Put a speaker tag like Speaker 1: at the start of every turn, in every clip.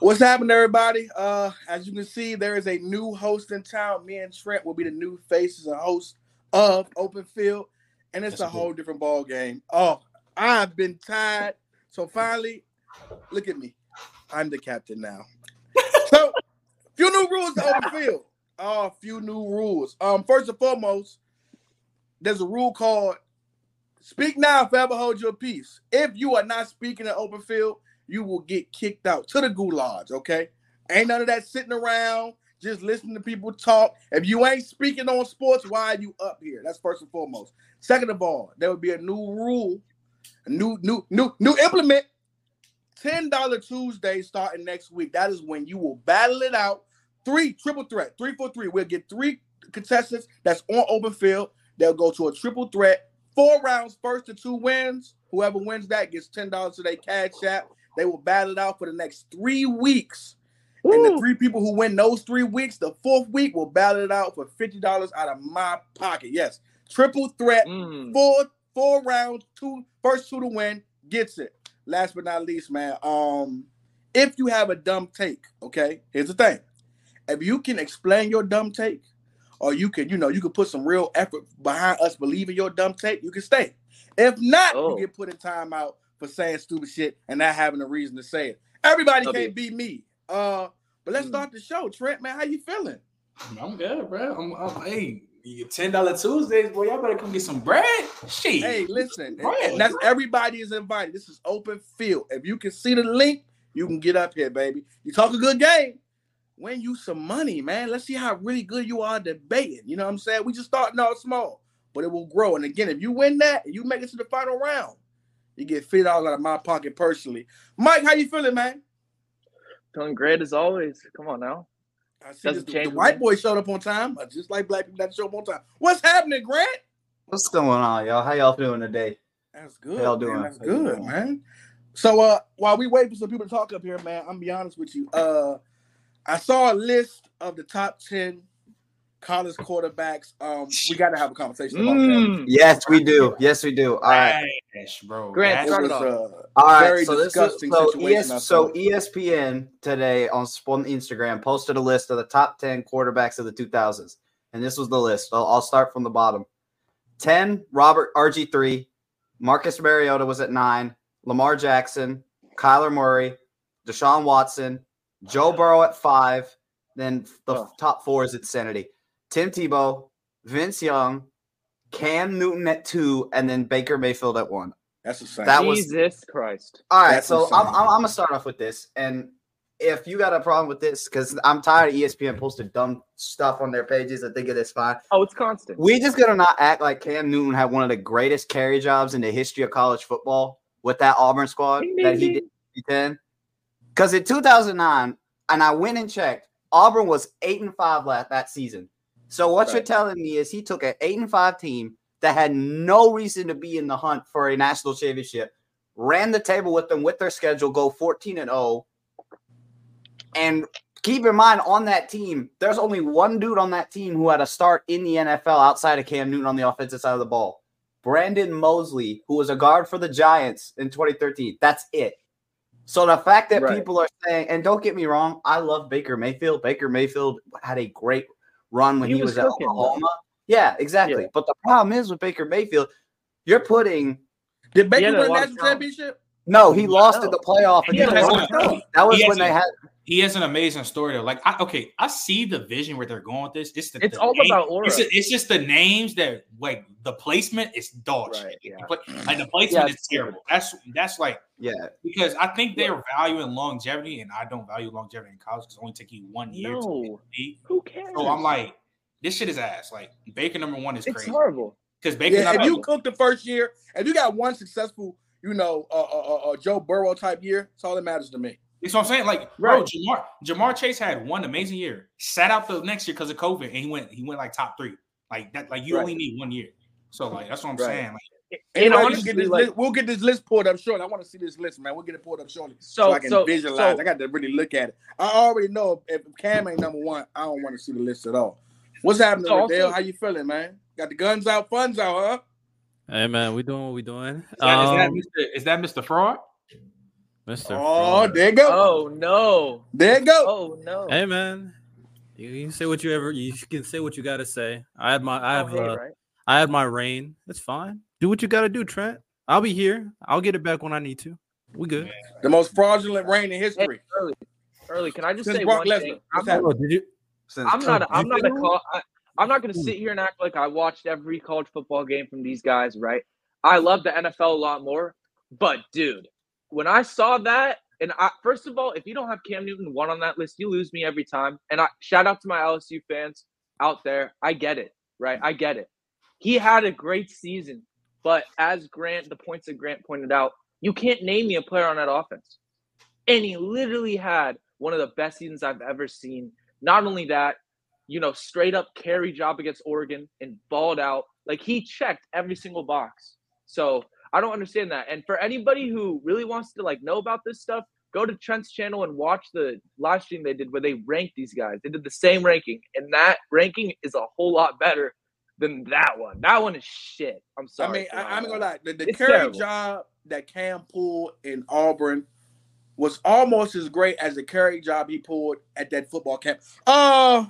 Speaker 1: What's happening, everybody? Uh, as you can see, there is a new host in town. Me and Trent will be the new faces and host of Open Field, and it's
Speaker 2: That's
Speaker 1: a
Speaker 2: good.
Speaker 1: whole different ball game. Oh, I've been tired, so finally, look at me. I'm the captain now. so, few new rules to Open Field. Oh, few new rules. Um, first and foremost, there's a rule called "Speak now, forever hold your peace." If you are not speaking in open field, you will get kicked out to the gulags, okay? Ain't none of that sitting around, just listening to people talk. If you ain't speaking on sports, why are you up here? That's first and foremost. Second of all, there would be a new rule, a new, new, new, new implement. $10 Tuesday starting next week. That is when you will battle it out. Three triple threat, three for three. We'll get three contestants that's on open field. They'll go to a triple threat, four rounds, first to two wins. Whoever wins that gets $10 to their cash app. They will battle it out for the next three weeks. And the three people who win those three weeks, the fourth week will battle it out for fifty dollars out of my pocket. Yes, triple threat,
Speaker 2: Mm.
Speaker 1: four four rounds, two first two to win gets it. Last but not least, man. Um, if you have a dumb take, okay, here's the thing: if you can explain your dumb take, or you can, you know, you can put some real effort behind us believing your dumb take, you can stay. If not,
Speaker 2: Oh.
Speaker 1: you get put in timeout for saying stupid shit and not having a reason to say it. Everybody
Speaker 2: Okay.
Speaker 1: can't be me. Uh, but let's
Speaker 2: Mm.
Speaker 1: start the show, Trent. Man, how you feeling?
Speaker 3: I'm good, bro. I'm, I'm hey, you ten dollar Tuesdays, boy. Y'all better come get some bread. Shit.
Speaker 1: Hey, listen, and-
Speaker 3: Right.
Speaker 1: and that's everybody is invited. This is open field. If you can see the link, you can get up here, baby. You talk a good game, win you some money, man. Let's see how really good you are debating. You know what I'm saying? We just starting out small, but it will grow. And again, if you win that and you make it to the final round, you get fifty dollars out of my pocket personally. Mike, how you feeling, man?
Speaker 2: Doing great as always. Come on now.
Speaker 1: I see this,
Speaker 2: Doesn't
Speaker 1: the,
Speaker 2: change
Speaker 1: the
Speaker 2: the
Speaker 1: white
Speaker 2: name.
Speaker 1: boy showed up on time, uh, just like black people that show up on time. What's happening, Grant?
Speaker 4: What's going on, y'all? How y'all doing today?
Speaker 1: That's good.
Speaker 4: y'all
Speaker 1: man.
Speaker 4: doing?
Speaker 1: That's
Speaker 4: How you
Speaker 1: good,
Speaker 4: doing?
Speaker 1: man. So uh while we wait for some people to talk up here, man, I'm gonna be honest with you. Uh I saw a list of the top 10 college quarterbacks. Um we gotta have a conversation about
Speaker 2: Mm.
Speaker 4: Yes, we do. Yes, we do. All right.
Speaker 3: Trash, bro.
Speaker 1: that.
Speaker 2: Grant,
Speaker 1: It
Speaker 3: That's-
Speaker 2: start
Speaker 1: was,
Speaker 2: it off.
Speaker 1: uh,
Speaker 4: All right.
Speaker 1: Very
Speaker 4: so this is,
Speaker 1: disgusting
Speaker 4: so,
Speaker 1: situation I
Speaker 4: ES, so E
Speaker 1: saw.
Speaker 4: ESPN today on, Sp- on Instagram posted a list of the top 10 quarterbacks of the 2000s. And this was the list. I'll, I'll start from the bottom. 10, Robert RG3. Marcus Mariota was at 9. Lamar Jackson, Kyler Murray, Deshaun Watson, Joe Burrow at 5. Then the
Speaker 2: Oh.
Speaker 4: top four is Insanity. Tim Tebow, Vince Young, Cam Newton at two, and then Baker Mayfield at one.
Speaker 1: that's the same.
Speaker 4: That was-
Speaker 2: Jesus Christ.
Speaker 4: All right,
Speaker 1: That's
Speaker 4: so I'm,
Speaker 1: insane.
Speaker 4: I'm, I'm gonna start off with this, and if you got a problem with this, because I'm tired of E ESPN posting dumb stuff on their pages, I think it is fine.
Speaker 2: Oh, it's constant.
Speaker 4: We just gonna not act like Cam Newton had one of the greatest carry jobs in the history of college football with that Auburn squad
Speaker 2: Ding,
Speaker 4: that he
Speaker 2: ding,
Speaker 4: did in 2010. Because in 2009, and I went and checked, Auburn was eight and five last that season. So what you're
Speaker 1: Right.
Speaker 4: telling me is he took an eight and five team that had no reason to be in the hunt for a national championship, ran the table with them with their schedule, go 14 and oh, 0. And keep in mind on that team, there's only one dude on that team who had a start in the NFL outside of Cam Newton on the offensive side of the ball. Brandon Mosley, who was a guard for the Giants in 2013. That's it. So the fact that
Speaker 2: Right.
Speaker 4: people are saying, and don't get me wrong, I love Baker Mayfield. Baker Mayfield had a great run when
Speaker 2: He
Speaker 4: he,
Speaker 2: was
Speaker 4: was, at
Speaker 2: cooking, though.
Speaker 4: Oklahoma. Yeah, exactly.
Speaker 2: Yeah.
Speaker 4: But the problem is with Baker Mayfield, you're putting
Speaker 1: Did
Speaker 2: He
Speaker 1: Baker
Speaker 2: had a lot
Speaker 1: win a
Speaker 2: of
Speaker 1: national
Speaker 2: talent.
Speaker 1: championship?
Speaker 4: no, he lost in
Speaker 2: No.
Speaker 4: the playoff.
Speaker 3: He
Speaker 4: against
Speaker 3: has
Speaker 4: Oklahoma.
Speaker 3: an-
Speaker 4: that was
Speaker 3: he has
Speaker 4: when they
Speaker 3: an-
Speaker 4: had
Speaker 3: he has an amazing story though. Like, I, okay, I see the vision where they're going with this. It's the,
Speaker 2: It's
Speaker 3: the
Speaker 2: all
Speaker 3: name-
Speaker 2: about aura.
Speaker 3: It's, it's just the names that like the placement is dog shit.
Speaker 2: Right, yeah.
Speaker 3: But, Like the placement
Speaker 4: Yeah.
Speaker 3: is terrible. That's that's like
Speaker 4: yeah.
Speaker 3: because I think they're valuing longevity, and I don't value longevity in college. 'cause It's only take you one year to get
Speaker 2: No.
Speaker 3: deep.
Speaker 2: Who cares?
Speaker 3: So I'm like, this shit is ass. Like Baker number one is
Speaker 2: it's
Speaker 3: crazy
Speaker 2: horrible.
Speaker 3: because Baker
Speaker 1: Yeah, if
Speaker 3: number
Speaker 1: you cook the first year, if you got one successful, you know, uh, uh, uh, uh, Joe Burrow type year, that's all that matters to me.
Speaker 3: That's what I'm saying. Like, bro,
Speaker 2: Right.
Speaker 3: Jamar Jamar Chase had one amazing year, sat out the next year because of COVID, and he went he went like top three. Like that, like you
Speaker 1: Right.
Speaker 3: only need one year. So like that's what I'm
Speaker 1: Right.
Speaker 3: saying. Like,
Speaker 2: It, it
Speaker 1: Anyway, we
Speaker 2: honestly,
Speaker 1: can get this
Speaker 2: like,
Speaker 1: list- we'll get this list pulled up shortly. I want to see this list, man. We'll get it pulled up shortly. so,
Speaker 2: so,
Speaker 1: I can
Speaker 2: so,
Speaker 1: visualize.
Speaker 2: so-
Speaker 1: I got to really look at it. I already know if Cam ain't number one, I don't want to see the list at all. What's happening,
Speaker 2: So also-
Speaker 1: Riddell? How you feeling, man? Got the guns out, funds out, huh?
Speaker 5: Hey man, we doing what we doing.
Speaker 3: is, that,
Speaker 5: Um,
Speaker 3: is that Mr. is that Mr. Fraud?
Speaker 5: Mr.
Speaker 1: Oh,
Speaker 5: Fraud.
Speaker 1: there you go.
Speaker 2: Oh no!
Speaker 1: There you go.
Speaker 2: Oh no!
Speaker 5: Hey man, you, you can say what you ever you can say what you got to say. I had my I
Speaker 2: Oh,
Speaker 5: have
Speaker 2: hey,
Speaker 5: uh,
Speaker 2: right?
Speaker 5: I had my reign. It's fine. Do what you got to do, Trent. I'll be here. I'll get it back when I need to. We good.
Speaker 1: The most fraudulent reign in
Speaker 2: Hey,
Speaker 1: history.
Speaker 2: early, early. Can I just
Speaker 1: Since
Speaker 2: say
Speaker 1: Brock
Speaker 2: one
Speaker 1: Lesnar.
Speaker 2: thing?
Speaker 1: What's
Speaker 2: I'm,
Speaker 1: happening?
Speaker 5: Oh, did you?
Speaker 4: Since
Speaker 2: I'm not. I'm not a
Speaker 5: you-
Speaker 2: call. I, I'm not going to sit here and act like I watched every college football game from these guys, right? I love the NFL a lot more, but dude, when I saw that, and I, first of all, if you don't have Cam Newton one on that list, you lose me every time. And I shout out to my LSU fans out there. I get it, right? I get it. He had a great season, but as Grant, the points that Grant pointed out, you can't name me a player on that offense. And he literally had one of the best seasons I've ever seen. Not only that, you know, straight up carry job against Oregon and balled out. Like he checked every single box. So I don't understand that. And for anybody who really wants to like know about this stuff, go to Trent's channel and watch the live stream they did where they ranked these guys. They did the same ranking, and that ranking is a whole lot better than that one. That one is shit. I'm sorry.
Speaker 1: I mean,
Speaker 2: for
Speaker 1: I,
Speaker 2: my
Speaker 1: I'm gonna
Speaker 2: life.
Speaker 1: lie. The, the
Speaker 2: It's
Speaker 1: carry
Speaker 2: terrible.
Speaker 1: job that Cam pulled in Auburn was almost as great as the carry job he pulled at that football camp. Uh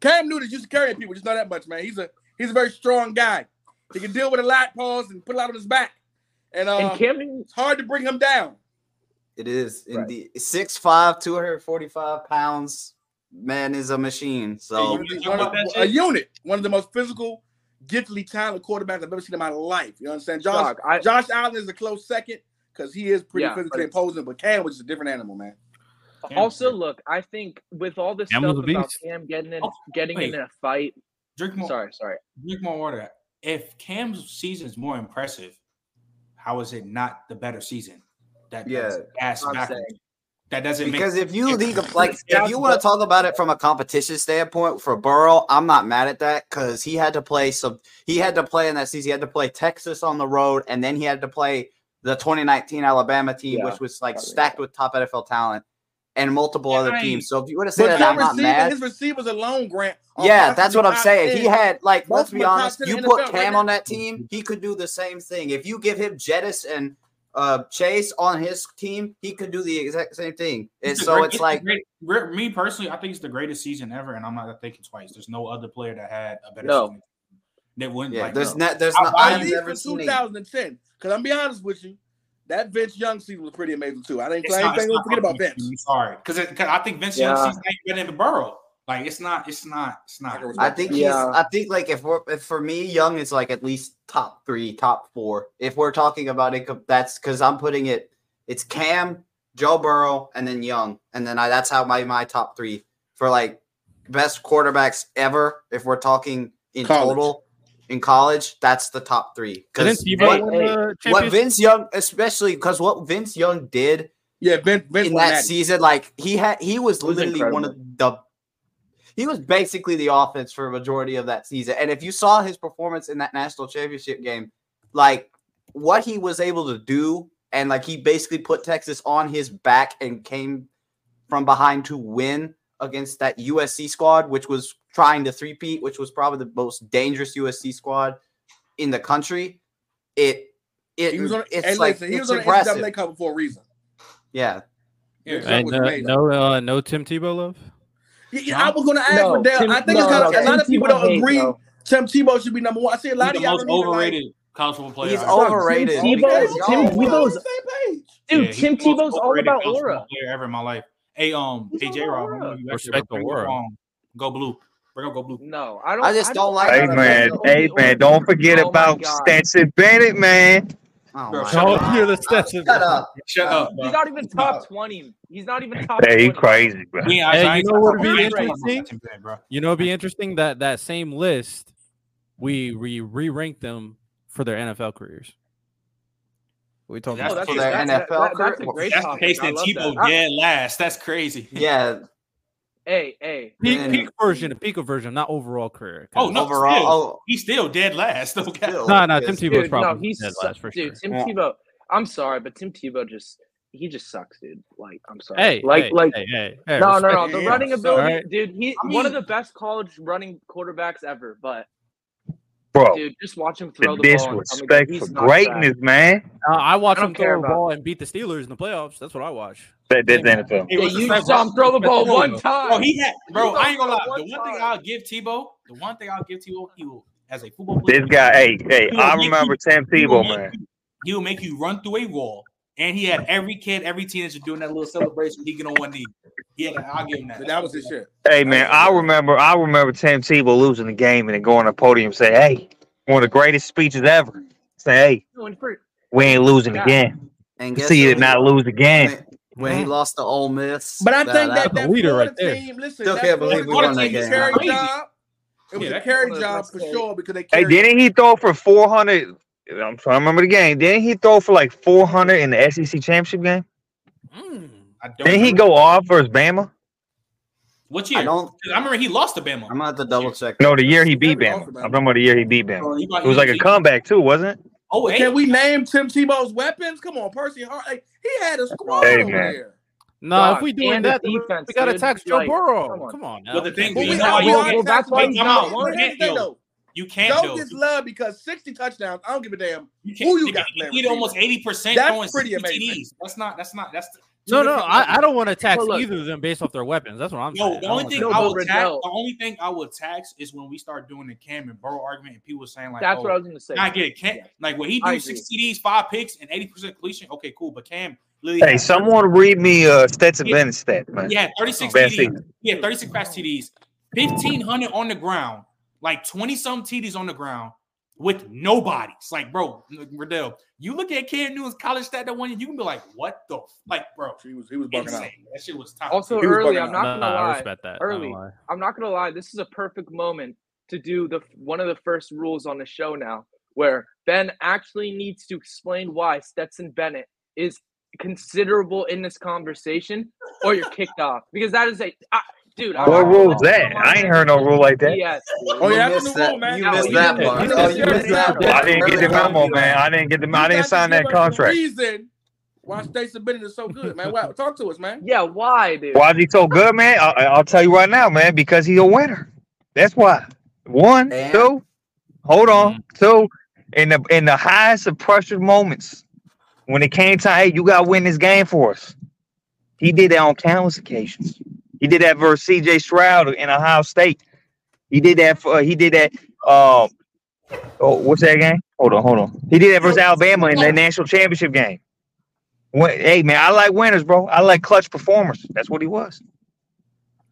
Speaker 1: Cam Newton is used to carrying people, just not that much, man. He's a he's a very strong guy. He can deal with a lot, pause, and put a lot on his back. And uh,
Speaker 2: And Cam Newton,
Speaker 1: it's hard to bring him down.
Speaker 4: It is
Speaker 2: Right.
Speaker 4: indeed six five, two hundred forty five pounds. Man is a machine. So
Speaker 1: He's
Speaker 3: you
Speaker 1: one of-
Speaker 3: want that
Speaker 1: a
Speaker 3: shit?
Speaker 1: unit, one of the most physical, giftedly talented quarterbacks I've ever seen in my life. You understand? Josh
Speaker 2: dog, I,
Speaker 1: Josh Allen is a close second because he is pretty
Speaker 2: Yeah, but
Speaker 1: physically
Speaker 2: it's-
Speaker 1: imposing, but Cam was just a different animal, man.
Speaker 3: Cam-
Speaker 2: also look. I think with all this
Speaker 5: Cam was
Speaker 2: stuff
Speaker 5: a
Speaker 2: about
Speaker 5: beast.
Speaker 2: Cam getting in,
Speaker 3: Oh,
Speaker 2: getting
Speaker 3: wait.
Speaker 2: in a fight.
Speaker 3: Drink more.
Speaker 2: Sorry, sorry.
Speaker 3: Drink more water. If Cam's season is more impressive, how is it not the better season? That
Speaker 4: Yeah,
Speaker 3: does ass
Speaker 2: I'm
Speaker 3: backwards. That doesn't make
Speaker 4: because if you think of like if
Speaker 3: That's
Speaker 4: you want to talk about it from a competition standpoint for Burrow, I'm not mad at that because he had to play some he had to play in that season. He had to play Texas on the road, and then he had to play the 2019 Alabama team,
Speaker 2: Yeah,
Speaker 4: which was like
Speaker 2: probably
Speaker 4: stacked with top NFL talent and multiple
Speaker 3: Yeah,
Speaker 4: other
Speaker 3: right.
Speaker 4: teams. So if you want to say
Speaker 1: But
Speaker 4: that, I'm
Speaker 1: your
Speaker 4: not
Speaker 1: receiver,
Speaker 4: mad.
Speaker 1: his receivers alone, Grant. are
Speaker 4: Yeah,
Speaker 1: possibly
Speaker 4: that's what I'm
Speaker 1: top
Speaker 4: saying.
Speaker 1: 10.
Speaker 4: He had like,
Speaker 1: Most
Speaker 4: let's
Speaker 1: of
Speaker 4: be
Speaker 1: the top
Speaker 4: honest.
Speaker 1: ten
Speaker 4: You
Speaker 1: in
Speaker 4: put
Speaker 1: NFL right
Speaker 4: Cam
Speaker 1: now.
Speaker 4: on that team, he could do the same thing. If you give him Jettis and uh, Chase on his team, he could do the exact same thing. And
Speaker 3: the
Speaker 4: so
Speaker 3: great-
Speaker 4: it's
Speaker 3: the
Speaker 4: like,
Speaker 3: great- re- me personally, I think it's the greatest season ever, and I'm not thinking twice. There's no other player that had a better
Speaker 2: No.
Speaker 3: season. That wouldn't
Speaker 4: yeah,
Speaker 3: like
Speaker 4: there's
Speaker 3: no.
Speaker 4: not, there's
Speaker 3: I-
Speaker 4: not.
Speaker 3: I
Speaker 4: I've
Speaker 1: At least
Speaker 4: never
Speaker 1: for
Speaker 4: seen a
Speaker 1: 2010. Because I'm be honest with you, that Vince Young season was pretty amazing too. I didn't
Speaker 3: It's
Speaker 1: I
Speaker 3: not-
Speaker 1: ain't
Speaker 3: it's
Speaker 1: gonna
Speaker 3: not
Speaker 1: forget about
Speaker 3: Vince.
Speaker 1: Vince.
Speaker 3: I'm sorry, because I think Vince
Speaker 2: Yeah.
Speaker 3: Young's season ain't better than Burrow. Like it's not, it's not, it's
Speaker 1: I
Speaker 3: not.
Speaker 1: can
Speaker 4: I
Speaker 1: respect
Speaker 4: think
Speaker 1: that.
Speaker 4: he's.
Speaker 2: Yeah.
Speaker 4: I think like if we're if for me, Young is like at least top three, top four. If we're talking about it, co- that's because I'm putting it. It's Cam, Joe Burrow, and then Young, and then I. That's how my my top three for like best quarterbacks ever. If we're talking in
Speaker 1: College.
Speaker 4: total in college, that's the top three.
Speaker 5: Didn't
Speaker 4: Because
Speaker 5: Tebow
Speaker 4: what,
Speaker 5: win
Speaker 2: hey,
Speaker 5: the
Speaker 4: what
Speaker 5: championship?
Speaker 4: Vince Young, especially because what Vince Young did
Speaker 1: Yeah, Vince Vince
Speaker 4: in
Speaker 1: won
Speaker 4: that
Speaker 1: that.
Speaker 4: season. Like he had, he was
Speaker 2: was
Speaker 4: literally one of the. He was basically the offense for a majority of that season, and if you saw his performance in that national championship game, like what he was able to do, and like he basically put Texas on his back and came from behind to win against that USC squad, which was trying to threepeat, which was probably the most dangerous USC squad in the country. It it
Speaker 1: He was on
Speaker 4: it's
Speaker 1: hey,
Speaker 4: like
Speaker 1: listen, he
Speaker 4: it's
Speaker 1: was on the
Speaker 4: impressive.
Speaker 1: NCAA cover for a reason.
Speaker 4: yeah,
Speaker 3: Yeah.
Speaker 5: Hey,
Speaker 1: was
Speaker 5: no,
Speaker 1: amazing.
Speaker 5: no, uh, no Tim Tebow love.
Speaker 1: Yeah, yeah, I was gonna ask
Speaker 2: No,
Speaker 1: for Dale.
Speaker 2: Tim-
Speaker 1: I think
Speaker 2: no,
Speaker 1: it's kind
Speaker 2: no,
Speaker 1: of a lot
Speaker 2: Tim
Speaker 1: of people
Speaker 2: Tebow
Speaker 1: don't
Speaker 2: hate,
Speaker 1: agree.
Speaker 2: bro.
Speaker 1: Tim Tebow should be number one. I see a lot
Speaker 3: He's
Speaker 1: of
Speaker 3: the
Speaker 1: y'all
Speaker 3: most
Speaker 1: don't even like.
Speaker 3: overrated college football player.
Speaker 4: he's
Speaker 3: I've ever-
Speaker 4: overrated.
Speaker 2: Tim
Speaker 4: because
Speaker 2: Tebow-
Speaker 4: y'all
Speaker 2: Tim
Speaker 1: Tim
Speaker 4: are-
Speaker 2: Tebow's-
Speaker 1: Tebow's same page.
Speaker 2: Dude,
Speaker 3: Yeah, he's
Speaker 2: Tim
Speaker 3: the most
Speaker 2: Tebow's all
Speaker 3: overrated
Speaker 2: about
Speaker 3: college football
Speaker 2: aura.
Speaker 3: Player ever in my life. Hey, um,
Speaker 2: He's all
Speaker 3: AJ
Speaker 2: about
Speaker 3: Rob, I'm
Speaker 2: aura.
Speaker 3: gonna be back
Speaker 5: Respect
Speaker 3: there, but
Speaker 5: the
Speaker 3: bring
Speaker 5: aura.
Speaker 3: up, um, Go blue. Bring up go blue.
Speaker 2: No, I don't.
Speaker 4: I just don't like- uh, oh,
Speaker 6: Hey
Speaker 4: Not a
Speaker 6: man,
Speaker 4: bad
Speaker 6: hey man, don't forget
Speaker 2: Oh my
Speaker 6: about
Speaker 2: God.
Speaker 6: Stetson Bennett, man.
Speaker 4: Oh
Speaker 3: Bro,
Speaker 4: my
Speaker 3: shut
Speaker 4: God.
Speaker 3: up.
Speaker 5: You're the Stetson
Speaker 4: Shut
Speaker 5: Bennett.
Speaker 4: up.
Speaker 3: Shut up, bro.
Speaker 2: He's not even top twenty. He's not even top.
Speaker 6: Hey, he
Speaker 2: 20.
Speaker 6: crazy, bro.
Speaker 3: We ain't- I-
Speaker 5: Hey,
Speaker 3: I
Speaker 5: you
Speaker 3: ain't
Speaker 5: know
Speaker 3: talking
Speaker 5: what'd
Speaker 3: about
Speaker 2: be
Speaker 3: that. I ain't talking about
Speaker 5: interesting?
Speaker 3: that today, bro.
Speaker 5: You know, it'd be interesting that that same list we we re ranked them for their NFL careers. We talking
Speaker 3: That's
Speaker 5: about
Speaker 2: Oh, that's,
Speaker 4: For
Speaker 2: a,
Speaker 4: their
Speaker 2: that's,
Speaker 4: NFL
Speaker 2: that- that's a
Speaker 4: career.
Speaker 2: great
Speaker 3: That's the
Speaker 2: topic.
Speaker 3: case
Speaker 2: I
Speaker 3: that
Speaker 2: love
Speaker 3: Tebow
Speaker 2: that.
Speaker 3: dead last. That's crazy.
Speaker 4: Yeah.
Speaker 2: Hey, hey.
Speaker 5: peak,
Speaker 4: Man.
Speaker 5: peak version, peak version, not overall career.
Speaker 3: Oh, no,
Speaker 4: Overall,
Speaker 3: He's still dead last. though,
Speaker 4: oh,
Speaker 3: guys.
Speaker 4: still,
Speaker 5: no, no, Tim
Speaker 4: because-
Speaker 5: Tebow's
Speaker 2: Dude, no,
Speaker 5: probably
Speaker 2: he's
Speaker 5: dead
Speaker 2: su-
Speaker 5: last for
Speaker 2: dude.
Speaker 5: sure.
Speaker 2: Tim
Speaker 1: Yeah.
Speaker 2: Tebow. I'm sorry, but Tim Tebow just he just sucks, dude. Like I'm sorry.
Speaker 5: Hey,
Speaker 2: like
Speaker 5: hey,
Speaker 2: like.
Speaker 5: hey, hey, hey,
Speaker 2: no, no,
Speaker 5: respect-
Speaker 2: no. The
Speaker 1: him.
Speaker 2: running
Speaker 1: So-
Speaker 2: ability,
Speaker 5: Alright.
Speaker 2: dude. He's
Speaker 3: I
Speaker 2: one of
Speaker 3: mean-
Speaker 2: the best college running quarterbacks ever. But
Speaker 6: bro.
Speaker 2: dude, just watch him throw
Speaker 6: The
Speaker 2: the ball. and tell me that
Speaker 6: disrespect
Speaker 2: he's
Speaker 6: for
Speaker 2: not trash.
Speaker 6: greatness, man.
Speaker 4: oh,
Speaker 5: Uh, I watch
Speaker 2: I don't
Speaker 5: him
Speaker 2: care
Speaker 5: throw the
Speaker 2: about-
Speaker 5: ball and beat the Steelers in the playoffs. That's what I watch.
Speaker 6: That, that's NFL.
Speaker 2: Yeah, you saw him throw the ball one time.
Speaker 3: Bro, he had. Bro,
Speaker 2: He
Speaker 3: I ain't gonna lie.
Speaker 2: throw
Speaker 3: The
Speaker 2: it
Speaker 3: one
Speaker 2: one
Speaker 3: thing
Speaker 2: time.
Speaker 3: I'll give Tebow, the one thing I'll give Tebow, he will as a football player.
Speaker 6: This guy, hey, hey,
Speaker 3: He will
Speaker 6: I
Speaker 3: make
Speaker 6: remember
Speaker 3: you-
Speaker 6: Tim
Speaker 3: he will
Speaker 6: Tebow,
Speaker 3: make
Speaker 6: man.
Speaker 3: you- He will make you run through a wall, and he had every kid, every teenager doing that little celebration. He get on one knee. Yeah, I'll give him that.
Speaker 1: But that was his shit.
Speaker 6: Hey, man, I remember, I remember Tim Tebow losing the game and then going to the podium and say, "Hey, one of the greatest speeches ever." Say, "Hey,
Speaker 2: Doing pretty-
Speaker 6: we ain't losing
Speaker 2: Yeah.
Speaker 6: again.
Speaker 4: And guess
Speaker 6: See you
Speaker 4: who
Speaker 6: did not lose again."
Speaker 4: when, when he lost to Ole Miss.
Speaker 1: But I think
Speaker 5: that's
Speaker 1: that
Speaker 5: the
Speaker 1: that
Speaker 5: leader
Speaker 1: Florida
Speaker 5: right there.
Speaker 1: team, listen,
Speaker 4: Still
Speaker 1: that
Speaker 4: can't believe
Speaker 1: Florida
Speaker 4: we won
Speaker 1: team
Speaker 4: that
Speaker 1: was
Speaker 4: game.
Speaker 1: a carry
Speaker 3: Crazy.
Speaker 1: job. It was
Speaker 3: Yeah,
Speaker 1: a
Speaker 3: that-
Speaker 1: carry
Speaker 2: that's
Speaker 1: job for
Speaker 2: crazy.
Speaker 1: sure because they
Speaker 6: Hey,
Speaker 1: carried.
Speaker 6: didn't he throw for four hundred? I'm trying to remember the game. Didn't he throw for like four hundred in the SEC championship game?
Speaker 5: Mm.
Speaker 3: I don't
Speaker 6: Didn't he
Speaker 3: remember.
Speaker 6: go off versus Bama?
Speaker 3: What year?
Speaker 4: I
Speaker 3: I,
Speaker 4: don't.
Speaker 3: remember he lost to Bama.
Speaker 4: I'm gonna have to double check.
Speaker 6: No, the year he
Speaker 1: He
Speaker 6: beat
Speaker 1: got
Speaker 6: Bama.
Speaker 1: it off of
Speaker 6: I'm
Speaker 1: Bama.
Speaker 6: talking about the year he beat Bama.
Speaker 3: Oh, He got-
Speaker 6: It was like a
Speaker 3: he-
Speaker 6: comeback too, wasn't it?
Speaker 3: Oh,
Speaker 1: But
Speaker 3: hey,
Speaker 1: can we name Tim Tebow's weapons? Come on, Percy Hart. Like, he had a squad
Speaker 6: Hey,
Speaker 1: over
Speaker 6: man.
Speaker 1: there.
Speaker 5: No,
Speaker 2: Dog,
Speaker 5: if we doing
Speaker 2: and the
Speaker 5: that, then
Speaker 2: defense,
Speaker 5: we got to
Speaker 2: dude.
Speaker 5: tax Joe
Speaker 2: Like,
Speaker 5: Burrow.
Speaker 2: come on.
Speaker 5: Come on now.
Speaker 3: But the thing
Speaker 1: But
Speaker 3: is,
Speaker 1: we
Speaker 3: you know why
Speaker 1: are,
Speaker 3: you
Speaker 1: we
Speaker 3: don't
Speaker 1: are
Speaker 3: get-
Speaker 2: that's why
Speaker 1: taxing
Speaker 2: he's
Speaker 1: him.
Speaker 2: not
Speaker 1: But
Speaker 2: one.
Speaker 1: here's the
Speaker 3: Yo.
Speaker 1: thing, though.
Speaker 3: you can't
Speaker 1: Joe
Speaker 3: though.
Speaker 1: gets love because 60 touchdowns. I don't give a damn.
Speaker 3: You
Speaker 1: who you got
Speaker 3: You
Speaker 1: playing
Speaker 3: need
Speaker 1: receiver?
Speaker 3: almost eighty percent.
Speaker 1: That's
Speaker 3: throwing
Speaker 1: pretty
Speaker 3: 60
Speaker 1: amazing.
Speaker 3: TDs. That's not. That's not. That's
Speaker 5: No, no, I, I don't want to tax
Speaker 2: Well, look.
Speaker 5: either of them based off their weapons. That's what I'm
Speaker 3: Yo,
Speaker 5: saying.
Speaker 3: the
Speaker 5: I
Speaker 3: only
Speaker 5: don't
Speaker 3: thing
Speaker 5: want
Speaker 3: I
Speaker 5: to-
Speaker 2: No,
Speaker 3: will
Speaker 2: but
Speaker 3: tax.
Speaker 2: no.
Speaker 3: The only thing I will tax is when we start doing the Cam and Burrow argument, and people saying like,
Speaker 2: That's
Speaker 3: oh,
Speaker 2: what I was gonna say.
Speaker 3: I get it. Cam, like when he
Speaker 2: I
Speaker 3: do
Speaker 2: agree.
Speaker 3: six TDs, five picks, and eighty percent completion. Okay, cool. But Cam, literally
Speaker 6: Hey,
Speaker 3: had-
Speaker 6: someone read me uh, Stetson
Speaker 3: Yeah.
Speaker 6: Bennett's stat, man.
Speaker 3: Yeah, 36
Speaker 6: Bad
Speaker 3: TDs.
Speaker 6: season.
Speaker 3: Yeah, 36 pass TDs. 1,500 on the ground. Like 20 some TDs on the ground with nobodies. Like, bro, Riddell, you look at Cam Newton's college stat that one year, you can be like, what the? f- Like, bro,
Speaker 1: He was he was bugging out.
Speaker 3: insane. That shit was top.
Speaker 2: Also
Speaker 1: Ah, He was
Speaker 2: early,
Speaker 1: bugging
Speaker 2: I'm
Speaker 1: out.
Speaker 2: not gonna
Speaker 5: Nah, I
Speaker 2: lie.
Speaker 5: respect that.
Speaker 2: Early. I'm not gonna lie. This is a perfect moment to do the one of the first rules on the show now, where Ben actually needs to explain why Stetson Bennett is considerable in this conversation, or you're kicked off because that is a I, dude. I-
Speaker 6: What
Speaker 2: I-
Speaker 6: rule's that? I ain't heard no rule like that.
Speaker 2: Yes.
Speaker 1: Oh, yeah, that's
Speaker 4: missed
Speaker 1: the new
Speaker 4: that-
Speaker 1: rule, man.
Speaker 4: You
Speaker 2: No,
Speaker 4: missed
Speaker 2: you
Speaker 4: that
Speaker 2: didn't.
Speaker 4: part.
Speaker 2: You
Speaker 4: Oh,
Speaker 2: missed
Speaker 4: you
Speaker 2: that.
Speaker 4: missed that part.
Speaker 6: I didn't get the memo, man. I didn't get the. I
Speaker 1: You got
Speaker 6: didn't
Speaker 1: to
Speaker 6: sign
Speaker 1: give
Speaker 6: that
Speaker 1: us the
Speaker 6: contract.
Speaker 1: Reason why Stetson Bennett is so good, man. Wow, talk to us, man.
Speaker 2: Yeah. Why, dude?
Speaker 6: Why is he so good, man? I, I'll tell you right now, man. Because he a winner. That's why. One,
Speaker 4: And-
Speaker 6: two. Hold on. Two. In the in the highest of pressured moments, when it came time, hey, you got to win this game for us. He did that on countless occasions. He did that versus C.J. Stroud in Ohio State. He did that for. He did that. Um. Oh, what's that game? Hold on, hold on. He did that versus Alabama in the national championship game. Wait, hey man, I like winners, bro. I like clutch performers. That's what he was.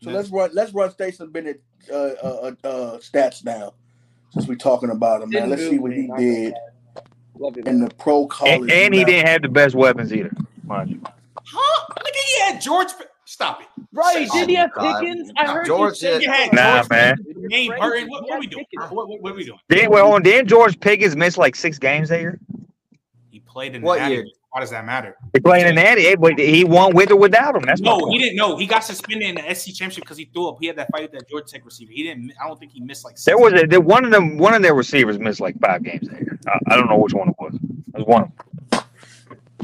Speaker 1: So let's run let's run Stetson Bennett uh, uh, uh, uh, stats now, since we're talking about him, man.
Speaker 2: Didn't
Speaker 1: Let's
Speaker 2: move
Speaker 1: see what
Speaker 2: me,
Speaker 1: he
Speaker 2: not gonna
Speaker 1: did
Speaker 2: Love you,
Speaker 1: in
Speaker 2: man.
Speaker 1: the pro
Speaker 6: And,
Speaker 1: college.
Speaker 6: and he
Speaker 1: level.
Speaker 6: didn't have the best weapons either. mind you.
Speaker 3: Huh? Look at he had George. Stop it.
Speaker 2: Right?
Speaker 4: Oh
Speaker 2: Did he
Speaker 4: my
Speaker 2: have
Speaker 4: God.
Speaker 2: Pickens? I heard
Speaker 4: George
Speaker 2: you
Speaker 4: did.
Speaker 3: He had
Speaker 2: that.
Speaker 6: Nah,
Speaker 3: George
Speaker 6: man.
Speaker 3: Pickens, Jermaine Burton. What, what we doing? What, what, what we doing?
Speaker 6: Didn't well, hold on, didn't George Pickens miss like six games that year?
Speaker 3: He played in
Speaker 4: What
Speaker 3: the Natty.
Speaker 4: year?
Speaker 3: Why does that matter?
Speaker 6: They played in the Natty, eh, but he won with or without him. That's my
Speaker 3: No,
Speaker 6: point.
Speaker 3: he didn't know. He got suspended in the SC championship because he threw up. He had that fight with that Georgia Tech receiver. He didn't. I don't think he missed like. Six
Speaker 6: There was a there, one of them. One of their receivers missed like five games that year. I, I don't know which one it was. It was one of them.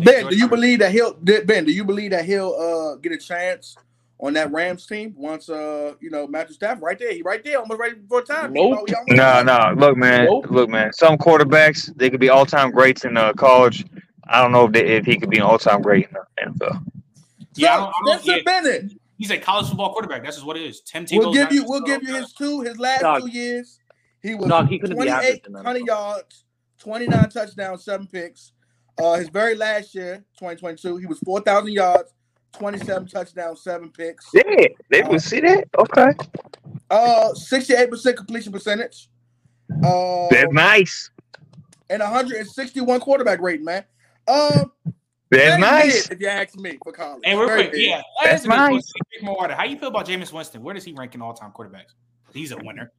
Speaker 1: Ben, do you believe that he'll Ben? Do you believe that he'll uh, get a chance on that Rams team once uh you know Matthew Stafford right there? He right there, almost ready for time.
Speaker 2: Nope.
Speaker 1: You know, he
Speaker 6: No,
Speaker 1: almost-
Speaker 6: no. Look, man.
Speaker 2: Nope.
Speaker 6: Look, man. Some quarterbacks they could be all time greats in uh, college. I don't know if, they, if he could be an all time great in the NFL.
Speaker 3: Yeah,
Speaker 1: So,
Speaker 3: I don't- I don't-
Speaker 1: Stetson
Speaker 3: yeah.
Speaker 1: Bennett.
Speaker 3: He's a college football quarterback. That's just what it is. Tim Tebow's
Speaker 1: We'll give
Speaker 3: not-
Speaker 1: you. We'll give you his two. His last
Speaker 2: Dog.
Speaker 1: two years, he was
Speaker 2: Dog, he couldn't be average
Speaker 1: twenty-eight
Speaker 2: in that.
Speaker 1: hundred yards, twenty-nine touchdowns, seven picks. Uh, his very last year, twenty twenty-two, he was four thousand yards, twenty-seven touchdowns, seven picks.
Speaker 6: Yeah, they would see that. Okay,
Speaker 1: Uh, sixty-eight percent completion percentage. Uh,
Speaker 6: that's nice.
Speaker 1: and 161 quarterback rating, man. Um,
Speaker 6: That's
Speaker 1: very
Speaker 6: nice.
Speaker 1: mid, if you ask me for college.
Speaker 3: Hey, real
Speaker 1: Very
Speaker 3: quick,
Speaker 1: mid.
Speaker 3: yeah,
Speaker 6: That's
Speaker 3: a good
Speaker 6: nice.
Speaker 3: question. Rick Marotta, How you feel about Jameis Winston? Where does he rank in all time quarterbacks? He's a winner.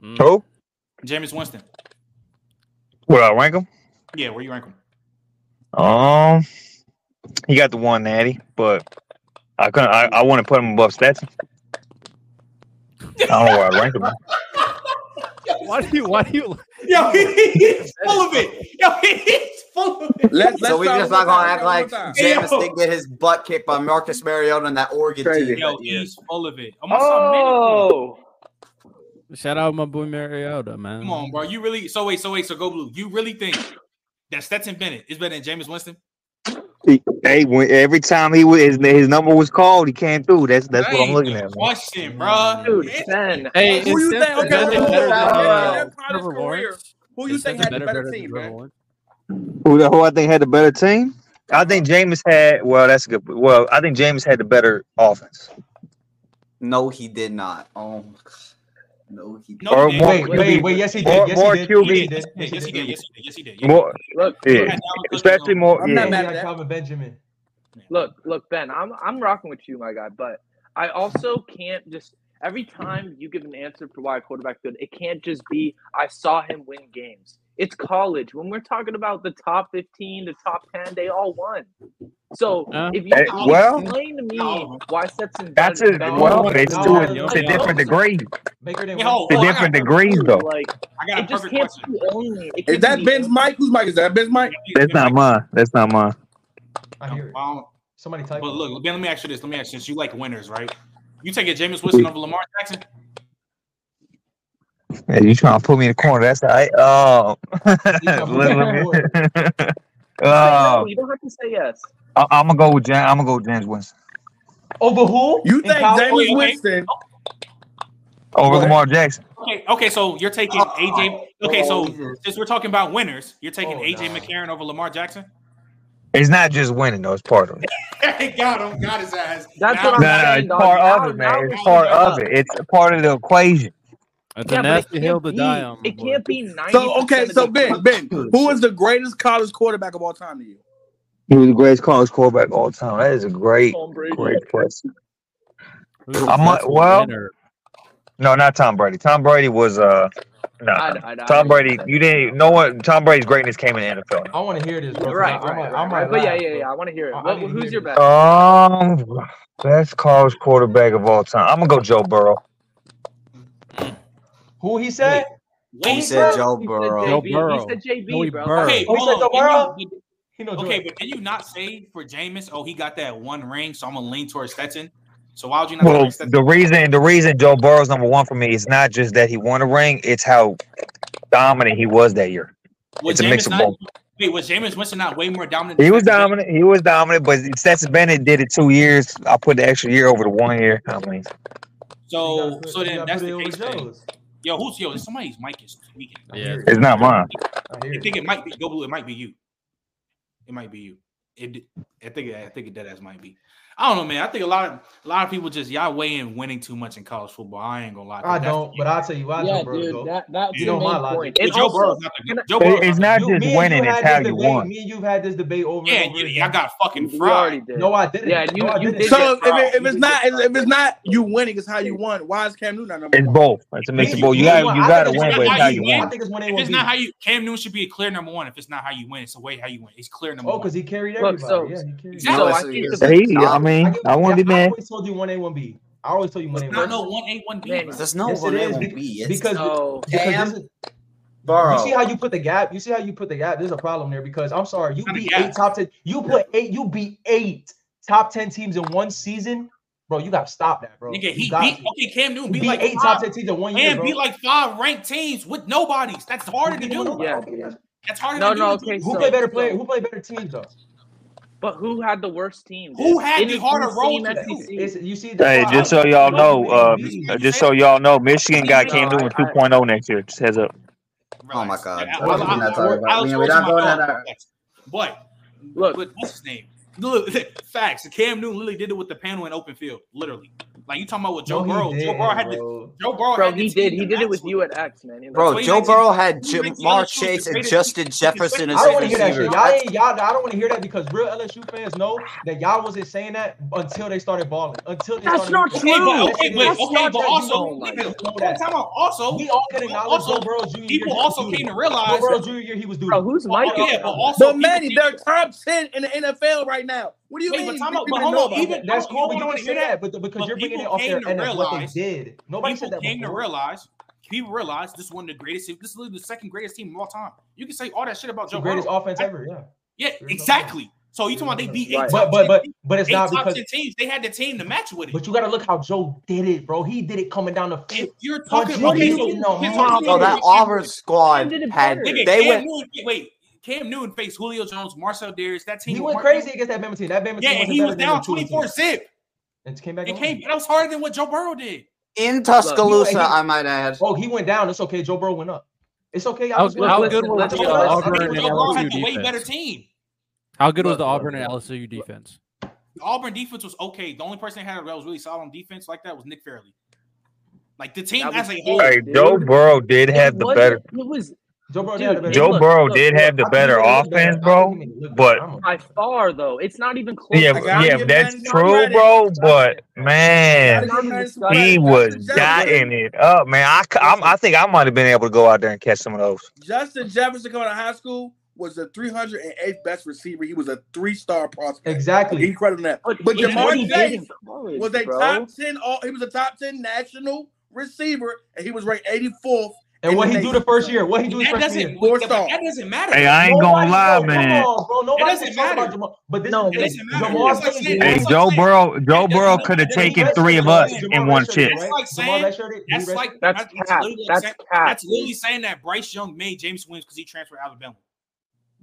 Speaker 5: Mm.
Speaker 6: Who?
Speaker 3: Jameis Winston.
Speaker 6: Would I rank him?
Speaker 3: Yeah, where you rank him?
Speaker 6: Um, he got the one natty, but I couldn't. I, I want to put him above Stetson. I don't know where I rank him.
Speaker 5: Why do you? Why do you?
Speaker 3: Yo, he's full of it. Yo, he's full of it.
Speaker 1: Let's, let's
Speaker 4: So we
Speaker 1: start
Speaker 4: just not
Speaker 1: one
Speaker 4: gonna
Speaker 1: more
Speaker 4: act
Speaker 1: time,
Speaker 4: like
Speaker 1: one more time.
Speaker 4: Jameis
Speaker 3: Yo.
Speaker 4: didn't get his butt kicked by Marcus Mariota and that Oregon
Speaker 1: Crazy.
Speaker 4: team.
Speaker 3: Yo,
Speaker 4: that year.
Speaker 3: he's full of it. Oh, my son, man.
Speaker 2: Oh,
Speaker 5: Shout out my boy Mariota, man.
Speaker 3: Come on, bro. You really so wait, so wait, so go blue. You really think that Stetson Bennett is better than Jameis Winston?
Speaker 6: Hey, when, every time he was his, his number was called, he came through. That's that's what I'm
Speaker 3: Dang,
Speaker 6: looking
Speaker 3: the
Speaker 6: at. Man.
Speaker 3: Question, bro.
Speaker 2: Dude, Ben.
Speaker 5: Hey,
Speaker 1: Who you think- okay,
Speaker 5: Stetson Bennett
Speaker 1: wait, wait,
Speaker 5: better
Speaker 1: wait,
Speaker 5: than,
Speaker 1: wait,
Speaker 5: uh,
Speaker 1: wait, wait,
Speaker 5: Trevor
Speaker 1: wait,
Speaker 5: Lawrence?
Speaker 1: Who you
Speaker 5: Is
Speaker 1: think
Speaker 5: Stetson
Speaker 1: had the better
Speaker 5: than
Speaker 1: team,
Speaker 5: Trevor
Speaker 1: man?
Speaker 5: Lawrence?
Speaker 6: Who, the- who I think had the better team? I think Jameis had. Well, that's good. Well, I think Jameis had the better offense.
Speaker 4: No, he did not. Oh, God. no, he.
Speaker 3: No,
Speaker 6: Or
Speaker 3: he
Speaker 6: more
Speaker 3: didn't.
Speaker 7: Wait,
Speaker 6: QB.
Speaker 7: wait, wait. Yes, he
Speaker 6: More-
Speaker 7: did. Yes,
Speaker 6: more
Speaker 7: he did.
Speaker 6: QB.
Speaker 7: He
Speaker 3: Yes,
Speaker 7: did.
Speaker 3: he did. Yes, he did.
Speaker 7: Yes,
Speaker 3: Yes, he did. Yes, he did. Yeah.
Speaker 6: More,
Speaker 2: Look,
Speaker 6: yeah. especially more.
Speaker 1: I'm
Speaker 6: Yeah.
Speaker 1: not
Speaker 7: he
Speaker 1: mad
Speaker 7: did.
Speaker 1: at that.
Speaker 7: Calvin Benjamin.
Speaker 2: look, look, Ben, I'm I'm rocking with you, my guy, but I also can't just every time you give an answer for why a quarterback good, it can't just be I saw him win games. It's college. When we're talking about the top fifteen, the top ten, they all won. So
Speaker 5: Uh,
Speaker 2: if you
Speaker 6: Eh,
Speaker 2: can
Speaker 6: well-
Speaker 2: explain to me
Speaker 3: No.
Speaker 2: why Stetson
Speaker 6: That's
Speaker 2: Bennett-
Speaker 6: a
Speaker 2: Bennett-
Speaker 6: well.
Speaker 7: No,
Speaker 6: It's
Speaker 7: no,
Speaker 6: to a,
Speaker 7: no,
Speaker 6: it's a
Speaker 7: no.
Speaker 6: different degree.
Speaker 7: Baker didn't
Speaker 3: Wait, hold,
Speaker 6: The
Speaker 3: hold, I, got a
Speaker 6: different
Speaker 3: perfect,
Speaker 6: degrees, though.
Speaker 2: like
Speaker 3: I got a
Speaker 2: it just
Speaker 3: perfect
Speaker 2: can't
Speaker 3: question.
Speaker 2: be only. It
Speaker 1: Is
Speaker 2: can't
Speaker 1: that
Speaker 2: be
Speaker 1: Ben's
Speaker 2: only-
Speaker 1: mic? Whose mic is that? Ben's mic?
Speaker 6: That's not mine. That's not mine.
Speaker 7: I hear it.
Speaker 3: I don't-
Speaker 7: Somebody type.
Speaker 3: But
Speaker 7: it.
Speaker 3: look, Ben, let me ask you this. Let me ask you this. You like winners, right? You take a Jameis Winston over Lamar Jackson?
Speaker 6: Yeah, you trying to put me in the corner? That's all right. Oh,
Speaker 7: trying to put me in the
Speaker 6: Let me-
Speaker 2: Say no,
Speaker 6: Oh,
Speaker 2: you don't have to say yes.
Speaker 6: I, I'm gonna go with Jan. I'm gonna go with James Winston
Speaker 7: Over who?
Speaker 1: You
Speaker 7: In
Speaker 1: think
Speaker 7: college?
Speaker 1: Jameis
Speaker 3: okay.
Speaker 1: Winston?
Speaker 6: over
Speaker 7: Go ahead.
Speaker 6: Lamar Jackson.
Speaker 3: Okay, okay, so you're taking
Speaker 6: Oh,
Speaker 3: AJ. Okay, so
Speaker 4: Jesus.
Speaker 3: since we're talking about winners, you're taking
Speaker 7: Oh,
Speaker 3: AJ
Speaker 7: no.
Speaker 3: McCarron over Lamar Jackson?
Speaker 6: It's not just winning though; it's part of it.
Speaker 3: got him, got his ass.
Speaker 2: That's
Speaker 3: Now-
Speaker 2: what I'm
Speaker 6: No, no,
Speaker 2: saying,
Speaker 6: it's
Speaker 2: dog.
Speaker 6: part
Speaker 2: Now-
Speaker 6: of it,
Speaker 2: now
Speaker 6: man.
Speaker 2: we're
Speaker 6: It's part
Speaker 2: shooting
Speaker 6: of
Speaker 2: up.
Speaker 6: it. It's a part of the equation.
Speaker 5: That's a
Speaker 2: Yeah, but it
Speaker 5: nasty hill
Speaker 2: can't
Speaker 5: to
Speaker 2: be.
Speaker 5: die on. my
Speaker 2: It
Speaker 5: boy.
Speaker 2: can't be ninety.
Speaker 1: So okay, so Ben, Ben, who is the greatest college quarterback of all time to you?
Speaker 6: He was the greatest college quarterback of all time. That is a great,
Speaker 2: Tom Brady?
Speaker 6: great question.
Speaker 5: Who's the
Speaker 6: I might-
Speaker 5: best
Speaker 6: well,
Speaker 5: winner?
Speaker 6: No, not Tom Brady. Tom Brady was uh, no.
Speaker 2: I'd- I'd- I'd
Speaker 6: Tom
Speaker 2: agree
Speaker 6: Brady,
Speaker 2: with
Speaker 6: you
Speaker 2: that.
Speaker 6: didn't. No one. Tom Brady's greatness came in the NFL.
Speaker 7: I want to hear this, bro. 'cause
Speaker 2: Right,
Speaker 7: I, I
Speaker 2: right,
Speaker 7: might,
Speaker 2: right,
Speaker 7: I might
Speaker 2: right. But yeah,
Speaker 7: laugh,
Speaker 2: yeah,
Speaker 7: bro.
Speaker 2: yeah. I want to hear it.
Speaker 7: I- I
Speaker 2: What,
Speaker 7: need to
Speaker 2: who's
Speaker 7: hear
Speaker 2: your
Speaker 7: this.
Speaker 2: best?
Speaker 6: Um, best college quarterback of all time. I'm gonna go Joe Burrow.
Speaker 7: Who he said?
Speaker 4: He
Speaker 3: Wait,
Speaker 4: said
Speaker 7: bro.
Speaker 4: Joe
Speaker 2: He said
Speaker 4: Burrow.
Speaker 5: Joe
Speaker 2: JB.
Speaker 5: Burrow.
Speaker 2: He said JB,
Speaker 5: Joey
Speaker 2: bro.
Speaker 5: Burrow.
Speaker 3: okay,
Speaker 7: Who said
Speaker 3: hold
Speaker 7: Joe
Speaker 3: on. Can you-
Speaker 7: He know.
Speaker 3: Okay,
Speaker 7: Okay.
Speaker 3: but can you not say for Jameis, oh, he got that one ring, so I'm gonna lean towards Stetson? So why would you not say
Speaker 6: Well,
Speaker 3: Stetson?
Speaker 6: the reason the reason Joe Burrow's number one for me is not just that he won a ring; it's how dominant he was that year.
Speaker 3: Was
Speaker 6: it's a mix
Speaker 3: Jameis
Speaker 6: of
Speaker 3: not?
Speaker 6: both.
Speaker 3: Wait, was Jameis Winston not way more dominant? than
Speaker 6: He was
Speaker 3: Stetson Bennett?
Speaker 6: dominant. He was dominant, but Stetson Bennett did it two years. I put the extra year over the one year. I mean,
Speaker 7: You gotta
Speaker 3: So,
Speaker 7: put-
Speaker 3: so
Speaker 7: you
Speaker 3: then
Speaker 7: gotta
Speaker 3: that's
Speaker 7: put it
Speaker 3: the
Speaker 7: over
Speaker 3: case. Then.
Speaker 7: Joe's.
Speaker 3: Yo, who's yo? Somebody's mic is speaking.
Speaker 7: I
Speaker 5: Yeah.
Speaker 7: hear
Speaker 6: it's
Speaker 7: it.
Speaker 6: not mine.
Speaker 7: I
Speaker 3: I
Speaker 7: hear
Speaker 3: think
Speaker 7: it.
Speaker 3: it might be Go Blue. It might be you. It might be you. It. I think. I think it dead ass might be. I don't know, man. I think a lot of a lot of people just y'all weigh in winning too much in college football. I ain't gonna lie.
Speaker 7: I
Speaker 3: That's-
Speaker 7: don't, but I'll tell you why
Speaker 2: Yeah,
Speaker 7: Joe Burrow
Speaker 2: dude.
Speaker 7: go.
Speaker 2: That that's
Speaker 7: You
Speaker 2: the
Speaker 7: know my
Speaker 2: main
Speaker 7: logic.
Speaker 2: point.
Speaker 3: Well,
Speaker 2: And
Speaker 3: Joe
Speaker 2: also,
Speaker 3: Burrow's not the
Speaker 2: can I,
Speaker 3: Joe
Speaker 6: It-
Speaker 3: Burrow's
Speaker 6: it's not
Speaker 3: not
Speaker 7: You,
Speaker 6: just
Speaker 7: me and you
Speaker 6: winning; it's
Speaker 7: had
Speaker 6: how
Speaker 7: this
Speaker 6: you
Speaker 7: debate.
Speaker 6: won.
Speaker 7: Me and you've had this debate over
Speaker 3: the, yeah,
Speaker 7: and over
Speaker 3: you,
Speaker 7: again.
Speaker 3: y'all got fucking
Speaker 2: we already
Speaker 3: fried.
Speaker 2: did.
Speaker 7: No, I didn't.
Speaker 2: Yeah, you
Speaker 7: no, I
Speaker 2: you
Speaker 7: didn't.
Speaker 2: did
Speaker 1: So
Speaker 2: get
Speaker 1: if, it,
Speaker 2: fried.
Speaker 1: if
Speaker 2: You
Speaker 1: it's
Speaker 2: did get
Speaker 1: not if,
Speaker 2: fried.
Speaker 1: if it's not you winning, it's how you won. Why is Cam Newton not number
Speaker 6: It's
Speaker 1: one?
Speaker 6: both. It's a mix of
Speaker 7: Me, and you-
Speaker 6: both. You
Speaker 7: me and
Speaker 6: got
Speaker 7: you,
Speaker 6: you
Speaker 7: I
Speaker 6: got to
Speaker 7: think it's
Speaker 3: gotta
Speaker 6: win, but
Speaker 7: when they
Speaker 6: it's
Speaker 7: won't
Speaker 6: how
Speaker 3: how you
Speaker 6: you
Speaker 7: be.
Speaker 3: win.
Speaker 7: I
Speaker 6: won.
Speaker 7: think it's when they
Speaker 3: If
Speaker 7: won't
Speaker 3: it's not
Speaker 7: be.
Speaker 3: how you, Cam Newton should be a clear number one. If it's not how you win, it's the way how you win. It's clear number
Speaker 7: Oh,
Speaker 3: one.
Speaker 7: because he carried
Speaker 2: Look,
Speaker 7: everybody.
Speaker 2: so
Speaker 7: yeah, he carried.
Speaker 3: Exactly.
Speaker 2: so
Speaker 4: No,
Speaker 2: I
Speaker 4: so
Speaker 2: think
Speaker 4: here's
Speaker 2: the
Speaker 4: the
Speaker 6: Hey, I
Speaker 4: top.
Speaker 7: I
Speaker 6: mean,
Speaker 7: give
Speaker 6: I
Speaker 7: yeah,
Speaker 6: won't be
Speaker 7: I
Speaker 6: mad.
Speaker 7: always told you one A, one B. I always told you one A,
Speaker 3: Not
Speaker 7: one
Speaker 2: first
Speaker 7: B.
Speaker 3: no one A one B, bro.
Speaker 2: Manny.
Speaker 4: There's no
Speaker 7: Yes, it
Speaker 4: one
Speaker 7: is
Speaker 4: A, one
Speaker 7: be-
Speaker 4: B. It's
Speaker 7: because
Speaker 2: So
Speaker 7: because this
Speaker 4: Cam
Speaker 7: is You see
Speaker 4: Burrow.
Speaker 7: how you put the gap? You see how you put the gap? There's a problem there because I'm sorry, you
Speaker 3: Not a
Speaker 7: beat
Speaker 3: gap.
Speaker 7: eight top ten. You put eight, you beat eight top ten teams in one season, bro. You gotta stop that, bro.
Speaker 3: Nigga,
Speaker 7: You
Speaker 3: he
Speaker 7: got
Speaker 3: beat
Speaker 7: to.
Speaker 3: okay. Cam Newton
Speaker 7: You
Speaker 3: beat
Speaker 7: beat
Speaker 3: like
Speaker 7: eight
Speaker 3: five,
Speaker 7: top ten teams in one year,
Speaker 3: and
Speaker 7: bro.
Speaker 3: beat like five ranked teams with nobodies. That's harder to
Speaker 7: You know
Speaker 3: do.
Speaker 7: what?
Speaker 2: yeah,
Speaker 7: Okay, that's-
Speaker 3: That's harder
Speaker 2: no,
Speaker 3: to do.
Speaker 2: no, okay.
Speaker 7: Who
Speaker 2: So
Speaker 7: play better player?
Speaker 2: so-
Speaker 7: Who play better teams though?
Speaker 2: but who had the worst team? Dude?
Speaker 3: Who had the
Speaker 2: Any
Speaker 3: harder
Speaker 2: team
Speaker 3: road to do?
Speaker 2: SEC.
Speaker 7: It's you see. That's
Speaker 6: Hey,
Speaker 7: why I
Speaker 6: just so
Speaker 7: was
Speaker 6: y'all
Speaker 7: you
Speaker 6: know,
Speaker 7: know
Speaker 6: uh,
Speaker 7: you
Speaker 3: You
Speaker 7: mean
Speaker 3: know what I'm
Speaker 6: just
Speaker 3: saying?
Speaker 6: so y'all know, Michigan got
Speaker 2: No,
Speaker 6: Cam
Speaker 2: I
Speaker 6: Newton
Speaker 2: I
Speaker 6: 2.0 next year. Just heads up.
Speaker 4: Oh my
Speaker 3: Relax.
Speaker 4: God.
Speaker 3: I- I-
Speaker 4: What
Speaker 3: I-
Speaker 4: are
Speaker 2: well
Speaker 4: we
Speaker 2: I,
Speaker 4: not
Speaker 3: I-
Speaker 4: talking
Speaker 3: or-
Speaker 4: about?
Speaker 3: Alex
Speaker 4: We, we're
Speaker 3: Wilson,
Speaker 4: not
Speaker 3: my
Speaker 4: going
Speaker 3: dog.
Speaker 4: down that.
Speaker 3: Relax. But,
Speaker 2: uh, look
Speaker 3: but what's his name? Look, Facts. Cam Newton literally did it with the panel in open field, literally. Like you talking about with Joe
Speaker 7: No, he
Speaker 3: Burrow? Joe Burrow
Speaker 7: did,
Speaker 3: had the
Speaker 7: bro.
Speaker 3: Joe Burrow
Speaker 2: Bro,
Speaker 3: had the
Speaker 2: he
Speaker 3: team
Speaker 2: did. He
Speaker 3: to
Speaker 2: did it
Speaker 3: match
Speaker 2: with
Speaker 3: with.
Speaker 2: you at X, man. Like,
Speaker 4: Bro, Joe
Speaker 3: 2019
Speaker 4: Burrow had
Speaker 3: 2019
Speaker 4: Jamar
Speaker 3: LSU was
Speaker 4: Chase
Speaker 3: the
Speaker 4: and
Speaker 3: greatest team
Speaker 4: Justin
Speaker 3: since
Speaker 4: Jefferson
Speaker 3: Wentz
Speaker 4: as his
Speaker 7: I don't want to hear that shit.
Speaker 4: receiver.
Speaker 7: Y'all
Speaker 4: That's
Speaker 7: ain't y'all. I don't want to hear that because real LSU fans know that y'all wasn't saying that until they started balling. Until they
Speaker 2: that's
Speaker 7: started.
Speaker 2: not
Speaker 7: looking-
Speaker 2: true.
Speaker 7: That shit
Speaker 3: Okay, but okay, but
Speaker 7: is.
Speaker 2: That's
Speaker 3: okay,
Speaker 2: not
Speaker 3: but
Speaker 2: that you
Speaker 3: also,
Speaker 2: don't like.
Speaker 3: nigga,
Speaker 2: it.
Speaker 7: Know
Speaker 3: one
Speaker 7: that.
Speaker 3: time out. Also,
Speaker 7: We all can acknowledge Joe
Speaker 3: also,
Speaker 7: Burrow's junior year.
Speaker 3: people
Speaker 7: He was
Speaker 3: also came
Speaker 7: due.
Speaker 3: to
Speaker 7: Joe
Speaker 3: realize.
Speaker 7: Burrow's junior year, he was
Speaker 2: Bro,
Speaker 7: due.
Speaker 2: who's
Speaker 3: Oh,
Speaker 2: Mike
Speaker 3: oh,
Speaker 2: is
Speaker 3: yeah, but
Speaker 2: that?
Speaker 1: But
Speaker 3: also people
Speaker 1: Manny,
Speaker 3: came
Speaker 1: they're
Speaker 3: to-
Speaker 1: top ten in the NFL right now. What do you
Speaker 3: Wait, but
Speaker 1: mean?
Speaker 3: time out,
Speaker 1: People didn't
Speaker 3: but hold
Speaker 1: know
Speaker 3: on.
Speaker 1: about
Speaker 3: Even
Speaker 1: that.
Speaker 7: That's
Speaker 3: hold on,
Speaker 7: cool,
Speaker 3: even
Speaker 7: but
Speaker 3: when
Speaker 7: you
Speaker 3: I
Speaker 7: can
Speaker 3: want to
Speaker 7: say
Speaker 3: hear
Speaker 7: that.
Speaker 3: that,
Speaker 7: But because
Speaker 3: but
Speaker 7: you're bringing it
Speaker 3: people
Speaker 7: off
Speaker 3: came
Speaker 7: their
Speaker 3: to
Speaker 7: end of what they
Speaker 3: realize
Speaker 7: did. Nobody said
Speaker 3: people
Speaker 7: that
Speaker 3: came to
Speaker 7: before.
Speaker 3: realize people realized this one of the greatest. This is literally the second greatest team of all time. You can say all that shit about
Speaker 7: It's the
Speaker 3: Joe
Speaker 7: greatest
Speaker 3: Burrow.
Speaker 7: offense ever. Yeah.
Speaker 3: Yeah,
Speaker 7: Greatest offense.
Speaker 3: exactly. So you talking about they beat eight
Speaker 2: Right.
Speaker 3: top
Speaker 7: But but
Speaker 3: 10
Speaker 7: but but it's
Speaker 3: eight
Speaker 7: not
Speaker 3: top
Speaker 7: because.
Speaker 3: ten teams. They had the team to match with it.
Speaker 7: But you gotta look how Joe did it, bro. He did it coming down the
Speaker 3: if
Speaker 7: field.
Speaker 3: you're talking,
Speaker 7: What do
Speaker 3: okay,
Speaker 7: you
Speaker 3: so
Speaker 7: mean, no,
Speaker 3: okay, so
Speaker 7: man?
Speaker 3: you
Speaker 4: Bro, that
Speaker 3: talking-
Speaker 4: Auburn squad
Speaker 2: did it
Speaker 4: had
Speaker 2: better.
Speaker 3: Nigga,
Speaker 4: they
Speaker 3: Cam
Speaker 4: went
Speaker 3: Newton, wait, Cam Newton faced Julio Jones, Marcel Darius. That team
Speaker 7: He
Speaker 3: was
Speaker 7: went
Speaker 3: Mar-
Speaker 7: crazy against that Bama team. That Bama team
Speaker 3: Yeah, and he
Speaker 7: better
Speaker 3: was
Speaker 7: than
Speaker 3: down
Speaker 7: them Tua team.
Speaker 3: 24 zip.
Speaker 7: And came back.
Speaker 3: It
Speaker 7: and
Speaker 3: came.
Speaker 7: won.
Speaker 3: That was harder than what Joe Burrow did.
Speaker 4: in Tuscaloosa,
Speaker 7: you-
Speaker 4: I might add.
Speaker 7: Oh, he went down. It's okay. Joe Burrow went up. It's okay.
Speaker 5: How-
Speaker 7: Y'all just
Speaker 5: how
Speaker 7: win.
Speaker 5: good was
Speaker 7: Let's
Speaker 5: the,
Speaker 7: go.
Speaker 5: uh,
Speaker 7: Let's-
Speaker 5: Auburn and
Speaker 3: Joe Burrow had
Speaker 5: LSU
Speaker 3: the way
Speaker 5: defense?
Speaker 3: better team.
Speaker 5: How good was
Speaker 2: Look,
Speaker 5: the
Speaker 2: look,
Speaker 5: Auburn and
Speaker 2: look.
Speaker 5: LSU defense?
Speaker 3: The Auburn defense was okay. The only person that had that was really solid on defense like that was Nick Fairley. Like the team
Speaker 2: That
Speaker 3: as
Speaker 2: was
Speaker 3: a
Speaker 2: good.
Speaker 3: whole.
Speaker 6: Hey, Joe Burrow did have
Speaker 2: It
Speaker 6: the
Speaker 2: wasn't-
Speaker 6: better.
Speaker 2: It was
Speaker 7: Joe Burrow
Speaker 2: Dude,
Speaker 7: had a better-
Speaker 6: Joe
Speaker 2: look,
Speaker 6: Burrow
Speaker 2: look,
Speaker 6: did
Speaker 2: look,
Speaker 6: have the
Speaker 7: I think he
Speaker 6: better
Speaker 7: made it look better.
Speaker 6: offense,
Speaker 7: I
Speaker 6: bro.
Speaker 7: think he made it look
Speaker 6: but-
Speaker 7: better. I'm a-
Speaker 2: by far though. It's not even close.
Speaker 6: Yeah,
Speaker 1: I gotta
Speaker 6: yeah,
Speaker 1: give
Speaker 6: that's
Speaker 1: Madden
Speaker 6: true,
Speaker 1: credit.
Speaker 6: bro. But
Speaker 1: Gotta
Speaker 6: man,
Speaker 1: give Madden some
Speaker 2: He
Speaker 6: he
Speaker 1: credit.
Speaker 6: was
Speaker 1: Justin Jefferson.
Speaker 6: dotting it up, man. I, c- I'm- I think I might have been able to go out there and catch some of those.
Speaker 1: Justin Jefferson coming out of high school was the 308th best receiver. He was a three-star prospect.
Speaker 7: Exactly.
Speaker 1: He credit him that.
Speaker 2: Look,
Speaker 1: But
Speaker 2: it's
Speaker 1: Jamar
Speaker 2: what he did
Speaker 1: Chase
Speaker 2: in college,
Speaker 1: was a
Speaker 2: bro.
Speaker 1: top 10 all he was a top 10 national receiver and he was ranked 84th.
Speaker 7: And what he do the first year? What he do his
Speaker 3: That
Speaker 7: first year?
Speaker 3: doesn't,
Speaker 1: Four
Speaker 3: that,
Speaker 1: star.
Speaker 3: that doesn't matter.
Speaker 6: Hey, I ain't
Speaker 7: Nobody-
Speaker 6: gonna lie,
Speaker 7: bro,
Speaker 6: man.
Speaker 7: Come on, bro. Nobody
Speaker 3: doesn't
Speaker 7: was talking
Speaker 3: matter.
Speaker 7: about Jamal. But this
Speaker 2: No,
Speaker 7: is
Speaker 3: it doesn't matter.
Speaker 7: Jamal
Speaker 3: It's like
Speaker 7: Chase
Speaker 3: saying-
Speaker 7: did it.
Speaker 6: Hey,
Speaker 3: That's what
Speaker 6: Joe
Speaker 3: I'm saying.
Speaker 6: Burrow, Joe
Speaker 3: doesn't
Speaker 6: Burrow
Speaker 3: matter.
Speaker 6: could have
Speaker 3: That's
Speaker 6: taken
Speaker 3: what
Speaker 6: three of
Speaker 3: Jamal
Speaker 6: us
Speaker 3: said.
Speaker 6: in one chip.
Speaker 3: That's like
Speaker 7: Jamal
Speaker 3: saying-
Speaker 7: redshirted. He
Speaker 3: That's
Speaker 7: redshirted.
Speaker 3: like
Speaker 2: That's
Speaker 3: that's, that's
Speaker 2: cap.
Speaker 3: literally
Speaker 2: That's
Speaker 3: saying,
Speaker 2: cap,
Speaker 3: that's literally
Speaker 2: dude.
Speaker 3: saying that Bryce Young made James Williams because he transferred to Alabama.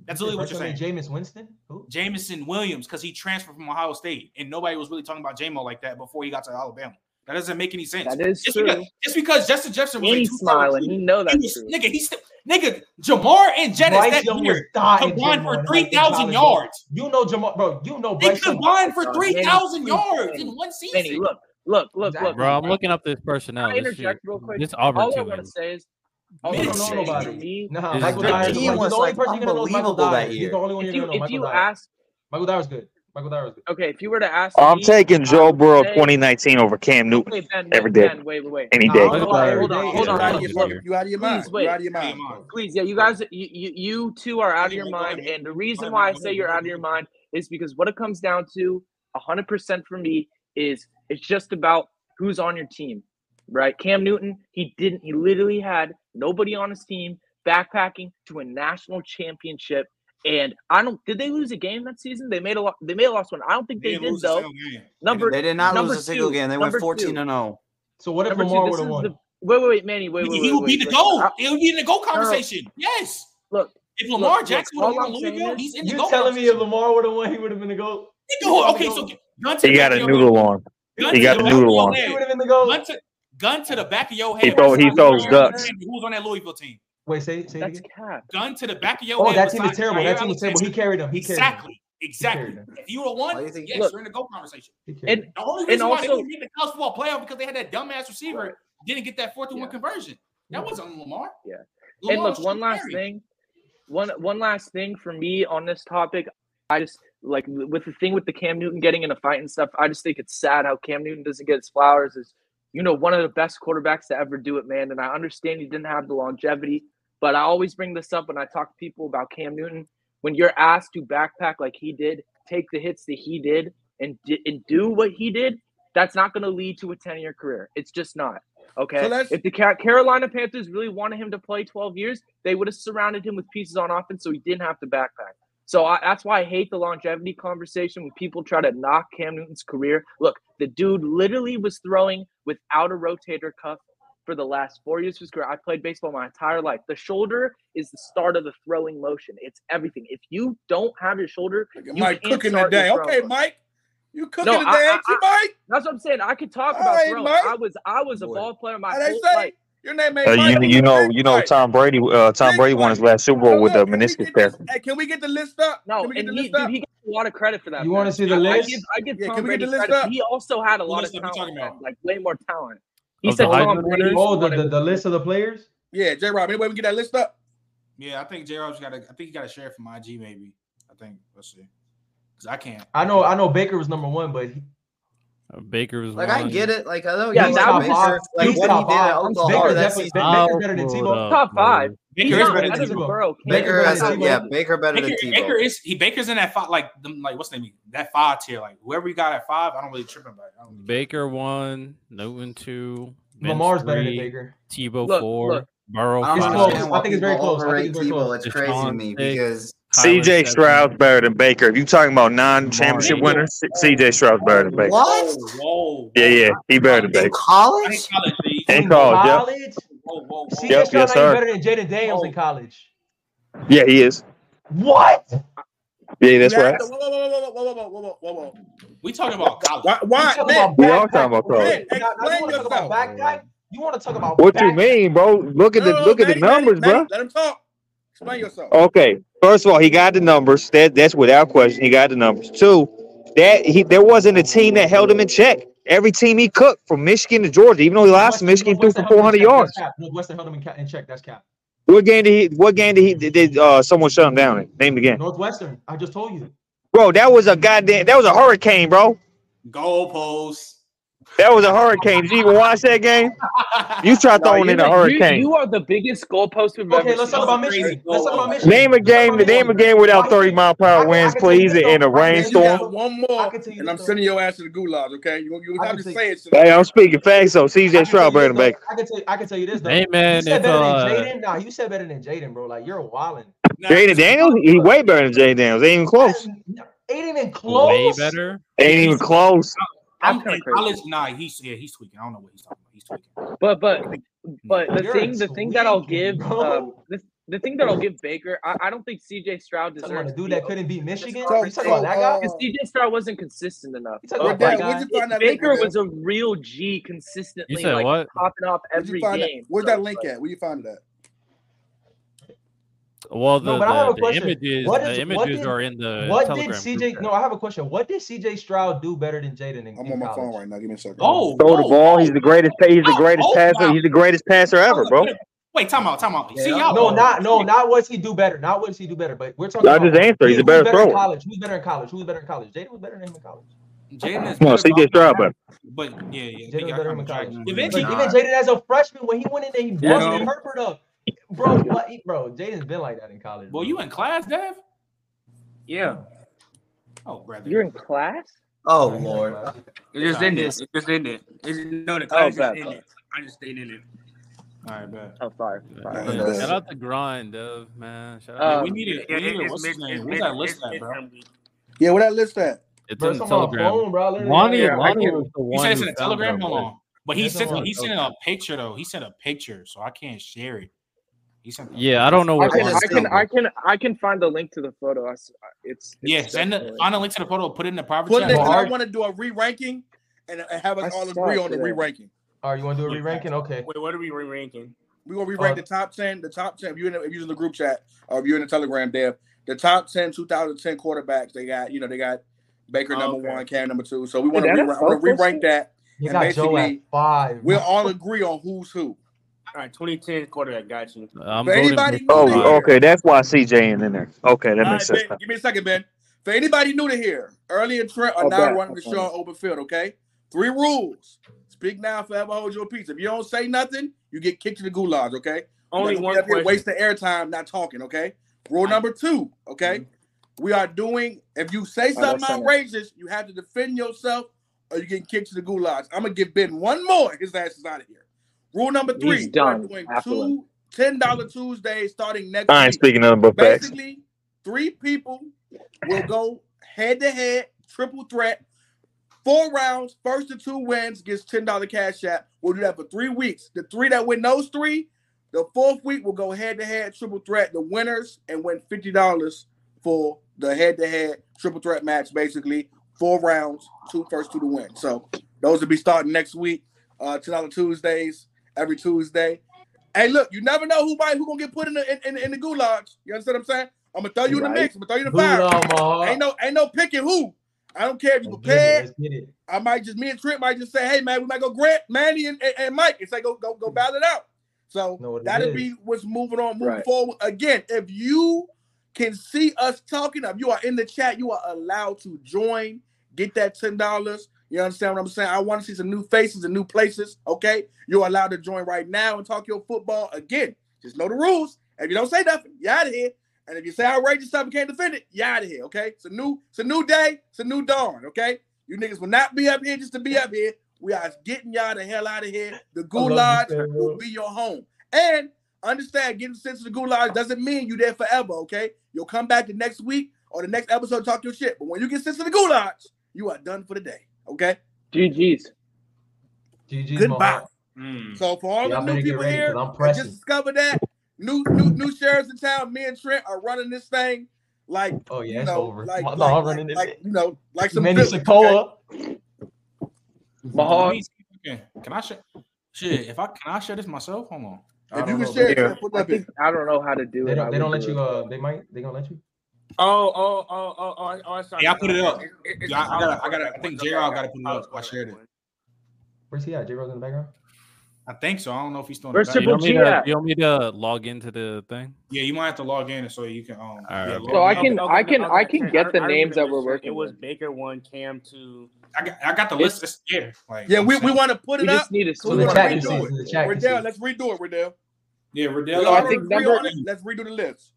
Speaker 3: That's literally what you're saying.
Speaker 7: Jameis Winston. Who?
Speaker 3: Jamison Williams because he transferred from Ohio State, and nobody was really talking about JMO like that before he got to Alabama. That doesn't make any sense.
Speaker 2: That is
Speaker 3: just
Speaker 2: true.
Speaker 3: Because, just because Justin Jefferson
Speaker 2: And
Speaker 3: was a
Speaker 2: he's
Speaker 3: two-star
Speaker 2: smiling.
Speaker 3: receiver,
Speaker 2: He know
Speaker 3: he
Speaker 2: that's
Speaker 3: was-
Speaker 2: true.
Speaker 3: nigga, he still nigga Jamar and Jettis
Speaker 7: Bryce
Speaker 3: that
Speaker 7: Young was
Speaker 3: year
Speaker 7: dying.
Speaker 3: combined
Speaker 7: Jamal,
Speaker 3: for
Speaker 7: and I
Speaker 3: three
Speaker 7: think
Speaker 3: thousand
Speaker 7: Bryce-
Speaker 3: yards.
Speaker 7: You know Jamal, bro. You know
Speaker 3: They
Speaker 7: Bryce Young.
Speaker 3: combined for
Speaker 2: Uh,
Speaker 3: three thousand
Speaker 2: Manny,
Speaker 3: yards
Speaker 2: Manny,
Speaker 3: in one season.
Speaker 2: Lenny, look, look, look,
Speaker 7: Exactly.
Speaker 2: look.
Speaker 5: Bro, I'm
Speaker 2: Right.
Speaker 5: looking up this personnel.
Speaker 2: Can I
Speaker 5: This, year.
Speaker 2: interject real quick?
Speaker 5: this Auburn
Speaker 2: All I
Speaker 5: team
Speaker 2: want to
Speaker 5: is
Speaker 2: say is,
Speaker 7: Oh, you don't know
Speaker 3: Mid-season.
Speaker 2: to
Speaker 7: nobody.
Speaker 2: me,
Speaker 7: Nah,
Speaker 5: Is
Speaker 7: Michael
Speaker 5: that
Speaker 7: Dyer.
Speaker 5: team
Speaker 7: He's
Speaker 4: was,
Speaker 7: the only
Speaker 4: like,
Speaker 7: person you're gonna know is Michael
Speaker 4: unbelievable
Speaker 7: Dyer.
Speaker 4: that
Speaker 7: He's
Speaker 4: year.
Speaker 7: the only one you're
Speaker 2: if
Speaker 7: gonna
Speaker 2: you
Speaker 7: know.
Speaker 2: if
Speaker 7: Michael
Speaker 2: you
Speaker 7: Dyer.
Speaker 2: ask,
Speaker 7: Michael Dyer was good. Michael Dyer was good.
Speaker 2: okay, if you were to ask,
Speaker 6: I'm
Speaker 2: me,
Speaker 6: taking
Speaker 2: I
Speaker 6: Joe
Speaker 2: would
Speaker 6: Burrow
Speaker 2: say-
Speaker 6: 2019 over Cam Newton
Speaker 2: Wait, Ben,
Speaker 6: every
Speaker 2: Ben,
Speaker 6: day,
Speaker 2: Ben, wait, wait, wait.
Speaker 6: any
Speaker 7: Nah,
Speaker 6: day.
Speaker 7: I don't
Speaker 5: Michael
Speaker 7: know about
Speaker 5: Dyer
Speaker 7: every
Speaker 2: Hold
Speaker 7: day.
Speaker 2: on,
Speaker 7: It's
Speaker 2: hold
Speaker 1: You're
Speaker 2: on,
Speaker 1: out of
Speaker 2: look,
Speaker 1: your
Speaker 5: this
Speaker 2: look.
Speaker 5: year.
Speaker 1: you out of your mind.
Speaker 2: Please wait.
Speaker 1: You're out of your mind.
Speaker 2: Please, yeah, you guys, you, you, you two are out of your mind. And the reason why I say you're out of your mind is because what it comes down to, 100% for me, is it's just about who's on your team, right? Cam Newton, he didn't, he literally had nobody on his team backpacking to a national championship. And I don't, did they lose a game that season? They made a lot, they may have lost one. I don't think they, did, though. Number,
Speaker 4: They did not
Speaker 2: number
Speaker 4: lose a single
Speaker 2: two,
Speaker 4: game. They went
Speaker 2: number two.
Speaker 4: 14 and
Speaker 3: oh.
Speaker 4: 0.
Speaker 7: So what if
Speaker 2: number
Speaker 7: Lamar
Speaker 2: two,
Speaker 7: would
Speaker 2: this
Speaker 7: have
Speaker 2: is
Speaker 7: won?
Speaker 2: the, wait, wait, wait, Manny, wait, wait,
Speaker 3: He,
Speaker 2: wait.
Speaker 3: he will
Speaker 2: wait,
Speaker 3: be
Speaker 2: wait,
Speaker 3: the
Speaker 2: wait.
Speaker 3: goal.
Speaker 2: I-
Speaker 3: It'll be in the goal conversation. Yes.
Speaker 2: look,
Speaker 3: If Lamar
Speaker 2: look,
Speaker 3: Jackson
Speaker 2: all
Speaker 3: would have
Speaker 2: I'm
Speaker 3: won
Speaker 2: saying
Speaker 3: Louisville,
Speaker 2: is-
Speaker 3: he's in the
Speaker 7: You
Speaker 3: goal.
Speaker 7: telling me if
Speaker 3: conversation.
Speaker 7: Lamar would have won, he would have been the goat?
Speaker 3: Nigga, hold-
Speaker 7: you
Speaker 3: okay,
Speaker 7: telling
Speaker 3: so
Speaker 7: me-
Speaker 3: gun to
Speaker 6: He
Speaker 3: the
Speaker 6: got
Speaker 3: back
Speaker 6: a
Speaker 3: of your head.
Speaker 6: noodle on.
Speaker 3: Gun
Speaker 6: He got
Speaker 3: to the
Speaker 6: a
Speaker 3: back of
Speaker 6: noodle
Speaker 3: your
Speaker 6: on.
Speaker 7: He
Speaker 3: head.
Speaker 7: would have been the goat.
Speaker 3: Gun to gun to the back of your head.
Speaker 6: He throw, he
Speaker 3: besides
Speaker 6: throws
Speaker 3: Jair
Speaker 6: ducks.
Speaker 3: Alexander, Who's on that Louisville team?
Speaker 7: Wait, say say it
Speaker 2: that's
Speaker 7: again.
Speaker 2: cap.
Speaker 3: Gun to the back of your
Speaker 7: Oh,
Speaker 3: head.
Speaker 7: that team is
Speaker 3: besides
Speaker 7: terrible. That
Speaker 3: Jair
Speaker 7: team is terrible. He
Speaker 3: Alexander.
Speaker 7: carried him. He carried him.
Speaker 3: Exactly. Exactly.
Speaker 7: carried him.
Speaker 3: If you would have
Speaker 4: Why do you
Speaker 3: won,
Speaker 4: think-
Speaker 3: yes,
Speaker 2: Look.
Speaker 3: you're in the goal conversation.
Speaker 7: He carried
Speaker 2: And
Speaker 7: him.
Speaker 3: The only
Speaker 2: And
Speaker 3: reason why they
Speaker 2: also-
Speaker 3: wouldn't get the college football playoff because they had that dumbass receiver didn't get that fourth and one
Speaker 2: Yeah.
Speaker 3: conversion. That
Speaker 7: Yeah.
Speaker 3: wasn't on Lamar.
Speaker 2: Yeah.
Speaker 3: Lamar
Speaker 2: and look,
Speaker 3: was
Speaker 2: one
Speaker 3: too
Speaker 2: last
Speaker 3: scary.
Speaker 2: thing, one one last thing for me on this topic. I just like with the thing with the Cam Newton getting in a fight and stuff. I just think it's sad how Cam Newton doesn't get his flowers. Is you know one of the best quarterbacks to ever do it, man. And I understand he didn't have the longevity, but I always bring this up when I talk to people about Cam Newton. When you're asked to backpack like he did, take the hits that he did, and di- and do what he did, that's not going to lead to a ten year career. It's just not. Okay.
Speaker 1: let's-
Speaker 2: if the Ca- Carolina Panthers really wanted him to play 12 years, they would have surrounded him with pieces on offense so he didn't have to backpack. So I, that's why I hate the longevity conversation when people try to knock Cam Newton's career. Look, the dude literally was throwing without a rotator cuff for the last four years of his career. I played baseball my entire life. The shoulder is the start of the throwing motion. It's everything. If you don't have your shoulder,
Speaker 1: Look
Speaker 2: you
Speaker 1: at Mike
Speaker 2: can't
Speaker 1: cooking
Speaker 2: start your
Speaker 1: today.
Speaker 2: throwing
Speaker 1: Okay,
Speaker 2: motion.
Speaker 1: Mike. You cooking
Speaker 2: No,
Speaker 1: today,
Speaker 2: I-
Speaker 1: ain't you, Mike?
Speaker 2: That's what I'm saying. I could talk
Speaker 1: All
Speaker 2: about
Speaker 1: right,
Speaker 2: throwing.
Speaker 1: Mike.
Speaker 2: I was I was a
Speaker 4: Boy.
Speaker 2: ball player my
Speaker 1: How they
Speaker 2: whole
Speaker 1: say?
Speaker 2: life.
Speaker 1: Your name ain't
Speaker 6: Uh,
Speaker 1: Mike.
Speaker 6: you, you know,
Speaker 1: Big
Speaker 6: you know,
Speaker 1: Mike.
Speaker 6: Tom Brady. Uh, Tom
Speaker 1: Big
Speaker 6: Brady won
Speaker 1: Mike.
Speaker 6: his last Super
Speaker 1: So
Speaker 6: Bowl with
Speaker 1: look,
Speaker 6: the
Speaker 1: can we
Speaker 6: meniscus
Speaker 1: get
Speaker 6: tear.
Speaker 1: this? Hey, can we get the list up?
Speaker 2: No,
Speaker 1: can we get
Speaker 2: and
Speaker 1: the
Speaker 2: he,
Speaker 1: list
Speaker 2: dude,
Speaker 1: up?
Speaker 2: he gets a lot of credit for that.
Speaker 7: You want
Speaker 2: man.
Speaker 7: to see the
Speaker 3: I- I
Speaker 2: I
Speaker 7: list?
Speaker 2: give I give
Speaker 1: Yeah,
Speaker 2: Tom
Speaker 1: can we get
Speaker 2: Brady
Speaker 1: the list
Speaker 2: credit.
Speaker 1: up?
Speaker 2: He also had a
Speaker 3: What
Speaker 2: lot
Speaker 3: list
Speaker 2: of
Speaker 3: are we talking
Speaker 2: talent, man,
Speaker 3: about?
Speaker 2: like way more talent. He
Speaker 5: Of the
Speaker 2: said Tom
Speaker 5: Heisman
Speaker 2: Brady.
Speaker 5: winners?
Speaker 7: Oh, the,
Speaker 2: wanted-
Speaker 7: the, the list of the players?
Speaker 1: Yeah, J Rob. Anyway, we can get that list up.
Speaker 3: Yeah, I think J Rob's got a. I think he got a share from IG maybe. I think let's see, because I can't.
Speaker 7: I know I know Baker was number one, but he,
Speaker 5: Uh, Baker was
Speaker 4: Like,
Speaker 5: one.
Speaker 4: I get it. Like, I know
Speaker 2: Yeah,
Speaker 4: you
Speaker 2: that
Speaker 4: like
Speaker 2: was-
Speaker 4: Baker. Like,
Speaker 7: he's
Speaker 4: what he
Speaker 7: top
Speaker 4: did at
Speaker 7: five.
Speaker 4: Oklahoma
Speaker 7: Baker
Speaker 4: that
Speaker 7: definitely-
Speaker 4: season.
Speaker 7: Ba-
Speaker 5: I'll
Speaker 6: Oh,
Speaker 7: Baker's better than
Speaker 5: pull
Speaker 7: Tebow.
Speaker 5: it up,
Speaker 2: Top five.
Speaker 5: dude.
Speaker 3: Baker
Speaker 7: He's
Speaker 3: is
Speaker 2: Tom-
Speaker 3: better
Speaker 2: that
Speaker 3: than
Speaker 2: is
Speaker 3: Tebow.
Speaker 7: Tebow.
Speaker 2: Burrow. Cam
Speaker 4: Baker
Speaker 2: Newton.
Speaker 4: has,
Speaker 7: better than Tebow.
Speaker 4: yeah, Baker better
Speaker 3: Baker,
Speaker 4: than
Speaker 3: Baker
Speaker 4: Tebow.
Speaker 3: is he Baker's in that five like them like what's the name that five tier like whoever you got at five I don't really trip about it. I don't really-
Speaker 5: Baker one, Newton two, Vince
Speaker 7: Lamar's better than
Speaker 5: three,
Speaker 7: Baker.
Speaker 5: Tebow
Speaker 2: Look,
Speaker 5: four,
Speaker 2: look.
Speaker 5: Burrow
Speaker 4: I don't
Speaker 7: It's
Speaker 5: five.
Speaker 7: close.
Speaker 4: understand
Speaker 7: I
Speaker 4: why
Speaker 7: think it's very
Speaker 4: people
Speaker 7: close. I think
Speaker 4: overrate
Speaker 7: it's very
Speaker 4: Tebow.
Speaker 7: close.
Speaker 4: It's crazy to
Speaker 5: Deshaun
Speaker 4: me
Speaker 5: six.
Speaker 4: because
Speaker 6: CJ
Speaker 5: Tyler
Speaker 6: Stroud's better than Baker. If you're talking about non-championship
Speaker 3: Baker.
Speaker 6: winners, CJ Stroud's better than Baker.
Speaker 4: What?
Speaker 3: Whoa.
Speaker 6: Yeah, yeah, he better than
Speaker 4: In
Speaker 6: Baker.
Speaker 3: I
Speaker 4: college?
Speaker 3: ain't college, B.
Speaker 6: In college, yep.
Speaker 7: college.
Speaker 3: Whoa, whoa, whoa.
Speaker 7: CJ
Speaker 6: Yep, yes,
Speaker 7: Stroud not even
Speaker 6: sir.
Speaker 7: better than Jaden Daniels in college.
Speaker 6: Yeah, he is.
Speaker 7: What?
Speaker 6: Yeah, that's
Speaker 1: Now,
Speaker 6: right.
Speaker 1: Whoa, whoa, whoa, whoa, whoa, whoa, whoa, whoa, whoa, whoa.
Speaker 3: We talking about college.
Speaker 1: Why? Why?
Speaker 7: You talking
Speaker 1: Man,
Speaker 7: about
Speaker 6: We are
Speaker 7: backpack-
Speaker 6: talking about college.
Speaker 7: Now, now you
Speaker 1: Explain
Speaker 7: wanna talk about
Speaker 1: yourself.
Speaker 7: backpack? You want to talk about
Speaker 6: What you
Speaker 7: backpack?
Speaker 6: mean, bro? Look at
Speaker 1: no,
Speaker 6: the
Speaker 1: no, no,
Speaker 6: look at the
Speaker 1: Maddie, Maddie,
Speaker 6: numbers, bro.
Speaker 1: Maddie, Let him talk. Explain yourself.
Speaker 6: Okay. First of all, he got the numbers. That that's without question. He got the numbers. Two, that he there wasn't a team that held him in check. Every team he cooked, from Michigan to Georgia, even though he lost to
Speaker 7: Northwestern-
Speaker 6: Michigan, threw
Speaker 7: Northwestern
Speaker 6: for
Speaker 7: held him
Speaker 6: 400
Speaker 7: in check, that's
Speaker 6: yards.
Speaker 7: cap. Northwestern held him in, ca- in check. That's cap.
Speaker 6: What game did he? What game did he? Did, did, uh, someone shut him down? in? Name again,
Speaker 7: Northwestern. I just told you.
Speaker 6: bro. That was a goddamn. That was a hurricane, bro.
Speaker 3: Goalposts.
Speaker 6: That was a hurricane. Did you even watch that game? You try
Speaker 2: No,
Speaker 6: throwing
Speaker 2: you're
Speaker 6: in a
Speaker 2: not- you-
Speaker 6: hurricane.
Speaker 2: You, are the biggest goalpost we've
Speaker 7: Okay,
Speaker 2: ever
Speaker 7: let's
Speaker 2: seen.
Speaker 7: talk about
Speaker 3: Crazy
Speaker 7: Michigan. Let's talk
Speaker 3: goal.
Speaker 7: about Michigan.
Speaker 6: Name a
Speaker 7: Let's talk
Speaker 6: game.
Speaker 7: about
Speaker 6: Name a
Speaker 7: Michigan.
Speaker 6: game
Speaker 7: I
Speaker 6: without
Speaker 7: can-
Speaker 6: 30 mile per
Speaker 7: I
Speaker 6: hour
Speaker 7: can- I
Speaker 6: winds,
Speaker 7: can take
Speaker 6: please,
Speaker 7: this
Speaker 6: in a
Speaker 7: off. I
Speaker 1: Man,
Speaker 7: can
Speaker 1: you
Speaker 7: take
Speaker 6: rainstorm.
Speaker 7: this
Speaker 1: got one
Speaker 7: I
Speaker 1: more,
Speaker 7: can tell you
Speaker 1: and I'm
Speaker 7: this, though.
Speaker 1: sending your ass to the gulag. Okay, you you
Speaker 7: I
Speaker 1: have
Speaker 7: can
Speaker 1: to
Speaker 7: take-
Speaker 1: say it. Shit.
Speaker 6: Hey, I'm speaking facts, though.
Speaker 7: I
Speaker 6: CJ
Speaker 7: can tell
Speaker 6: Stroud
Speaker 7: you
Speaker 6: better
Speaker 7: this
Speaker 6: than
Speaker 7: though.
Speaker 6: Baker.
Speaker 7: I can tell you, I can tell you this though.
Speaker 5: Hey
Speaker 7: You
Speaker 5: man,
Speaker 7: said
Speaker 5: if
Speaker 7: better than
Speaker 5: uh,
Speaker 7: Jaden. Nah, you said better than Jaden, bro. Like you're wilding.
Speaker 3: Nah,
Speaker 6: Jaden
Speaker 3: listen,
Speaker 6: Daniels,
Speaker 3: look,
Speaker 6: he
Speaker 3: look,
Speaker 6: way better than Jaden Daniels. Ain't even close.
Speaker 7: Ain't even
Speaker 5: way
Speaker 7: close.
Speaker 5: better.
Speaker 6: Ain't even
Speaker 3: He's-
Speaker 6: close.
Speaker 2: That's
Speaker 3: I'm
Speaker 2: kinda
Speaker 3: in
Speaker 2: crazy.
Speaker 3: college. Nah, he's yeah, he's tweaking. I don't know what he's talking about. He's tweaking.
Speaker 2: But but but the
Speaker 7: You're
Speaker 2: thing the thing that I'll
Speaker 7: tweaking,
Speaker 2: give
Speaker 7: bro.
Speaker 2: um the, the thing that I'll give Baker, I, I don't think CJ Stroud
Speaker 7: Talking about
Speaker 2: deserves to
Speaker 7: the dude
Speaker 2: be
Speaker 7: that couldn't beat Michigan.
Speaker 1: So,
Speaker 7: You talking
Speaker 1: so
Speaker 7: about that guy?
Speaker 1: uh,
Speaker 2: because CJ Stroud wasn't consistent enough.
Speaker 7: You talking
Speaker 2: Oh
Speaker 1: Riddell,
Speaker 7: about
Speaker 2: my
Speaker 7: that
Speaker 2: god.
Speaker 1: where'd
Speaker 7: guy?
Speaker 1: you find that link?
Speaker 2: Baker
Speaker 1: Riddell?
Speaker 2: was a real G consistently
Speaker 5: You said
Speaker 2: like
Speaker 5: what?
Speaker 2: popping off
Speaker 1: Where'd you
Speaker 2: every
Speaker 1: find that?
Speaker 2: game.
Speaker 1: Where's
Speaker 2: So
Speaker 1: that
Speaker 2: it's
Speaker 1: link
Speaker 2: like-
Speaker 1: at? Where you find it at?
Speaker 5: Well, the
Speaker 7: No, but I have
Speaker 5: the,
Speaker 7: a
Speaker 5: the
Speaker 7: question.
Speaker 5: images
Speaker 7: What
Speaker 5: the
Speaker 7: is- what
Speaker 5: images
Speaker 7: did-
Speaker 5: are in the
Speaker 7: what did
Speaker 5: Telegram. group
Speaker 7: CJ?
Speaker 5: chat.
Speaker 7: No, I have a question. What did CJ Stroud do better than Jaden in,
Speaker 1: I'm
Speaker 7: in
Speaker 1: on my
Speaker 7: college?
Speaker 1: phone right now. Give me a second.
Speaker 3: Oh,
Speaker 6: Throw the ball. He's the greatest. He's the
Speaker 3: Oh,
Speaker 6: greatest
Speaker 3: oh,
Speaker 6: passer.
Speaker 3: wow.
Speaker 6: He's the greatest passer ever, bro.
Speaker 3: Wait, time out, time out. See
Speaker 2: Yeah.
Speaker 3: y'all.
Speaker 7: No, not no, not what he do better. Not what he do better. But we're talking
Speaker 6: I
Speaker 7: about
Speaker 6: just answered. He's a
Speaker 7: who- who's
Speaker 6: better
Speaker 7: better in
Speaker 6: thrower.
Speaker 7: college. Who's better in college? Who's better in college? Jaden was better than him in college.
Speaker 3: Jaden is
Speaker 6: Come on,
Speaker 3: better.
Speaker 6: CJ Stroud, better.
Speaker 3: But, but yeah, yeah. I
Speaker 7: Jaden
Speaker 3: think
Speaker 7: was better in
Speaker 3: y'all kind
Speaker 7: college.
Speaker 3: of dragging.
Speaker 7: Even,
Speaker 3: But
Speaker 7: even
Speaker 3: nah,
Speaker 7: Jaden as a freshman, when he went in there, he
Speaker 5: You
Speaker 7: busted
Speaker 5: know,
Speaker 7: Herbert up. Bro, what, he- bro, Jaden's been like that in college.
Speaker 3: well, you in class, Dev?
Speaker 8: Yeah,
Speaker 3: Oh, brother.
Speaker 2: You're in class?
Speaker 4: Oh
Speaker 7: bro.
Speaker 4: Lord.
Speaker 8: it just
Speaker 3: Nah,
Speaker 8: ended.
Speaker 4: yes.
Speaker 8: It just ended. It's no, the
Speaker 2: Oh,
Speaker 8: class just
Speaker 2: bad.
Speaker 8: ended. I just stayed in it.
Speaker 3: All right, bet.
Speaker 2: Oh fire. fire.
Speaker 5: yeah,
Speaker 4: Yeah.
Speaker 5: shout out the grind, of man. Shout out
Speaker 2: Uh,
Speaker 3: Yeah,
Speaker 5: to
Speaker 3: we
Speaker 5: Grind.
Speaker 3: needed.
Speaker 8: Yeah,
Speaker 3: We
Speaker 8: it-
Speaker 3: needed.
Speaker 8: it's
Speaker 3: What's his
Speaker 8: mid- it's
Speaker 3: name? Where's
Speaker 8: mid-
Speaker 3: that list
Speaker 8: it's
Speaker 3: at, bro?
Speaker 8: midterm week.
Speaker 1: Yeah, where that list at?
Speaker 5: It's
Speaker 7: Bro,
Speaker 5: in
Speaker 7: it's
Speaker 5: the
Speaker 7: on my
Speaker 5: Telegram.
Speaker 7: phone, bro. I literally
Speaker 5: Lonnie,
Speaker 7: have it.
Speaker 8: Yeah, I
Speaker 5: Lonnie
Speaker 8: can't-
Speaker 5: was the
Speaker 3: You
Speaker 5: one
Speaker 3: said it's in
Speaker 5: who
Speaker 3: the
Speaker 5: found
Speaker 3: telegram?
Speaker 5: that
Speaker 3: Hold
Speaker 5: list.
Speaker 3: on. But he
Speaker 7: That's
Speaker 3: sent
Speaker 7: all.
Speaker 3: he sent a picture though. He sent a picture, so I can't share it. He sent the
Speaker 5: Yeah, I don't know
Speaker 2: I
Speaker 5: what
Speaker 2: can
Speaker 5: Lonnie
Speaker 2: I can
Speaker 5: found.
Speaker 2: I can I can find the link to the photo. I s- it's, it's
Speaker 3: Yeah, send the
Speaker 2: definitely-
Speaker 3: find a link to the photo, put it in the private
Speaker 1: Put it
Speaker 3: chat.
Speaker 1: in. 'cause I
Speaker 7: Hard.
Speaker 1: want to do a re-ranking and and have
Speaker 2: I
Speaker 1: us all
Speaker 2: saw
Speaker 1: agree
Speaker 2: it
Speaker 1: on the
Speaker 2: today.
Speaker 1: re-ranking.
Speaker 7: All right, you want to do a re-ranking? Okay.
Speaker 8: Wait, what are we ranking?
Speaker 1: We're gonna re-rank
Speaker 7: Uh,
Speaker 1: the top ten, the top ten. If you're in, the, if you're in the group chat or if you're in the Telegram, Dev, the top ten 2010 quarterbacks. They got you know they got Baker
Speaker 8: Oh,
Speaker 1: number
Speaker 8: okay.
Speaker 1: one, Cam number two. So we
Speaker 2: Wait,
Speaker 1: want to
Speaker 2: that
Speaker 1: re-rank. I want to
Speaker 2: NFL
Speaker 1: re-rank that.
Speaker 7: You
Speaker 1: And
Speaker 7: got Joe at
Speaker 1: basically,
Speaker 7: five.
Speaker 1: We'll all agree on who's who.
Speaker 8: All right, 2010 quarterback. Got you.
Speaker 5: I'm
Speaker 1: For
Speaker 5: voting
Speaker 1: anybody
Speaker 5: for
Speaker 1: new to
Speaker 6: Oh,
Speaker 5: five.
Speaker 1: here,
Speaker 6: okay. That's why CJ ain't in there. Okay, that
Speaker 1: all
Speaker 6: makes
Speaker 1: right,
Speaker 6: sense.
Speaker 1: Ben,
Speaker 6: now.
Speaker 1: give me a second, Ben. For anybody new to here, early and Trent are
Speaker 2: Oh,
Speaker 1: now
Speaker 2: bad.
Speaker 1: running the show on open field, okay? Three rules. Speak now, forever hold your peace. If you don't say nothing, you get kicked to the gulags, okay? You're
Speaker 8: Only
Speaker 1: not gonna be
Speaker 8: one
Speaker 1: up here
Speaker 8: question.
Speaker 1: wasting airtime not talking, okay? Rule number two, okay? We are doing, if you say
Speaker 2: Mm-hmm. Oh, that's
Speaker 1: something
Speaker 2: funny.
Speaker 1: outrageous, you have to defend yourself or you get kicked to the gulags. I'm going to give Ben one more. His ass is out of here. Rule number
Speaker 2: He's
Speaker 1: three.
Speaker 2: done
Speaker 1: We're doing
Speaker 2: after one.
Speaker 1: two $10 Tuesdays starting next
Speaker 6: I ain't
Speaker 1: week
Speaker 6: speaking nothing but facts.
Speaker 1: basically three people will go head to head, triple threat, four rounds. First to two wins gets ten dollar cash app. We'll do that for three weeks. The three that win those three, the fourth week will go head to head, triple threat. The winners and win fifty dollars for the head to head triple threat match. Basically, four rounds, two first two to win. So those will be starting next week. Uh, ten dollar Tuesdays every Tuesday. Hey, look, you never know who might who gonna get put in the in, in, in the gulags. You understand what I'm saying? I'm gonna throw you in the
Speaker 2: Right.
Speaker 1: mix. I'm gonna throw you in the
Speaker 7: Boot
Speaker 1: fire.
Speaker 7: on my heart.
Speaker 1: Ain't no ain't no picking who. I don't care if you
Speaker 7: Let's get it.
Speaker 1: prepared.
Speaker 7: Let's get it.
Speaker 1: I might just me and Trent might just say, hey man, we might go Grant, Manny, and, and, and Mike and say go go go battle it out. So
Speaker 7: Hmm. Know what it
Speaker 1: that'll
Speaker 7: is.
Speaker 1: be what's moving on, moving
Speaker 2: Right.
Speaker 1: forward. Again, if you can see us talking, if you are in the chat, you are allowed to join, get that ten dollars. You understand what I'm saying? I want to see some new faces and new places. Okay, you're allowed to join right now and talk your football again. Just know the rules. If you don't say nothing, you out of here. And if you say outrageous stuff and can't defend it, you out of here. Okay, it's a new, it's a new day, it's a new dawn. Okay, you niggas will not be up here just to be up here. We are getting y'all the hell out of here. The
Speaker 7: I love
Speaker 1: gulag
Speaker 7: this, man, bro.
Speaker 1: will be your home. And Understand, getting sent to the gulag doesn't mean you there forever, okay? You'll come back the next week or the next episode to talk your shit. But when you get sent to the gulag, you are done for the day, okay?
Speaker 2: GG's.
Speaker 7: GG's
Speaker 1: Goodbye.
Speaker 7: my
Speaker 3: Mm.
Speaker 1: So for all
Speaker 7: Y'all
Speaker 1: the
Speaker 7: better
Speaker 1: new
Speaker 7: get
Speaker 1: people
Speaker 7: ready,
Speaker 1: here,
Speaker 7: 'cause I'm
Speaker 1: that
Speaker 7: pressing.
Speaker 1: just discovered that new new new sheriffs in town. Me and Trent are running this thing like
Speaker 7: Oh yeah,
Speaker 1: you
Speaker 7: it's
Speaker 1: know,
Speaker 7: over.
Speaker 1: like,
Speaker 7: no,
Speaker 1: like,
Speaker 7: I'm
Speaker 1: like,
Speaker 7: running it.
Speaker 1: like, you know, like some
Speaker 7: Manny
Speaker 1: villains, okay?
Speaker 7: Sokoa.
Speaker 3: Let
Speaker 2: Mahal.
Speaker 3: me see if I Can Can I share? Shit, if I can I share this myself? Hold on.
Speaker 1: If you
Speaker 7: don't
Speaker 1: can
Speaker 7: know,
Speaker 1: share, it,
Speaker 6: yeah.
Speaker 1: Trent, put it
Speaker 2: I
Speaker 1: up here.
Speaker 2: think I don't know how to do
Speaker 7: They
Speaker 2: it.
Speaker 7: don't.
Speaker 2: I
Speaker 7: They don't
Speaker 2: would
Speaker 7: let
Speaker 2: do
Speaker 7: you.
Speaker 2: it.
Speaker 7: Uh, they might. They gonna let you.
Speaker 8: Oh, oh, oh, oh, oh, oh, oh
Speaker 3: Yeah, I put it up.
Speaker 8: It- it- it's
Speaker 3: Yeah, I- I
Speaker 8: all
Speaker 3: gotta- I
Speaker 8: quarterback
Speaker 3: gotta- I think
Speaker 8: one. Okay,
Speaker 3: JR
Speaker 8: I
Speaker 3: gotta put it
Speaker 8: all
Speaker 3: up. I
Speaker 8: quarterback
Speaker 3: shared it.
Speaker 8: one.
Speaker 7: Where's he at? J Rose in the background.
Speaker 3: I think so. I don't know if he's still in
Speaker 2: Where's
Speaker 3: the
Speaker 5: Do
Speaker 3: back.
Speaker 5: you,
Speaker 2: Triple
Speaker 5: want me
Speaker 2: G
Speaker 5: to,
Speaker 2: at?
Speaker 5: do you want me to log into the thing?
Speaker 3: Yeah, you might have to log in so you can um yeah,
Speaker 5: right,
Speaker 3: log
Speaker 5: okay.
Speaker 2: So I
Speaker 3: in.
Speaker 2: can- I can- I can
Speaker 8: Trent,
Speaker 2: get the
Speaker 8: remember
Speaker 2: names that
Speaker 8: this,
Speaker 2: we're
Speaker 8: Trent. It
Speaker 2: working
Speaker 8: was
Speaker 2: with.
Speaker 8: Baker one, Cam two.
Speaker 3: I got I got the list. It's, yeah, like
Speaker 1: Yeah,
Speaker 3: I'm
Speaker 1: we, we
Speaker 3: saying.
Speaker 1: want to put
Speaker 2: We
Speaker 1: it up.
Speaker 2: just need to
Speaker 7: So
Speaker 1: We
Speaker 7: the
Speaker 2: switch
Speaker 1: wanna
Speaker 7: chat can
Speaker 2: it
Speaker 1: redo
Speaker 7: see.
Speaker 2: up.
Speaker 1: it.
Speaker 7: So the chat
Speaker 1: We're
Speaker 7: can see.
Speaker 1: down. Let's redo it. We're down.
Speaker 3: yeah.
Speaker 1: We
Speaker 3: Riddell,
Speaker 2: So I
Speaker 1: already
Speaker 2: think
Speaker 1: agree
Speaker 2: number-
Speaker 1: on it. Let's redo the list.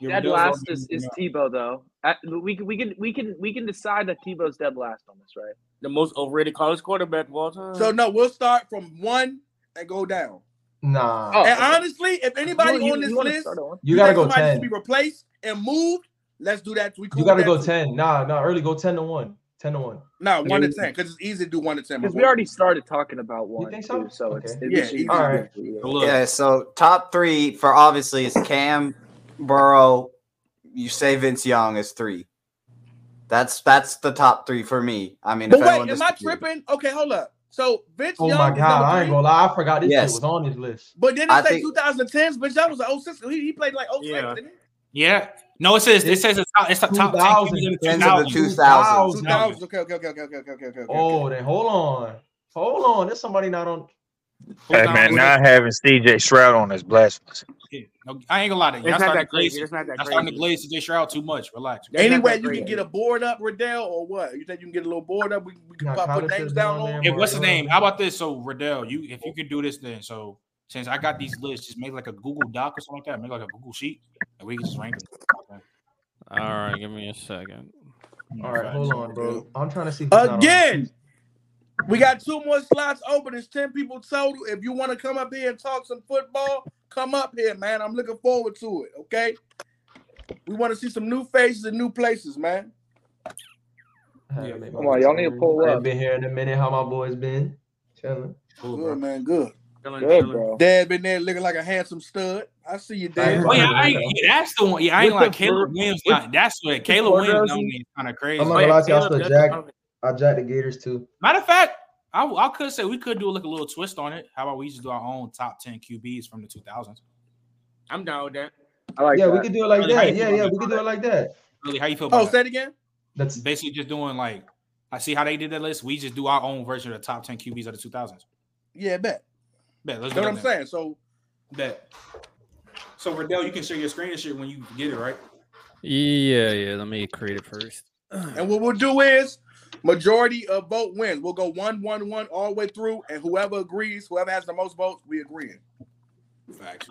Speaker 3: yeah,
Speaker 2: Dead
Speaker 3: Riddell's
Speaker 2: last
Speaker 3: already
Speaker 2: is, is
Speaker 3: moving up.
Speaker 2: Tebow though. At, we can we can we can we can decide that Tebow's dead last on this, right?
Speaker 8: The most overrated college quarterback of all time.
Speaker 1: So no, we'll start from one and go down.
Speaker 7: Nah.
Speaker 2: Oh,
Speaker 1: And
Speaker 2: okay.
Speaker 1: honestly, if anybody
Speaker 2: You- you-
Speaker 1: on this
Speaker 2: you wanna
Speaker 1: list,
Speaker 2: start at one?
Speaker 7: You gotta
Speaker 1: think
Speaker 7: go
Speaker 1: somebody needs to
Speaker 7: ten.
Speaker 1: be replaced and moved, let's do that. We cool
Speaker 7: You gotta
Speaker 1: with that
Speaker 7: go
Speaker 1: too.
Speaker 7: ten. Nah, nah. Early go ten to one. Ten to one.
Speaker 1: No,
Speaker 3: Yeah,
Speaker 1: one to
Speaker 3: we-
Speaker 1: ten, because it's easy to do one to ten. my
Speaker 2: Because we
Speaker 1: boy.
Speaker 2: already started talking about one,
Speaker 7: think so?
Speaker 2: too, so it's
Speaker 7: Okay.
Speaker 2: it,
Speaker 1: Yeah,
Speaker 2: we should
Speaker 1: easy
Speaker 2: easy.
Speaker 1: to
Speaker 7: All
Speaker 1: do.
Speaker 7: right.
Speaker 3: So look,
Speaker 4: Yeah, so top three for obviously is Cam, Burrow. You say Vince Young is three. That's that's the top three for me. I mean,
Speaker 1: But
Speaker 4: if anyone
Speaker 1: wait, am I
Speaker 4: disagrees.
Speaker 1: tripping? Okay, hold up. So Vince
Speaker 7: Oh
Speaker 1: Young
Speaker 7: my
Speaker 1: is
Speaker 7: god,
Speaker 1: number
Speaker 7: I
Speaker 1: three,
Speaker 7: ain't gonna lie. I forgot this
Speaker 4: Yes.
Speaker 7: shit was on his list.
Speaker 1: but then
Speaker 4: I
Speaker 1: it say
Speaker 4: think-
Speaker 1: 2010s. Vince Young was like 06. He, he played like 06,
Speaker 8: Yeah.
Speaker 1: didn't he?
Speaker 3: yeah. No, it says it says it's top, it's the top ten teams in the
Speaker 4: 2000. Friends of the two-
Speaker 3: 2000.
Speaker 7: 2000.
Speaker 1: 2000s. Okay, okay, okay, okay, okay, okay, okay, okay. okay.
Speaker 7: Oh, then hold on. Hold on. There's somebody not on.
Speaker 6: Hey, man, not having CJ Shroud on is blasphemous.
Speaker 3: Yeah, no, I ain't gonna lie to you.
Speaker 8: it's
Speaker 3: Y'all
Speaker 8: not that
Speaker 3: starting to glaze.
Speaker 8: crazy. It's not that
Speaker 3: I'm starting to
Speaker 8: crazy.
Speaker 3: glaze CJ Shroud too much. Relax.
Speaker 8: That's not
Speaker 1: Anyway,
Speaker 8: that
Speaker 1: you can
Speaker 8: crazy.
Speaker 1: get a board up, Riddell, or what? You think you can get a little board up? We, we can
Speaker 7: Nah,
Speaker 1: pop, put
Speaker 7: Collins
Speaker 1: names
Speaker 7: is
Speaker 1: down
Speaker 7: on
Speaker 1: on.
Speaker 7: there.
Speaker 3: Hey, what's his
Speaker 7: Mariota.
Speaker 3: name? How about this? So Riddell, you if you could do this then. So since I got these lists, just make like a Google Doc or something like that. Make like a Google sheet, and we can just rank them.
Speaker 5: All right, give me a second.
Speaker 3: Mm,
Speaker 7: All right,
Speaker 3: facts.
Speaker 7: hold on, bro. I'm trying to see. who's not on.
Speaker 1: Again, we got two more slots open. It's 10 people total. If you want to come up here and talk some football, come up here, man. I'm looking forward to it, okay? We want to see some new faces and new places, man.
Speaker 7: I haven't
Speaker 3: Yeah,
Speaker 7: made my
Speaker 2: Come on,
Speaker 7: list
Speaker 2: y'all need to
Speaker 7: already.
Speaker 2: pull
Speaker 7: I ain't
Speaker 2: up.
Speaker 7: been here in a minute. How my boys been? Chilling.
Speaker 3: Cool, bro.
Speaker 1: Good, man. Good.
Speaker 8: Chilling,
Speaker 2: Good,
Speaker 8: chilling.
Speaker 2: bro.
Speaker 1: Dad been there looking like a handsome stud. I see you,
Speaker 7: I
Speaker 1: Dad.
Speaker 3: Oh yeah,
Speaker 7: heard
Speaker 3: I
Speaker 7: that,
Speaker 3: ain't,
Speaker 7: though.
Speaker 3: yeah, that's the one. Yeah,
Speaker 2: With
Speaker 3: I ain't like
Speaker 2: the
Speaker 3: Caleb
Speaker 2: ver-
Speaker 3: Williams.
Speaker 2: with-
Speaker 3: not, that's what Caleb
Speaker 2: four
Speaker 3: Williams
Speaker 2: thousand?
Speaker 3: is kind of
Speaker 7: I'm
Speaker 3: crazy.
Speaker 7: not
Speaker 8: Oh
Speaker 7: gonna
Speaker 8: yeah,
Speaker 7: lie to you. I
Speaker 8: Caleb.
Speaker 7: still
Speaker 8: That's
Speaker 7: jack.
Speaker 8: okay.
Speaker 7: I jack the Gators too.
Speaker 3: Matter of fact, I, I could say we could do like a little twist on it. How about we just do our own top ten QBs from the 2000s?
Speaker 8: I'm down with that.
Speaker 2: I like
Speaker 7: Yeah, we
Speaker 2: that.
Speaker 7: could do it like
Speaker 3: Really, how you
Speaker 7: that.
Speaker 3: feel
Speaker 7: Yeah,
Speaker 3: about
Speaker 7: yeah,
Speaker 3: that?
Speaker 7: we could do it like that.
Speaker 3: Really, how you feel about
Speaker 1: Oh,
Speaker 3: that?
Speaker 1: say it again.
Speaker 7: That's
Speaker 3: Basically, just doing like I see how they did that list. We just do our own version of the top ten QBs of the 2000s.
Speaker 1: Yeah, bet.
Speaker 3: Bet,
Speaker 1: That's
Speaker 3: let's do
Speaker 1: what
Speaker 3: that.
Speaker 1: I'm
Speaker 3: then.
Speaker 1: saying. So
Speaker 3: Bet. So Riddell, you can share your screen and shit when you get it, right?
Speaker 5: Yeah, yeah. Let me create it first.
Speaker 1: And what we'll do is majority of vote wins. We'll go one, one, one all the way through, and whoever agrees, whoever has the most votes, we agree.
Speaker 3: Facts.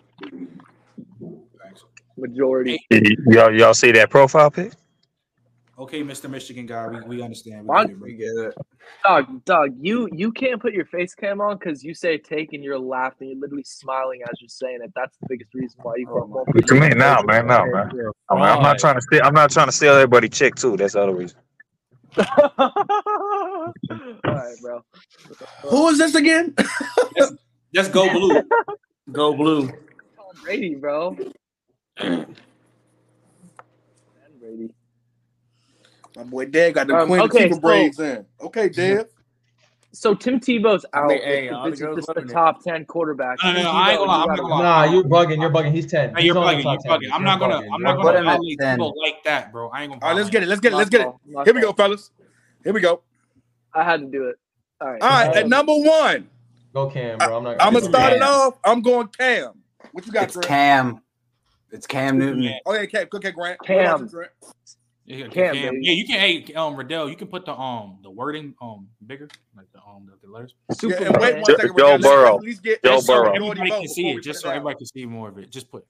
Speaker 3: Facts.
Speaker 2: Majority.
Speaker 3: Hey,
Speaker 6: Y- Y'all, y'all see that profile pic?
Speaker 3: okay, Mr. Michigan guy, we, we understand. We
Speaker 2: Why-
Speaker 3: get it, bro.
Speaker 4: We get it.
Speaker 2: Dog, dog, you you can't put your face cam on because you say take and you're laughing. You're literally smiling as you're saying it. That's the biggest reason why you
Speaker 4: Oh
Speaker 2: won't
Speaker 4: my
Speaker 2: won't
Speaker 6: What
Speaker 2: put
Speaker 6: you
Speaker 2: your
Speaker 6: mean?
Speaker 2: face
Speaker 6: Nah, man, nah,
Speaker 2: on
Speaker 6: man.
Speaker 5: You're a
Speaker 6: I'm, I'm not
Speaker 5: fraud.
Speaker 6: trying to steal. I'm not trying to steal everybody check too. That's the other reason.
Speaker 2: there. All right, bro.
Speaker 1: Who is this again?
Speaker 3: Let's, let's go blue.
Speaker 8: Go blue.
Speaker 2: Tom Brady, bro. And Brady.
Speaker 1: My boy Dad got the
Speaker 2: Um,
Speaker 1: Queen
Speaker 2: okay,
Speaker 1: Latifah
Speaker 2: so-
Speaker 1: braids in. Okay, Dad.
Speaker 2: So Tim Tebow's
Speaker 8: I
Speaker 2: out.
Speaker 8: mean,
Speaker 2: This-
Speaker 8: hey, all the
Speaker 2: this is
Speaker 8: girls
Speaker 2: just the
Speaker 8: loving it.
Speaker 2: top ten quarterback.
Speaker 3: No,
Speaker 2: Tim
Speaker 3: no, no, Uh, I ain't
Speaker 2: Tebow,
Speaker 3: gonna
Speaker 2: you
Speaker 3: lie. I'm not
Speaker 2: gotta-
Speaker 3: gonna lie.
Speaker 7: nah. You're bugging. You're bugging. He's ten.
Speaker 3: Nah,
Speaker 7: He's
Speaker 3: you're
Speaker 7: on the
Speaker 3: bugging.
Speaker 7: top
Speaker 3: You're
Speaker 7: ten.
Speaker 3: bugging.
Speaker 7: You're
Speaker 3: I'm not gonna.
Speaker 7: bugging.
Speaker 3: I'm
Speaker 7: You're
Speaker 3: not
Speaker 4: We'll put
Speaker 3: gonna
Speaker 4: him
Speaker 7: bugging.
Speaker 4: at
Speaker 3: violate
Speaker 4: 10.
Speaker 3: people like that, bro. I ain't gonna.
Speaker 1: All right, let's
Speaker 3: violate.
Speaker 1: get it. Let's get it.
Speaker 2: My
Speaker 1: Let's get it.
Speaker 2: fault, Oh, my
Speaker 1: Here we go,
Speaker 2: fault.
Speaker 1: fellas. Here we go.
Speaker 2: I had to do it. All right.
Speaker 1: All right, at
Speaker 7: Alright.
Speaker 1: number one,
Speaker 7: Uh, Go Cam, bro. I'm not.
Speaker 1: I'm gonna
Speaker 7: I'm not-
Speaker 1: start it
Speaker 4: Cam.
Speaker 1: off. I'm going Cam. What you got,
Speaker 4: It's
Speaker 1: Trent?
Speaker 4: Cam. It's Cam Newton.
Speaker 3: Yeah,
Speaker 1: Oh yeah, Cam. Okay, Grant. What
Speaker 2: Cam.
Speaker 1: else is Trent?
Speaker 3: yeah, okay,
Speaker 2: Cam,
Speaker 3: Cam.
Speaker 2: baby.
Speaker 3: yeah, you can. Hey, um, Riddell, you can put the um the wording um bigger, like the um the, the letters.
Speaker 1: Yeah,
Speaker 2: Superman.
Speaker 1: and wait one
Speaker 6: Joe-
Speaker 1: second.
Speaker 6: Joe
Speaker 1: Riddell. Let's, let's
Speaker 6: Burrow.
Speaker 1: at least get
Speaker 6: Joe
Speaker 1: let's
Speaker 3: Just
Speaker 1: get a
Speaker 3: so
Speaker 6: Burrow.
Speaker 1: majority
Speaker 3: everybody can
Speaker 1: vote
Speaker 3: see
Speaker 1: before we
Speaker 3: it.
Speaker 1: put
Speaker 3: Just
Speaker 1: it
Speaker 3: so
Speaker 1: down.
Speaker 3: everybody can see more of it. Just put.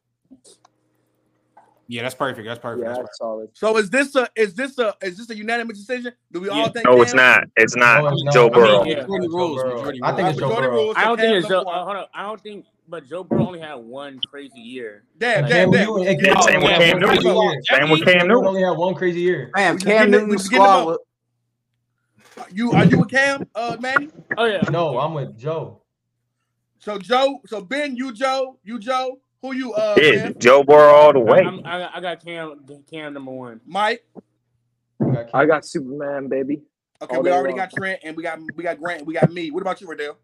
Speaker 3: Yeah, that's perfect. That's perfect.
Speaker 2: Yeah,
Speaker 3: That's
Speaker 2: that's solid.
Speaker 1: So is this a is this a is this a unanimous decision? Do we all
Speaker 3: Yeah.
Speaker 1: think?
Speaker 6: No, it's
Speaker 1: Cam-
Speaker 6: not. It's not.
Speaker 7: No, it's not.
Speaker 6: Joe
Speaker 3: perfect. I
Speaker 6: Burrow.
Speaker 3: mean,
Speaker 8: Yeah.
Speaker 3: majority rules. Majority
Speaker 7: I think
Speaker 3: rules.
Speaker 7: it's
Speaker 1: Majority
Speaker 7: Joe Burrow.
Speaker 1: rules, so
Speaker 8: I don't
Speaker 1: Cam's
Speaker 8: think it's
Speaker 1: number
Speaker 8: Joe.
Speaker 1: one.
Speaker 8: Uh, hold on. I don't think, but Joe Burrow only had one crazy year.
Speaker 1: Damn,
Speaker 8: Like,
Speaker 1: damn,
Speaker 7: Cam,
Speaker 1: damn.
Speaker 7: you- hey,
Speaker 6: Yeah,
Speaker 7: Cam,
Speaker 6: same
Speaker 7: you
Speaker 6: with
Speaker 7: only
Speaker 6: Cam
Speaker 7: had one
Speaker 6: Newton.
Speaker 7: crazy year.
Speaker 6: Same with Cam
Speaker 7: Cam Newton
Speaker 6: Newton.
Speaker 7: only had one crazy year.
Speaker 4: Man,
Speaker 1: We just
Speaker 4: Cam
Speaker 1: getting it- we
Speaker 4: Newton's
Speaker 1: just getting him
Speaker 4: squad
Speaker 1: out.
Speaker 4: was,
Speaker 1: You are you with Cam, uh, Manny?
Speaker 8: Oh yeah.
Speaker 7: No, I'm with Joe.
Speaker 1: So Joe, so Ben, you Joe, you Joe, who you uh,
Speaker 6: Yeah,
Speaker 1: Kev?
Speaker 6: Joe Burrow all the way.
Speaker 8: I'm, I, I got Cam. Cam number one.
Speaker 1: Mike.
Speaker 2: I got Superman, baby.
Speaker 1: Okay,
Speaker 2: All
Speaker 1: we
Speaker 2: day
Speaker 1: already
Speaker 2: long.
Speaker 1: got Trent, and we got we got Grant, we got me. What about you, Riddell?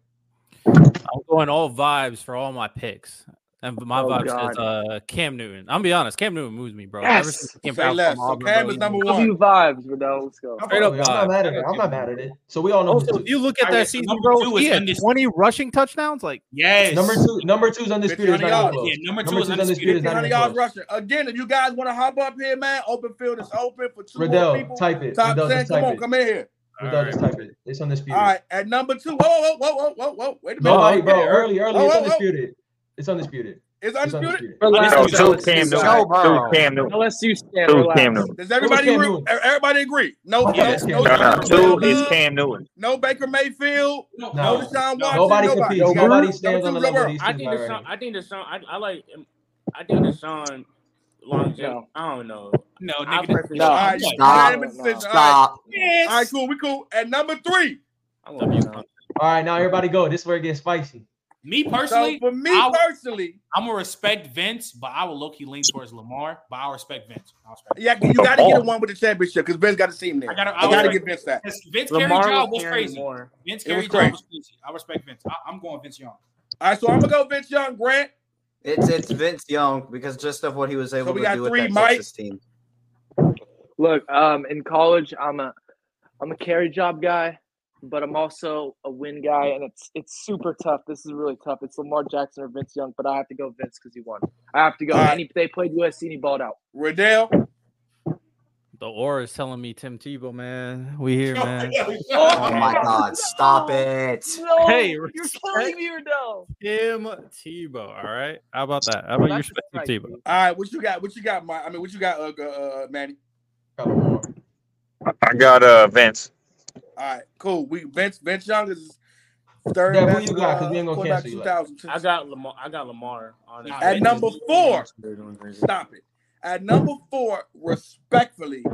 Speaker 5: I'm going all vibes for all my picks. And my
Speaker 2: Oh,
Speaker 5: vibes
Speaker 2: God.
Speaker 5: is uh, Cam Newton. I'm gonna be honest, Cam Newton moves me, bro. Ever
Speaker 2: Yes.
Speaker 5: since he came
Speaker 1: Say
Speaker 5: out
Speaker 1: less.
Speaker 5: from
Speaker 1: So
Speaker 5: Auburn,
Speaker 1: Cam
Speaker 5: bro,
Speaker 1: is
Speaker 5: he-
Speaker 1: number one.
Speaker 2: W vibes, Riddell. Let's go.
Speaker 5: Straight up
Speaker 7: I'm not
Speaker 5: live.
Speaker 7: mad at it. I'm not mad at it. So we all know
Speaker 5: Also,
Speaker 7: who's
Speaker 5: if
Speaker 7: two.
Speaker 5: you look at
Speaker 3: All right,
Speaker 5: that
Speaker 3: so
Speaker 5: season,
Speaker 3: number
Speaker 5: bro,
Speaker 3: two is
Speaker 5: he had
Speaker 3: undis-
Speaker 5: 20 rushing touchdowns. Like,
Speaker 3: Yes.
Speaker 7: Number two, number two is undisputed. It's not even
Speaker 1: 1500
Speaker 7: close.
Speaker 3: Yeah, number two
Speaker 7: Number
Speaker 3: is
Speaker 7: two is
Speaker 3: undisputed.
Speaker 7: undisputed. It's not
Speaker 1: 1,500
Speaker 7: even
Speaker 1: yards
Speaker 7: close.
Speaker 1: rushing. Again, if you guys want to hop up here, man, open field is open for two more
Speaker 7: Riddell,
Speaker 1: people.
Speaker 7: type it.
Speaker 1: Top
Speaker 7: Riddell,
Speaker 1: 10,
Speaker 7: just
Speaker 1: come
Speaker 7: type
Speaker 1: on,
Speaker 7: it.
Speaker 1: come in here.
Speaker 7: Riddell, just type it. It's undisputed.
Speaker 1: All right, at number two. Whoa, whoa, whoa, whoa, whoa, whoa. Wait a minute.
Speaker 7: No,
Speaker 1: Mike.
Speaker 7: hey, bro, early, early.
Speaker 1: Whoa,
Speaker 7: It's
Speaker 1: whoa, whoa.
Speaker 7: undisputed. It's undisputed.
Speaker 1: It's
Speaker 7: It's
Speaker 1: undisputed.
Speaker 7: undisputed.
Speaker 2: Relax,
Speaker 6: No,
Speaker 3: Undisputed.
Speaker 2: LSU
Speaker 6: two
Speaker 2: guys.
Speaker 6: Cam
Speaker 4: Joe
Speaker 6: Newton. Two
Speaker 4: Burrow.
Speaker 6: Cam Newton.
Speaker 2: LSU stand.
Speaker 6: Two Cam
Speaker 2: Relax.
Speaker 6: Newton.
Speaker 1: Does
Speaker 7: Who is
Speaker 1: everybody
Speaker 7: Cam
Speaker 1: re-
Speaker 7: Newton?
Speaker 1: everybody agree? No,
Speaker 7: Yeah,
Speaker 1: no,
Speaker 7: that's Cam
Speaker 1: no,
Speaker 7: Newton.
Speaker 1: no,
Speaker 6: Nah,
Speaker 1: Terrell
Speaker 6: two is
Speaker 1: Love,
Speaker 6: Cam Newton.
Speaker 1: no Baker Mayfield, no
Speaker 3: No,
Speaker 7: No.
Speaker 1: Deshaun
Speaker 3: no.
Speaker 1: Watson, nobody.
Speaker 7: Nobody competes.
Speaker 1: You got
Speaker 7: Nobody
Speaker 1: number
Speaker 7: stands
Speaker 1: two
Speaker 7: on
Speaker 1: is Joe
Speaker 7: the level of
Speaker 1: Burrow.
Speaker 7: these
Speaker 8: I
Speaker 7: teams
Speaker 8: think
Speaker 7: by
Speaker 8: the Sean.
Speaker 7: right
Speaker 8: I think the Sean. I, I like. I think the Sean. Longevity.
Speaker 2: No.
Speaker 8: I don't know.
Speaker 3: No,
Speaker 8: I
Speaker 3: nigga. this-
Speaker 8: personally.
Speaker 2: No.
Speaker 1: All
Speaker 8: I'm
Speaker 1: right,
Speaker 8: like.
Speaker 4: Stop.
Speaker 1: unanimous
Speaker 2: No, no.
Speaker 1: decision. All right,
Speaker 4: Stop.
Speaker 1: all right,
Speaker 3: Yes.
Speaker 1: cool, we cool. At number three.
Speaker 8: I'm like,
Speaker 5: W.
Speaker 8: no.
Speaker 7: All right, now everybody go. This is where it gets spicy.
Speaker 3: Me
Speaker 1: So
Speaker 3: personally,
Speaker 1: for me
Speaker 3: I-
Speaker 1: personally,
Speaker 3: I'm gonna respect Vince, but I will low key lean towards Lamar. But I respect Vince. I respect.
Speaker 1: yeah, you got to
Speaker 6: Lamar.
Speaker 1: get a one with the championship because Vince got a team there.
Speaker 3: I gotta-
Speaker 1: I
Speaker 3: I
Speaker 1: got to
Speaker 3: respect-
Speaker 1: get Vince that.
Speaker 3: Vince, Vince
Speaker 8: Lamar
Speaker 3: Carey job
Speaker 8: was
Speaker 3: was
Speaker 8: carrying
Speaker 3: crazy.
Speaker 8: more.
Speaker 3: Vince
Speaker 1: It was
Speaker 3: Carey job
Speaker 1: crazy.
Speaker 3: was crazy. I respect Vince. I, am going Vince Young.
Speaker 1: All right, so I'm gonna go Vince Young, Grant.
Speaker 4: It's it's Vince Young because just of what he was able
Speaker 1: we
Speaker 4: to
Speaker 1: got
Speaker 4: do with
Speaker 1: three,
Speaker 4: that
Speaker 1: Mike.
Speaker 4: Texas team.
Speaker 2: Look, um, in college, I'm a, I'm a carry job guy, but I'm also a win guy, and it's it's super tough. This is really tough. It's Lamar Jackson or Vince Young, but I have to go Vince because he won. I have to go.
Speaker 1: All right.
Speaker 2: And he, they played USC and he balled out.
Speaker 1: Riddell.
Speaker 5: the aura is telling me Tim Tebow, man. We here, man.
Speaker 4: Oh my God! Stop it!
Speaker 2: No,
Speaker 5: Hey,
Speaker 2: you're
Speaker 5: respect-
Speaker 2: killing me, Riddell.
Speaker 5: Tim Tebow. All right. How about that? How about you
Speaker 2: That's
Speaker 5: respect Tim
Speaker 2: right,
Speaker 5: Tebow?
Speaker 2: dude.
Speaker 1: All right, what you got? What you got, Mike? I mean, what you got, uh, uh, Manny?
Speaker 7: Got Lamar.
Speaker 6: I got uh Vince.
Speaker 1: All right, cool. We Vince Vince Young is third
Speaker 7: Dev, who
Speaker 1: best
Speaker 7: you got? Because we
Speaker 1: uh,
Speaker 7: ain't gonna
Speaker 1: quarterback
Speaker 7: cancel you. Like.
Speaker 1: 2000.
Speaker 8: I got Lamar. I got Lamar. Honestly.
Speaker 3: Nah,
Speaker 1: At
Speaker 3: Vince
Speaker 1: number four,
Speaker 8: Stop.
Speaker 1: stop it. At number four, respectfully,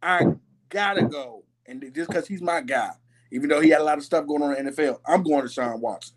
Speaker 1: I gotta go, and just because he's my guy, even though he had a lot of stuff going on in the NFL, I'm going to Sean Watson.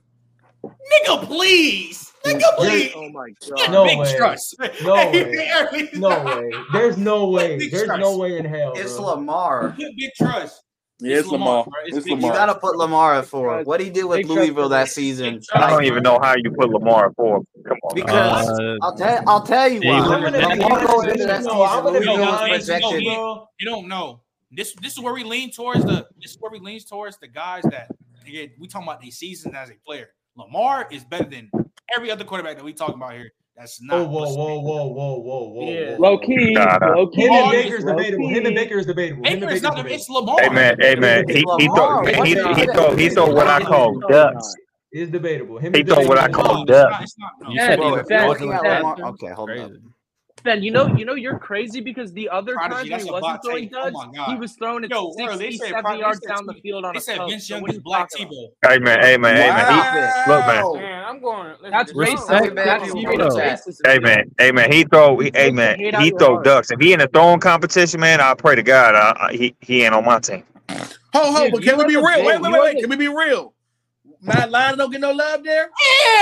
Speaker 3: Nigga, please. Nigga, please.
Speaker 2: Oh my
Speaker 3: That's
Speaker 2: god.
Speaker 7: No
Speaker 3: big
Speaker 7: way.
Speaker 3: trust.
Speaker 7: No
Speaker 3: Hey,
Speaker 7: way.
Speaker 3: Barry.
Speaker 7: No way. There's no way.
Speaker 3: Big
Speaker 7: There's no
Speaker 3: trust.
Speaker 7: way in hell,
Speaker 4: It's
Speaker 7: bro.
Speaker 4: Lamar.
Speaker 3: Big trust.
Speaker 1: Yeah, it's Lamar.
Speaker 3: bro.
Speaker 1: It's
Speaker 3: big
Speaker 1: Lamar.
Speaker 4: You
Speaker 3: trust.
Speaker 4: got to put Lamar at four.
Speaker 2: Because-
Speaker 4: What he did with
Speaker 2: Big trust
Speaker 4: Louisville
Speaker 2: for
Speaker 4: that
Speaker 2: me.
Speaker 4: season,
Speaker 3: Big
Speaker 6: I
Speaker 3: trust.
Speaker 4: like
Speaker 6: don't even know how you put Lamar at four. Come on. now.
Speaker 4: because
Speaker 5: Uh,
Speaker 4: I'll tell I'll tell you
Speaker 5: Jalen
Speaker 4: why.
Speaker 7: I'm gonna be
Speaker 4: Lamar
Speaker 5: Ramsey.
Speaker 7: honest
Speaker 4: going
Speaker 7: with
Speaker 4: into
Speaker 7: you.
Speaker 4: that
Speaker 7: No, I'm
Speaker 4: season,
Speaker 7: gonna
Speaker 3: Yo,
Speaker 7: be
Speaker 3: yo,
Speaker 4: Louisville was
Speaker 7: honest with
Speaker 3: James, no,
Speaker 7: you,
Speaker 4: projected.
Speaker 3: he,
Speaker 7: bro.
Speaker 3: you don't know. This this is where we lean towards the this is where we lean towards the guys that again, we talking about the season as a player. Lamar is better than every other quarterback that we talking about here. That's
Speaker 7: Oh, Whoa,
Speaker 3: not
Speaker 7: whoa, whoa, whoa, whoa, whoa, whoa,
Speaker 8: Yeah.
Speaker 7: whoa.
Speaker 2: Low
Speaker 7: whoa.
Speaker 2: key,
Speaker 6: Nah, nah.
Speaker 2: low key,
Speaker 7: Him and
Speaker 3: Lamar
Speaker 7: Baker's
Speaker 3: is
Speaker 2: low
Speaker 7: debatable. Him and
Speaker 2: key.
Speaker 7: Baker's debatable. Him
Speaker 3: Baker
Speaker 7: and Baker's
Speaker 3: is not a, it's
Speaker 7: debatable.
Speaker 3: Lamar.
Speaker 6: Hey man, hey
Speaker 7: Him and
Speaker 6: man.
Speaker 7: Baker's
Speaker 6: He
Speaker 7: debatable.
Speaker 6: he throw
Speaker 4: Lamar,
Speaker 6: he
Speaker 4: what
Speaker 6: he,
Speaker 4: did
Speaker 6: he
Speaker 4: he
Speaker 2: No,
Speaker 6: throw he
Speaker 4: do?
Speaker 6: throw what I
Speaker 2: no,
Speaker 6: call
Speaker 2: no,
Speaker 6: ducks.
Speaker 2: not.
Speaker 7: It's debatable. Him
Speaker 6: He
Speaker 7: and
Speaker 6: throw
Speaker 7: Baker's
Speaker 6: what I
Speaker 3: It's
Speaker 6: call
Speaker 3: not.
Speaker 7: debatable.
Speaker 3: It's
Speaker 6: ducks.
Speaker 3: not. It's not. No.
Speaker 5: You
Speaker 2: Ben,
Speaker 5: said he
Speaker 4: Bro,
Speaker 5: was
Speaker 4: if you're
Speaker 2: Ben,
Speaker 4: looking
Speaker 5: talking
Speaker 4: at
Speaker 5: about
Speaker 2: Ben,
Speaker 4: Lamar,
Speaker 5: ducks?
Speaker 4: okay, hold up.
Speaker 5: Crazy.
Speaker 2: Ben, you know, you know, you're crazy because the other
Speaker 3: Prodigy,
Speaker 2: times when he
Speaker 3: that's a
Speaker 2: wasn't
Speaker 3: bot
Speaker 2: throwing
Speaker 3: take. Oh
Speaker 2: duds,
Speaker 3: my
Speaker 2: he
Speaker 3: god.
Speaker 2: was throwing it
Speaker 3: Yo, bro, they
Speaker 2: 60,
Speaker 3: said
Speaker 2: 70
Speaker 3: Prod- they
Speaker 2: yards
Speaker 3: said
Speaker 2: down the field on
Speaker 3: they
Speaker 2: a
Speaker 3: said
Speaker 2: coast.
Speaker 3: Vince
Speaker 2: So
Speaker 3: Young
Speaker 2: what are
Speaker 3: is
Speaker 2: you
Speaker 3: Black
Speaker 2: talking about?
Speaker 3: Tebow.
Speaker 6: Hey man, hey man, hey man.
Speaker 4: Stop
Speaker 6: He
Speaker 4: it.
Speaker 6: look man.
Speaker 1: Wow.
Speaker 8: Man, I'm going. Listen,
Speaker 2: That's
Speaker 8: the Sean
Speaker 5: Respect
Speaker 4: Somebody
Speaker 8: Watson.
Speaker 4: mad at
Speaker 2: that's
Speaker 5: Tim
Speaker 4: me
Speaker 2: straight up
Speaker 5: Tebow.
Speaker 2: racist,
Speaker 6: Hey
Speaker 2: Riddell.
Speaker 6: man, hey man, he throw, he- hey
Speaker 2: Take the
Speaker 6: man,
Speaker 2: hate out
Speaker 6: he
Speaker 2: of your
Speaker 6: throw
Speaker 2: heart,
Speaker 6: ducks. If he in a throwing competition, man, I pray to God, I, I, he he ain't on my team.
Speaker 1: Ho ho,
Speaker 2: dude.
Speaker 1: but
Speaker 2: You
Speaker 1: can we
Speaker 2: wasn't
Speaker 1: be real? Wait,
Speaker 2: big.
Speaker 1: wait,
Speaker 2: You
Speaker 1: wait, wait.
Speaker 2: wasn't.
Speaker 1: Can we be real? Matt Lyon don't get no love there.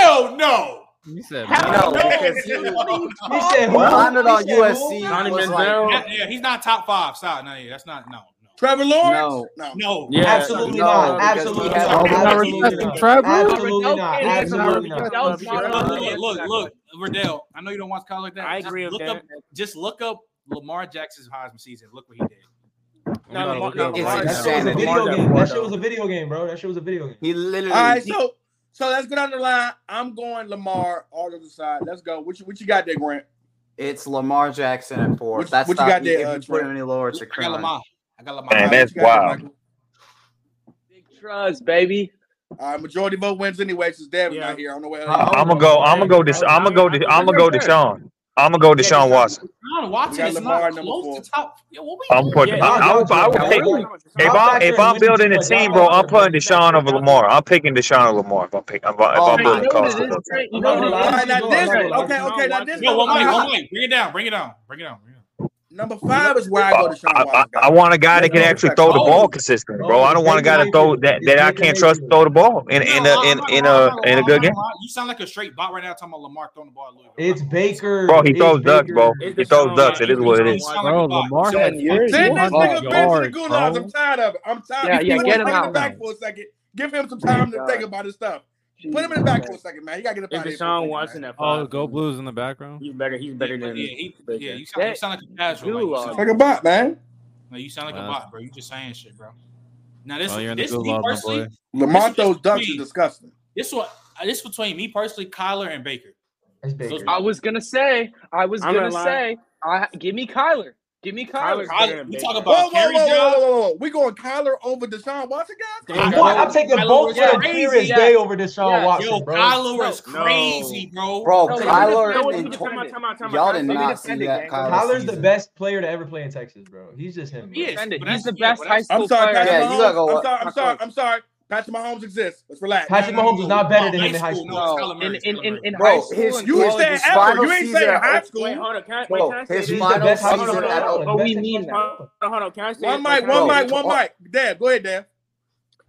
Speaker 3: Hell no.
Speaker 5: You said
Speaker 2: Hell
Speaker 5: Matt.
Speaker 4: No,
Speaker 3: No,
Speaker 4: because
Speaker 3: no,
Speaker 4: he
Speaker 7: He
Speaker 3: no, no.
Speaker 7: said
Speaker 4: he
Speaker 7: who?
Speaker 4: landed
Speaker 7: He
Speaker 4: on
Speaker 7: said who?
Speaker 4: USC
Speaker 8: Johnny
Speaker 4: and was like,
Speaker 8: Manziel.
Speaker 3: Not- yeah, he's not top five. Stop. No, yeah, that's not no, no.
Speaker 1: Trevor Lawrence.
Speaker 4: no,
Speaker 1: No.
Speaker 3: No,
Speaker 8: Yeah,
Speaker 7: Absolutely
Speaker 8: Johnny
Speaker 7: not.
Speaker 4: no,
Speaker 8: Manziel
Speaker 4: because he
Speaker 8: because
Speaker 7: Absolutely
Speaker 8: he
Speaker 4: had
Speaker 5: Already got
Speaker 8: was out.
Speaker 7: not. Absolutely
Speaker 5: some
Speaker 7: not.
Speaker 5: Trevor.
Speaker 2: No,
Speaker 7: Absolutely
Speaker 2: Riddell
Speaker 7: not.
Speaker 2: can't answer that.
Speaker 7: Absolutely not.
Speaker 2: Riddell's
Speaker 8: Love
Speaker 2: not
Speaker 8: Trevor.
Speaker 2: allowed
Speaker 3: Look,
Speaker 2: to
Speaker 3: look,
Speaker 2: answer
Speaker 3: look,
Speaker 2: that
Speaker 3: look,
Speaker 2: question.
Speaker 3: Riddell. I know you don't watch college like
Speaker 8: I
Speaker 3: that. Just
Speaker 8: agree with
Speaker 3: look
Speaker 8: that.
Speaker 3: up, just look up Lamar Jackson's Heisman season. Look what he did.
Speaker 5: We
Speaker 8: Now
Speaker 5: gotta
Speaker 8: Lamar,
Speaker 5: look
Speaker 8: now
Speaker 5: up
Speaker 4: it's
Speaker 8: Lamar,
Speaker 5: right
Speaker 7: That
Speaker 5: now.
Speaker 7: shit was a
Speaker 8: now
Speaker 4: insanity.
Speaker 8: Lamar's
Speaker 7: video
Speaker 8: at
Speaker 7: game.
Speaker 8: four
Speaker 7: That shit was
Speaker 8: though.
Speaker 7: a video game, bro. That shit was a video game.
Speaker 4: He
Speaker 1: All
Speaker 4: literally.
Speaker 1: right, so so let's go down the line. I'm going Lamar all over the side. Let's go. What you what you got there, Grant?
Speaker 4: It's Lamar Jackson and four.
Speaker 1: What-
Speaker 4: That's
Speaker 1: what you
Speaker 4: not-
Speaker 1: got there,
Speaker 4: If
Speaker 1: uh,
Speaker 4: you put
Speaker 1: Trent?
Speaker 4: him any lower, it's a
Speaker 3: I got
Speaker 4: crime.
Speaker 3: Lamar. I got Lamar.
Speaker 1: All
Speaker 6: Man,
Speaker 1: right, what
Speaker 6: that's
Speaker 1: you got there,
Speaker 6: wild.
Speaker 1: Michael?
Speaker 2: Big trust, baby.
Speaker 1: All right, majority vote wins anyway. Since Devin's
Speaker 8: Yeah.
Speaker 1: not here, I don't know where.
Speaker 4: Uh,
Speaker 1: else.
Speaker 4: hold
Speaker 6: I'm gonna
Speaker 4: on.
Speaker 6: go. I'm
Speaker 8: Hey,
Speaker 6: gonna go.
Speaker 8: I,
Speaker 6: This. I'm
Speaker 8: I,
Speaker 6: gonna go.
Speaker 8: I
Speaker 6: This.
Speaker 8: can
Speaker 6: I'm
Speaker 2: It's
Speaker 6: gonna
Speaker 8: agree.
Speaker 2: your
Speaker 6: go.
Speaker 2: turn.
Speaker 6: Deshaun. I'm gonna go Deshaun Watson.
Speaker 3: Deshaun Watson
Speaker 1: got
Speaker 3: is
Speaker 1: Lamar
Speaker 3: not
Speaker 1: number
Speaker 3: close
Speaker 1: four.
Speaker 3: to top. Yo, what we
Speaker 6: I'm
Speaker 3: doing?
Speaker 6: putting.
Speaker 8: Yeah,
Speaker 6: I, I, would- I would
Speaker 4: y'all
Speaker 6: pick.
Speaker 4: joking.
Speaker 6: If I'm if I'm building a team, bro, I'm putting Deshaun over Lamar. I'm picking Deshaun over Lamar. If I'm pick, if I- if
Speaker 4: Oh
Speaker 6: I'm
Speaker 4: my
Speaker 6: building a
Speaker 4: God.
Speaker 6: college football team.
Speaker 8: You know
Speaker 1: All
Speaker 8: what
Speaker 1: right,
Speaker 8: it is?
Speaker 1: now this. Okay,
Speaker 3: Deshaun
Speaker 1: okay, now this.
Speaker 3: Yo, one
Speaker 1: number
Speaker 3: mic, one
Speaker 1: five-
Speaker 3: mic. Bring it down, bring it down, bring it down. Bring it down.
Speaker 1: Number five is where I go
Speaker 6: I,
Speaker 1: to Sean
Speaker 6: I,
Speaker 1: Watson.
Speaker 6: I want a guy that can
Speaker 1: No
Speaker 6: actually
Speaker 1: disrespect.
Speaker 6: throw the
Speaker 3: Oh.
Speaker 6: ball consistently, bro.
Speaker 7: Oh,
Speaker 6: I don't want a
Speaker 7: Baker
Speaker 6: guy to throw
Speaker 7: Mayfield.
Speaker 6: that
Speaker 7: It's
Speaker 6: that I
Speaker 7: Baker
Speaker 6: can't trust to
Speaker 7: Mayfield.
Speaker 6: throw the ball in
Speaker 3: No,
Speaker 6: in a
Speaker 3: I- I'm
Speaker 6: in
Speaker 3: not
Speaker 6: in a
Speaker 3: gonna lie, I'm not
Speaker 6: in
Speaker 3: gonna
Speaker 6: a
Speaker 3: lie, I'm
Speaker 6: good
Speaker 3: not
Speaker 6: game,
Speaker 3: gonna lie. You sound like a straight bot right now talking about Lamar throwing the ball at Louisville.
Speaker 7: It's Baker.
Speaker 6: bro. He
Speaker 7: It's
Speaker 6: throws ducks,
Speaker 7: Baker.
Speaker 6: bro.
Speaker 8: It's
Speaker 6: He throws
Speaker 8: Deshaun
Speaker 6: ducks. It
Speaker 8: Watson.
Speaker 6: is
Speaker 3: You, you,
Speaker 6: what it
Speaker 3: you
Speaker 6: is.
Speaker 3: sound like
Speaker 5: Bro,
Speaker 3: a bot.
Speaker 5: Lamar
Speaker 2: Son,
Speaker 5: had
Speaker 2: you're-
Speaker 1: Send
Speaker 5: fifteen
Speaker 1: this
Speaker 5: 200
Speaker 1: nigga Ben to the
Speaker 5: yards,
Speaker 1: gulags. I'm
Speaker 5: bro.
Speaker 1: tired of it. I'm tired.
Speaker 2: Yeah, yeah,
Speaker 1: Put
Speaker 2: get
Speaker 1: this
Speaker 2: him
Speaker 1: nigga in
Speaker 2: out
Speaker 1: the
Speaker 2: now.
Speaker 1: back for a second. Give him some
Speaker 2: My
Speaker 1: time to
Speaker 2: God.
Speaker 1: think about his stuff. Put him in
Speaker 2: Jesus
Speaker 1: the back for a
Speaker 2: Christ.
Speaker 1: second, man. You gotta get up
Speaker 8: It's
Speaker 1: out of here for a
Speaker 8: Deshaun
Speaker 1: second,
Speaker 8: Watson
Speaker 1: man.
Speaker 8: at five.
Speaker 5: Oh, go blues in the background.
Speaker 8: He's better. He's
Speaker 3: Yeah,
Speaker 8: better
Speaker 3: but
Speaker 8: than
Speaker 3: yeah, he,
Speaker 8: Baker.
Speaker 3: yeah. You sound, you
Speaker 2: That
Speaker 3: sound like a casual. Like you
Speaker 2: gulag.
Speaker 3: sound,
Speaker 1: Like a bot, man.
Speaker 3: no, you sound like a
Speaker 5: Well,
Speaker 3: bot, bro. You just saying shit, bro. Now this,
Speaker 5: well, you're in the
Speaker 3: this
Speaker 5: good
Speaker 3: me
Speaker 5: love, my
Speaker 3: personally,
Speaker 5: boy.
Speaker 1: Lamar
Speaker 3: This is
Speaker 1: throws ducks is
Speaker 3: between-
Speaker 1: disgusting.
Speaker 3: this what this between me personally, Kyler and Baker.
Speaker 7: It's Baker.
Speaker 2: I was gonna say, I was
Speaker 8: I'm
Speaker 2: gonna
Speaker 8: not lying.
Speaker 2: say, I give me Kyler. Give me Kyler.
Speaker 8: Kyler's better
Speaker 3: Kyler,
Speaker 8: than
Speaker 3: we
Speaker 8: Baker.
Speaker 3: talk about
Speaker 1: Whoa, whoa, whoa,
Speaker 3: carry
Speaker 1: whoa, whoa,
Speaker 3: jobs.
Speaker 1: whoa, whoa. We going Kyler over Deshaun Watson, guys?
Speaker 8: There
Speaker 7: I'm,
Speaker 8: you go.
Speaker 7: going, I'm taking
Speaker 3: Kyler
Speaker 7: both
Speaker 3: was
Speaker 7: for the
Speaker 3: crazy.
Speaker 7: clearest
Speaker 2: Yeah.
Speaker 7: day over Deshaun
Speaker 2: Yeah.
Speaker 3: Yo,
Speaker 7: Watson, bro.
Speaker 3: Kyler is
Speaker 2: No,
Speaker 8: no.
Speaker 3: crazy, bro.
Speaker 4: Bro,
Speaker 2: No, let me
Speaker 4: Kyler
Speaker 2: defend- let
Speaker 4: in
Speaker 2: me
Speaker 4: tw-
Speaker 2: defend it.
Speaker 4: y'all did
Speaker 2: Let me
Speaker 4: not see
Speaker 2: defend it,
Speaker 4: that
Speaker 2: gang. Go
Speaker 4: Kyler
Speaker 2: ahead.
Speaker 7: Kyler's the
Speaker 4: season.
Speaker 7: best player to ever play in Texas, bro. He's just him. Bro.
Speaker 3: Yes,
Speaker 2: Defend it.
Speaker 3: but
Speaker 2: He's
Speaker 3: that's
Speaker 2: the
Speaker 3: yeah,
Speaker 2: best
Speaker 3: but
Speaker 2: high
Speaker 3: that's
Speaker 1: I'm
Speaker 2: school
Speaker 1: sorry,
Speaker 2: player
Speaker 1: Patrick
Speaker 4: Yeah,
Speaker 2: ever.
Speaker 4: you gotta
Speaker 1: Mahomes.
Speaker 4: go.
Speaker 1: I'm
Speaker 4: What?
Speaker 1: sorry, I'm
Speaker 2: My
Speaker 1: sorry,
Speaker 2: coach.
Speaker 1: I'm sorry. Patrick Mahomes exists. Let's relax.
Speaker 7: Patrick
Speaker 3: no, no,
Speaker 7: Mahomes was
Speaker 3: no,
Speaker 7: not
Speaker 3: no,
Speaker 7: better than him
Speaker 3: high
Speaker 7: in high
Speaker 3: school.
Speaker 7: school.
Speaker 3: No,
Speaker 2: No,
Speaker 3: it's Kyler
Speaker 2: in
Speaker 3: Murray. It's
Speaker 2: in
Speaker 3: Kyler
Speaker 2: in,
Speaker 3: Murray.
Speaker 2: in high
Speaker 4: Bro,
Speaker 2: school
Speaker 4: his
Speaker 2: and
Speaker 1: You ain't
Speaker 4: well,
Speaker 2: college.
Speaker 1: saying
Speaker 4: his
Speaker 1: ever.
Speaker 4: final
Speaker 1: You ain't saying
Speaker 4: season.
Speaker 1: high
Speaker 4: At,
Speaker 8: Wait,
Speaker 1: school.
Speaker 8: hold on. Can I, wait,
Speaker 4: bro,
Speaker 8: can I say
Speaker 4: his
Speaker 8: this?
Speaker 7: He's the
Speaker 4: final
Speaker 7: best high
Speaker 2: Oh,
Speaker 7: school
Speaker 8: hold
Speaker 4: season
Speaker 8: on,
Speaker 4: at
Speaker 8: hold
Speaker 2: oh,
Speaker 8: on,
Speaker 2: oh, we
Speaker 4: Alabama.
Speaker 2: mean that.
Speaker 8: hold on, hold on. Can I say
Speaker 1: One
Speaker 8: this? Like,
Speaker 1: mic,
Speaker 8: can I
Speaker 1: one
Speaker 4: Bro,
Speaker 8: say
Speaker 1: mic,
Speaker 8: this?
Speaker 1: one
Speaker 4: tw-
Speaker 1: mic. Dad, go ahead, Dad.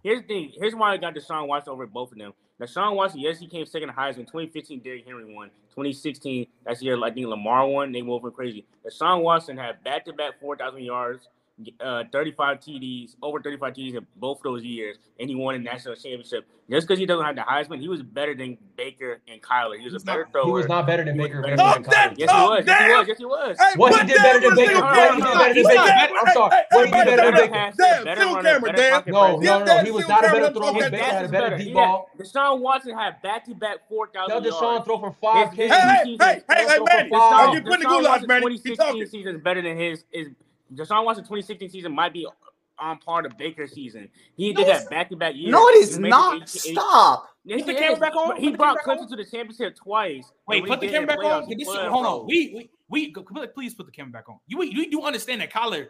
Speaker 8: Here's the thing. Here's why I got Deshaun Watson over both of them. Deshaun Watson, yes, he came second highest in 2015. Derrick Henry won. 2016, that's the year I think Lamar won. They went for crazy. Deshaun Watson had back-to-back 4,000 yards, uh, 35 TDs, over 35 TDs in both of those years, and he won a national championship. Just because he doesn't have the Heisman, he was better than Baker and Kyler. He was
Speaker 7: He's
Speaker 8: a better
Speaker 7: not, he
Speaker 8: thrower.
Speaker 7: was not better than
Speaker 8: He was
Speaker 7: Baker
Speaker 8: better
Speaker 7: Mayfield
Speaker 8: than-
Speaker 7: and
Speaker 1: Talk that
Speaker 7: Kyler.
Speaker 8: Yes, he
Speaker 1: talk,
Speaker 8: was. Yes, he
Speaker 1: Dad.
Speaker 8: was. Yes, he was.
Speaker 1: Hey,
Speaker 7: What he
Speaker 1: put
Speaker 7: did better
Speaker 1: Dad
Speaker 7: than
Speaker 1: with a
Speaker 7: Baker?
Speaker 1: single
Speaker 7: What he
Speaker 1: camera.
Speaker 7: did better than
Speaker 1: Put
Speaker 7: Baker?
Speaker 1: Dad
Speaker 7: I'm sorry.
Speaker 1: Hey, hey, everybody, sit
Speaker 7: What he did better than
Speaker 8: better
Speaker 1: down.
Speaker 7: Baker?
Speaker 8: passer,
Speaker 1: Dad,
Speaker 8: better
Speaker 1: single
Speaker 8: runner,
Speaker 1: camera,
Speaker 8: better
Speaker 1: Dad.
Speaker 8: pocket
Speaker 7: No,
Speaker 8: presence.
Speaker 1: Give
Speaker 7: no, no.
Speaker 1: Dad
Speaker 7: He
Speaker 1: a
Speaker 7: was
Speaker 1: single
Speaker 7: not a
Speaker 1: camera.
Speaker 7: better
Speaker 1: Let's
Speaker 7: thrower.
Speaker 1: talk
Speaker 8: His stats
Speaker 1: that talk.
Speaker 7: His Baker had a
Speaker 8: is
Speaker 7: better
Speaker 8: better. He
Speaker 7: deep
Speaker 8: had
Speaker 7: ball.
Speaker 8: Deshaun Watson had back to back four
Speaker 7: Tell
Speaker 8: thousand
Speaker 7: Deshaun
Speaker 8: yards.
Speaker 7: throw for
Speaker 8: His
Speaker 7: five
Speaker 8: his
Speaker 1: Hey,
Speaker 7: catches.
Speaker 1: hey, hey,
Speaker 8: season,
Speaker 1: hey, hey,
Speaker 7: Tell throw for
Speaker 1: Manny.
Speaker 7: five.
Speaker 1: Hey,
Speaker 8: Deshaun
Speaker 1: get put in the
Speaker 8: Deshaun
Speaker 1: gulag,
Speaker 8: Watson
Speaker 1: Manny. He
Speaker 8: 2016
Speaker 1: talking.
Speaker 8: season is better than his is Deshaun Watson 2016 season might be on par to Baker's season. He
Speaker 4: No,
Speaker 8: did
Speaker 4: it's
Speaker 8: that back to back year.
Speaker 4: no, it
Speaker 8: He
Speaker 4: is
Speaker 8: made the
Speaker 4: not.
Speaker 8: eight. eight
Speaker 4: Stop.
Speaker 8: Yes,
Speaker 3: Put the
Speaker 8: he
Speaker 3: camera
Speaker 8: is.
Speaker 3: back on.
Speaker 8: He
Speaker 3: Put the camera
Speaker 8: brought
Speaker 3: back on.
Speaker 8: Clemson to the championship twice, and
Speaker 3: Wait,
Speaker 8: we
Speaker 3: put the
Speaker 8: did it in
Speaker 3: camera
Speaker 8: the
Speaker 3: back on.
Speaker 8: playoffs. He
Speaker 3: Can this,
Speaker 8: flooded
Speaker 3: hold on.
Speaker 8: bro.
Speaker 3: We we we go- pl- please put the camera back on. You you do understand that Kyler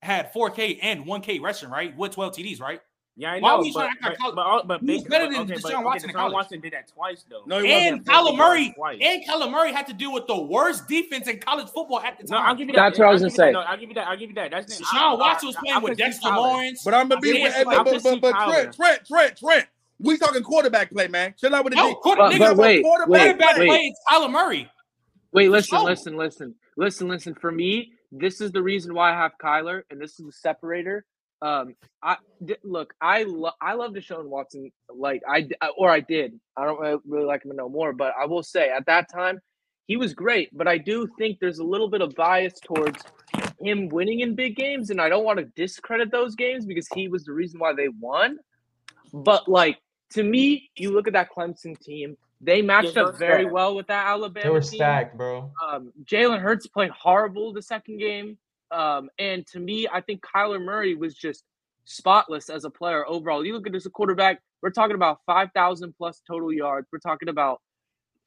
Speaker 3: had 4K and 1K rushing, right? With 12 TDs, right?
Speaker 8: Yeah, I
Speaker 3: Why
Speaker 8: know,
Speaker 3: we
Speaker 8: but
Speaker 3: trying to act
Speaker 8: but
Speaker 3: like Kyler?
Speaker 8: but all- but
Speaker 3: He was
Speaker 8: Baker,
Speaker 3: better
Speaker 8: but,
Speaker 3: than
Speaker 8: okay, but
Speaker 3: Deshaun
Speaker 8: okay,
Speaker 3: Watson in
Speaker 8: Deshaun
Speaker 3: college.
Speaker 8: Watson did that twice though.
Speaker 1: No, he
Speaker 8: He
Speaker 1: wasn't.
Speaker 8: had
Speaker 3: And
Speaker 8: 4K
Speaker 3: Kyler
Speaker 8: yards
Speaker 3: Murray
Speaker 8: twice.
Speaker 3: and Kyler Murray had to deal with the worst defense in college football at the
Speaker 8: No, I'll
Speaker 3: time.
Speaker 8: give you that.
Speaker 2: That's what I
Speaker 8: I'll
Speaker 2: was gonna
Speaker 8: give you that.
Speaker 2: say.
Speaker 8: No, I'll give you that. I'll give you that. That's the, I,
Speaker 3: Deshaun
Speaker 8: I,
Speaker 3: Watson was
Speaker 8: I
Speaker 3: playing with
Speaker 8: could see
Speaker 3: Dexter
Speaker 8: Kyler.
Speaker 3: Lawrence.
Speaker 1: But I'm gonna
Speaker 8: I
Speaker 1: be
Speaker 8: could
Speaker 1: with
Speaker 3: Darius
Speaker 8: see.
Speaker 1: hey,
Speaker 8: I
Speaker 1: but,
Speaker 3: Slay.
Speaker 8: could
Speaker 1: but,
Speaker 8: see
Speaker 1: but, but Trent,
Speaker 8: Kyler.
Speaker 1: Trent, Trent, Trent. We talking quarterback play, man. Chill out with the
Speaker 3: No,
Speaker 1: D.
Speaker 3: quarter,
Speaker 1: We
Speaker 2: But
Speaker 1: talking
Speaker 3: nigga,
Speaker 2: but
Speaker 1: about
Speaker 2: wait, wait,
Speaker 1: quarterback
Speaker 3: quarterback
Speaker 1: play.
Speaker 3: play
Speaker 2: wait,
Speaker 3: is Kyler Murray.
Speaker 2: wait.
Speaker 3: For
Speaker 2: Listen,
Speaker 3: sure.
Speaker 2: listen, listen, listen, listen. For me, this is the reason why I have Kyler, and this is the separator. Um, I d- look, I love, I love Deshaun Watson. Like I d- or I did. I don't really- really like him no more, but I will say at that time, he was great. But I do think there's a little bit of bias towards him winning in big games, and I don't want to discredit those games because he was the reason why they won. But like to me, you look at that Clemson team; they
Speaker 8: Yeah,
Speaker 2: matched
Speaker 8: they
Speaker 2: up
Speaker 8: were
Speaker 2: very
Speaker 8: stacked.
Speaker 2: well with that
Speaker 7: They were
Speaker 2: Alabama team.
Speaker 7: stacked, bro.
Speaker 2: Um, Jalen Hurts played horrible the second game, um, and to me, I think Kyler Murray was just spotless as a player overall. You look at this quarterback; we're talking about five thousand plus total yards. We're talking about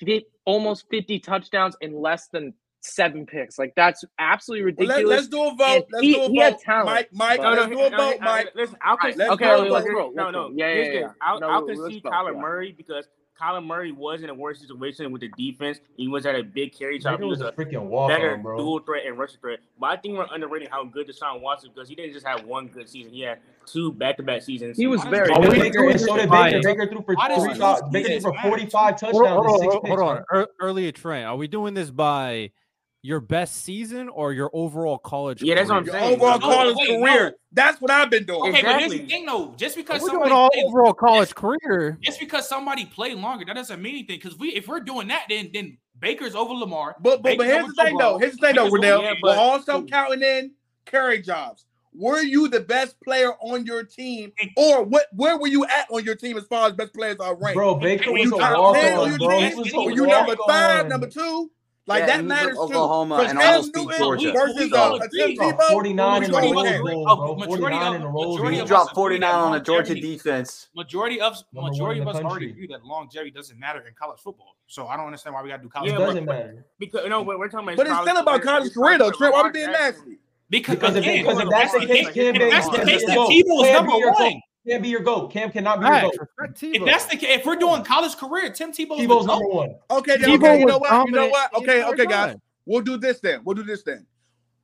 Speaker 2: fif- almost 50 touchdowns in less than seven picks. Like that's absolutely
Speaker 1: Well, let,
Speaker 2: ridiculous.
Speaker 1: let's do a
Speaker 2: And
Speaker 1: vote. Let's
Speaker 2: he
Speaker 1: do a
Speaker 2: he had
Speaker 1: vote.
Speaker 2: talent.
Speaker 1: Mike, Mike,
Speaker 2: But
Speaker 8: No, no,
Speaker 1: let's
Speaker 8: he-
Speaker 1: do a
Speaker 8: no.
Speaker 1: vote,
Speaker 8: he- I,
Speaker 1: Mike.
Speaker 8: listen, I
Speaker 2: right.
Speaker 8: could see
Speaker 2: Okay,
Speaker 1: Let's do
Speaker 8: Kyler.
Speaker 1: a
Speaker 2: okay,
Speaker 8: Look,
Speaker 2: let's
Speaker 1: vote.
Speaker 8: here,
Speaker 2: vote.
Speaker 8: no,
Speaker 2: Let's vote.
Speaker 8: no.
Speaker 2: Yeah,
Speaker 8: Here's
Speaker 2: yeah,
Speaker 8: the thing.
Speaker 2: yeah.
Speaker 8: I,
Speaker 2: No,
Speaker 8: I
Speaker 2: no,
Speaker 8: could
Speaker 2: let's
Speaker 8: see
Speaker 2: vote.
Speaker 8: Kyler
Speaker 2: Yeah.
Speaker 8: Murray because Kyler Murray was in a worse situation with the defense. He was at a big carry job.
Speaker 7: Baker
Speaker 8: He
Speaker 7: was
Speaker 8: was a
Speaker 7: a freaking walk
Speaker 8: better
Speaker 7: on, bro.
Speaker 8: dual threat and rushing threat. But I think we're underrating how good Deshaun Watson because he didn't just have one good season. He had two back-to-back seasons.
Speaker 2: He was
Speaker 3: Why does
Speaker 2: very
Speaker 7: And
Speaker 5: Are
Speaker 7: then
Speaker 5: we
Speaker 2: good.
Speaker 7: Baker
Speaker 5: doing
Speaker 7: and
Speaker 5: this
Speaker 7: so did Baker.
Speaker 5: biased?
Speaker 7: Baker threw for
Speaker 3: Why does
Speaker 7: three.
Speaker 3: two
Speaker 5: on?
Speaker 7: thou- Baker threw
Speaker 3: seasons
Speaker 7: for
Speaker 3: matter? Two
Speaker 7: forty-five
Speaker 5: Hold on,
Speaker 7: touchdowns
Speaker 5: hold
Speaker 7: and
Speaker 5: on,
Speaker 7: six
Speaker 5: hold on. hold
Speaker 7: picks,
Speaker 5: on.
Speaker 7: bro.
Speaker 5: Ear- Earlier trend. Are we doing this by your best season or your overall college
Speaker 8: Yeah, that's what I'm
Speaker 5: career?
Speaker 1: Your
Speaker 8: saying.
Speaker 1: overall
Speaker 8: Like,
Speaker 3: No,
Speaker 1: college
Speaker 3: wait,
Speaker 1: career.
Speaker 3: no.
Speaker 1: That's what I've been doing.
Speaker 3: Okay, but here's the
Speaker 8: exactly.
Speaker 3: thing though. Just
Speaker 5: If
Speaker 3: because
Speaker 5: we're doing
Speaker 3: somebody
Speaker 5: all
Speaker 3: plays
Speaker 5: overall
Speaker 3: just,
Speaker 5: college career,
Speaker 3: just because somebody played longer, that doesn't mean anything. Because we if we're doing that, then then Baker's over Lamar,
Speaker 1: But but but
Speaker 3: Baker's
Speaker 1: here's
Speaker 3: over
Speaker 1: the
Speaker 3: Joe
Speaker 1: thing though.
Speaker 3: Burrow,
Speaker 1: Here's the thing though,
Speaker 3: Baker's over
Speaker 1: Riddell.
Speaker 8: Yeah,
Speaker 3: James.
Speaker 1: We're
Speaker 8: but
Speaker 1: also counting in carry jobs. Were you the best player on your team,
Speaker 3: And,
Speaker 1: or what? Where were you at on your team as far as best players are ranked?
Speaker 7: Bro,
Speaker 3: and,
Speaker 7: Baker
Speaker 1: Were
Speaker 3: and
Speaker 7: was
Speaker 1: you
Speaker 3: he
Speaker 7: a
Speaker 3: got
Speaker 1: top
Speaker 7: walk
Speaker 1: ten
Speaker 3: older
Speaker 1: on
Speaker 7: on,
Speaker 1: your
Speaker 3: and he
Speaker 1: team?
Speaker 7: bro. He
Speaker 3: got
Speaker 7: was a
Speaker 3: and he
Speaker 1: Were
Speaker 3: was
Speaker 1: you
Speaker 7: walk
Speaker 1: number
Speaker 3: older.
Speaker 1: five, number
Speaker 7: on.
Speaker 1: two? Like
Speaker 4: Yeah,
Speaker 1: that
Speaker 4: and he was
Speaker 1: matters
Speaker 4: at
Speaker 1: too.
Speaker 4: Oklahoma
Speaker 1: Because
Speaker 4: and
Speaker 1: Cam
Speaker 4: almost beat
Speaker 1: Newton
Speaker 4: Georgia.
Speaker 1: versus
Speaker 3: We all
Speaker 1: uh,
Speaker 3: agree.
Speaker 1: Tim
Speaker 3: Bro,
Speaker 1: Tebow,
Speaker 7: 49 in
Speaker 1: Jordan
Speaker 7: the Rose
Speaker 1: Hare.
Speaker 7: Bowl, bro.
Speaker 3: Oh, Majority
Speaker 7: 49 in
Speaker 3: of-
Speaker 7: the Rose
Speaker 3: majority
Speaker 4: He
Speaker 7: Bowl.
Speaker 3: of-
Speaker 4: dropped 49 on a Georgia
Speaker 3: Longevity.
Speaker 4: defense.
Speaker 3: Majority of
Speaker 7: Number
Speaker 3: majority of
Speaker 7: one in
Speaker 3: us
Speaker 7: the
Speaker 3: already
Speaker 7: country.
Speaker 3: agree that longevity doesn't matter in college football. So I don't understand why we got to do college
Speaker 7: It
Speaker 8: Yeah,
Speaker 3: football.
Speaker 7: doesn't matter.
Speaker 8: Because no, we're we're talking about
Speaker 1: But it's
Speaker 8: college
Speaker 1: still about
Speaker 8: career.
Speaker 1: college
Speaker 8: It's talking
Speaker 1: career though.
Speaker 8: about
Speaker 1: Trent, why are we
Speaker 8: Lamar
Speaker 1: being
Speaker 8: Jackson.
Speaker 1: nasty?
Speaker 3: Because,
Speaker 7: Because if,
Speaker 3: again,
Speaker 7: because if that's the case, Cam
Speaker 8: if
Speaker 7: Davis
Speaker 8: that's the
Speaker 7: can't be
Speaker 8: case,
Speaker 7: your
Speaker 3: then
Speaker 7: goat.
Speaker 3: Tebow is
Speaker 7: Can't
Speaker 3: number
Speaker 7: be your
Speaker 3: one.
Speaker 7: goat. Can't be your goat. Cam cannot be your
Speaker 5: Facts.
Speaker 7: goat.
Speaker 5: Respect
Speaker 3: if
Speaker 5: Tebow.
Speaker 3: that's the case, if we're doing college career, Tim Tebow's the
Speaker 7: Tebow's
Speaker 3: GOAT.
Speaker 7: number one.
Speaker 3: oh.
Speaker 1: Okay, then,
Speaker 5: Tebow
Speaker 1: okay, you
Speaker 5: was
Speaker 1: know what? You know
Speaker 5: dominant
Speaker 1: what?
Speaker 5: the
Speaker 1: Okay,
Speaker 5: entire
Speaker 1: okay, guys.
Speaker 5: time.
Speaker 1: We'll do this then. We'll do this then.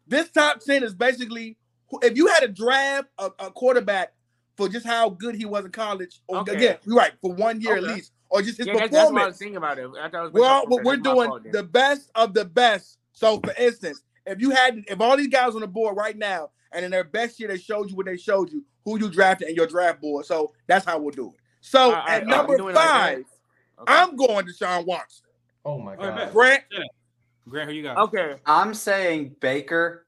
Speaker 1: This top 10 is basically who- if you had to draft a, a quarterback for just how good he was in college, or
Speaker 8: Okay.
Speaker 1: again, you're right, for one year
Speaker 8: Okay.
Speaker 1: at least, or just his
Speaker 8: Yeah, that's, that's what I was
Speaker 1: performance.
Speaker 8: thinking about it. I thought it was
Speaker 1: We're all,
Speaker 8: okay,
Speaker 1: we're
Speaker 8: that's my
Speaker 1: doing
Speaker 8: fault then.
Speaker 1: the best of the best. So, for instance, if you had if all these guys on the board right now, and in their best year they showed you what they showed you, who you drafted in your draft board. So that's how we'll do it. So
Speaker 8: All right, all
Speaker 1: at
Speaker 8: right,
Speaker 1: number
Speaker 8: I'm doing it like that.
Speaker 1: five, I'm going to Sean Watson.
Speaker 7: Oh my
Speaker 3: All right,
Speaker 7: god.
Speaker 1: Grant,
Speaker 3: Grant, who you got?
Speaker 8: okay. okay.
Speaker 4: I'm saying Baker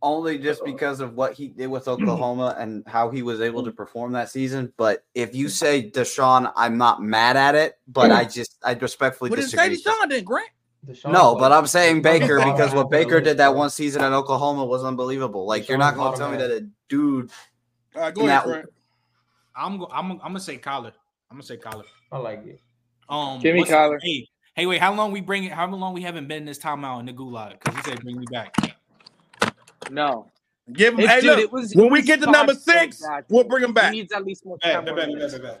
Speaker 4: only just because of what he did with Oklahoma and how he was able to perform that season. But if you say Deshaun, I'm not mad at it, but I just I respectfully
Speaker 1: what is
Speaker 4: disagree.
Speaker 1: Sadie Sean then, Grant?
Speaker 7: Deshaun
Speaker 4: No,
Speaker 7: Watson.
Speaker 4: but I'm saying
Speaker 7: Deshaun's
Speaker 4: Baker
Speaker 7: bottom
Speaker 4: because
Speaker 7: half
Speaker 4: what
Speaker 7: of the
Speaker 4: Baker
Speaker 7: list,
Speaker 4: did that
Speaker 7: bro.
Speaker 4: one season at Oklahoma was unbelievable. Like you're
Speaker 7: Deshaun's
Speaker 4: not gonna
Speaker 7: bottom
Speaker 4: tell me
Speaker 7: half.
Speaker 4: that a dude
Speaker 1: All right, go
Speaker 4: in
Speaker 1: ahead,
Speaker 4: that
Speaker 1: Grant.
Speaker 3: I'm go, I'm I'm gonna say Kyler. I'm gonna say Kyler.
Speaker 7: I like it.
Speaker 3: Um,
Speaker 2: Give me
Speaker 3: what's-
Speaker 2: Kyler.
Speaker 3: Hey, hey, wait. How long we bring it? How long we haven't been in this timeout in the gulag? Because you said bring me back.
Speaker 2: No.
Speaker 1: Give him.
Speaker 2: It-
Speaker 1: hey,
Speaker 2: dude,
Speaker 1: look,
Speaker 2: it was
Speaker 1: when
Speaker 2: it
Speaker 1: we
Speaker 2: was
Speaker 1: get to
Speaker 2: five
Speaker 1: number
Speaker 2: straight
Speaker 1: six,
Speaker 2: guys.
Speaker 1: we'll bring him back.
Speaker 2: He needs at least more
Speaker 3: Bad,
Speaker 2: time.
Speaker 3: bad,
Speaker 2: on
Speaker 3: bad,
Speaker 2: it.
Speaker 3: bad, bad, bad.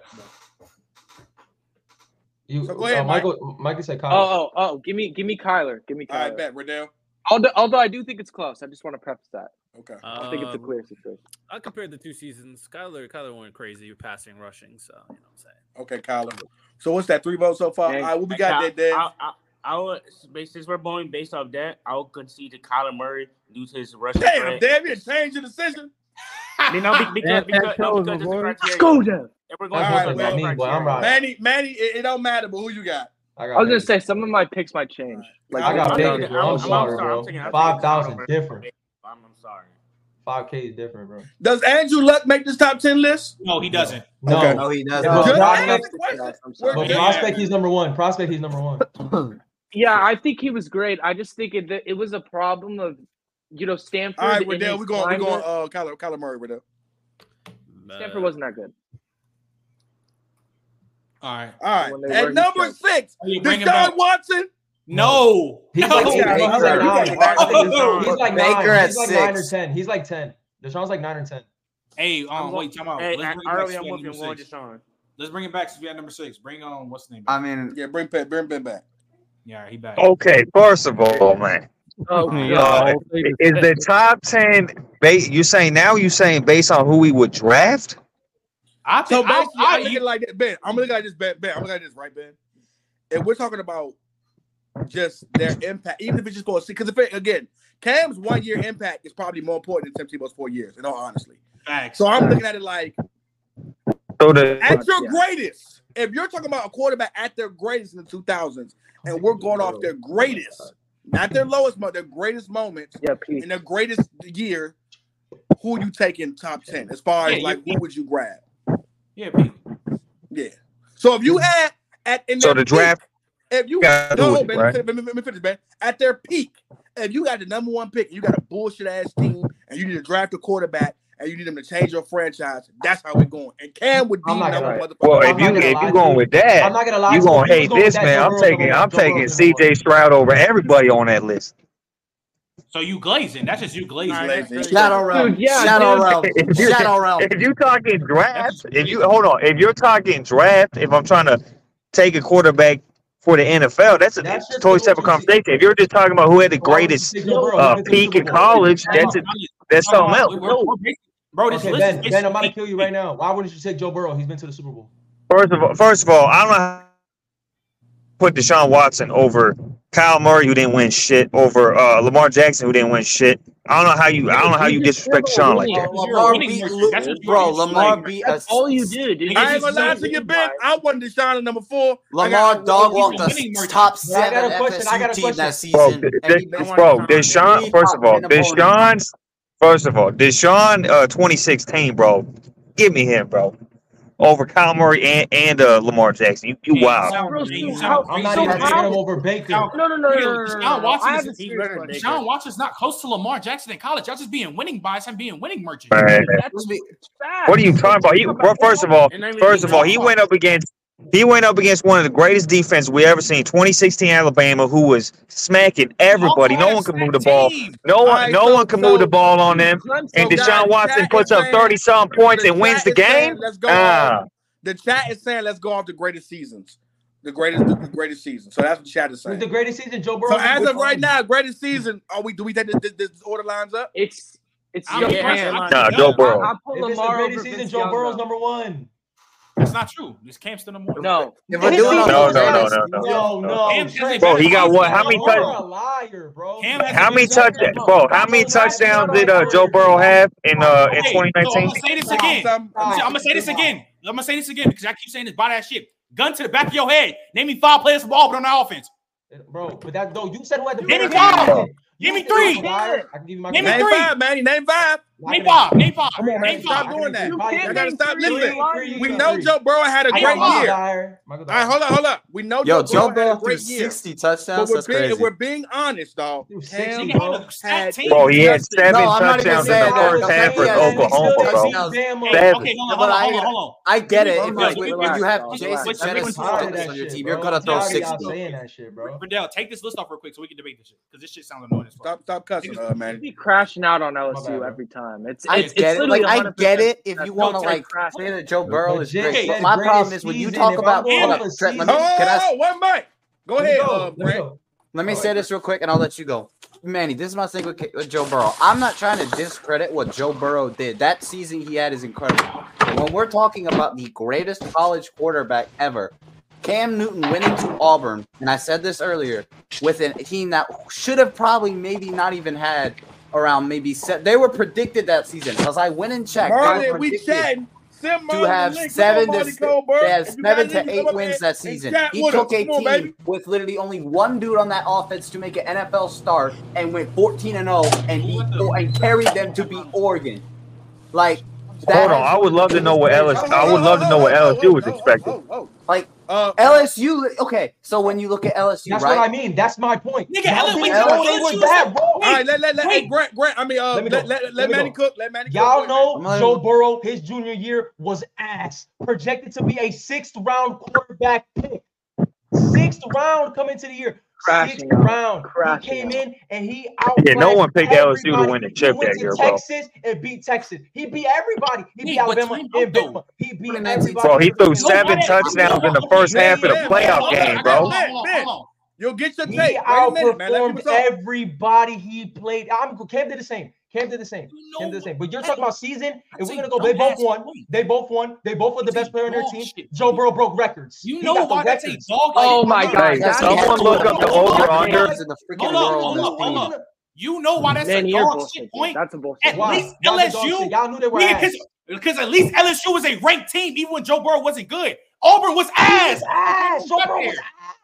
Speaker 7: You,
Speaker 1: So go ahead,
Speaker 7: uh,
Speaker 1: Mike.
Speaker 7: Michael. Michael said Kyler.
Speaker 2: Oh, oh, oh! Give me, give me Kyler. Give me
Speaker 1: All right,
Speaker 2: Kyler.
Speaker 1: bet Riddell.
Speaker 2: although, although I do think it's close. I just want to preface that.
Speaker 1: Okay.
Speaker 2: I think it's a
Speaker 5: Um,
Speaker 2: clear situation.
Speaker 5: I compared the two seasons. Kyler Kyler went crazy passing, rushing. So you know what I'm saying.
Speaker 1: Okay, Kyler. So what's that? Three votes so far.
Speaker 2: Hey,
Speaker 1: All right, Uh, what we
Speaker 8: Like,
Speaker 1: got
Speaker 8: I,
Speaker 1: there, Dez?
Speaker 8: I, I, I would, since we're going based off that, I would concede to Kyler Murray due to his rushing
Speaker 1: Damn,
Speaker 8: threat.
Speaker 1: damn, you changed your decision.
Speaker 8: You know, be- because,
Speaker 5: That- that
Speaker 8: because, no,
Speaker 5: tells
Speaker 8: because
Speaker 5: the
Speaker 8: it's a
Speaker 5: Lord.
Speaker 8: criteria. If we're going
Speaker 1: All
Speaker 7: That's
Speaker 8: based off
Speaker 1: right, well,
Speaker 7: one thing
Speaker 8: that
Speaker 7: about me, boy. I'm
Speaker 8: criteria.
Speaker 7: riding.
Speaker 1: Manny, Manny, it, it don't matter, but who you got?
Speaker 7: I got.
Speaker 2: I was gonna
Speaker 7: Baker.
Speaker 2: say some of my picks might change. Like
Speaker 7: I
Speaker 2: this
Speaker 7: got
Speaker 2: one
Speaker 7: Baker,
Speaker 2: does.
Speaker 7: bro. I'm,
Speaker 8: I'm
Speaker 7: sorry,
Speaker 8: sorry, I'm
Speaker 7: bro.
Speaker 8: taking- I'm taking
Speaker 7: Five thousand
Speaker 8: Kyler Murray.
Speaker 7: different.
Speaker 8: I'm, I'm sorry.
Speaker 7: Five K is different, bro.
Speaker 1: Does Andrew Luck make this top ten list?
Speaker 3: No, he doesn't.
Speaker 7: No,
Speaker 1: Okay.
Speaker 4: no, he does
Speaker 7: Yeah,
Speaker 1: Just
Speaker 7: but
Speaker 4: not.
Speaker 7: prospect-
Speaker 1: ask the question.
Speaker 2: I'm
Speaker 1: We're
Speaker 2: sorry.
Speaker 7: But
Speaker 1: good.
Speaker 7: prospect, he's number one. Prospect, he's number one.
Speaker 2: Yeah, I think he was great. I just think it it was a problem of, you know, Stanford.
Speaker 1: All right,
Speaker 2: in his
Speaker 1: Riddell, we're going, we're
Speaker 2: prime
Speaker 1: going,
Speaker 2: was-
Speaker 1: uh, Kyler, Kyler Murray, Riddell. uh,
Speaker 2: Stanford wasn't that good.
Speaker 3: All right.
Speaker 1: All
Speaker 2: When
Speaker 1: right,
Speaker 2: they were,
Speaker 1: at
Speaker 2: he
Speaker 1: number
Speaker 2: showed.
Speaker 1: six,
Speaker 3: Are you bringing back?
Speaker 1: Deshaun Watson.
Speaker 3: No.
Speaker 7: He's
Speaker 3: no.
Speaker 7: like, he's like, he's like
Speaker 4: Baker.
Speaker 7: nine.
Speaker 1: He's
Speaker 7: He's like,
Speaker 3: Baker
Speaker 7: he's like
Speaker 4: at
Speaker 7: nine. He's like nine or
Speaker 4: six.
Speaker 7: ten. He's like ten. Deshaun's like nine or ten.
Speaker 3: Hey, um,
Speaker 8: I'm go-
Speaker 3: wait, time out.
Speaker 8: Hey,
Speaker 3: Let's
Speaker 8: I,
Speaker 3: bring it back.
Speaker 8: early
Speaker 3: since
Speaker 8: I'm
Speaker 3: we at
Speaker 8: with you. I'm
Speaker 3: number
Speaker 8: going
Speaker 3: six.
Speaker 8: Deshaun.
Speaker 3: Let's bring it back since we had number six. Bring on what's the name?
Speaker 4: I mean,
Speaker 1: Yeah, bring Ben, bring Ben back.
Speaker 3: Yeah, he back.
Speaker 6: Okay, first of all, man,
Speaker 2: Oh
Speaker 5: I mean,
Speaker 2: god.
Speaker 5: yeah,
Speaker 6: uh,
Speaker 5: whole thing
Speaker 6: is the top ten? Ba- you saying now? You saying based on who we would draft?
Speaker 3: I
Speaker 1: So
Speaker 3: think I,
Speaker 1: basically, I,
Speaker 3: I,
Speaker 1: look at it
Speaker 3: you,
Speaker 1: like that. Ben, I'm gonna look at this, Ben. Ben, I'm gonna look at this, right, Ben? And we're talking about just their impact, even if it's just for a because if it, again, Cam's one year impact is probably more important than Tim Tebow's four years, in all honesty.
Speaker 3: facts.
Speaker 1: So I'm looking at it like
Speaker 6: So the
Speaker 1: at your
Speaker 2: Yeah.
Speaker 1: greatest. If you're talking about a quarterback at their greatest in the 2000s, and we're going off their greatest, not their lowest, but their greatest moments
Speaker 2: Yeah, Pete.
Speaker 1: in their greatest year, who you take in top ten as far
Speaker 3: Yeah,
Speaker 1: as
Speaker 3: you-
Speaker 1: like who would you grab?
Speaker 3: yeah, Pete.
Speaker 1: Yeah. So if you had at in
Speaker 6: so
Speaker 1: their
Speaker 6: the
Speaker 1: peak,
Speaker 6: draft
Speaker 1: if you
Speaker 6: got to do
Speaker 1: no,
Speaker 6: with it,
Speaker 1: man, let me
Speaker 6: right?
Speaker 1: finish- let me- let me finish, man. At their peak, if you got the number one pick, you got a bullshit ass team, and you need to draft a quarterback, and you need them to change your franchise. That's how we're going. And Cam would be
Speaker 7: I'm not
Speaker 1: number
Speaker 7: gonna-
Speaker 1: one motherfucker.
Speaker 6: Well,
Speaker 7: I'm
Speaker 6: if
Speaker 7: not
Speaker 6: you
Speaker 7: gonna
Speaker 6: if
Speaker 7: lie
Speaker 6: you
Speaker 7: to
Speaker 6: going
Speaker 7: you.
Speaker 6: with
Speaker 7: I'm
Speaker 6: that,
Speaker 7: not gonna lie.
Speaker 6: you
Speaker 7: to
Speaker 6: gonna
Speaker 7: People
Speaker 6: hate
Speaker 7: go with
Speaker 6: this
Speaker 7: that.
Speaker 6: man.
Speaker 7: Joe
Speaker 6: I'm
Speaker 7: Burrow's number
Speaker 6: taking
Speaker 7: one.
Speaker 6: I'm
Speaker 7: Joe Burrow's
Speaker 6: taking
Speaker 7: number one.
Speaker 6: C.J. Stroud over everybody on that list.
Speaker 3: So you glazing. That's just you glazing.
Speaker 8: All right, that's
Speaker 1: lazy.
Speaker 8: really-
Speaker 4: Shadow realm.
Speaker 2: Dude, yeah,
Speaker 4: Shadow
Speaker 2: dude.
Speaker 4: realm.
Speaker 6: If you
Speaker 4: Shadow realm.
Speaker 6: if you talking draft,
Speaker 3: That's
Speaker 6: if you hold on, if you're talking draft, if I'm trying to take a quarterback for the NFL, that's a
Speaker 7: That's your
Speaker 6: totally
Speaker 7: pick what
Speaker 6: separate
Speaker 7: you see.
Speaker 6: conversation. If you're just talking about who had the
Speaker 7: Why would you
Speaker 6: greatest
Speaker 7: pick Joe Burrow? He
Speaker 6: uh,
Speaker 7: went to the
Speaker 6: peak
Speaker 7: Super
Speaker 6: in
Speaker 7: Bowl.
Speaker 6: college,
Speaker 3: Time
Speaker 6: that's
Speaker 3: out,
Speaker 6: a,
Speaker 3: Alex.
Speaker 6: that's
Speaker 3: Time
Speaker 6: something
Speaker 3: out.
Speaker 6: else.
Speaker 3: We're- we're- we're basically- Bro, this
Speaker 7: Okay,
Speaker 3: list is
Speaker 7: Ben. Ben, I'm about to
Speaker 3: basically-
Speaker 7: kill you right now. Why wouldn't you take Joe Burrow? He's been to the Super Bowl.
Speaker 6: First of all, first of all, I don't know how to put Deshaun Watson over Kyle Murray, who didn't win shit, over uh, Lamar Jackson, who didn't win shit. I don't know how you I don't know how you disrespect Deshaun like that.
Speaker 4: Oh,
Speaker 3: Because you're a
Speaker 4: Lamar
Speaker 3: winning
Speaker 4: beat
Speaker 3: merchant.
Speaker 4: Lu-
Speaker 3: That's what you
Speaker 4: bro.
Speaker 3: are.
Speaker 4: Lamar
Speaker 2: Like,
Speaker 4: beat
Speaker 2: that's
Speaker 4: us.
Speaker 2: all you do, dude.
Speaker 3: I
Speaker 1: I ain't
Speaker 2: He's
Speaker 1: gonna lie
Speaker 2: so
Speaker 1: to you,
Speaker 2: good
Speaker 1: Ben.
Speaker 2: by it.
Speaker 1: I wanted Deshaun at number four. I
Speaker 4: Lamar
Speaker 1: got-
Speaker 4: dog
Speaker 3: He's
Speaker 4: walked
Speaker 3: a
Speaker 4: us
Speaker 3: winning merchant.
Speaker 4: top
Speaker 7: But I got
Speaker 4: seven
Speaker 7: a question. I got
Speaker 4: FSU
Speaker 7: a
Speaker 4: team
Speaker 7: question.
Speaker 4: that
Speaker 6: Bro,
Speaker 4: season,
Speaker 6: th-
Speaker 4: and
Speaker 6: th-
Speaker 4: he
Speaker 8: I
Speaker 4: benched
Speaker 8: want
Speaker 6: bro,
Speaker 8: Deshaun Watson.
Speaker 6: Deshaun.
Speaker 4: three
Speaker 6: First of
Speaker 4: top
Speaker 6: all,
Speaker 4: ten opponents.
Speaker 6: Deshaun's. First of all, Deshaun, uh, 2016, bro. Give me him, bro. over Kyle Murray and, and uh, Lamar Jackson. You, you
Speaker 3: Yeah,
Speaker 6: wild.
Speaker 3: sound-
Speaker 2: Real
Speaker 3: you
Speaker 2: soon,
Speaker 3: sound-
Speaker 2: how-
Speaker 7: I'm
Speaker 3: you
Speaker 7: not
Speaker 3: sound
Speaker 7: even taking
Speaker 3: hungry.
Speaker 7: him over Baker.
Speaker 3: Sound-
Speaker 2: No, no, no, no,
Speaker 3: Really,
Speaker 2: no, no,
Speaker 3: Deshaun
Speaker 2: no, no.
Speaker 3: Watson
Speaker 2: I
Speaker 3: is-
Speaker 2: have a
Speaker 8: he's
Speaker 2: serious
Speaker 8: better than
Speaker 2: question.
Speaker 3: Deshaun Watson's not close to Lamar Jackson in college. Y'all just being winning bias and being winning merchant.
Speaker 6: Man,
Speaker 2: That's
Speaker 4: Let's be-
Speaker 2: facts.
Speaker 6: What are you talking about? He, well, first of all,
Speaker 8: And I mean,
Speaker 6: first of all, he
Speaker 8: no.
Speaker 6: went up against he went up against one of the greatest defenses we ever seen, 2016 Alabama, who was smacking everybody. No
Speaker 3: Awful
Speaker 6: one
Speaker 3: ass
Speaker 6: could move the
Speaker 3: sack
Speaker 6: ball.
Speaker 3: team.
Speaker 6: No
Speaker 1: All
Speaker 6: one,
Speaker 1: right,
Speaker 6: no
Speaker 1: so-
Speaker 6: one could move
Speaker 1: so-
Speaker 6: the ball on them.
Speaker 2: Clemson,
Speaker 6: And
Speaker 1: So,
Speaker 6: Deshaun
Speaker 1: guys,
Speaker 6: Watson
Speaker 1: chat
Speaker 6: puts
Speaker 1: is
Speaker 6: up
Speaker 1: saying-
Speaker 6: 30 some
Speaker 1: So
Speaker 6: points
Speaker 1: the
Speaker 6: and wins
Speaker 1: chat
Speaker 6: the
Speaker 1: is saying
Speaker 6: game.
Speaker 1: let's go off.
Speaker 6: Ah,
Speaker 1: The chat is saying let's go off the greatest seasons. The greatest the greatest season. So that's what the chat is
Speaker 7: This is
Speaker 1: saying.
Speaker 7: the greatest season Joe Burrow.
Speaker 1: So
Speaker 7: had
Speaker 1: as
Speaker 7: with
Speaker 1: of right
Speaker 7: Mahomes.
Speaker 1: now, greatest season, are we do we take this, this, this order lines up?
Speaker 2: It's it's
Speaker 3: I'm
Speaker 2: Young
Speaker 8: Yeah,
Speaker 3: impressed.
Speaker 2: Man.
Speaker 8: I'm
Speaker 3: I'm
Speaker 6: nah,
Speaker 3: done.
Speaker 6: Joe
Speaker 2: I,
Speaker 6: Burrow.
Speaker 2: I pull
Speaker 7: If it's the
Speaker 2: Lamar
Speaker 7: greatest
Speaker 2: over
Speaker 7: season,
Speaker 2: Vince
Speaker 7: Joe
Speaker 2: Young,
Speaker 7: Burrows
Speaker 2: though.
Speaker 7: number one.
Speaker 3: That's not true. This Cam's still number one.
Speaker 2: No,
Speaker 4: If we're
Speaker 7: No,
Speaker 4: doing
Speaker 7: no,
Speaker 4: all
Speaker 6: No,
Speaker 4: those
Speaker 6: no, no,
Speaker 4: things,
Speaker 6: no, no,
Speaker 7: No,
Speaker 6: no.
Speaker 7: no,
Speaker 3: Cam has a
Speaker 7: Trent,
Speaker 3: better
Speaker 6: Bro, he got
Speaker 3: season
Speaker 6: what?
Speaker 3: than
Speaker 6: How
Speaker 3: Joe
Speaker 6: many
Speaker 7: You're
Speaker 6: touch?
Speaker 3: Burrow.
Speaker 7: a liar, bro.
Speaker 3: Cam has
Speaker 6: How
Speaker 3: a
Speaker 6: many
Speaker 3: better
Speaker 6: touch?
Speaker 3: season than Joe.
Speaker 6: Bro, how
Speaker 7: Stop
Speaker 6: many
Speaker 7: laughing
Speaker 6: touchdowns
Speaker 7: at
Speaker 6: did
Speaker 7: my
Speaker 6: uh, Joe
Speaker 7: words,
Speaker 6: Burrow
Speaker 7: bro.
Speaker 6: have in uh in
Speaker 3: Okay, so I'm
Speaker 6: 2019?
Speaker 3: gonna say this
Speaker 7: Stop,
Speaker 3: again.
Speaker 1: Some
Speaker 3: I'm,
Speaker 7: stop,
Speaker 3: gonna say this
Speaker 7: stop.
Speaker 3: again. I'm gonna say this again because I keep saying this body ass shit. Gun to the back of your head. Name me five players from Auburn on the offense.
Speaker 7: Bro, but that though you said who had the
Speaker 3: Give me
Speaker 7: best
Speaker 3: five.
Speaker 7: season. You
Speaker 3: Give me
Speaker 7: said I'm
Speaker 3: three.
Speaker 7: a liar. I can give you my
Speaker 3: Give me
Speaker 7: grade.
Speaker 1: name
Speaker 3: three.
Speaker 1: five, Manny, name five.
Speaker 7: I
Speaker 3: Name
Speaker 7: can
Speaker 3: five. Name five.
Speaker 7: Come on,
Speaker 3: Name
Speaker 7: man.
Speaker 1: Stop
Speaker 3: five.
Speaker 7: I
Speaker 1: doing
Speaker 7: can
Speaker 1: that.
Speaker 7: give
Speaker 2: you
Speaker 7: you five
Speaker 1: Y'all
Speaker 2: can't
Speaker 7: grades.
Speaker 1: gotta
Speaker 2: name
Speaker 1: stop
Speaker 2: three.
Speaker 7: You
Speaker 1: listening.
Speaker 2: You're
Speaker 7: ain't
Speaker 2: lying.
Speaker 7: free. You
Speaker 1: We
Speaker 7: ain't
Speaker 1: know
Speaker 7: free.
Speaker 1: Joe Burrow had a
Speaker 3: I
Speaker 7: Michael
Speaker 1: great
Speaker 3: got
Speaker 7: Thomas
Speaker 3: five.
Speaker 1: year.
Speaker 7: liar. Michael
Speaker 1: All right,
Speaker 7: Thomas.
Speaker 1: hold on, hold up. We know
Speaker 4: yo,
Speaker 1: Joe
Speaker 4: Joe
Speaker 1: Burrow had a
Speaker 4: Burrow threw
Speaker 1: great year.
Speaker 4: 60
Speaker 1: But
Speaker 4: touchdowns.
Speaker 1: we're
Speaker 4: That's
Speaker 1: being if
Speaker 4: crazy.
Speaker 1: we're being honest, dog.
Speaker 7: You sixty,
Speaker 1: Cam
Speaker 3: Nigga had
Speaker 7: bro.
Speaker 3: a stat
Speaker 1: had
Speaker 3: team.
Speaker 6: Bro, he had
Speaker 4: No,
Speaker 1: nothing.
Speaker 6: seven
Speaker 4: I'm not even
Speaker 6: touchdowns in
Speaker 4: saying
Speaker 6: the
Speaker 7: I
Speaker 4: that.
Speaker 6: first
Speaker 7: was
Speaker 4: I'm saying
Speaker 6: half versus
Speaker 4: he had
Speaker 6: Oklahoma,
Speaker 7: saying that until they
Speaker 6: bro.
Speaker 4: touchdowns.
Speaker 7: beat Bama.
Speaker 3: Hey,
Speaker 6: Seven.
Speaker 4: Yeah,
Speaker 3: okay, hold on,
Speaker 4: but
Speaker 3: hold on,
Speaker 4: I
Speaker 3: hold on,
Speaker 4: hear-
Speaker 3: hold on.
Speaker 4: I get it. If
Speaker 2: Bro,
Speaker 3: Yo,
Speaker 4: you're
Speaker 2: relax,
Speaker 3: we-
Speaker 4: when
Speaker 2: relax,
Speaker 4: you
Speaker 7: Oh,
Speaker 4: have
Speaker 2: dog.
Speaker 4: James
Speaker 2: Relax.
Speaker 7: I'm
Speaker 4: Winston
Speaker 2: Everyone
Speaker 4: and
Speaker 2: chill
Speaker 7: tired
Speaker 2: out.
Speaker 4: Stokes
Speaker 7: of that
Speaker 4: on your
Speaker 7: shit,
Speaker 4: team, you're
Speaker 7: bro.
Speaker 4: gonna
Speaker 7: I'm
Speaker 4: throw
Speaker 7: tired of y'all
Speaker 4: 60.
Speaker 7: saying that shit, bro.
Speaker 3: Riddell, take this list off real quick so we can debate this shit because this shit sounding annoying as fuck.
Speaker 1: Stop stop cussing, uh, Manny.
Speaker 2: You be crashing out on
Speaker 7: My bad,
Speaker 2: LSU
Speaker 7: bro.
Speaker 2: every time. It's
Speaker 4: I
Speaker 2: it's it's
Speaker 4: get it. Like
Speaker 2: literally
Speaker 4: I
Speaker 2: 100.
Speaker 4: get it if you
Speaker 2: That's
Speaker 4: want to
Speaker 2: no
Speaker 4: like
Speaker 2: take crashing.
Speaker 4: say that Joe
Speaker 7: But
Speaker 4: Burrow is
Speaker 7: Jit
Speaker 4: great,
Speaker 3: Hey,
Speaker 4: but
Speaker 7: said
Speaker 4: my problem
Speaker 7: greatest
Speaker 4: is when you
Speaker 7: season.
Speaker 4: talk
Speaker 7: If I'm
Speaker 4: about
Speaker 7: going
Speaker 4: hold
Speaker 7: off
Speaker 4: up,
Speaker 7: a
Speaker 4: Trent. Let
Speaker 1: Oh,
Speaker 4: me
Speaker 7: season,
Speaker 4: can I
Speaker 1: oh, oh, one mic. Go
Speaker 7: let me
Speaker 1: ahead, uh,
Speaker 7: go. Let me
Speaker 1: Brent.
Speaker 7: go.
Speaker 4: let me
Speaker 7: All
Speaker 4: say
Speaker 7: right.
Speaker 4: this real quick and I'll let you go. Manny, this is my thing with, K- with Joe Burrow. I'm not trying to discredit what Joe Burrow did. That season he had is incredible. When we're talking about the greatest college quarterback ever, Cam Newton went into Auburn, and I said this earlier, with a team that should have probably maybe not even had around maybe set. They were predicted that season because I went and checked. They
Speaker 1: Marley,
Speaker 4: were
Speaker 1: we
Speaker 4: predicted
Speaker 1: chatting. Send
Speaker 4: to
Speaker 1: Marley
Speaker 4: have
Speaker 1: the link. Come on,
Speaker 4: seven
Speaker 1: Marley
Speaker 4: to
Speaker 1: Goldberg.
Speaker 4: they have
Speaker 1: If you got
Speaker 4: seven
Speaker 1: it,
Speaker 4: to
Speaker 1: come
Speaker 4: eight
Speaker 1: up
Speaker 4: wins
Speaker 1: here
Speaker 4: that
Speaker 1: and
Speaker 4: season.
Speaker 1: chat
Speaker 4: He
Speaker 1: with
Speaker 4: took
Speaker 1: us.
Speaker 4: a
Speaker 1: Come on, baby.
Speaker 4: team with literally only one dude on that offense to make an NFL start and went 14 and 0 and
Speaker 3: Who
Speaker 4: beat
Speaker 3: let the
Speaker 4: or and carried them to beat Oregon. Like that
Speaker 6: Hold on,
Speaker 4: has
Speaker 6: I
Speaker 4: one
Speaker 6: would
Speaker 4: of the
Speaker 6: love to know
Speaker 4: greatest players
Speaker 6: what LS.
Speaker 1: Oh,
Speaker 4: to
Speaker 1: ho,
Speaker 6: I
Speaker 4: play.
Speaker 6: would
Speaker 1: ho,
Speaker 6: love to know
Speaker 1: ho,
Speaker 6: what
Speaker 1: ho,
Speaker 6: LSU
Speaker 1: ho,
Speaker 6: was
Speaker 1: ho, ho,
Speaker 6: expecting.
Speaker 1: ho, ho.
Speaker 4: Like
Speaker 1: Uh, uh,
Speaker 4: LSU. Okay, so when you look at LSU,
Speaker 7: That's what
Speaker 4: right?
Speaker 7: I mean. That's my point.
Speaker 3: nigga?
Speaker 7: Y'all
Speaker 3: L- wait,
Speaker 7: didn't know
Speaker 3: no,
Speaker 7: they were
Speaker 3: LSU
Speaker 7: that
Speaker 3: said
Speaker 7: wrong.
Speaker 1: all right,
Speaker 3: wait,
Speaker 1: let let let. Hey,
Speaker 3: wait.
Speaker 1: Grant, Grant. I mean, uh,
Speaker 7: Let me
Speaker 1: let
Speaker 7: go.
Speaker 1: let
Speaker 7: Let
Speaker 1: let
Speaker 7: me
Speaker 1: Manny
Speaker 7: go.
Speaker 1: cook. Let Manny cook. Go
Speaker 7: Y'all
Speaker 1: ahead, Manny.
Speaker 7: know
Speaker 4: I'm not
Speaker 7: Joe
Speaker 4: even-
Speaker 7: Burrow, his junior year was ass. Projected to be a sixth round quarterback pick. Sixth round coming to the year. Sixth
Speaker 2: Crashing out.
Speaker 7: round. He
Speaker 2: Crashing
Speaker 7: came
Speaker 2: out.
Speaker 7: in and he
Speaker 6: Yeah, no
Speaker 7: outclassed
Speaker 6: one picked LSU to
Speaker 7: everybody.
Speaker 6: win the
Speaker 7: He
Speaker 6: chip
Speaker 7: went
Speaker 6: that
Speaker 7: to
Speaker 6: year, bro.
Speaker 7: Texas and beat Texas. He beat everybody. He beat
Speaker 3: Nigga, but
Speaker 7: Alabama
Speaker 3: time out
Speaker 7: and
Speaker 3: though.
Speaker 7: Bama. He beat
Speaker 4: 2019
Speaker 7: everybody
Speaker 6: Bro, he
Speaker 7: in
Speaker 4: season.
Speaker 7: the
Speaker 6: threw
Speaker 7: freaking
Speaker 6: seven
Speaker 3: Nobody,
Speaker 7: SEC.
Speaker 6: touchdowns in
Speaker 3: nobody.
Speaker 6: the
Speaker 3: Okay,
Speaker 6: first
Speaker 1: Man,
Speaker 6: half of the
Speaker 1: man, man,
Speaker 3: hold
Speaker 6: playoff
Speaker 1: man,
Speaker 3: on,
Speaker 6: game,
Speaker 3: I
Speaker 1: man,
Speaker 3: got
Speaker 6: bro.
Speaker 3: hold on,
Speaker 1: man,
Speaker 3: hold on,
Speaker 1: man.
Speaker 3: hold on.
Speaker 1: You'll get your
Speaker 7: He
Speaker 1: take. Wait a minute, man. Let
Speaker 7: outperformed
Speaker 1: people talk.
Speaker 7: everybody he played. I'm Cam did the same. Cam did the same.
Speaker 3: You
Speaker 7: Cam did
Speaker 3: know
Speaker 7: the same. But you're
Speaker 3: that's
Speaker 7: talking about season, and
Speaker 3: that's
Speaker 7: we're gonna
Speaker 3: a
Speaker 7: go. They both
Speaker 3: dumbass
Speaker 7: won.
Speaker 3: point.
Speaker 7: They both won. They both were the
Speaker 3: It's a
Speaker 7: best player on their
Speaker 3: dog
Speaker 7: team.
Speaker 3: shit.
Speaker 7: Joe Burrow broke records.
Speaker 3: You
Speaker 7: He
Speaker 3: know
Speaker 7: got the
Speaker 3: why that's a
Speaker 7: records.
Speaker 3: dog
Speaker 7: Like,
Speaker 3: shit.
Speaker 2: Oh
Speaker 7: come
Speaker 2: my
Speaker 7: on.
Speaker 2: God,
Speaker 4: Like
Speaker 6: Hey,
Speaker 4: that's
Speaker 2: that
Speaker 4: he
Speaker 2: is
Speaker 4: had
Speaker 6: someone
Speaker 4: two
Speaker 6: look up the
Speaker 2: bullshit.
Speaker 3: Hold on,
Speaker 6: over
Speaker 4: undefeated
Speaker 3: hold on,
Speaker 6: under.
Speaker 4: games in the freaking
Speaker 3: hold on,
Speaker 4: world
Speaker 3: hold
Speaker 4: on
Speaker 7: No,
Speaker 4: his
Speaker 7: no,
Speaker 3: on, hold
Speaker 4: team.
Speaker 3: on.
Speaker 7: no,
Speaker 3: You know why that's a
Speaker 2: Man, you're
Speaker 3: dog shit
Speaker 2: bullshitting.
Speaker 3: point?
Speaker 2: That's a bullshit
Speaker 3: At
Speaker 2: point.
Speaker 7: Why?
Speaker 3: least
Speaker 7: Y'all did dog shit.
Speaker 3: LSU,
Speaker 7: Y'all knew they were
Speaker 3: yeah, because
Speaker 7: ass.
Speaker 3: because at least LSU was a ranked team even when Joe Burrow wasn't good. Auburn was
Speaker 7: He was
Speaker 3: ass.
Speaker 7: ass. Joe
Speaker 3: Up
Speaker 7: Burrow was
Speaker 3: there.
Speaker 7: ass.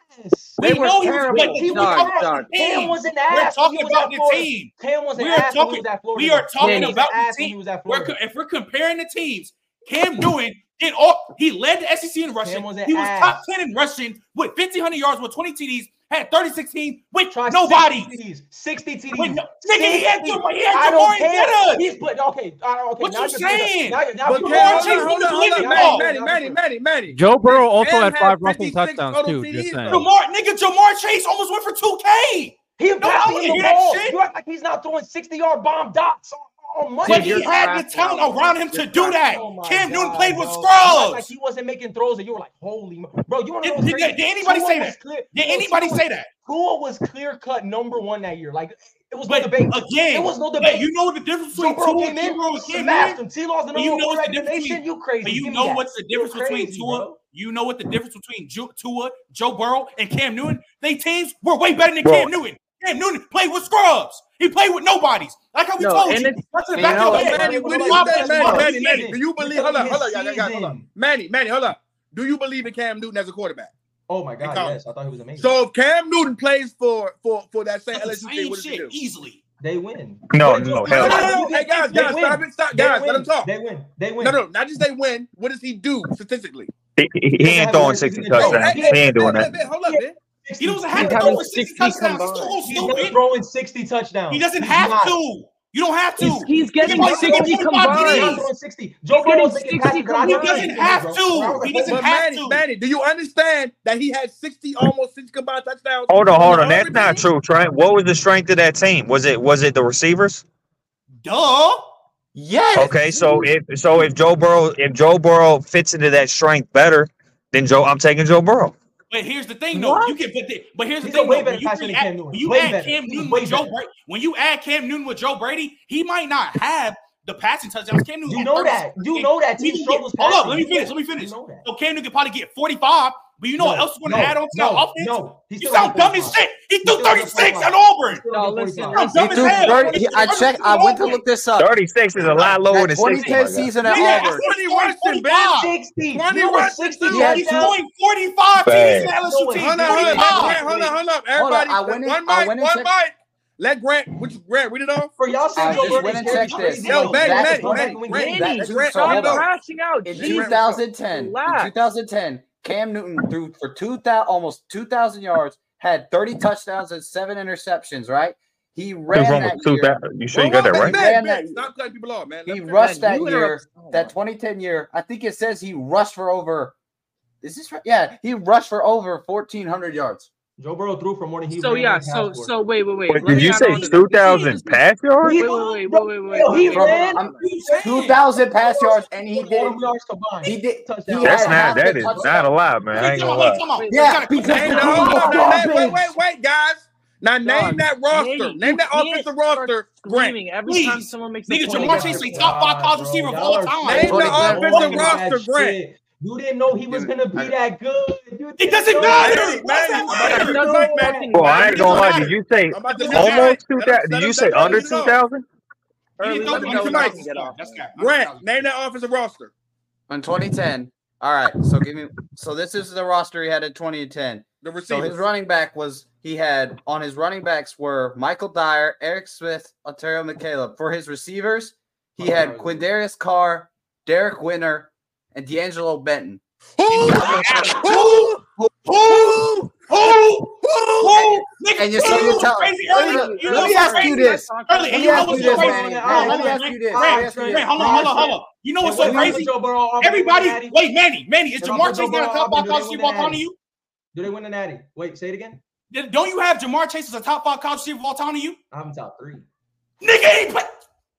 Speaker 2: They
Speaker 3: We
Speaker 2: were
Speaker 3: know he was, but
Speaker 2: terrible.
Speaker 7: He was
Speaker 3: we're
Speaker 2: Dog,
Speaker 7: ass.
Speaker 3: talking about
Speaker 2: dog.
Speaker 3: the
Speaker 7: Cam
Speaker 3: team.
Speaker 7: was an
Speaker 3: We're
Speaker 7: ass when he
Speaker 3: talking
Speaker 7: was
Speaker 3: about
Speaker 7: at
Speaker 3: the
Speaker 7: Florida.
Speaker 3: team.
Speaker 7: Cam was an
Speaker 3: We are
Speaker 7: ass when he
Speaker 3: talking.
Speaker 7: was at
Speaker 3: We
Speaker 7: Florida,
Speaker 3: are
Speaker 7: though. Cam
Speaker 3: talking
Speaker 2: Manny,
Speaker 7: was
Speaker 3: about the
Speaker 7: ass when
Speaker 3: team.
Speaker 7: he was at
Speaker 3: We're,
Speaker 7: Florida.
Speaker 3: if we're comparing the teams, Cam Newton did all. He led the SEC in rushing.
Speaker 7: Cam was an
Speaker 3: He was top
Speaker 7: ass.
Speaker 3: ten in rushing with 1,500 yards, with 20 TDs, had 36 teams with
Speaker 7: Try
Speaker 3: nobody.
Speaker 7: 60 TDs. 60
Speaker 3: With
Speaker 7: TDs.
Speaker 3: no, nigga, he had,
Speaker 7: 60.
Speaker 3: Jam- he had
Speaker 7: I
Speaker 3: Jamari
Speaker 7: don't care.
Speaker 3: Dennis.
Speaker 7: He's putting okay. all right, okay.
Speaker 3: What
Speaker 7: Now
Speaker 3: you
Speaker 7: you're bringing up.
Speaker 3: saying?
Speaker 7: Now you're now
Speaker 1: But
Speaker 7: people
Speaker 1: Cam,
Speaker 7: are
Speaker 3: Jamar
Speaker 1: hold on,
Speaker 7: different.
Speaker 3: Chase was
Speaker 1: hold
Speaker 3: the
Speaker 1: on, hold
Speaker 3: living
Speaker 1: on.
Speaker 7: Now
Speaker 1: Manny,
Speaker 7: you're
Speaker 3: ball.
Speaker 1: Manny,
Speaker 7: bringing now you're
Speaker 1: Manny,
Speaker 7: different.
Speaker 1: Manny, Manny.
Speaker 5: Joe
Speaker 1: Did
Speaker 5: Burrow also
Speaker 1: Cam
Speaker 5: had
Speaker 1: had
Speaker 5: five rushing
Speaker 1: 56
Speaker 5: touchdowns
Speaker 1: total
Speaker 5: too. Just
Speaker 1: TDs,
Speaker 5: saying.
Speaker 1: though?
Speaker 3: Jamar, nigga, Jamar Chase almost went for 2K.
Speaker 7: He's
Speaker 3: No, I
Speaker 7: passing him
Speaker 3: didn't
Speaker 7: the
Speaker 3: hear that
Speaker 7: ball.
Speaker 3: shit.
Speaker 7: You act like he's not throwing 60 yard bomb dots on, on
Speaker 3: But
Speaker 2: Dude,
Speaker 7: Monday.
Speaker 3: he
Speaker 2: you're
Speaker 3: had the
Speaker 2: crashing
Speaker 3: talent
Speaker 2: out, bro.
Speaker 3: around him
Speaker 2: You're
Speaker 3: to do
Speaker 2: crashing
Speaker 3: that.
Speaker 2: out.
Speaker 7: Oh my
Speaker 3: Cam Newton played
Speaker 7: God,
Speaker 3: with
Speaker 7: bro. You act like
Speaker 3: Scrubs.
Speaker 7: he wasn't making throws and you were like, holy mo- bro, you want to know what's
Speaker 3: Did, did,
Speaker 7: crazy?
Speaker 3: did anybody
Speaker 7: Tua
Speaker 3: say
Speaker 7: was
Speaker 3: that?
Speaker 7: clear,
Speaker 3: Did
Speaker 7: bro. Tua
Speaker 3: anybody
Speaker 7: was
Speaker 3: say that?
Speaker 7: Tua was clear cut number one that year. Like it was no
Speaker 3: But
Speaker 7: debate. It
Speaker 3: again,
Speaker 7: was no
Speaker 3: but
Speaker 7: debate.
Speaker 3: you know what the difference
Speaker 7: Joe
Speaker 3: between
Speaker 7: Burrow
Speaker 3: Tua
Speaker 7: came
Speaker 3: and
Speaker 7: in,
Speaker 3: T-Row and Cam
Speaker 7: smashed
Speaker 3: Newton?
Speaker 7: him. T Law's the
Speaker 3: But
Speaker 7: number
Speaker 3: you
Speaker 7: one
Speaker 3: know what's
Speaker 7: quarterback
Speaker 3: the
Speaker 7: in the
Speaker 3: difference between
Speaker 7: nation. You
Speaker 3: but
Speaker 7: crazy.
Speaker 3: you
Speaker 7: Give me
Speaker 3: know
Speaker 7: that.
Speaker 3: what's the
Speaker 7: You're
Speaker 3: difference between
Speaker 7: crazy,
Speaker 3: Tua?
Speaker 7: bro.
Speaker 3: You know what the difference between Ju- Tua, Joe Burrow, and Cam Newton? They teams were way better than
Speaker 6: Bro,
Speaker 3: Cam Newton. Cam Newton played with scrubs. He played with nobodies. Like how we
Speaker 2: No,
Speaker 3: told
Speaker 2: and
Speaker 3: you,
Speaker 2: it's
Speaker 3: that's in
Speaker 4: And you
Speaker 3: the back of
Speaker 4: know
Speaker 3: your
Speaker 4: what's funny?
Speaker 1: So Manny, what
Speaker 3: head. With
Speaker 1: do
Speaker 7: Nobody
Speaker 1: you
Speaker 7: was
Speaker 3: five
Speaker 1: say,
Speaker 7: better
Speaker 3: players
Speaker 7: than
Speaker 3: from
Speaker 1: Manny? Manny,
Speaker 7: Burrow. His
Speaker 3: Auburn, he
Speaker 1: Manny, do
Speaker 3: did it.
Speaker 7: season.
Speaker 1: you
Speaker 7: You're
Speaker 1: believe?
Speaker 7: telling
Speaker 1: Hold up, hold
Speaker 7: me his
Speaker 1: up, y'all, y'all, hold up.
Speaker 7: season.
Speaker 1: Manny, Manny, hold up. Do you believe in Cam Newton as a quarterback
Speaker 7: Oh my
Speaker 1: in
Speaker 7: God,
Speaker 1: college?
Speaker 7: yes. I thought he was amazing.
Speaker 1: So if Cam Newton plays for for for that same
Speaker 3: That's the
Speaker 1: LSU team,
Speaker 3: same
Speaker 1: what does he
Speaker 3: shit
Speaker 1: do?
Speaker 3: easily.
Speaker 7: They win.
Speaker 6: No,
Speaker 7: They
Speaker 6: no,
Speaker 7: win.
Speaker 6: Oh, hell
Speaker 1: no, no, no. Hey, guys,
Speaker 7: They
Speaker 1: guys,
Speaker 7: win.
Speaker 1: stop it. Stop.
Speaker 7: They
Speaker 1: Guys,
Speaker 7: win.
Speaker 1: let him talk.
Speaker 7: They win. They win.
Speaker 1: No, no, not just they win. What does he do statistically?
Speaker 6: He, he- he ain't throwing 60
Speaker 1: Oh,
Speaker 6: touchdowns. He ain't doing
Speaker 1: man,
Speaker 6: that.
Speaker 1: man, hold up, man.
Speaker 3: He doesn't have
Speaker 2: He's
Speaker 3: to
Speaker 2: having
Speaker 3: throw a
Speaker 2: 60
Speaker 3: 60 touchdowns.
Speaker 2: combined.
Speaker 3: It's
Speaker 7: He's
Speaker 3: so
Speaker 7: not
Speaker 3: stupid.
Speaker 7: throwing 60 touchdowns.
Speaker 3: He doesn't
Speaker 7: He's
Speaker 3: have
Speaker 7: not.
Speaker 3: to. You don't have to.
Speaker 2: He's, he's
Speaker 3: He
Speaker 2: getting
Speaker 3: might
Speaker 7: He's not
Speaker 2: 60
Speaker 3: throw five
Speaker 7: He's not
Speaker 2: combined.
Speaker 3: TDs.
Speaker 7: throwing 60. Joe
Speaker 2: He's
Speaker 7: Burrow
Speaker 2: getting
Speaker 7: was making
Speaker 2: 60
Speaker 7: passes that I
Speaker 2: combined.
Speaker 7: didn't
Speaker 3: He doesn't
Speaker 7: make,
Speaker 3: have
Speaker 7: bro.
Speaker 3: to.
Speaker 7: When I was
Speaker 3: He
Speaker 7: like, what
Speaker 3: doesn't
Speaker 1: But
Speaker 7: the-
Speaker 3: have
Speaker 1: Manny,
Speaker 3: to.
Speaker 1: Manny, do you understand that he had 60, almost 60 combined touchdowns?
Speaker 6: Hold on,
Speaker 1: from
Speaker 6: hold
Speaker 1: the
Speaker 6: on. That's
Speaker 1: Auburn
Speaker 6: not
Speaker 1: team?
Speaker 6: true, Trent. What was the strength of that team? Was it was it the receivers?
Speaker 3: Duh.
Speaker 4: Yes.
Speaker 6: Okay, so if so if Joe Burrow if Joe Burrow fits into that strength better, then Joe I'm taking Joe Burrow.
Speaker 3: But here's the thing, though. You
Speaker 4: What?
Speaker 3: can put the, but here's the
Speaker 7: He's a
Speaker 3: thing,
Speaker 7: way
Speaker 3: though.
Speaker 7: better
Speaker 3: When you,
Speaker 7: passer
Speaker 3: bring
Speaker 7: than
Speaker 3: add-
Speaker 7: Cam Newton.
Speaker 3: when you
Speaker 7: Way
Speaker 3: add
Speaker 7: better.
Speaker 3: Cam
Speaker 7: He's
Speaker 3: Newton
Speaker 7: way
Speaker 3: with Joe
Speaker 7: better.
Speaker 3: Brady, when you add Cam Newton with Joe Brady, he might not have the passing touchdowns. Cam Newton
Speaker 7: You
Speaker 3: had
Speaker 7: know
Speaker 3: 36
Speaker 7: that.
Speaker 3: per
Speaker 7: You
Speaker 3: game.
Speaker 7: know that
Speaker 3: We
Speaker 7: team
Speaker 3: can get
Speaker 7: struggles
Speaker 3: hold up.
Speaker 7: passing.
Speaker 3: Let me
Speaker 7: You
Speaker 3: finish.
Speaker 7: know
Speaker 3: Let me
Speaker 7: You
Speaker 3: finish.
Speaker 7: know that.
Speaker 3: So Cam Newton could probably get 45, but you know what else is going to add on
Speaker 7: no,
Speaker 3: to that
Speaker 7: no,
Speaker 3: offense?
Speaker 7: no. He
Speaker 3: You
Speaker 7: still don't
Speaker 3: sound
Speaker 7: get
Speaker 3: dumb as
Speaker 7: 45.
Speaker 3: shit. He
Speaker 7: He
Speaker 3: threw
Speaker 7: still don't get
Speaker 3: 36 at
Speaker 7: 45.
Speaker 3: Auburn.
Speaker 7: He still
Speaker 2: No,
Speaker 7: don't get
Speaker 2: listen,
Speaker 7: 45.
Speaker 3: You
Speaker 4: He
Speaker 3: sound dumb
Speaker 2: listen.
Speaker 3: as
Speaker 4: threw
Speaker 3: hell.
Speaker 4: 30.
Speaker 3: He
Speaker 4: He,
Speaker 3: threw
Speaker 4: I
Speaker 3: 36
Speaker 4: check.
Speaker 3: at
Speaker 4: I went to
Speaker 3: Auburn.
Speaker 4: look this up.
Speaker 6: 36 is a
Speaker 4: That,
Speaker 6: lot lower
Speaker 4: that
Speaker 6: than 60.
Speaker 4: 2010 season at
Speaker 1: He had
Speaker 3: Yeah, I
Speaker 4: Auburn.
Speaker 3: said
Speaker 1: 20
Speaker 3: he's throwing
Speaker 1: rushing,
Speaker 3: 45.
Speaker 1: man.
Speaker 7: 60.
Speaker 1: 20
Speaker 7: You were
Speaker 1: rushing,
Speaker 7: 60
Speaker 1: too.
Speaker 4: He had
Speaker 3: He's
Speaker 4: two.
Speaker 7: touchdowns.
Speaker 3: throwing 45 TDs
Speaker 6: Bad.
Speaker 3: in the LSU
Speaker 7: Doing
Speaker 3: team.
Speaker 1: Hold on, hold on. Let
Speaker 3: 45.
Speaker 1: Grant, hold on, hold
Speaker 4: Hold
Speaker 1: up.
Speaker 4: on.
Speaker 1: Everybody,
Speaker 4: I went in.
Speaker 1: one
Speaker 4: I
Speaker 1: mic,
Speaker 4: went and
Speaker 1: one
Speaker 4: checked.
Speaker 1: mic. Let Grant, which Grant, read it off.
Speaker 7: For y'all saying
Speaker 4: I
Speaker 7: Joe
Speaker 3: This
Speaker 4: just
Speaker 7: Burrow
Speaker 4: went
Speaker 3: is
Speaker 4: and
Speaker 7: scared
Speaker 4: checked
Speaker 7: people,
Speaker 4: this.
Speaker 7: they
Speaker 1: Yo,
Speaker 7: don't.
Speaker 4: Back
Speaker 1: back, Matt,
Speaker 7: Jacksonville
Speaker 1: Matt,
Speaker 4: twenty.
Speaker 7: fucking win
Speaker 1: Grant,
Speaker 4: That
Speaker 7: games.
Speaker 1: let
Speaker 2: Manny,
Speaker 4: two.
Speaker 1: Grant
Speaker 4: So
Speaker 1: read
Speaker 2: stop
Speaker 4: hold
Speaker 1: it off.
Speaker 4: on.
Speaker 2: crashing out.
Speaker 4: In
Speaker 1: Let Grant read
Speaker 2: Jesus,
Speaker 1: it off.
Speaker 4: 2010, in
Speaker 2: relax.
Speaker 4: 2010, Cam Newton threw for two thousand, almost two thousand yards, had thirty touchdowns and seven interceptions. Right? He
Speaker 6: He was
Speaker 4: ran
Speaker 6: almost
Speaker 4: that
Speaker 6: two
Speaker 4: year.
Speaker 6: thousand. You sure you
Speaker 1: Whoa,
Speaker 6: got
Speaker 1: whoa,
Speaker 6: that
Speaker 1: man,
Speaker 6: right?
Speaker 4: He
Speaker 1: man,
Speaker 4: ran
Speaker 1: man.
Speaker 4: that.
Speaker 1: Stop cutting people off, man. Let
Speaker 4: He
Speaker 1: him finish.
Speaker 4: rushed
Speaker 2: Man,
Speaker 4: that
Speaker 2: you interrupt.
Speaker 4: year.
Speaker 2: Oh my
Speaker 4: That 2010 year. I think it says he rushed for over. Is this right? Yeah, he rushed for over 1,400 yards.
Speaker 7: Joe Burrow threw for more than he
Speaker 2: So
Speaker 7: ran
Speaker 2: yeah,
Speaker 7: and passed
Speaker 2: so
Speaker 7: for.
Speaker 2: so wait, wait, wait.
Speaker 6: Wait,
Speaker 2: Let
Speaker 6: did
Speaker 2: me
Speaker 6: you
Speaker 2: add
Speaker 6: say
Speaker 2: on to this. You can't just
Speaker 6: 2,000
Speaker 2: be
Speaker 6: pass yards?
Speaker 7: He
Speaker 2: wait, wait,
Speaker 7: ran,
Speaker 2: wait,
Speaker 7: bro.
Speaker 2: wait, wait, wait,
Speaker 7: Yo,
Speaker 2: wait,
Speaker 7: he
Speaker 2: wait. Hold
Speaker 4: From
Speaker 2: on,
Speaker 4: um,
Speaker 7: ran.
Speaker 2: hold on.
Speaker 7: He ran.
Speaker 4: 2,000
Speaker 7: Joe
Speaker 4: pass
Speaker 7: Burrow
Speaker 4: yards, and he
Speaker 7: scored more
Speaker 4: did.
Speaker 7: yards combined.
Speaker 4: He did. He
Speaker 7: Touchdown
Speaker 6: That's
Speaker 4: had
Speaker 7: yards.
Speaker 6: not.
Speaker 4: half the
Speaker 6: That is not
Speaker 4: touchdown.
Speaker 6: a lot, man. I
Speaker 3: Wait,
Speaker 6: ain't
Speaker 3: time
Speaker 6: gonna
Speaker 3: out. Wait,
Speaker 6: lie.
Speaker 3: time
Speaker 2: Wait,
Speaker 3: out. We
Speaker 2: wait,
Speaker 4: Yeah,
Speaker 3: gotta cut
Speaker 4: because
Speaker 3: that
Speaker 1: Hey,
Speaker 4: the
Speaker 1: now,
Speaker 3: down.
Speaker 4: team
Speaker 1: hold
Speaker 4: was
Speaker 1: up. Now,
Speaker 4: garbage.
Speaker 1: wait, wait, wait, wait, guys. Now, name
Speaker 2: John,
Speaker 1: that roster.
Speaker 2: Manny,
Speaker 1: Name
Speaker 2: you
Speaker 1: that
Speaker 2: can't
Speaker 1: offensive
Speaker 2: start
Speaker 1: roster, Grant.
Speaker 2: screaming every time
Speaker 3: Please.
Speaker 2: someone makes a
Speaker 3: Nigga,
Speaker 7: Oh
Speaker 2: point
Speaker 3: Jamar
Speaker 7: my
Speaker 3: Chase
Speaker 2: against
Speaker 3: a
Speaker 2: you.
Speaker 3: top five
Speaker 7: God,
Speaker 3: college
Speaker 7: bro.
Speaker 3: receiver of
Speaker 7: Y'all
Speaker 3: all
Speaker 7: are
Speaker 3: time.
Speaker 1: Name
Speaker 7: so
Speaker 1: the
Speaker 4: 2010.
Speaker 1: offensive
Speaker 7: wrong with
Speaker 1: roster,
Speaker 7: that
Speaker 1: Grant.
Speaker 7: shit. You didn't know he was
Speaker 4: Damn it.
Speaker 7: gonna
Speaker 4: I
Speaker 7: be
Speaker 4: got-
Speaker 7: that good. You
Speaker 3: It
Speaker 7: didn't
Speaker 3: doesn't
Speaker 7: know
Speaker 1: Manny,
Speaker 7: that.
Speaker 3: matter.
Speaker 1: Manny,
Speaker 3: Why does
Speaker 1: Manny,
Speaker 3: that
Speaker 1: I'm about
Speaker 2: It
Speaker 1: to
Speaker 3: matter?
Speaker 1: mute the
Speaker 2: doesn't
Speaker 1: mic, Manny.
Speaker 2: fucking
Speaker 6: Well, I
Speaker 3: It
Speaker 6: ain't
Speaker 2: matter.
Speaker 6: gonna
Speaker 3: doesn't
Speaker 6: lie. Did
Speaker 3: matter.
Speaker 6: you say
Speaker 1: I'm
Speaker 3: It
Speaker 1: about to
Speaker 3: doesn't
Speaker 1: mute
Speaker 3: matter.
Speaker 1: Grant.
Speaker 6: almost two
Speaker 1: Let him,
Speaker 6: thousand? Did
Speaker 1: let
Speaker 6: you
Speaker 1: him,
Speaker 6: say
Speaker 1: let him
Speaker 6: under
Speaker 1: finish it
Speaker 6: two
Speaker 1: off.
Speaker 6: thousand?
Speaker 3: He
Speaker 2: Early, let him
Speaker 1: Let him
Speaker 3: didn't go
Speaker 2: go. He's
Speaker 1: mute the
Speaker 3: under two
Speaker 2: not
Speaker 1: mic.
Speaker 2: gonna
Speaker 3: thousand.
Speaker 2: get off,
Speaker 3: That's
Speaker 2: man.
Speaker 3: cap. Under two
Speaker 1: Grant,
Speaker 3: thousand.
Speaker 1: name that offensive roster.
Speaker 4: In 2010. All right. So give me. So this is the roster he had in 2010.
Speaker 1: The
Speaker 4: So his
Speaker 1: receivers.
Speaker 4: running back was he had on his running backs were Michael Dyer, Eric Smith, Ontario McCaleb. For his receivers, he had Quindarius Carr, Derek Winner, and D'Angelo Benton.
Speaker 3: It
Speaker 1: Who?
Speaker 3: doesn't matter.
Speaker 1: Who?
Speaker 4: Who?
Speaker 3: Who?
Speaker 1: Who?
Speaker 3: Who?
Speaker 1: Who?
Speaker 4: And,
Speaker 3: Who? Nigga,
Speaker 4: and you
Speaker 3: you
Speaker 4: so
Speaker 3: know
Speaker 4: you're
Speaker 3: what's so
Speaker 4: telling.
Speaker 3: crazy,
Speaker 4: Let me
Speaker 3: Early?
Speaker 2: Early,
Speaker 4: look-
Speaker 3: You know
Speaker 4: let me
Speaker 2: early,
Speaker 3: what's so
Speaker 4: ask you
Speaker 2: Grant, stop
Speaker 3: crazy?
Speaker 4: this.
Speaker 2: talking
Speaker 3: Early,
Speaker 4: Let
Speaker 3: and
Speaker 4: me
Speaker 3: you know
Speaker 7: Joe
Speaker 4: ask
Speaker 3: what's
Speaker 4: you
Speaker 3: so
Speaker 7: Burrow
Speaker 4: this,
Speaker 3: crazy?
Speaker 7: running
Speaker 4: Manny. Manny,
Speaker 7: out
Speaker 3: Hold on,
Speaker 4: let me
Speaker 7: of
Speaker 3: hold on,
Speaker 4: ask
Speaker 3: Grant.
Speaker 4: you this. Let me ask you
Speaker 3: Grant,
Speaker 7: Oxford,
Speaker 3: Grant,
Speaker 4: this. Let
Speaker 3: hold on,
Speaker 4: me ask you this.
Speaker 3: hold on, hold on.
Speaker 7: Marshall.
Speaker 3: You know
Speaker 7: And
Speaker 3: what's so
Speaker 7: when
Speaker 4: Let me
Speaker 7: they put
Speaker 3: crazy?
Speaker 7: Joe Burrow on Auburn, they win the
Speaker 3: Everybody,
Speaker 7: Natty.
Speaker 3: wait, Manny, Manny, is
Speaker 7: And I
Speaker 3: Jamar
Speaker 7: put Joe
Speaker 3: Chase not
Speaker 7: Burrow
Speaker 3: a
Speaker 7: on
Speaker 3: top
Speaker 7: Auburn, do
Speaker 3: five
Speaker 7: they win
Speaker 3: college
Speaker 7: the
Speaker 3: receiver of all time to
Speaker 7: Natty? Do
Speaker 3: you?
Speaker 7: they win the Natty? Wait, say it again.
Speaker 3: Did- Don't you have Jamar Chase as a top five college receiver of all time to you?
Speaker 7: I'm top three.
Speaker 3: Nigga, he play-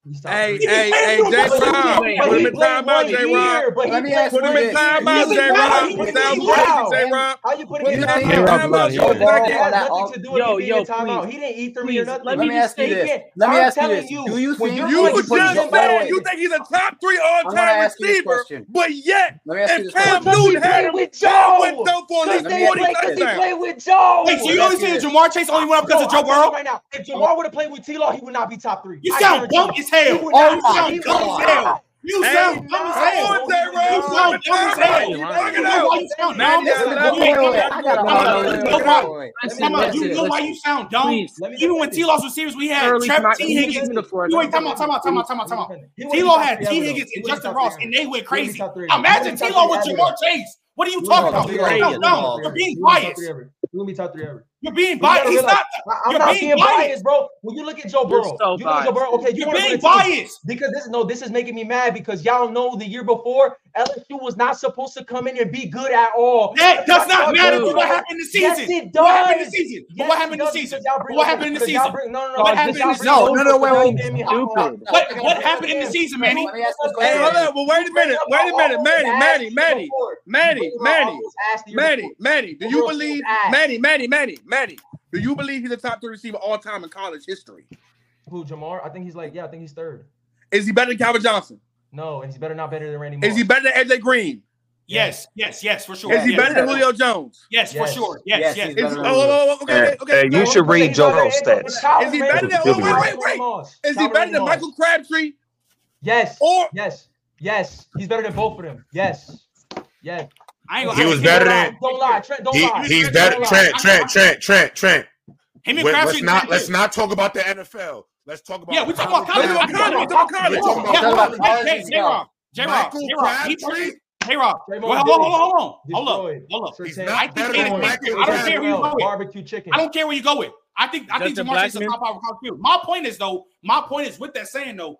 Speaker 7: He's top
Speaker 1: Hey,
Speaker 7: three.
Speaker 3: nigga,
Speaker 1: hey,
Speaker 3: Cam
Speaker 1: hey,
Speaker 3: Newton
Speaker 1: J
Speaker 3: was
Speaker 7: But he
Speaker 3: a
Speaker 1: Rob.
Speaker 7: played,
Speaker 2: Wait,
Speaker 7: but
Speaker 1: Put him in
Speaker 7: he played
Speaker 1: timeout,
Speaker 7: one
Speaker 1: J Rob.
Speaker 7: year. But he
Speaker 4: Let me
Speaker 7: played
Speaker 4: ask you
Speaker 1: Put him
Speaker 7: one
Speaker 1: in
Speaker 4: this. Do
Speaker 7: year.
Speaker 3: It
Speaker 1: timeout,
Speaker 4: you
Speaker 3: doesn't
Speaker 1: J
Speaker 4: think
Speaker 3: matter.
Speaker 1: Rob.
Speaker 3: He
Speaker 7: What
Speaker 1: Put him out of timeout,
Speaker 7: do you mean?
Speaker 3: was a rookie.
Speaker 7: How?
Speaker 1: J Rob.
Speaker 7: How you put him
Speaker 1: Put
Speaker 4: do you think
Speaker 1: him in
Speaker 7: in timeout?
Speaker 6: You're up,
Speaker 1: timeout,
Speaker 6: blood.
Speaker 7: It
Speaker 4: Joe
Speaker 1: Joe.
Speaker 7: did not
Speaker 4: Burrow on
Speaker 7: have
Speaker 4: that
Speaker 7: nothing
Speaker 4: off
Speaker 7: to do
Speaker 2: yo,
Speaker 7: with him being
Speaker 2: yo,
Speaker 7: in timeout.
Speaker 2: please,
Speaker 7: He didn't eat three
Speaker 2: please,
Speaker 7: or
Speaker 2: let
Speaker 7: nothing.
Speaker 4: Let
Speaker 2: me
Speaker 4: me ask you
Speaker 2: just say,
Speaker 4: this.
Speaker 7: Again,
Speaker 4: Let me ask
Speaker 7: I'm
Speaker 4: you
Speaker 7: telling
Speaker 4: this. Do
Speaker 7: you,
Speaker 4: you
Speaker 7: when
Speaker 4: think
Speaker 7: you're
Speaker 4: you
Speaker 7: going
Speaker 4: can
Speaker 1: You
Speaker 4: put
Speaker 7: six
Speaker 1: just
Speaker 4: Joe
Speaker 7: and
Speaker 4: Burrow in?
Speaker 1: said you
Speaker 7: seven,
Speaker 1: think he's a top three
Speaker 4: I'm going to
Speaker 1: all-time
Speaker 4: ask you this
Speaker 1: receiver,
Speaker 4: question.
Speaker 1: but yet,
Speaker 4: Let me ask you
Speaker 1: if
Speaker 4: this
Speaker 1: Cam
Speaker 4: question.
Speaker 7: because he
Speaker 1: Newton
Speaker 7: played
Speaker 1: had him,
Speaker 7: with
Speaker 1: Cam wouldn't throw for
Speaker 7: Joe.
Speaker 1: at
Speaker 7: Because
Speaker 4: Let
Speaker 1: least
Speaker 7: they
Speaker 4: me ask you
Speaker 1: 40
Speaker 7: played, because
Speaker 4: this.
Speaker 7: he
Speaker 1: touchdowns.
Speaker 7: played with
Speaker 3: Wait, so
Speaker 4: Let
Speaker 7: Joe.
Speaker 3: you
Speaker 4: me
Speaker 3: only
Speaker 4: ask you
Speaker 3: saying
Speaker 4: this.
Speaker 3: Jamar Chase only
Speaker 7: I,
Speaker 3: went up because
Speaker 7: no,
Speaker 3: of Joe
Speaker 7: I'm telling you
Speaker 3: Burrow?
Speaker 7: right now, if
Speaker 4: Oh,
Speaker 7: Jamar would have played with T Law, he would not be top three.
Speaker 3: You
Speaker 7: I
Speaker 3: sound
Speaker 7: guarantee
Speaker 3: dumb
Speaker 7: you.
Speaker 3: as
Speaker 7: He
Speaker 3: hell.
Speaker 7: would
Speaker 4: oh
Speaker 7: not.
Speaker 3: You
Speaker 4: my
Speaker 7: He
Speaker 3: sound
Speaker 7: would
Speaker 3: dumb as
Speaker 4: God.
Speaker 3: hell.
Speaker 7: not.
Speaker 3: You
Speaker 1: Hey,
Speaker 3: sound
Speaker 7: He would
Speaker 3: dumb as
Speaker 1: come
Speaker 7: not.
Speaker 1: on, J
Speaker 7: No,
Speaker 3: hell.
Speaker 7: he would
Speaker 1: Rob.
Speaker 3: You
Speaker 1: Put him
Speaker 7: not.
Speaker 1: in
Speaker 3: sound
Speaker 1: timeout.
Speaker 3: dumb as hell.
Speaker 1: You
Speaker 3: I
Speaker 1: bugging
Speaker 3: don't
Speaker 7: Listen,
Speaker 3: know
Speaker 1: out.
Speaker 7: I'm
Speaker 3: why you
Speaker 7: telling you,
Speaker 3: sound dumb.
Speaker 1: Manny, I
Speaker 7: listen,
Speaker 1: love
Speaker 3: You
Speaker 1: you,
Speaker 3: ain't
Speaker 1: but
Speaker 3: dumb.
Speaker 4: Wait, I
Speaker 1: now you going
Speaker 4: gotta
Speaker 1: to let
Speaker 3: Time
Speaker 4: hold
Speaker 3: out.
Speaker 4: on,
Speaker 1: Manny
Speaker 4: wait, wait,
Speaker 1: cook it
Speaker 3: You know
Speaker 4: wait,
Speaker 3: why.
Speaker 1: out.
Speaker 4: wait, wait.
Speaker 2: Let me
Speaker 7: let
Speaker 3: Time
Speaker 7: me
Speaker 3: out.
Speaker 2: let
Speaker 7: finish
Speaker 3: You
Speaker 2: me
Speaker 7: it.
Speaker 3: know why
Speaker 2: listen.
Speaker 3: you sound dumb?
Speaker 2: Please,
Speaker 7: Let me
Speaker 3: Even
Speaker 7: just
Speaker 3: when T
Speaker 7: finish.
Speaker 3: Law's receivers, we had
Speaker 2: early
Speaker 3: Trap
Speaker 2: tonight.
Speaker 3: T
Speaker 2: Let me give
Speaker 3: Higgins.
Speaker 2: you the floor.
Speaker 3: You
Speaker 2: Let
Speaker 3: ain't
Speaker 2: me
Speaker 3: talking
Speaker 2: give
Speaker 7: Let
Speaker 2: you the
Speaker 7: me just finish.
Speaker 3: about time out, time out, time
Speaker 7: Let
Speaker 3: out, time
Speaker 7: me finish.
Speaker 3: out.
Speaker 7: He
Speaker 3: T
Speaker 7: wouldn't be
Speaker 3: Law
Speaker 7: top
Speaker 3: had
Speaker 7: three ever though.
Speaker 3: T
Speaker 7: He
Speaker 3: Higgins and
Speaker 7: wouldn't be top three
Speaker 3: Justin Ross,
Speaker 7: ever.
Speaker 3: and they went
Speaker 7: He wouldn't be
Speaker 3: crazy.
Speaker 7: top three ever. He
Speaker 3: Imagine
Speaker 7: wouldn't be top
Speaker 3: T Law
Speaker 7: three
Speaker 3: with
Speaker 7: ever
Speaker 3: Jamar
Speaker 7: though.
Speaker 3: Chase. What are you
Speaker 7: He wouldn't
Speaker 4: Oh,
Speaker 7: be top
Speaker 3: talking about?
Speaker 7: three
Speaker 3: You
Speaker 7: ever.
Speaker 4: T-Law
Speaker 3: sound
Speaker 7: He wouldn't be top
Speaker 3: dumb.
Speaker 4: involved.
Speaker 7: three ever.
Speaker 3: You're being
Speaker 7: He wouldn't be top three ever. He wouldn't be top three
Speaker 3: biased.
Speaker 7: ever.
Speaker 3: You're being
Speaker 7: But you gotta
Speaker 3: biased. He's
Speaker 7: realize
Speaker 3: not.
Speaker 7: I, I'm
Speaker 3: You're
Speaker 7: not
Speaker 3: being
Speaker 7: being biased,
Speaker 3: biased.
Speaker 7: bro. When you look at Joe
Speaker 2: You're so
Speaker 7: Burrow, you look at Joe
Speaker 2: biased,
Speaker 7: Burrow.
Speaker 2: dude.
Speaker 7: Okay, you
Speaker 3: You're
Speaker 7: want to put a
Speaker 3: being
Speaker 7: team
Speaker 3: biased.
Speaker 7: because this no, this is making me mad because y'all know the year before LSU was not supposed to come in and be good at all.
Speaker 3: That does
Speaker 7: Everybody
Speaker 3: not
Speaker 7: thought Joe
Speaker 3: matter to
Speaker 2: Dude,
Speaker 3: what
Speaker 7: Burrow.
Speaker 3: happened in the
Speaker 7: Yes,
Speaker 3: season.
Speaker 7: it
Speaker 3: But what happened in the
Speaker 7: does.
Speaker 3: season? But what
Speaker 7: Yes, it
Speaker 3: happened in the
Speaker 7: does
Speaker 3: season?
Speaker 7: because y'all
Speaker 3: But
Speaker 7: bring
Speaker 3: what
Speaker 7: up
Speaker 3: happened in the
Speaker 7: because y'all
Speaker 3: season?
Speaker 7: bring no no no
Speaker 3: What
Speaker 2: Todd,
Speaker 7: because
Speaker 3: happened in
Speaker 2: this is
Speaker 7: y'all
Speaker 3: the
Speaker 4: No,
Speaker 7: bring up
Speaker 3: season?
Speaker 4: no,
Speaker 7: Ocho
Speaker 4: no, wait, wait,
Speaker 7: Cinco
Speaker 4: wait.
Speaker 7: Damn me
Speaker 4: Hold on.
Speaker 7: hot on.
Speaker 2: stupid.
Speaker 7: Y'all
Speaker 3: What
Speaker 7: bring up
Speaker 3: what
Speaker 7: Ocho
Speaker 3: happened in the
Speaker 7: Cinco.
Speaker 3: season,
Speaker 7: Y'all
Speaker 3: Manny?
Speaker 4: Let me ask this
Speaker 1: Hey,
Speaker 7: bring up
Speaker 4: question,
Speaker 1: hold
Speaker 4: Manny.
Speaker 1: up. Well, wait
Speaker 7: you
Speaker 1: a
Speaker 7: bring
Speaker 1: minute. Wait
Speaker 7: up
Speaker 1: a minute.
Speaker 7: Almost
Speaker 1: Manny,
Speaker 7: ass the
Speaker 1: Manny,
Speaker 7: year
Speaker 1: Manny,
Speaker 7: before. You
Speaker 1: Manny,
Speaker 7: bring up
Speaker 1: Manny,
Speaker 7: Almost ass the year
Speaker 1: Manny, Manny, do you
Speaker 7: Overall
Speaker 1: believe
Speaker 7: ass.
Speaker 1: Manny, Manny, Manny, Manny? Do you believe he's a top three receiver all time in college history?
Speaker 7: Who Jamar? I think he's like, yeah, I think he's third.
Speaker 1: Is he better than Calvin Johnson?
Speaker 7: No, and he's better not better than Randy Moss.
Speaker 1: Is he better than AJ Green?
Speaker 3: Yes, yes, yes, for sure.
Speaker 1: Is he
Speaker 3: yes,
Speaker 1: better than Julio Jones?
Speaker 3: Yes, for
Speaker 7: Yes.
Speaker 3: sure.
Speaker 4: Yes,
Speaker 3: Yes, yes.
Speaker 4: he's
Speaker 1: Is,
Speaker 4: better
Speaker 1: oh,
Speaker 4: than Julio.
Speaker 1: oh, oh, okay, okay, okay.
Speaker 6: Hey, you
Speaker 1: so-
Speaker 6: should read
Speaker 7: He's better
Speaker 6: Joe
Speaker 7: than
Speaker 6: Rowe's
Speaker 7: Andrew-
Speaker 6: stats.
Speaker 7: Calvin
Speaker 1: Is he
Speaker 7: Ridley.
Speaker 1: better than- oh, wait, wait, wait.
Speaker 7: Moss.
Speaker 1: Is he
Speaker 7: Calvin
Speaker 1: better than
Speaker 7: Ridley
Speaker 1: Michael
Speaker 7: Moss.
Speaker 1: Crabtree
Speaker 7: Yes.
Speaker 1: or
Speaker 7: Yes. Yes. He's better than both of them. Yes. Yes.
Speaker 3: I ain't gonna-
Speaker 9: He
Speaker 3: I
Speaker 9: was
Speaker 3: ain't
Speaker 9: better
Speaker 3: gonna
Speaker 9: than-
Speaker 3: lie.
Speaker 7: Don't lie, Trent. Don't
Speaker 9: He,
Speaker 7: lie.
Speaker 9: he's better. Trent, Trent, Trent, Trent, Trent.
Speaker 3: Him and
Speaker 9: Let- Let's
Speaker 3: Crabtree.
Speaker 9: not let's not talk about the NFL. Let's talk about
Speaker 3: Yeah, we talking about college.
Speaker 9: We're talking about college. We're talking about
Speaker 3: Yeah,
Speaker 9: college.
Speaker 3: J-
Speaker 4: college
Speaker 3: J-
Speaker 4: as
Speaker 3: J-Rob,
Speaker 4: well.
Speaker 3: J-Rob,
Speaker 9: Michael
Speaker 3: J-Rob, he-
Speaker 9: Crabtree.
Speaker 3: J-Rob.
Speaker 7: Draymond
Speaker 3: Well, hold
Speaker 7: Green.
Speaker 3: on, hold on, hold on, hold
Speaker 7: Destroyed.
Speaker 3: up, hold up.
Speaker 9: He's
Speaker 7: Surtain-
Speaker 9: not
Speaker 3: I think
Speaker 9: better
Speaker 3: they-
Speaker 9: than Michael
Speaker 3: I don't care who you
Speaker 9: Crabtree.
Speaker 3: go with.
Speaker 7: Barbecue chicken.
Speaker 3: I don't care where you go with. I think I think
Speaker 5: Justin
Speaker 3: Jamar Chase is a
Speaker 5: Blackman?
Speaker 3: top five college field. My point is though, my point is with that saying though,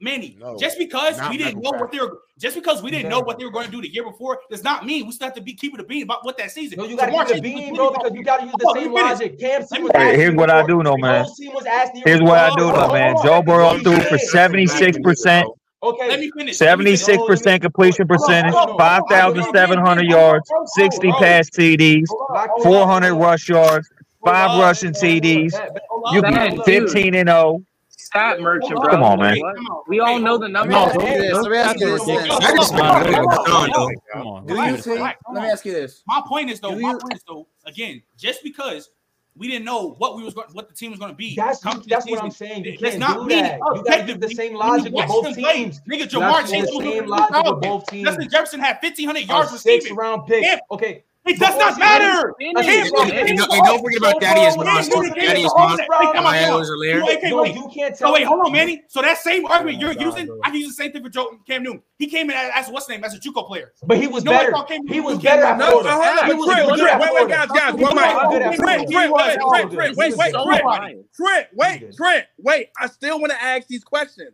Speaker 3: Manny,
Speaker 9: No,
Speaker 3: just because
Speaker 9: not
Speaker 3: we didn't
Speaker 9: Michael
Speaker 3: know what they were just because we didn't
Speaker 7: No.
Speaker 3: know what they were going to do the year before does not mean we still have to be keeping the beam about what that season.
Speaker 7: No, you gotta
Speaker 3: Jamar
Speaker 7: keep
Speaker 3: Chase
Speaker 7: the beam,
Speaker 3: was
Speaker 7: bro,
Speaker 3: literally-
Speaker 7: because you gotta use the
Speaker 3: Hold on,
Speaker 7: same
Speaker 3: let me finish.
Speaker 7: look, logic. Cam
Speaker 3: Let
Speaker 7: C
Speaker 3: me
Speaker 7: was
Speaker 3: finish.
Speaker 7: asked
Speaker 6: Here's
Speaker 7: the year
Speaker 6: what I
Speaker 7: before.
Speaker 6: do know, man.
Speaker 7: Cole Seam was asked the year
Speaker 6: Here's what I
Speaker 7: before.
Speaker 6: do know,
Speaker 7: Hold
Speaker 6: man.
Speaker 7: on,
Speaker 6: Joe
Speaker 7: let me
Speaker 6: Burrow
Speaker 7: finish.
Speaker 6: threw for seventy six percent,
Speaker 7: Okay.
Speaker 3: Let me finish. Let me finish.
Speaker 6: seventy-six percent completion percentage,
Speaker 7: Hold on, hold on,
Speaker 6: five
Speaker 7: hold on,
Speaker 6: thousand seven hundred
Speaker 3: hold on,
Speaker 6: yards,
Speaker 3: hold on,
Speaker 6: sixty
Speaker 3: hold on.
Speaker 6: pass TDs,
Speaker 7: Hold on, hold on,
Speaker 6: four hundred
Speaker 7: hold on.
Speaker 6: rush yards,
Speaker 7: Hold
Speaker 6: five
Speaker 7: up,
Speaker 3: Hold up,
Speaker 6: rushing
Speaker 7: hold up,
Speaker 6: TDs.
Speaker 7: back, back, hold
Speaker 3: hold
Speaker 6: You
Speaker 7: up,
Speaker 3: up,
Speaker 6: be
Speaker 2: Man,
Speaker 7: hold up.
Speaker 2: dude.
Speaker 6: fifteen and oh, zero.
Speaker 2: Stat merchant, bro.
Speaker 3: hold up.
Speaker 6: Come on,
Speaker 2: Like,
Speaker 6: man.
Speaker 2: what?
Speaker 3: Come on.
Speaker 2: We all
Speaker 3: Wait,
Speaker 2: know
Speaker 3: hold
Speaker 2: the
Speaker 3: on.
Speaker 2: numbers.
Speaker 4: No,
Speaker 2: No,
Speaker 4: so
Speaker 7: Hey,
Speaker 4: here it is. Let me ask you this. Then.
Speaker 3: Yo,
Speaker 5: That's
Speaker 3: yo,
Speaker 5: just
Speaker 3: come on,
Speaker 5: ridiculous.
Speaker 3: come on,
Speaker 5: Come
Speaker 3: come
Speaker 5: on,
Speaker 3: on.
Speaker 5: come on.
Speaker 4: Do you
Speaker 3: Relax,
Speaker 4: think?
Speaker 3: relax.
Speaker 4: Let me ask you this.
Speaker 3: My point is though,
Speaker 4: Do
Speaker 3: my
Speaker 4: you-
Speaker 3: point is though, again, just because we didn't know what we was going, what the team was going to be.
Speaker 7: That's
Speaker 3: come to the
Speaker 7: that's what
Speaker 3: season,
Speaker 7: I'm saying. You
Speaker 3: it does
Speaker 7: can't
Speaker 3: not
Speaker 7: do
Speaker 3: mean
Speaker 7: that. You gotta use the
Speaker 3: objectively,
Speaker 7: same
Speaker 3: when you
Speaker 7: logic with
Speaker 3: watch
Speaker 7: both
Speaker 3: them play,
Speaker 7: teams.
Speaker 3: nigga,
Speaker 7: You gotta
Speaker 3: Jamar
Speaker 7: use
Speaker 3: Chase
Speaker 7: the
Speaker 3: was
Speaker 7: same
Speaker 3: looking
Speaker 7: logic with
Speaker 3: 2,000.
Speaker 7: both
Speaker 3: Justin
Speaker 7: teams.
Speaker 3: Jefferson had 1,500
Speaker 7: A
Speaker 3: yards
Speaker 7: six
Speaker 3: receiving.
Speaker 7: round pick.
Speaker 3: Cam,
Speaker 7: Okay.
Speaker 3: it does
Speaker 7: Before Cam
Speaker 3: not
Speaker 7: Newton-
Speaker 3: matter.
Speaker 7: A six
Speaker 3: Cam knew
Speaker 7: round
Speaker 10: And,
Speaker 7: pick.
Speaker 3: the game was
Speaker 10: and don't
Speaker 3: off.
Speaker 10: forget about
Speaker 7: Joe Burrow
Speaker 10: Thaddeus
Speaker 7: was
Speaker 3: Cam
Speaker 10: Moss, too.
Speaker 7: looking
Speaker 3: knew the
Speaker 7: to be
Speaker 3: game
Speaker 7: the
Speaker 10: Thaddeus
Speaker 3: was off
Speaker 10: Moss,
Speaker 7: first
Speaker 3: that. Wait,
Speaker 7: round
Speaker 3: come on,
Speaker 10: Cam
Speaker 3: come on.
Speaker 7: pick.
Speaker 10: Elwes-Alaire.
Speaker 3: You, okay,
Speaker 7: Yo,
Speaker 3: wait.
Speaker 7: you can't
Speaker 10: Oh,
Speaker 3: So
Speaker 7: tell
Speaker 3: wait,
Speaker 7: me.
Speaker 3: hold on,
Speaker 7: You,
Speaker 3: Manny. So that same argument you're
Speaker 7: Oh, God,
Speaker 3: using,
Speaker 7: bro.
Speaker 3: I can use the same thing for Joe Cam Newton. He came in as, as what's his name, as a JUCO player.
Speaker 7: but he was
Speaker 3: Nobody
Speaker 7: better.
Speaker 3: thought Cam
Speaker 7: He
Speaker 3: Newton
Speaker 7: was
Speaker 3: was Cam
Speaker 7: better
Speaker 3: Newton.
Speaker 7: at
Speaker 1: No,
Speaker 7: Florida.
Speaker 1: uh, hold up,
Speaker 7: He
Speaker 1: but
Speaker 7: was
Speaker 1: Trent,
Speaker 7: good
Speaker 1: Trent, wait,
Speaker 7: at
Speaker 1: wait,
Speaker 7: Florida.
Speaker 1: guys, guys,
Speaker 7: He
Speaker 1: one mic.
Speaker 7: was good at
Speaker 1: Trent,
Speaker 7: Florida.
Speaker 3: He
Speaker 1: Trent,
Speaker 3: was
Speaker 1: wait,
Speaker 3: all
Speaker 1: Trent,
Speaker 3: good.
Speaker 1: Trent,
Speaker 3: He
Speaker 1: wait,
Speaker 3: was
Speaker 1: wait,
Speaker 3: so
Speaker 1: Trent,
Speaker 3: lying.
Speaker 1: Trent, wait,
Speaker 7: Jesus.
Speaker 1: Trent, wait. I still want to ask these questions.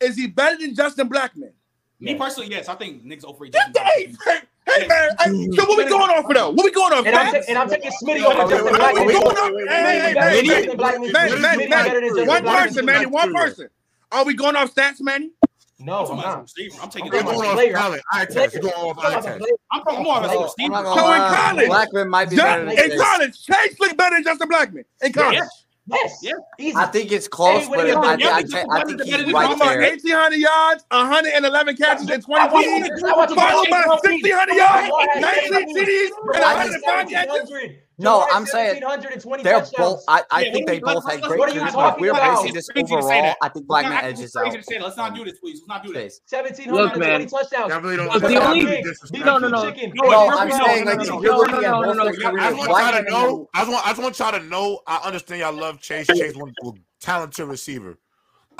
Speaker 1: Is he better than Justin Blackman?
Speaker 3: Me
Speaker 7: Yes.
Speaker 3: personally, yes, I think niggas over each
Speaker 1: Get the hey, Frank. Hey, man. Hey, so what we going off for though? What we going off?
Speaker 7: And I'm, ta-
Speaker 1: Facts?
Speaker 7: and I'm taking Smitty
Speaker 9: Yo,
Speaker 7: over
Speaker 9: wait,
Speaker 7: Justin
Speaker 9: wait,
Speaker 1: Are we
Speaker 7: Blackman.
Speaker 9: wait, wait,
Speaker 1: going
Speaker 9: wait,
Speaker 1: off?
Speaker 9: wait,
Speaker 7: Smitty
Speaker 9: wait,
Speaker 1: Hey, hey,
Speaker 9: wait,
Speaker 7: better
Speaker 9: wait.
Speaker 1: hey,
Speaker 7: than
Speaker 9: Manny,
Speaker 1: hey.
Speaker 7: Justin
Speaker 1: Manny, Manny,
Speaker 7: Blackman. Smitty
Speaker 9: what is what is Midnight
Speaker 1: Manny. One
Speaker 7: better than Justin
Speaker 9: Fury? What is
Speaker 7: Blackman.
Speaker 1: person, Manny.
Speaker 9: Midnight
Speaker 1: One
Speaker 9: Fury?
Speaker 1: person. Are we going off stats, Manny?
Speaker 7: No,
Speaker 3: I'm
Speaker 7: I'm
Speaker 3: talking about as a
Speaker 7: not.
Speaker 3: receiver. I'm
Speaker 7: I'm
Speaker 3: taking
Speaker 9: They're
Speaker 3: it
Speaker 7: talking
Speaker 3: as a
Speaker 7: about the
Speaker 9: going off
Speaker 7: player.
Speaker 3: receiver.
Speaker 9: talent, eye
Speaker 7: Player.
Speaker 9: test. They're going off
Speaker 7: I'm
Speaker 9: eye
Speaker 7: talking about the
Speaker 9: test.
Speaker 7: player.
Speaker 3: I'm
Speaker 7: I'm
Speaker 3: talking
Speaker 7: talking
Speaker 3: more
Speaker 7: about
Speaker 4: Yo,
Speaker 7: player.
Speaker 3: as a
Speaker 4: I'm
Speaker 3: receiver.
Speaker 4: not
Speaker 1: So
Speaker 4: gonna
Speaker 1: in
Speaker 4: lie.
Speaker 1: college,
Speaker 4: Blackman might be
Speaker 1: just
Speaker 4: better
Speaker 1: in
Speaker 4: than Chase.
Speaker 1: college, Chase look better than Justin Blackman in college.
Speaker 3: Yes,
Speaker 7: Yes.
Speaker 3: yes.
Speaker 7: Easy.
Speaker 4: I think it's close,
Speaker 7: Anyway,
Speaker 4: but
Speaker 7: yeah,
Speaker 4: I,
Speaker 3: Every,
Speaker 4: I,
Speaker 7: but-
Speaker 3: every
Speaker 4: I, I
Speaker 3: Justin Blackman
Speaker 4: think
Speaker 3: is
Speaker 4: he's
Speaker 3: better than
Speaker 1: We're
Speaker 3: John
Speaker 1: talking
Speaker 4: right
Speaker 1: about
Speaker 3: Lynch.
Speaker 4: there.
Speaker 1: 1,800 yards, 111
Speaker 7: I
Speaker 1: catches, and 20
Speaker 7: want
Speaker 1: TDs,
Speaker 7: you to I want you to
Speaker 1: followed
Speaker 7: take
Speaker 1: by 1,600 yards,
Speaker 7: Jamar had
Speaker 1: 19
Speaker 7: seventeen.
Speaker 1: TDs, and
Speaker 7: Jamar had
Speaker 1: 105 catches.
Speaker 7: 1,700.
Speaker 4: No,
Speaker 7: Jamar had
Speaker 4: I'm saying
Speaker 7: 1,720
Speaker 4: They're both.
Speaker 7: touchdowns.
Speaker 4: I, I think they
Speaker 3: Yeah, what are you,
Speaker 4: both
Speaker 3: let's, let's,
Speaker 4: had
Speaker 3: let's,
Speaker 4: great
Speaker 7: What are you
Speaker 4: careers, but if
Speaker 7: talking
Speaker 4: we're
Speaker 7: about?
Speaker 4: basing
Speaker 3: it's
Speaker 4: this
Speaker 3: crazy to say
Speaker 4: overall.
Speaker 3: that.
Speaker 4: I think
Speaker 3: Let's not
Speaker 4: Blackman
Speaker 3: act like it's
Speaker 4: edges
Speaker 3: crazy
Speaker 4: out
Speaker 3: to say that. Let's not
Speaker 4: on
Speaker 3: do this, please. Let's not do that.
Speaker 4: Chase.
Speaker 2: Look,
Speaker 7: 1,720
Speaker 2: man.
Speaker 9: I
Speaker 7: touchdowns.
Speaker 9: really don't
Speaker 2: Look,
Speaker 9: want
Speaker 2: we
Speaker 9: y'all to
Speaker 2: only
Speaker 9: be
Speaker 2: no, no,
Speaker 7: Big,
Speaker 9: disrespectful.
Speaker 7: BBQ
Speaker 2: no,
Speaker 7: chicken,
Speaker 4: No,
Speaker 7: bacon
Speaker 3: No, it's
Speaker 4: I'm
Speaker 3: perfect. No,
Speaker 7: grease.
Speaker 4: saying like
Speaker 3: no, no,
Speaker 4: if
Speaker 3: no,
Speaker 4: you're
Speaker 3: no,
Speaker 4: looking
Speaker 3: no,
Speaker 4: at
Speaker 3: no, no,
Speaker 4: both
Speaker 3: no,
Speaker 4: their careers,
Speaker 3: no.
Speaker 9: I, I just want y'all
Speaker 4: Blackman
Speaker 9: to
Speaker 4: and
Speaker 9: know. I just want I just want y'all to know. I understand y'all love Chase. Chase one was talented receiver.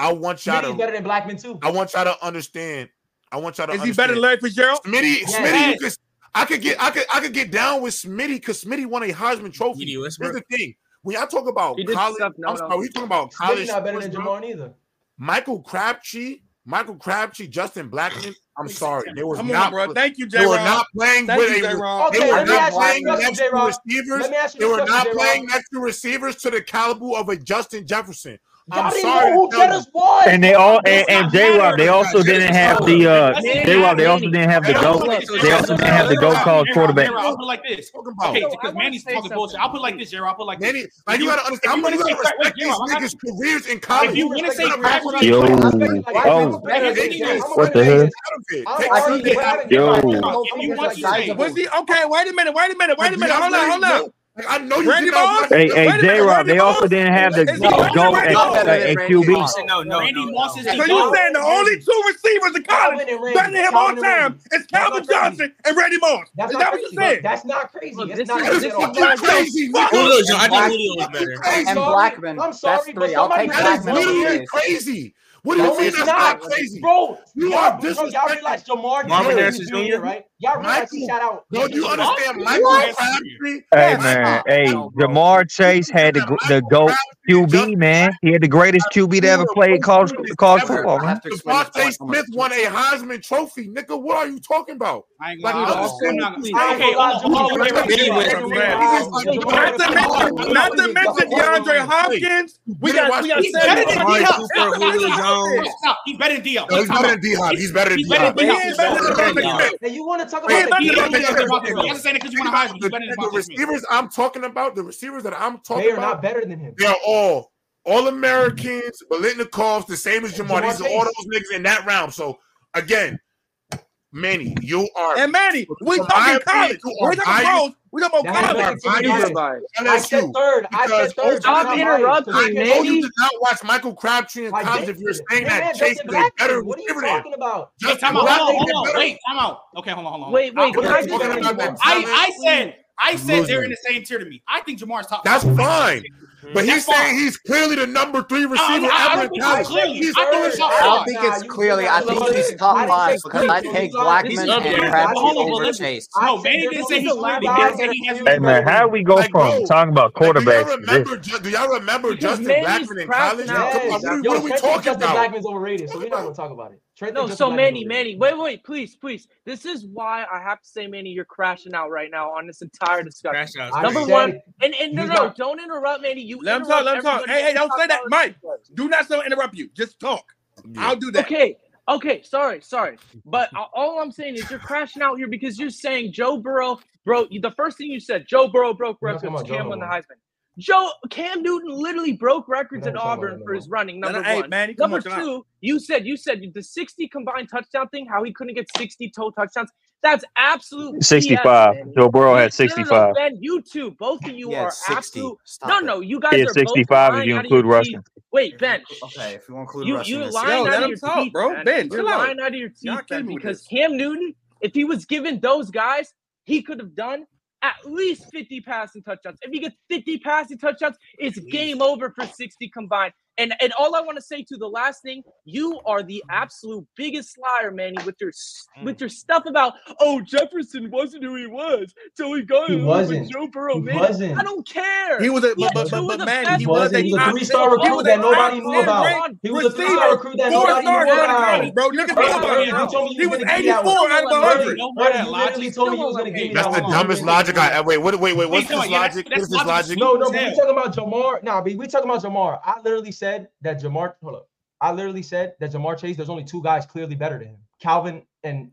Speaker 9: I want y'all
Speaker 7: Smitty's
Speaker 9: to.
Speaker 7: better than Blackman too.
Speaker 9: I want y'all to understand. I want y'all to
Speaker 1: Is he better
Speaker 9: understand.
Speaker 1: than Larry Fitzgerald?
Speaker 9: Smitty,
Speaker 7: Yes.
Speaker 9: Smitty, you could, I could get, I could, I could get down with Smitty because Smitty won a Heisman Trophy.
Speaker 10: DD
Speaker 9: Here's
Speaker 10: Westbrook.
Speaker 9: the thing: when y'all talk about
Speaker 2: He did
Speaker 9: college,
Speaker 2: stuff no
Speaker 9: I'm
Speaker 2: one
Speaker 9: sorry,
Speaker 2: else
Speaker 9: we
Speaker 2: did.
Speaker 9: talking about
Speaker 7: Smitty
Speaker 9: college.
Speaker 7: not better than
Speaker 9: sports, bro.
Speaker 7: Jamar either.
Speaker 9: Michael Crabtree, Michael Crabtree, Justin Blackman. I'm sorry, they was
Speaker 1: Come
Speaker 9: not,
Speaker 1: on, bro. Thank you,
Speaker 9: they were
Speaker 1: J-Rob.
Speaker 9: not playing
Speaker 1: Thank
Speaker 9: with
Speaker 1: you,
Speaker 9: a,
Speaker 1: J-Rob.
Speaker 9: they
Speaker 7: Okay,
Speaker 9: were
Speaker 7: let me
Speaker 9: not
Speaker 7: ask you this
Speaker 9: playing
Speaker 7: question,
Speaker 9: next
Speaker 7: J
Speaker 9: to
Speaker 7: Rob.
Speaker 9: receivers.
Speaker 7: Let me ask you
Speaker 9: They
Speaker 7: this
Speaker 9: were
Speaker 7: question,
Speaker 9: not
Speaker 7: J Rob.
Speaker 9: playing next to receivers to the caliber of a Justin Jefferson. I'm
Speaker 7: Y'all didn't
Speaker 9: sorry to
Speaker 7: know who
Speaker 9: tell you.
Speaker 7: Jettas was.
Speaker 6: And they all and,
Speaker 3: It does
Speaker 6: and
Speaker 3: not
Speaker 6: J Rob, they
Speaker 3: matter.
Speaker 6: also
Speaker 9: J-Rob,
Speaker 6: didn't have
Speaker 9: hold up.
Speaker 6: the uh
Speaker 3: That's
Speaker 2: Man,
Speaker 6: J Rob, they
Speaker 2: Manny.
Speaker 6: also didn't have the
Speaker 9: Hey,
Speaker 2: Hold
Speaker 9: hold
Speaker 6: GOAT.
Speaker 2: up,
Speaker 9: up,
Speaker 6: They also
Speaker 2: so
Speaker 9: hold up,
Speaker 2: Justin
Speaker 6: didn't have the
Speaker 9: hold
Speaker 6: GOAT
Speaker 2: Jefferson.
Speaker 9: up,
Speaker 6: called
Speaker 9: hold up.
Speaker 6: quarterback.
Speaker 3: J-Rob, I'll put it like this.
Speaker 9: Talking
Speaker 3: Okay,
Speaker 9: about
Speaker 2: Yo, I
Speaker 3: because
Speaker 2: wanna
Speaker 3: Manny's
Speaker 2: say
Speaker 3: talking bullshit.
Speaker 2: something to
Speaker 3: I'll put it like
Speaker 2: you.
Speaker 3: this, J-Rob. I'll put it like
Speaker 9: Manny,
Speaker 3: this. If
Speaker 9: like
Speaker 3: you,
Speaker 9: you
Speaker 3: if
Speaker 9: gotta understand.
Speaker 3: you
Speaker 9: I'm,
Speaker 3: want
Speaker 9: you
Speaker 3: to say, wait, wait,
Speaker 9: gotta
Speaker 3: J-Rob,
Speaker 9: respect these
Speaker 3: I'm not,
Speaker 9: niggas' careers in
Speaker 7: If
Speaker 3: if
Speaker 9: college.
Speaker 7: you
Speaker 3: you
Speaker 9: You
Speaker 3: want to
Speaker 7: respect his
Speaker 3: say
Speaker 7: career in
Speaker 9: gotta pass
Speaker 7: college, why I'm
Speaker 3: Crabtree is better,
Speaker 9: on their players.
Speaker 7: better,
Speaker 6: Yo,
Speaker 7: why
Speaker 6: oh, what the
Speaker 7: am I gonna better than Jada? I'm gonna
Speaker 3: if you want to
Speaker 9: Take Michael Crabtree out of it.
Speaker 6: hell?
Speaker 7: tell you this. I'm
Speaker 9: Take out of it. Take
Speaker 7: already
Speaker 9: Smitty
Speaker 6: Yo,
Speaker 1: Hey,
Speaker 7: better than Jamar Chase. I'm just like
Speaker 9: out of it. Like, come on, like Chase.
Speaker 7: Jada.
Speaker 1: was he okay? Wait a minute. Wait a minute. Wait
Speaker 9: Like,
Speaker 1: a
Speaker 9: we
Speaker 1: minute.
Speaker 9: out
Speaker 1: Hold on. Hold
Speaker 9: no.
Speaker 1: on.
Speaker 9: Like, I know you
Speaker 1: Randy
Speaker 9: did not
Speaker 1: Moss.
Speaker 9: watch Justin.
Speaker 1: Wait
Speaker 6: Hey,
Speaker 1: a minute.
Speaker 6: J Rob,
Speaker 1: Randy
Speaker 6: they also
Speaker 1: Moss.
Speaker 6: didn't have the
Speaker 1: Is he
Speaker 6: the
Speaker 4: no,
Speaker 1: better than
Speaker 6: GOAT
Speaker 1: Randy
Speaker 4: not
Speaker 6: at,
Speaker 1: Moss?
Speaker 6: uh,
Speaker 4: better than
Speaker 6: at
Speaker 4: Randy
Speaker 6: QB.
Speaker 4: Moss.
Speaker 10: Listen, no, no,
Speaker 3: Randy
Speaker 10: no,
Speaker 3: Moss
Speaker 10: no.
Speaker 3: is
Speaker 1: So
Speaker 3: a
Speaker 1: you
Speaker 3: dog.
Speaker 1: saying
Speaker 7: Calvin
Speaker 1: the
Speaker 7: and
Speaker 1: only
Speaker 7: Randy.
Speaker 1: two receivers in college
Speaker 7: Calvin and
Speaker 1: better than
Speaker 7: Randy.
Speaker 1: him all
Speaker 7: Calvin and
Speaker 1: time
Speaker 7: Randy.
Speaker 1: is
Speaker 7: That's
Speaker 1: Calvin
Speaker 7: not crazy.
Speaker 1: Johnson and Randy Moss. Is
Speaker 7: That's not
Speaker 1: that what you're
Speaker 7: crazy.
Speaker 1: saying?
Speaker 7: That's not crazy.
Speaker 2: Look,
Speaker 7: It's
Speaker 2: this
Speaker 7: not
Speaker 2: is
Speaker 9: That
Speaker 7: crazy
Speaker 2: this is
Speaker 7: at all.
Speaker 9: is fucking
Speaker 2: why
Speaker 1: What the
Speaker 9: crazy,
Speaker 1: fuck?
Speaker 9: nigga.
Speaker 10: Julio,
Speaker 4: And
Speaker 10: Jones, I think
Speaker 4: Black
Speaker 10: Julio was
Speaker 9: That's fucking
Speaker 10: better.
Speaker 4: and
Speaker 9: crazy.
Speaker 7: Sorry.
Speaker 4: Blackman.
Speaker 7: I'm
Speaker 4: That's
Speaker 7: sorry, but
Speaker 4: three. I'll
Speaker 7: somebody
Speaker 4: take
Speaker 7: was
Speaker 9: That
Speaker 4: Blackman over Chase.
Speaker 7: better than
Speaker 9: is literally crazy. What do you
Speaker 4: That's
Speaker 7: No,
Speaker 4: it.
Speaker 9: mean
Speaker 7: it's
Speaker 9: that's
Speaker 7: not,
Speaker 9: not crazy?
Speaker 7: bro.
Speaker 9: You
Speaker 7: Y'all,
Speaker 9: are
Speaker 7: bro, y'all
Speaker 9: disrespecting
Speaker 7: realize Jamar
Speaker 10: Marvin
Speaker 7: Chase
Speaker 9: Yo,
Speaker 7: is
Speaker 10: Harrison
Speaker 7: doing
Speaker 10: Jr.
Speaker 7: it, right? Y'all realize he
Speaker 9: Michael.
Speaker 7: shot out
Speaker 9: Yo, do you
Speaker 7: Jamar.
Speaker 3: What?
Speaker 9: understand
Speaker 3: Who
Speaker 9: Michael
Speaker 3: has
Speaker 9: Crabtree?
Speaker 6: Hey
Speaker 3: Yes.
Speaker 6: man,
Speaker 9: Stop.
Speaker 6: hey
Speaker 10: No, bro.
Speaker 6: Jamar
Speaker 9: You
Speaker 6: Chase
Speaker 9: understand
Speaker 6: had the
Speaker 9: that
Speaker 6: gr- the
Speaker 9: Michael
Speaker 6: GOAT
Speaker 9: Crabtree and
Speaker 6: QB
Speaker 9: Justin
Speaker 6: man. He had the greatest QB to
Speaker 9: two
Speaker 6: ever
Speaker 9: of the
Speaker 6: play
Speaker 9: most
Speaker 6: college
Speaker 9: students
Speaker 6: college
Speaker 9: ever.
Speaker 4: Sir, I
Speaker 6: football, man.
Speaker 4: have to explain this
Speaker 9: Devontae
Speaker 4: point. I'm a
Speaker 9: Smith won a Heisman Trophy, nigga. What are you talking about?
Speaker 3: I ain't
Speaker 9: Like,
Speaker 3: gonna lie.
Speaker 9: I
Speaker 3: I'm
Speaker 2: Lost
Speaker 3: still
Speaker 9: understand
Speaker 2: him
Speaker 9: you
Speaker 2: to
Speaker 7: I
Speaker 3: not.
Speaker 7: ain't
Speaker 2: me.
Speaker 3: Okay,
Speaker 7: gonna lie,
Speaker 3: hold on. Hold
Speaker 7: Jamar
Speaker 3: on.
Speaker 7: was
Speaker 10: Manny
Speaker 7: better than
Speaker 3: Wait, wait, wait.
Speaker 7: Jamar
Speaker 10: was
Speaker 7: Chase in college.
Speaker 9: disrespecting niggas.
Speaker 10: better.
Speaker 9: Niggas like
Speaker 7: Jamar
Speaker 9: Jamar
Speaker 1: Not
Speaker 7: was
Speaker 1: to mention, not to mention DeAndre Hopkins. We
Speaker 7: better.
Speaker 9: Chase. Y'all really don't think y'all better than him. Hey, he's better than
Speaker 1: got we got
Speaker 9: Rasheed
Speaker 3: He's
Speaker 1: Sam
Speaker 3: better
Speaker 9: Cooper.
Speaker 3: than
Speaker 1: Darnold and
Speaker 10: Amari
Speaker 3: D-Hop.
Speaker 1: Alvin Alvin
Speaker 10: Cooper, Julio Jones.
Speaker 1: Hopkins.
Speaker 3: Stop. He's better than D-Hop.
Speaker 9: No,
Speaker 3: What you talking
Speaker 9: he's better than
Speaker 3: about?
Speaker 9: D Hop.
Speaker 3: He's,
Speaker 9: He's better than
Speaker 3: he's
Speaker 9: D
Speaker 3: better
Speaker 9: Hop.
Speaker 1: He
Speaker 3: than D-Hop.
Speaker 1: ain't
Speaker 3: He's better
Speaker 1: better
Speaker 3: than
Speaker 1: than
Speaker 3: Devontae
Speaker 1: Devontae
Speaker 3: Smith.
Speaker 1: Smith.
Speaker 7: And you want to talk
Speaker 3: He
Speaker 1: He
Speaker 7: about
Speaker 1: ain't better than
Speaker 7: the
Speaker 3: ain't better than
Speaker 1: Devontae Smith.
Speaker 3: D-Hop. Devontae Smith. He
Speaker 9: Think about the
Speaker 3: doesn't say niggas you want to
Speaker 9: think
Speaker 3: hire
Speaker 9: about
Speaker 3: him. He's
Speaker 9: the
Speaker 3: better than
Speaker 9: nigga
Speaker 3: Devontae Smith.
Speaker 9: receivers I'm talking talking about, the receivers that I'm talking
Speaker 7: They are
Speaker 9: about,
Speaker 7: not better than him.
Speaker 9: They're all all Americans, Belitnikovs, the same as Jamar.
Speaker 7: Jamar
Speaker 9: These are all
Speaker 7: Chase.
Speaker 9: those niggas in that round. So again, Manny, you are
Speaker 1: And Manny, we
Speaker 9: From my
Speaker 1: talking college.
Speaker 9: opinion, you
Speaker 1: We're
Speaker 9: are
Speaker 1: talking
Speaker 9: biased.
Speaker 1: pros. We're talking
Speaker 7: That
Speaker 1: about
Speaker 7: is
Speaker 1: college.
Speaker 9: not
Speaker 7: making me
Speaker 9: biased.
Speaker 7: biased.
Speaker 2: Everybody.
Speaker 7: I said
Speaker 9: LSU.
Speaker 7: third. I
Speaker 9: because
Speaker 7: said third.
Speaker 9: Stop
Speaker 7: You're not
Speaker 2: interrupting,
Speaker 7: biased.
Speaker 9: I
Speaker 7: You're
Speaker 9: know
Speaker 7: not
Speaker 9: you
Speaker 2: Manny.
Speaker 9: did not watch Michael Crabtree in
Speaker 7: I
Speaker 9: college.
Speaker 7: did.
Speaker 9: If you're saying
Speaker 7: That man
Speaker 9: that Chase
Speaker 7: doesn't
Speaker 9: is a better
Speaker 7: matter. What are you
Speaker 9: receiver than him,
Speaker 7: talking about?
Speaker 3: Wait,
Speaker 9: just
Speaker 3: time
Speaker 9: we're
Speaker 3: out.
Speaker 9: not
Speaker 3: Hold on,
Speaker 9: saying
Speaker 3: hold
Speaker 9: they're
Speaker 3: on.
Speaker 9: better.
Speaker 3: Wait, time out. Okay, hold on, hold on.
Speaker 2: Wait, wait.
Speaker 7: We're
Speaker 2: Can I
Speaker 7: not
Speaker 9: We're
Speaker 2: just
Speaker 7: talking
Speaker 9: talking
Speaker 2: say
Speaker 9: about
Speaker 7: anymore.
Speaker 9: that
Speaker 3: I,
Speaker 9: talent.
Speaker 3: I said I said
Speaker 9: Loser.
Speaker 3: they're in the same tier to me. I think Jamar's top.
Speaker 9: That's
Speaker 3: five.
Speaker 9: fine. But he's
Speaker 3: That's
Speaker 9: saying he's clearly the number three receiver
Speaker 3: I- I
Speaker 9: ever
Speaker 3: don't
Speaker 9: in
Speaker 3: think
Speaker 9: college.
Speaker 3: it's clearly.
Speaker 9: He's
Speaker 3: I think
Speaker 9: third.
Speaker 3: it's
Speaker 4: I
Speaker 3: not-
Speaker 4: don't
Speaker 7: Nah,
Speaker 4: think
Speaker 7: you-
Speaker 4: it's
Speaker 7: you
Speaker 4: clearly. I
Speaker 7: gotta
Speaker 4: think
Speaker 7: look at
Speaker 4: he's
Speaker 7: it. I
Speaker 4: top
Speaker 7: didn't
Speaker 4: five
Speaker 7: say
Speaker 4: because I
Speaker 7: clearly.
Speaker 4: take
Speaker 7: You gotta- this
Speaker 4: Blackman
Speaker 7: is
Speaker 8: up
Speaker 4: and
Speaker 8: there.
Speaker 4: Crabtree
Speaker 3: Hold on,
Speaker 4: over
Speaker 3: listen.
Speaker 4: Chase.
Speaker 7: I
Speaker 3: No,
Speaker 7: said
Speaker 3: Manny
Speaker 7: there's
Speaker 3: didn't
Speaker 7: only
Speaker 3: say he's
Speaker 7: five
Speaker 3: clearly.
Speaker 7: guys
Speaker 3: Manny
Speaker 7: that
Speaker 3: said
Speaker 7: are
Speaker 3: he has
Speaker 7: clearly
Speaker 6: Hey man,
Speaker 7: better
Speaker 6: how
Speaker 7: than
Speaker 6: we go
Speaker 9: Like,
Speaker 6: from
Speaker 9: bro,
Speaker 6: talking about
Speaker 9: Like, do y'all
Speaker 6: quarterbacks to this?
Speaker 9: remember? Ju- Do y'all remember
Speaker 2: Because
Speaker 9: Justin
Speaker 2: Manny's
Speaker 9: Blackman in
Speaker 2: crashing
Speaker 9: college?
Speaker 2: out.
Speaker 9: Come on,
Speaker 7: Yes.
Speaker 9: we-
Speaker 2: That's
Speaker 9: what
Speaker 7: Yo,
Speaker 9: are we
Speaker 7: Trent and
Speaker 9: talking
Speaker 7: Justin
Speaker 9: about?
Speaker 7: Blackman's overrated, so we're not gonna talk about it. Trent
Speaker 2: No,
Speaker 7: and
Speaker 2: so
Speaker 7: Justin Blackman's
Speaker 2: Manny,
Speaker 7: overrated.
Speaker 2: Manny, wait, wait, please, please. This is why I have to say, Manny, you're crashing out right now on this entire discussion.
Speaker 8: Crash out.
Speaker 7: I
Speaker 2: Number
Speaker 7: said
Speaker 2: one,
Speaker 7: it.
Speaker 2: and and no,
Speaker 7: He's
Speaker 2: no,
Speaker 7: not-
Speaker 2: don't interrupt, Manny. You
Speaker 1: Let him
Speaker 2: interrupt
Speaker 1: talk. Let him talk.
Speaker 2: everybody
Speaker 1: Hey, hey,
Speaker 2: when
Speaker 1: don't
Speaker 2: we
Speaker 1: say
Speaker 2: talk
Speaker 1: that,
Speaker 2: college
Speaker 1: Mike.
Speaker 2: football.
Speaker 1: Do not so interrupt you. Just talk.
Speaker 9: Yeah.
Speaker 1: I'll do that.
Speaker 2: Okay, okay, sorry, sorry. But a- all I'm saying is you're crashing out here because you're saying Joe Burrow, bro. you- The first thing you said, Joe Burrow broke
Speaker 7: We're not talking
Speaker 2: records.
Speaker 7: about Joe
Speaker 2: Cam
Speaker 7: no
Speaker 2: won the
Speaker 7: more.
Speaker 2: Heisman. Joe Cam Newton literally broke
Speaker 7: We're
Speaker 2: records
Speaker 7: not
Speaker 2: at
Speaker 7: talking about
Speaker 2: Auburn
Speaker 7: him no
Speaker 2: for
Speaker 7: more.
Speaker 2: his running.
Speaker 1: Let
Speaker 2: Number
Speaker 1: him, hey,
Speaker 2: one.
Speaker 1: Manny, come
Speaker 2: Number
Speaker 1: on, chill out.
Speaker 2: two, you said you said the 60 combined touchdown thing. How he couldn't get 60 total touchdowns. That's absolute BS,
Speaker 6: 65.
Speaker 2: Manny.
Speaker 6: Joe Burrow had
Speaker 2: You no no no
Speaker 6: 65.
Speaker 2: Ben. You too. Both of you
Speaker 4: He had
Speaker 2: are
Speaker 4: 60.
Speaker 2: absolute. No
Speaker 4: Stop it.
Speaker 2: no. You
Speaker 6: He
Speaker 2: guys
Speaker 6: had
Speaker 2: are both
Speaker 6: 65 if
Speaker 2: lying
Speaker 6: you
Speaker 2: out of your
Speaker 6: include
Speaker 2: teeth.
Speaker 6: rushing.
Speaker 2: Wait
Speaker 4: If you
Speaker 2: Ben.
Speaker 4: include, okay,
Speaker 2: shh.
Speaker 4: if you include
Speaker 2: You
Speaker 4: rushing,
Speaker 2: you're
Speaker 4: it's
Speaker 1: Yo,
Speaker 2: lying out
Speaker 1: let
Speaker 2: of
Speaker 1: him
Speaker 2: your
Speaker 1: talk,
Speaker 2: teeth,
Speaker 1: bro.
Speaker 2: man.
Speaker 1: Ben,
Speaker 2: You're
Speaker 1: chill out.
Speaker 2: lying out of your teeth,
Speaker 1: Y'all
Speaker 2: man.
Speaker 1: killing me with
Speaker 2: Because
Speaker 1: this.
Speaker 2: Cam Newton, if he was given those guys, he could have done at least 50 passing touchdowns. If he gets 50 passing touchdowns, it's game over for 60 combined. And and all I want to say to the last thing, you are the absolute biggest liar, Manny, with your s-
Speaker 9: Mm.
Speaker 2: with your stuff about oh Jefferson wasn't who he was, so he got it
Speaker 7: He
Speaker 2: with
Speaker 7: wasn't.
Speaker 2: Joe Burrow.
Speaker 7: He
Speaker 2: Man, I
Speaker 7: wasn't.
Speaker 2: don't
Speaker 1: He
Speaker 2: care.
Speaker 1: was a
Speaker 2: He
Speaker 1: but
Speaker 2: had
Speaker 1: but
Speaker 2: two
Speaker 1: but,
Speaker 2: of
Speaker 1: but
Speaker 2: the
Speaker 1: Manny,
Speaker 2: best
Speaker 1: he
Speaker 7: He
Speaker 1: was a
Speaker 7: wasn't. He was a
Speaker 2: receivers
Speaker 1: top six.
Speaker 7: three-star
Speaker 2: of
Speaker 1: He
Speaker 2: all
Speaker 1: was
Speaker 7: recruit
Speaker 1: a
Speaker 7: that
Speaker 2: time
Speaker 7: nobody
Speaker 1: top
Speaker 7: knew
Speaker 2: on
Speaker 1: ten
Speaker 7: about.
Speaker 1: ranked
Speaker 2: on
Speaker 7: He was a three-star
Speaker 1: receiver,
Speaker 2: on
Speaker 7: recruit that
Speaker 1: four
Speaker 7: nobody
Speaker 2: on
Speaker 7: knew
Speaker 1: star
Speaker 2: now.
Speaker 1: recruiting,
Speaker 7: about.
Speaker 1: bro.
Speaker 2: You're
Speaker 1: Niggas
Speaker 7: Ernie,
Speaker 1: know
Speaker 2: right
Speaker 1: about
Speaker 7: Ernie,
Speaker 1: him.
Speaker 7: you
Speaker 2: now.
Speaker 7: told me you
Speaker 1: He was
Speaker 7: was gonna give me that one.
Speaker 1: 84 out of
Speaker 7: Ernie,
Speaker 1: 100.
Speaker 3: Don't wear
Speaker 7: Ernie,
Speaker 3: that
Speaker 7: you
Speaker 3: logic.
Speaker 7: literally told
Speaker 2: Still
Speaker 7: me you
Speaker 2: won't
Speaker 7: was
Speaker 2: let
Speaker 7: gonna
Speaker 2: me
Speaker 7: give
Speaker 2: get
Speaker 7: me that
Speaker 9: That's
Speaker 2: that one.
Speaker 7: one. You didn't
Speaker 9: the dumbest
Speaker 7: give me
Speaker 9: logic
Speaker 7: that
Speaker 9: I
Speaker 7: one.
Speaker 9: ever. Wait, wait, wait,
Speaker 3: What are
Speaker 9: wait. What's
Speaker 3: you talking about? Yeah,
Speaker 9: his
Speaker 3: that's,
Speaker 9: logic? What
Speaker 3: that's
Speaker 9: is his
Speaker 3: logic
Speaker 9: logic?
Speaker 7: No,
Speaker 3: stupid
Speaker 7: no,
Speaker 3: as
Speaker 7: but we
Speaker 3: hell.
Speaker 7: talking about Jamar. Nah, B, we talking about Jamar. I literally said that Jamar. Hold up. I literally said that Jamar Chase. There's only two guys clearly better than him: Calvin and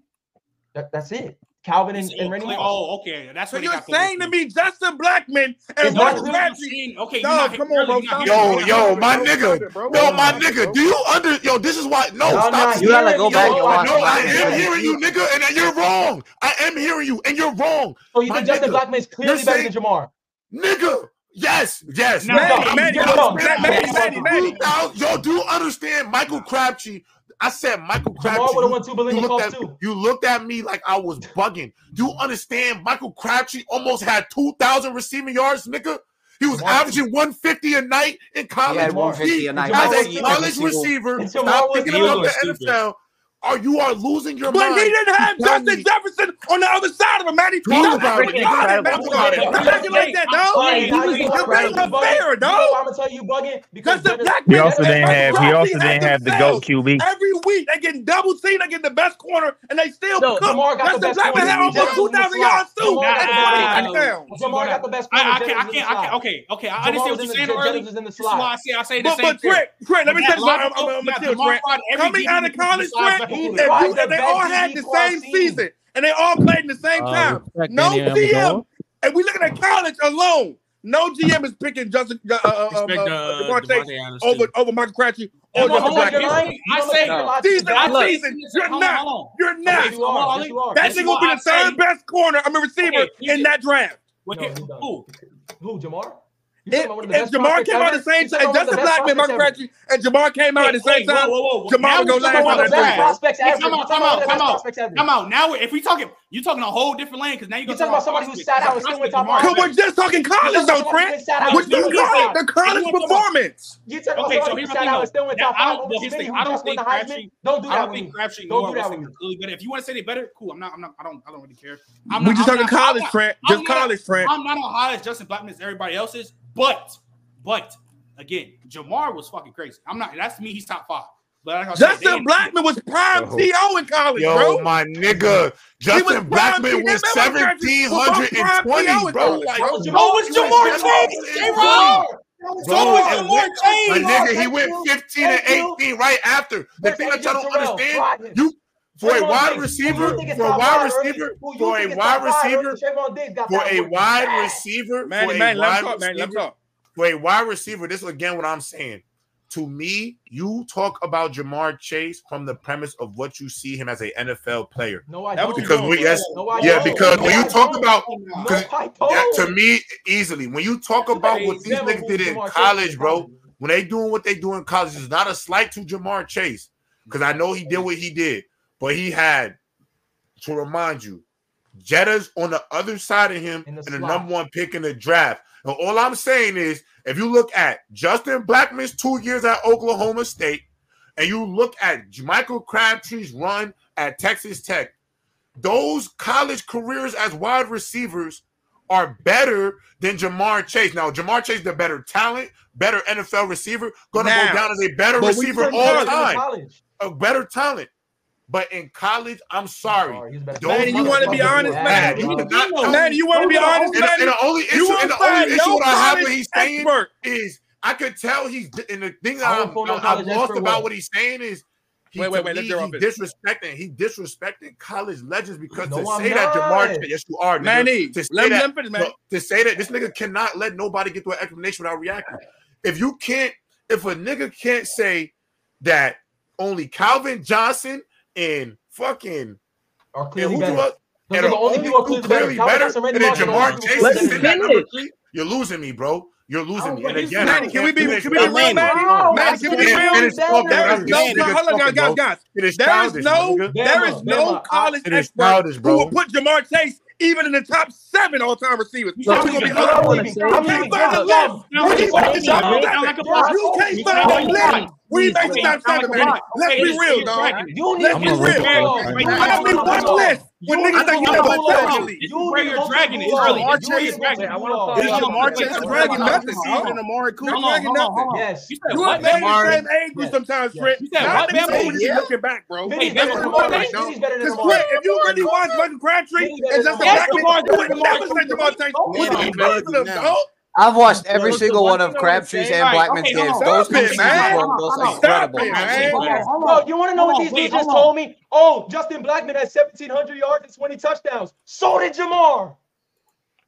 Speaker 7: that, that's it. Calvin
Speaker 3: You said,
Speaker 7: and,
Speaker 3: oh,
Speaker 7: and Randy
Speaker 3: clear.
Speaker 7: Moss.
Speaker 3: Oh, okay. That's
Speaker 1: So
Speaker 3: where they
Speaker 1: you're
Speaker 3: got the
Speaker 1: saying to me Justin Blackman
Speaker 7: It's
Speaker 1: and
Speaker 3: No,
Speaker 7: not
Speaker 1: Ronald
Speaker 3: that's what
Speaker 7: clear.
Speaker 3: I'm
Speaker 1: Crabtree?
Speaker 3: saying. Okay, you're
Speaker 1: Dog,
Speaker 3: not
Speaker 1: come on,
Speaker 3: clearly
Speaker 1: bro.
Speaker 3: you're not
Speaker 1: Stop it.
Speaker 3: hearing me.
Speaker 9: Yo,
Speaker 1: You're not
Speaker 3: You're not
Speaker 9: yo,
Speaker 1: hearing it, bro. Stop
Speaker 3: hearing me.
Speaker 9: my nigga.
Speaker 1: it, bro.
Speaker 9: Yo,
Speaker 1: Stop
Speaker 9: my
Speaker 1: it,
Speaker 9: nigga.
Speaker 1: bro.
Speaker 9: Do you under? Yo, this is why.
Speaker 4: No,
Speaker 9: No, stop
Speaker 4: no, you
Speaker 9: saying
Speaker 4: gotta go
Speaker 9: yo.
Speaker 4: back and watch
Speaker 9: No, I
Speaker 4: Blackman
Speaker 9: am
Speaker 4: play.
Speaker 9: hearing you, nigga, and then you're wrong. I am hearing you, and you're wrong,
Speaker 7: So you
Speaker 9: my
Speaker 7: think Justin
Speaker 9: nigga.
Speaker 7: Blackman is
Speaker 9: You're
Speaker 7: clearly better
Speaker 9: saying
Speaker 7: than Jamar?
Speaker 9: Nigga, yes, yes.
Speaker 3: No,
Speaker 7: No
Speaker 9: Michael
Speaker 1: Manny,
Speaker 7: doubt.
Speaker 3: he's
Speaker 1: Manny,
Speaker 9: Crabtree
Speaker 1: hold on.
Speaker 7: No doubt.
Speaker 9: was
Speaker 1: Ma-
Speaker 7: No
Speaker 9: better
Speaker 1: Manny,
Speaker 9: in
Speaker 1: Manny,
Speaker 7: doubt.
Speaker 1: Manny.
Speaker 9: 2000. Yo, do you understand Michael Crabtree? I said Michael
Speaker 7: Jamar
Speaker 9: Crabtree.
Speaker 7: would have
Speaker 9: You,
Speaker 7: won two
Speaker 9: you looked
Speaker 7: Belinikoffs
Speaker 9: at
Speaker 7: too.
Speaker 9: you looked at me like I was bugging. Do you understand Michael Crabtree almost had 2,000 receiving yards, nigga? He was
Speaker 7: Jamar,
Speaker 9: averaging 150 a night in
Speaker 4: He had
Speaker 9: college.
Speaker 7: Jamar,
Speaker 4: 150
Speaker 9: He,
Speaker 4: a
Speaker 7: and
Speaker 4: night.
Speaker 9: as
Speaker 4: I
Speaker 7: Jamar was
Speaker 9: a
Speaker 4: see every
Speaker 9: college
Speaker 4: single.
Speaker 9: receiver,
Speaker 7: and
Speaker 9: stop
Speaker 7: Jamar was
Speaker 9: thinking
Speaker 8: He was
Speaker 9: about
Speaker 8: going
Speaker 9: the
Speaker 7: better.
Speaker 8: stupid.
Speaker 9: NFL. Are you are losing your
Speaker 1: But he
Speaker 9: mind?
Speaker 1: didn't
Speaker 9: You
Speaker 1: have
Speaker 9: tell
Speaker 1: Justin
Speaker 9: me,
Speaker 1: Jefferson on the other side of him, Manny.
Speaker 9: think
Speaker 1: Stop
Speaker 2: He's
Speaker 9: about
Speaker 1: acting
Speaker 9: it.
Speaker 2: freaking
Speaker 1: retarded,
Speaker 2: incredible.
Speaker 9: Think
Speaker 1: Manny.
Speaker 2: He's
Speaker 9: about
Speaker 2: freaking
Speaker 1: Stop
Speaker 7: Okay,
Speaker 9: it.
Speaker 7: okay,
Speaker 1: acting like
Speaker 7: okay.
Speaker 3: bugging.
Speaker 1: that,
Speaker 3: I'm
Speaker 1: dog.
Speaker 7: Fine. Now you
Speaker 3: bugging. You was
Speaker 7: you
Speaker 1: You're being
Speaker 7: bugging. You bugging.
Speaker 1: unfair,
Speaker 7: You know
Speaker 1: dog.
Speaker 7: I'm gonna tell you you bugging
Speaker 1: Cause the
Speaker 7: because better
Speaker 1: black men
Speaker 6: You
Speaker 1: is
Speaker 6: also
Speaker 7: better
Speaker 1: just
Speaker 6: didn't have he
Speaker 1: Michael Crabtree
Speaker 6: also
Speaker 1: and
Speaker 6: didn't have the GOAT
Speaker 1: themselves.
Speaker 6: QB.
Speaker 1: Every week they get double team, they get the best corner, and they still
Speaker 2: so
Speaker 1: cook.
Speaker 7: Jamar got the
Speaker 1: Justin
Speaker 7: best
Speaker 1: Blackman had
Speaker 7: corner in
Speaker 1: almost
Speaker 7: Jennings
Speaker 1: two
Speaker 7: in the
Speaker 1: thousand
Speaker 7: slot.
Speaker 1: yards too.
Speaker 7: Jamar
Speaker 1: That's
Speaker 7: got the
Speaker 1: forty
Speaker 7: corner.
Speaker 3: Nah,
Speaker 1: touchdowns.
Speaker 3: let's go
Speaker 7: Jamar
Speaker 3: now.
Speaker 7: got the best corner.
Speaker 3: I, I can't.
Speaker 7: Jennings was in the
Speaker 3: I can't. I can't.
Speaker 7: slot.
Speaker 3: Okay. Okay. I
Speaker 7: Jamar
Speaker 3: understand
Speaker 7: was
Speaker 3: what
Speaker 7: in
Speaker 3: you're
Speaker 7: the
Speaker 3: saying
Speaker 7: Jennings
Speaker 3: early.
Speaker 7: was in the
Speaker 3: This is why
Speaker 7: slot.
Speaker 3: I say I say the
Speaker 1: But
Speaker 3: same
Speaker 1: but
Speaker 3: thing.
Speaker 1: Trent, Trent, let me
Speaker 3: But
Speaker 1: tell
Speaker 3: that
Speaker 1: you something. I'm,
Speaker 3: logic
Speaker 1: I'm, I'm gonna chill,
Speaker 3: don't. Now Jamar
Speaker 1: Trent.
Speaker 3: tried every
Speaker 1: Coming out
Speaker 3: DB
Speaker 1: of college, Trent,
Speaker 3: besides
Speaker 7: He
Speaker 3: Michael Crabtree.
Speaker 1: if you
Speaker 7: tried
Speaker 1: if
Speaker 7: the
Speaker 1: they all
Speaker 7: best
Speaker 1: had
Speaker 7: DB
Speaker 1: the
Speaker 7: Quad
Speaker 1: same
Speaker 7: seen.
Speaker 1: season and they all played in the same
Speaker 5: Uh,
Speaker 1: time,
Speaker 5: respect Danny
Speaker 1: no GM,
Speaker 5: Amendola.
Speaker 1: and we looking at college alone. No GM is picking Justin uh, uh, um,
Speaker 8: Respect
Speaker 1: uh,
Speaker 8: uh,
Speaker 1: Devontae Chase
Speaker 8: Devontae Adams
Speaker 1: over
Speaker 8: too.
Speaker 1: over Michael Crabtree
Speaker 7: You
Speaker 1: or
Speaker 3: That's
Speaker 7: know how
Speaker 3: what.
Speaker 1: Justin
Speaker 7: much
Speaker 3: Hold on.
Speaker 7: you're
Speaker 1: Blackman.
Speaker 3: Here's the
Speaker 7: lying. You
Speaker 3: thing. I
Speaker 7: know how much
Speaker 2: no.
Speaker 1: Season to
Speaker 7: you're lying to Dak.
Speaker 3: say I say.
Speaker 1: season,
Speaker 3: Listen,
Speaker 1: you're
Speaker 3: hold on.
Speaker 1: not.
Speaker 3: Hold
Speaker 1: You're
Speaker 3: on. Okay.
Speaker 1: not.
Speaker 7: Yes, you
Speaker 3: Hold on.
Speaker 7: are.
Speaker 3: I'll
Speaker 7: Yes,
Speaker 3: leave.
Speaker 7: you are.
Speaker 1: That
Speaker 3: This is
Speaker 1: nigga will be the
Speaker 3: why I say.
Speaker 1: third best corner, I'm a receiver
Speaker 3: Okay. Here's
Speaker 1: in
Speaker 3: it.
Speaker 1: that draft.
Speaker 3: Well,
Speaker 7: No,
Speaker 3: here,
Speaker 7: you done.
Speaker 3: who?
Speaker 7: Who, Jamar? You talking
Speaker 1: If
Speaker 7: about one of the
Speaker 1: if
Speaker 7: best
Speaker 1: Jamar
Speaker 7: prospects
Speaker 1: came out
Speaker 7: ever?
Speaker 1: the same
Speaker 7: You talking
Speaker 1: time,
Speaker 7: about one of the
Speaker 1: Justin
Speaker 7: best
Speaker 1: Blackman,
Speaker 7: prospects
Speaker 1: Michael
Speaker 7: ever?
Speaker 1: Crabtree, and Jamar came out
Speaker 3: Wait,
Speaker 1: at the same
Speaker 3: wait, whoa,
Speaker 1: time,
Speaker 3: whoa, whoa.
Speaker 1: Jamar would
Speaker 3: Now we
Speaker 1: go
Speaker 3: talking
Speaker 1: last
Speaker 7: One
Speaker 1: out that
Speaker 7: of the
Speaker 3: about the
Speaker 7: best
Speaker 1: three, bro.
Speaker 3: draft.
Speaker 7: prospects
Speaker 3: We
Speaker 7: ever. You
Speaker 3: talking
Speaker 7: talking about one of
Speaker 3: about come out,
Speaker 7: the
Speaker 3: come
Speaker 7: best
Speaker 3: out,
Speaker 7: prospects
Speaker 3: come
Speaker 7: ever?
Speaker 3: out. Now if we talking, you talking a whole different lane because now you
Speaker 7: You talking
Speaker 3: gonna talk
Speaker 7: about
Speaker 3: about
Speaker 7: somebody who sat
Speaker 3: prospect,
Speaker 7: out and still
Speaker 3: prospect
Speaker 7: went top
Speaker 3: Jamar
Speaker 1: Cause
Speaker 7: five?
Speaker 1: we're
Speaker 3: Chase.
Speaker 1: just talking
Speaker 7: You
Speaker 1: college
Speaker 7: talking about
Speaker 1: though,
Speaker 7: somebody
Speaker 1: Trent.
Speaker 7: who sat out
Speaker 3: No,
Speaker 7: and
Speaker 1: Which you
Speaker 7: still
Speaker 3: you
Speaker 7: went
Speaker 1: call it the college
Speaker 7: top five?
Speaker 3: is not. And you want to talk about
Speaker 1: performance.
Speaker 7: You talking about
Speaker 3: Okay, so
Speaker 7: somebody who
Speaker 3: here's
Speaker 7: sat
Speaker 3: my thing
Speaker 7: out
Speaker 3: though.
Speaker 7: and still went
Speaker 3: That
Speaker 7: top
Speaker 3: I
Speaker 7: five over
Speaker 3: don't. Well, here's the
Speaker 7: Smitty,
Speaker 3: thing.
Speaker 7: who
Speaker 3: I don't
Speaker 7: just won the
Speaker 3: think
Speaker 7: Heisman?
Speaker 3: Crabtree.
Speaker 7: Don't do
Speaker 3: I
Speaker 7: that with
Speaker 3: don't think
Speaker 7: me.
Speaker 3: Crabtree
Speaker 7: Don't
Speaker 3: nor
Speaker 7: do that with me.
Speaker 3: Wilson are clearly better. If you want to say they better, cool. I'm not. I'm not. I don't. I don't really care. I'm
Speaker 1: We
Speaker 3: not.
Speaker 1: just
Speaker 3: I'm
Speaker 1: talking college,
Speaker 3: not. I'm not.
Speaker 1: Trent.
Speaker 3: I'm
Speaker 1: Just
Speaker 3: not.
Speaker 1: college, Trent.
Speaker 3: I'm not on high as Justin Blackman as everybody else is. But, but again, Jamar was fucking crazy. I'm not. That's me. He's top five. But like I said, they
Speaker 1: Justin
Speaker 3: didn't.
Speaker 1: Blackman was prime
Speaker 9: Yo,
Speaker 1: TO in college,
Speaker 9: Yo,
Speaker 1: bro.
Speaker 9: my nigga,
Speaker 1: He was
Speaker 9: Justin
Speaker 1: prime T.
Speaker 9: Blackman
Speaker 1: Them
Speaker 9: was
Speaker 1: and Michael Crabtree were both prime
Speaker 9: 720,
Speaker 1: TO in college,
Speaker 9: bro. Like,
Speaker 7: That
Speaker 1: bro.
Speaker 7: was Jamar.
Speaker 3: So was Jamar
Speaker 9: he was
Speaker 7: That was that was Jamar. That was Jamar.
Speaker 3: Chase, J. Rob. So was
Speaker 9: 720, bro. And
Speaker 3: Jamar
Speaker 7: Thank
Speaker 9: went, my
Speaker 3: Chase.
Speaker 7: you.
Speaker 9: nigga, he
Speaker 7: Thank
Speaker 9: went
Speaker 7: you.
Speaker 9: 15 and
Speaker 7: Thank you.
Speaker 9: 18 right after. The
Speaker 7: Best
Speaker 9: thing that y'all
Speaker 7: agent
Speaker 9: don't
Speaker 7: Jarrell.
Speaker 9: understand,
Speaker 7: Fry him.
Speaker 9: you for a
Speaker 7: Trayvon
Speaker 9: wide
Speaker 7: Diggs, who you
Speaker 9: receiver,
Speaker 7: think is
Speaker 9: for a
Speaker 7: top
Speaker 9: wide
Speaker 7: five early, who
Speaker 9: receiver,
Speaker 7: you
Speaker 9: for a
Speaker 7: think is
Speaker 9: wide
Speaker 7: top five
Speaker 9: receiver,
Speaker 7: early, Trayvon Diggs got
Speaker 9: for
Speaker 7: that work
Speaker 9: a
Speaker 7: in his
Speaker 9: wide
Speaker 7: ass.
Speaker 9: receiver, for
Speaker 1: Manny,
Speaker 9: a
Speaker 1: Manny, let him
Speaker 9: wide
Speaker 1: talk, Manny. Let him
Speaker 9: receiver,
Speaker 1: talk.
Speaker 9: for a wide receiver. This is again what I'm saying. To me, you talk about Jamar Chase from the premise of what you see him as an NFL player.
Speaker 7: No, I
Speaker 1: That's what you
Speaker 7: don't.
Speaker 9: Because
Speaker 1: doing,
Speaker 9: we
Speaker 1: bro.
Speaker 9: yes,
Speaker 7: No,
Speaker 3: Whoa,
Speaker 7: I
Speaker 9: yeah,
Speaker 7: don't.
Speaker 9: because
Speaker 3: whoa,
Speaker 7: No,
Speaker 9: when
Speaker 3: whoa,
Speaker 9: you
Speaker 7: I
Speaker 9: talk
Speaker 7: don't.
Speaker 9: about
Speaker 3: whoa, now.
Speaker 9: because
Speaker 7: No, I
Speaker 9: that to
Speaker 7: don't.
Speaker 9: me easily, when you talk
Speaker 7: You guys,
Speaker 9: about what
Speaker 7: you
Speaker 9: these
Speaker 7: never
Speaker 9: niggas
Speaker 3: Crazy.
Speaker 9: did
Speaker 7: moved
Speaker 9: in
Speaker 7: Jamar Chase from
Speaker 9: college,
Speaker 7: college.
Speaker 9: bro, when they doing what they do in college, is not a slight to Jamar Chase. Because I know he did what what he did, but he had to remind you Jeddah's on the other side of him
Speaker 7: In
Speaker 9: and
Speaker 7: the
Speaker 9: the,
Speaker 7: slot.
Speaker 9: number one pick in the draft. And all I'm saying is, if you look at Justin Blackman's two years at Oklahoma State, and you look at Michael Crabtree's run at Texas Tech, those college careers as wide receivers are better than Jamar Chase. Now, Jamar Chase, the better talent, better NFL receiver, going to
Speaker 1: Now.
Speaker 9: go down as a better
Speaker 1: But we
Speaker 9: receiver
Speaker 1: said
Speaker 9: all
Speaker 1: college.
Speaker 9: time,
Speaker 7: College.
Speaker 9: a better talent. But in college, I'm sorry.
Speaker 7: Sorry, he was better-
Speaker 9: Those Manny, you wanna be
Speaker 7: motherfuckers
Speaker 1: honest,
Speaker 7: were
Speaker 9: Manny?
Speaker 7: ass,
Speaker 9: You
Speaker 7: dog.
Speaker 9: did not tell
Speaker 1: Man, you want to be honest,
Speaker 9: And,
Speaker 1: man?
Speaker 9: and the only issue,
Speaker 1: You
Speaker 9: and
Speaker 1: won't
Speaker 9: the only
Speaker 1: find
Speaker 9: issue
Speaker 1: no
Speaker 9: what I have
Speaker 1: college
Speaker 9: what he's saying
Speaker 1: expert.
Speaker 9: is I could tell he's and the thing that
Speaker 7: I won't
Speaker 9: I'm,
Speaker 7: phone no
Speaker 9: I'm
Speaker 7: college
Speaker 9: lost
Speaker 7: expert
Speaker 9: about
Speaker 7: well.
Speaker 9: what he's saying is he,
Speaker 1: Wait, wait,
Speaker 9: to
Speaker 1: wait, let's
Speaker 9: me,
Speaker 1: hear
Speaker 9: he
Speaker 1: off his-
Speaker 9: disrespecting he disrespecting college legends because
Speaker 7: No,
Speaker 9: to
Speaker 7: I'm
Speaker 9: say that Jamar
Speaker 7: not.
Speaker 9: Chase, yes you are nigga.
Speaker 1: Manny,
Speaker 9: to say
Speaker 1: let
Speaker 9: that-
Speaker 1: let him finish, man.
Speaker 9: Look, to say that this nigga cannot let nobody get to an explanation without reacting. If you can't, if a nigga can't say that only Calvin Johnson and fucking
Speaker 7: Are
Speaker 9: and
Speaker 7: clearly
Speaker 9: who
Speaker 7: better.
Speaker 9: do us
Speaker 7: Those
Speaker 9: and
Speaker 7: are
Speaker 9: the only
Speaker 7: people are
Speaker 9: two clearly better,
Speaker 7: Calvin Johnson,
Speaker 9: and
Speaker 7: Randy
Speaker 9: then
Speaker 7: Moss, are the only
Speaker 9: Jamar
Speaker 7: people
Speaker 9: Chase
Speaker 7: who are
Speaker 2: Let
Speaker 9: is
Speaker 2: him
Speaker 9: in
Speaker 7: better.
Speaker 9: that number
Speaker 2: finish.
Speaker 9: three. You're losing me, bro. You're losing me.
Speaker 7: Oh,
Speaker 9: And
Speaker 7: he's
Speaker 9: again,
Speaker 1: Manny,
Speaker 9: I
Speaker 1: can we be
Speaker 9: can't finish.
Speaker 1: can we be
Speaker 9: I
Speaker 1: real,
Speaker 9: can't-
Speaker 1: Manny?
Speaker 7: Oh,
Speaker 1: Manny, can we be
Speaker 9: I can't
Speaker 1: real?
Speaker 9: finish talking
Speaker 1: There
Speaker 9: without
Speaker 1: is
Speaker 9: these
Speaker 1: no
Speaker 9: niggas
Speaker 1: hold on, guys,
Speaker 9: talking,
Speaker 1: guys,
Speaker 9: bro.
Speaker 1: guys.
Speaker 9: It is
Speaker 1: There is
Speaker 9: childish, my
Speaker 1: no
Speaker 9: nigga.
Speaker 1: there is
Speaker 7: Bama,
Speaker 1: no
Speaker 7: Bama, I-
Speaker 1: college
Speaker 9: It is
Speaker 1: expert
Speaker 9: childish,
Speaker 1: who
Speaker 9: bro.
Speaker 1: will put Jamar Chase even in the top seven all time receivers.
Speaker 7: You
Speaker 1: Are
Speaker 7: said
Speaker 1: we
Speaker 7: I'm
Speaker 1: gonna be
Speaker 7: leaving.
Speaker 1: honest?
Speaker 7: I'm
Speaker 2: wanna say-
Speaker 7: leaving. I'm
Speaker 1: You can't
Speaker 7: leaving.
Speaker 1: find a
Speaker 7: Y'all,
Speaker 1: list.
Speaker 7: y'all,
Speaker 1: You can't
Speaker 7: y'all keep
Speaker 1: find the top
Speaker 7: saying that.
Speaker 3: You
Speaker 1: seven.
Speaker 3: sound like a
Speaker 7: Y'all
Speaker 3: block.
Speaker 1: You
Speaker 7: keep
Speaker 1: can't
Speaker 3: You
Speaker 1: find
Speaker 3: sound like
Speaker 1: a list.
Speaker 7: saying
Speaker 3: a block.
Speaker 7: that.
Speaker 5: I'm a real right now. Right now.
Speaker 1: We make the top seven, Manny. Let's be real, dog. Let's be real. Let us be one list with niggas that you never said in the league. This Jamar Chase is dragging nothing. She ain't been Amari Cooper. dragging nothing.
Speaker 10: Jamar Chase. Wait, I want to follow up on that. Wait, I want to follow up. Hold on, hold on.
Speaker 7: You need to vote for Bulldogs. You need to vote for Bulldogs. You need to vote for Bulldogs. You need to vote for Bulldogs. You need to vote for Bulldogs. Hold
Speaker 3: Please, please, you sound like a block. Okay, this is dragging it. Bro, this is where you're dragging it early. This is where you're dragging it. Hold on, hold on, hold on.
Speaker 7: Yes.
Speaker 1: You
Speaker 3: You said what,
Speaker 1: have
Speaker 7: Yes.
Speaker 1: made the
Speaker 3: Jamar?
Speaker 1: same
Speaker 7: Yes.
Speaker 1: age sometimes,
Speaker 7: Yes.
Speaker 1: Trent.
Speaker 3: You said
Speaker 1: Now
Speaker 3: what,
Speaker 1: at this
Speaker 3: Bama?
Speaker 1: age,
Speaker 10: Wait,
Speaker 1: you
Speaker 10: yeah?
Speaker 1: be looking back, bro.
Speaker 7: Vinny's
Speaker 3: Hey, that's
Speaker 1: That's
Speaker 7: better than
Speaker 1: the
Speaker 3: Jamar
Speaker 7: Amari
Speaker 1: problem, dog.
Speaker 7: Chase. Vinny's
Speaker 3: Chase?
Speaker 7: better
Speaker 1: Because Trent,
Speaker 7: than Amari
Speaker 1: if you really watch Michael Crabtree and Justin Blackman,
Speaker 7: Chase. Vinny's better than Amari Chase.
Speaker 3: Yes, Jamar
Speaker 1: you
Speaker 3: Chase
Speaker 1: would never say Jamar Chase. You would
Speaker 10: Hold on,
Speaker 3: and Jamar Chase are great, bro.
Speaker 1: be
Speaker 10: bro.
Speaker 1: better than him,
Speaker 10: Now.
Speaker 1: dog.
Speaker 4: I've watched every
Speaker 10: What's the
Speaker 4: single
Speaker 10: one
Speaker 4: one
Speaker 10: thing
Speaker 4: of
Speaker 10: I want to
Speaker 4: Crabtree's
Speaker 10: say?
Speaker 4: and
Speaker 3: All right,
Speaker 4: Blackman's
Speaker 3: okay,
Speaker 4: games.
Speaker 3: hold on.
Speaker 4: Those two
Speaker 1: Stop it,
Speaker 4: seasons
Speaker 1: man.
Speaker 4: were
Speaker 3: Hold on,
Speaker 4: most
Speaker 3: hold on.
Speaker 1: Stop
Speaker 4: incredible.
Speaker 1: it,
Speaker 3: Actually,
Speaker 1: man.
Speaker 3: hold on, hold on.
Speaker 7: Yo, you want to know
Speaker 3: Hold
Speaker 7: what
Speaker 3: on,
Speaker 7: these
Speaker 3: wait,
Speaker 7: dudes just
Speaker 3: hold on.
Speaker 7: told me? Oh, Justin Blackman had 1,700 yards and 20 touchdowns. So did Jamar.
Speaker 9: My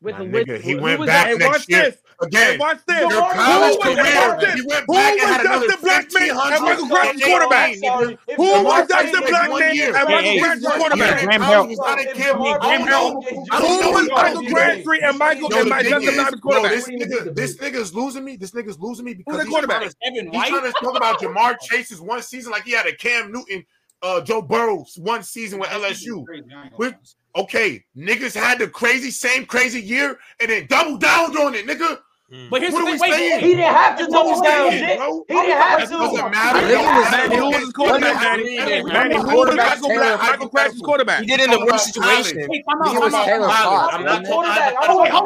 Speaker 10: With the
Speaker 9: nigga,
Speaker 10: with
Speaker 9: he
Speaker 10: who
Speaker 9: went
Speaker 10: was
Speaker 9: back
Speaker 10: that?
Speaker 1: And watch
Speaker 9: next year
Speaker 1: this. And
Speaker 9: again.
Speaker 1: watch this.
Speaker 7: Yo,
Speaker 9: Your
Speaker 7: Jamar
Speaker 9: college
Speaker 1: Who was
Speaker 7: Chase.
Speaker 1: watch
Speaker 9: career,
Speaker 1: this?
Speaker 9: he went
Speaker 1: Who
Speaker 9: back and
Speaker 1: was
Speaker 9: had another
Speaker 1: Justin Blackman and
Speaker 9: 1,500
Speaker 1: Michael
Speaker 7: I'm
Speaker 9: and
Speaker 1: Crabtree
Speaker 7: sorry. I'm
Speaker 1: quarterback?
Speaker 9: 18, nigga.
Speaker 7: sorry. If
Speaker 1: Who
Speaker 7: Jamar
Speaker 1: was
Speaker 9: Jamar
Speaker 7: Chase
Speaker 9: Chase
Speaker 1: Justin
Speaker 7: gets
Speaker 9: was one
Speaker 1: Blackman
Speaker 7: you
Speaker 9: year.
Speaker 1: and
Speaker 3: Hey,
Speaker 1: Michael Crabtree
Speaker 7: Yo,
Speaker 3: hey,
Speaker 9: His one year
Speaker 1: quarterback?
Speaker 9: in
Speaker 3: Graham
Speaker 9: college
Speaker 3: Hill.
Speaker 9: was not a
Speaker 7: if
Speaker 9: kid
Speaker 3: Hey,
Speaker 9: with
Speaker 7: Jamar Chase
Speaker 3: Graham Hill.
Speaker 9: Bobby Jones.
Speaker 7: gets
Speaker 9: I
Speaker 7: you,
Speaker 9: don't
Speaker 1: Who
Speaker 9: know
Speaker 7: we
Speaker 1: was
Speaker 9: what
Speaker 7: don't
Speaker 9: y'all
Speaker 1: Michael
Speaker 7: even
Speaker 9: niggas
Speaker 7: debate.
Speaker 9: is.
Speaker 1: Crabtree and
Speaker 7: We don't
Speaker 1: Michael and
Speaker 7: even
Speaker 9: No, the
Speaker 1: my
Speaker 9: thing
Speaker 7: debate.
Speaker 1: Justin
Speaker 9: is,
Speaker 1: Blackman
Speaker 9: no,
Speaker 1: quarterback?
Speaker 9: this
Speaker 7: We don't even
Speaker 9: nigga, this
Speaker 7: debate.
Speaker 9: nigga's losing me. This nigga's losing me
Speaker 1: Who
Speaker 9: because
Speaker 1: the
Speaker 9: he's trying
Speaker 1: quarterback?
Speaker 9: to
Speaker 3: Evan
Speaker 9: he's
Speaker 3: White.
Speaker 9: trying to talk about Jamar Chase's one season like he had a Cam Newton, uh, Joe Burrow's one season with LSU. With- Okay, niggas had the crazy same crazy year and then double down on it, nigga.
Speaker 1: Hmm.
Speaker 3: But here's
Speaker 9: What
Speaker 3: the
Speaker 9: are
Speaker 3: thing.
Speaker 9: we
Speaker 3: Wait,
Speaker 9: saying?
Speaker 7: He didn't have to
Speaker 9: What are
Speaker 7: double
Speaker 9: we
Speaker 7: down,
Speaker 9: saying,
Speaker 7: Nick.
Speaker 9: bro?
Speaker 7: He didn't have
Speaker 9: That doesn't
Speaker 7: to.
Speaker 9: matter.
Speaker 4: Let me-
Speaker 9: It
Speaker 4: let
Speaker 9: don't matter.
Speaker 1: Manny, who
Speaker 9: You
Speaker 1: was
Speaker 9: can't
Speaker 1: his
Speaker 9: speak
Speaker 1: quarterback,
Speaker 9: that
Speaker 1: Manny?
Speaker 9: hypothetical.
Speaker 4: Let my
Speaker 1: Manny,
Speaker 9: We're not
Speaker 1: who was
Speaker 9: talking
Speaker 4: quarterback Taylor
Speaker 1: Michael
Speaker 9: about
Speaker 4: fucking
Speaker 1: Black, Michael Crabtree's quarterback?
Speaker 4: He did it in
Speaker 9: talking
Speaker 4: a weird
Speaker 9: about college.
Speaker 4: situation. He
Speaker 3: wait, time out,
Speaker 9: Talking
Speaker 4: was Taylor
Speaker 3: time out, time
Speaker 9: about
Speaker 3: out.
Speaker 4: Fox,
Speaker 9: college. I'm
Speaker 4: wasn't it?
Speaker 9: not talking. I,
Speaker 7: Quarterback. I don't
Speaker 3: Okay,
Speaker 9: I don't. I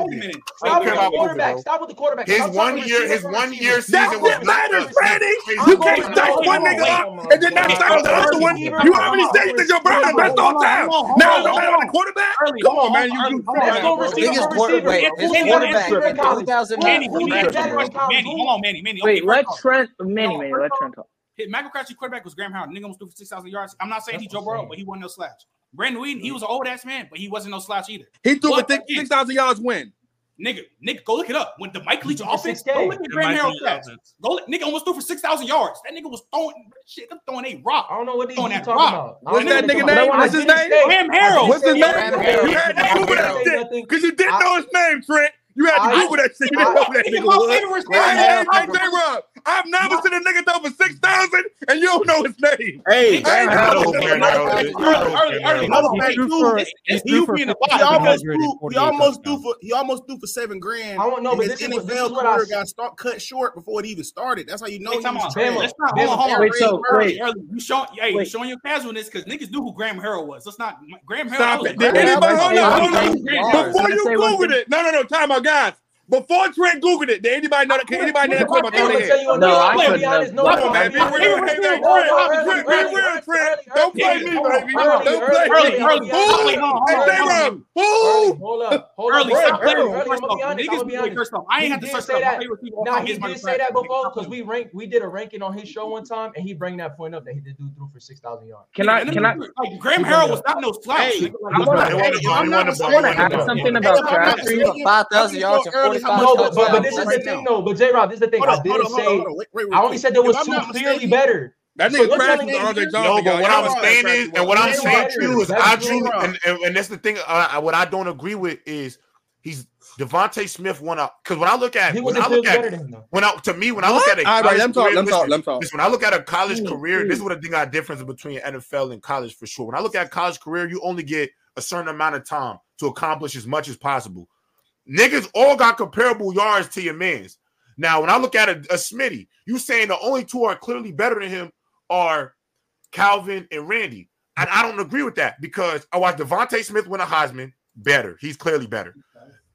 Speaker 7: hold on.
Speaker 3: hold on, hold on. Wait a
Speaker 9: don't care about Kobe.
Speaker 3: minute.
Speaker 9: I
Speaker 3: Wait
Speaker 7: Stop with the
Speaker 3: a minute.
Speaker 9: don't care about Kobe,
Speaker 7: quarterback.
Speaker 9: bro.
Speaker 7: Stop with the quarterback.
Speaker 9: His
Speaker 7: Stop talking
Speaker 9: one year,
Speaker 7: receivers
Speaker 9: his
Speaker 7: and
Speaker 9: one
Speaker 7: receivers.
Speaker 9: year
Speaker 1: That's
Speaker 9: season
Speaker 1: it,
Speaker 9: was
Speaker 7: Stop
Speaker 9: not
Speaker 1: matters,
Speaker 9: the
Speaker 7: receivers.
Speaker 1: Manny. You
Speaker 7: I'm
Speaker 9: crazy.
Speaker 7: going
Speaker 1: can't
Speaker 7: with
Speaker 1: stack one
Speaker 7: no.
Speaker 3: Hold on, wait, hold on,
Speaker 1: nigga up
Speaker 7: Oh my
Speaker 3: wait.
Speaker 1: and then not
Speaker 3: Hey,
Speaker 1: stack
Speaker 7: God.
Speaker 3: hold
Speaker 1: the
Speaker 3: on,
Speaker 1: other
Speaker 7: First
Speaker 3: Early.
Speaker 1: one. You
Speaker 7: receiver.
Speaker 3: Hold on,
Speaker 1: already
Speaker 3: hold
Speaker 7: First
Speaker 1: said that your
Speaker 3: on.
Speaker 7: receiver.
Speaker 3: Wait,
Speaker 1: Brown best all
Speaker 7: Bro.
Speaker 3: bro, hold on,
Speaker 1: time. Now it
Speaker 3: hold on, hold
Speaker 1: don't matter about the
Speaker 7: Bro.
Speaker 3: on, hold on.
Speaker 1: quarterback.
Speaker 3: Early,
Speaker 1: Come on,
Speaker 3: hold on,
Speaker 1: man.
Speaker 3: hold
Speaker 1: You you
Speaker 7: Let's
Speaker 3: on, early. Hold on,
Speaker 1: flying,
Speaker 7: go
Speaker 1: bro.
Speaker 3: early.
Speaker 7: receiver
Speaker 4: Biggest
Speaker 7: for
Speaker 4: quarter.
Speaker 7: receiver.
Speaker 4: Wait, his
Speaker 7: Who was better
Speaker 3: Manny, let him
Speaker 7: this
Speaker 4: quarterback
Speaker 7: year
Speaker 3: answer.
Speaker 7: in
Speaker 4: in
Speaker 7: college?
Speaker 4: 2009 was better than him.
Speaker 7: Who who did better in college?
Speaker 3: Manny, let him answer the question. Manny, hold
Speaker 7: Who?
Speaker 3: on, Manny, Manny. Okay,
Speaker 10: Wait,
Speaker 3: first
Speaker 10: let
Speaker 3: off,
Speaker 10: Trent Manny,
Speaker 3: no,
Speaker 10: Manny,
Speaker 3: first
Speaker 10: let
Speaker 3: off,
Speaker 10: Trent talk.
Speaker 3: hit Michael Crabtree quarterback was Graham Howe. Nigga almost threw for six thousand yards. I'm not saying
Speaker 7: That's
Speaker 3: he
Speaker 7: what
Speaker 3: Joe
Speaker 7: I'm
Speaker 3: Burrow,
Speaker 7: saying.
Speaker 3: but he wasn't no slouch. Brandon Whedon, he was an old ass man, but he wasn't no slouch either.
Speaker 1: He threw
Speaker 3: But
Speaker 1: for six
Speaker 3: again,
Speaker 1: six thousand yards win.
Speaker 3: nigga, nigga, go look it up. When the Mike Leach
Speaker 7: threw for
Speaker 3: offense,
Speaker 7: 6K.
Speaker 3: go look at
Speaker 9: It
Speaker 3: Graham
Speaker 9: might
Speaker 3: Harrell
Speaker 9: be
Speaker 3: stats. Go, look, nigga, almost threw for six thousand yards. That nigga was throwing shit, them throwing a rock
Speaker 7: I don't know what these
Speaker 3: on
Speaker 7: dudes
Speaker 3: that
Speaker 7: talking
Speaker 3: rock.
Speaker 7: about. I
Speaker 1: What's
Speaker 7: don't know
Speaker 1: that
Speaker 7: what they
Speaker 1: nigga
Speaker 7: talking about.
Speaker 1: name?
Speaker 7: I
Speaker 1: What's his name?
Speaker 7: didn't say.
Speaker 3: Graham
Speaker 7: I
Speaker 3: Harrell.
Speaker 7: didn't
Speaker 1: What's
Speaker 7: say
Speaker 1: his name?
Speaker 7: nothing.
Speaker 4: Graham Harrell.
Speaker 1: You had to Google
Speaker 7: I didn't
Speaker 1: that
Speaker 7: say
Speaker 1: shit
Speaker 7: nothing.
Speaker 1: because you didn't
Speaker 7: I
Speaker 1: know his name, Trent. You had to
Speaker 7: I
Speaker 1: Google that shit. You
Speaker 3: Nigga,
Speaker 1: didn't
Speaker 7: I
Speaker 1: know
Speaker 3: what?
Speaker 1: that
Speaker 3: Nigga,
Speaker 1: nigga
Speaker 3: my
Speaker 1: was.
Speaker 3: favorite receiver
Speaker 1: I
Speaker 4: Graham
Speaker 3: in
Speaker 4: Harrell
Speaker 1: ain't
Speaker 4: threw for
Speaker 1: AJ
Speaker 3: college.
Speaker 1: Rob. I've never
Speaker 7: my
Speaker 1: seen a nigga throw for six thousand and you don't know his name.
Speaker 10: Hey,
Speaker 3: Nigga,
Speaker 1: I
Speaker 10: Graham
Speaker 1: ain't
Speaker 9: I
Speaker 1: never
Speaker 10: Harrell
Speaker 9: know
Speaker 1: seen
Speaker 9: who
Speaker 10: was
Speaker 1: that
Speaker 9: Graham
Speaker 1: nigga
Speaker 10: like
Speaker 1: throw
Speaker 9: Harrell
Speaker 1: for
Speaker 5: Threw for
Speaker 1: six
Speaker 10: thousand yards. Hold on, he
Speaker 3: Early, early, early. Hold on, hey, dude,
Speaker 9: is. I know who Graham Harrell is.
Speaker 3: this,
Speaker 10: he
Speaker 3: this
Speaker 10: threw
Speaker 3: you
Speaker 10: for
Speaker 3: being a
Speaker 10: he
Speaker 3: liar, bro.
Speaker 10: almost
Speaker 5: 748
Speaker 10: threw he almost threw for he almost threw for seven grand,
Speaker 7: I don't know,
Speaker 10: and
Speaker 7: but
Speaker 10: his
Speaker 7: this is what this is
Speaker 10: NFL
Speaker 7: what I
Speaker 10: career
Speaker 7: s-
Speaker 10: got start cut short before it even started. That's how you know
Speaker 3: Hey,
Speaker 10: he
Speaker 3: time
Speaker 10: was
Speaker 3: out.
Speaker 10: trash.
Speaker 7: Bama.
Speaker 3: Let's not. Hold on,
Speaker 7: Bama.
Speaker 3: hold on.
Speaker 10: Wait,
Speaker 3: Early,
Speaker 10: so
Speaker 3: early,
Speaker 10: wait,
Speaker 3: early. You show, hey, you
Speaker 10: wait.
Speaker 3: showing your casualness because niggas knew who Graham Harrell was. Let's not. Graham Harrell, that
Speaker 1: Stop
Speaker 3: was a
Speaker 1: it. Did
Speaker 10: Graham
Speaker 3: great
Speaker 10: Harrell
Speaker 1: anybody
Speaker 10: got
Speaker 1: hold
Speaker 3: receiver.
Speaker 1: up? Hold
Speaker 3: Niggas
Speaker 1: up.
Speaker 3: knew who
Speaker 10: 1,000
Speaker 3: Graham Harrell
Speaker 1: Before you Googled
Speaker 10: yards. Can I say one
Speaker 3: was.
Speaker 10: thing?
Speaker 1: it, no, no, no, time out, guys. Before Trent Googled it, did anybody know
Speaker 7: I
Speaker 1: that? Can
Speaker 7: could have
Speaker 1: anybody know
Speaker 7: nigga,
Speaker 1: that
Speaker 7: my
Speaker 1: quarterback throw
Speaker 7: favorite
Speaker 1: their
Speaker 7: will
Speaker 1: head?
Speaker 7: tell you a
Speaker 3: Nigga,
Speaker 4: No, I
Speaker 7: nigga. I'm gonna be
Speaker 4: couldn't
Speaker 3: player.
Speaker 4: have
Speaker 7: honest. No
Speaker 1: Come
Speaker 3: My
Speaker 7: one
Speaker 1: on, man. Be
Speaker 7: will
Speaker 3: favorite
Speaker 7: be
Speaker 1: real.
Speaker 7: honest.
Speaker 3: receiver.
Speaker 1: Hey, man,
Speaker 7: No one
Speaker 3: My
Speaker 1: Trent. Trent,
Speaker 7: will. Early,
Speaker 3: favorite receiver.
Speaker 1: be
Speaker 3: Graham
Speaker 7: early,
Speaker 1: real, Trent.
Speaker 7: early, early,
Speaker 3: Harrell.
Speaker 1: Don't play me,
Speaker 7: early, early.
Speaker 3: Nigga, hold on,
Speaker 1: baby.
Speaker 3: hold
Speaker 1: Don't play me. Who?
Speaker 7: Early, early, early. I'm gonna be honest.
Speaker 3: on. Early, early. Stop. Wait, hold on,
Speaker 1: Hey,
Speaker 3: hold on.
Speaker 7: Early,
Speaker 1: say,
Speaker 3: Time out.
Speaker 1: bro.
Speaker 7: early, early.
Speaker 1: Who? Graham Harrell.
Speaker 7: Hold up, hold up. Early, early, early. I'm gonna be honest. I'm
Speaker 3: Early, stop. Wait, first off, niggas
Speaker 7: gonna be
Speaker 3: knew it.
Speaker 7: honest.
Speaker 3: First off, I ain't
Speaker 7: He
Speaker 3: had to
Speaker 7: did say
Speaker 3: search it up. My
Speaker 7: that.
Speaker 3: favorite receiver
Speaker 7: Nah,
Speaker 3: all time
Speaker 7: he
Speaker 3: is
Speaker 7: did
Speaker 3: Michael
Speaker 7: say
Speaker 3: Crabtree.
Speaker 7: that before? Because we ranked, we did a ranking on his show one time, and he bring that point up that he did do through for six thousand yards.
Speaker 2: Can I- can I-
Speaker 3: Like Graham Harrell was not no slouch.
Speaker 10: Hey,
Speaker 3: nigga. Like,
Speaker 2: I wanna-
Speaker 3: he was-
Speaker 9: Hey,
Speaker 10: if I'm not
Speaker 9: wanna-
Speaker 10: mistaken-
Speaker 9: wanna-
Speaker 2: I wanna add something about
Speaker 10: If I'm not
Speaker 2: Crabtree.
Speaker 10: mistaken,
Speaker 4: 5,000
Speaker 10: I
Speaker 4: yards
Speaker 10: saw
Speaker 4: and
Speaker 10: early how much
Speaker 7: No, but, but, but
Speaker 10: touchdowns
Speaker 7: this is
Speaker 10: right
Speaker 7: the
Speaker 10: now.
Speaker 7: thing, though. But J. Rob, this is the thing.
Speaker 10: Hold
Speaker 7: I
Speaker 10: on, hold
Speaker 7: didn't
Speaker 10: on,
Speaker 7: say.
Speaker 10: hold on, hold on. Wait, wait, wait.
Speaker 7: I only said there
Speaker 10: If
Speaker 7: was
Speaker 10: I'm
Speaker 7: two
Speaker 10: not
Speaker 7: clearly
Speaker 10: mistaken-
Speaker 7: better.
Speaker 1: That
Speaker 7: So
Speaker 1: nigga
Speaker 7: you're
Speaker 1: crashed
Speaker 7: telling
Speaker 1: with
Speaker 7: me-
Speaker 1: RJ Johnson.
Speaker 9: No, but
Speaker 1: y'all. Y'all know
Speaker 9: what I'm saying
Speaker 1: how
Speaker 9: is,
Speaker 1: crafty was.
Speaker 9: and what I'm
Speaker 7: That's
Speaker 9: saying
Speaker 7: better.
Speaker 9: to you is,
Speaker 7: That's
Speaker 9: I
Speaker 7: better.
Speaker 9: drew, and, and, and that's the thing. Uh, I- what I don't agree with is he's Devonte Smith won up because when I look at
Speaker 7: He
Speaker 9: when
Speaker 7: wasn't
Speaker 9: I
Speaker 7: clearly
Speaker 9: look at
Speaker 7: better than him, though.
Speaker 9: when I to me when I look at
Speaker 1: All right,
Speaker 9: a college
Speaker 1: let him talk,
Speaker 9: career,
Speaker 1: let him talk,
Speaker 9: listen,
Speaker 1: let him talk.
Speaker 9: listen, when I look at a college
Speaker 2: Mm,
Speaker 9: career, this is
Speaker 2: mm.
Speaker 9: what I think our difference between NFL and college for sure. When I look at college career, you only get a certain amount of time to accomplish as much as possible. Niggas all got comparable yards to your man's. Now, when I look at a, a Smitty, you saying the only two are clearly better than him are Calvin and Randy. And I don't agree with that because I watched Devontae Smith win a Heisman. Better. He's clearly better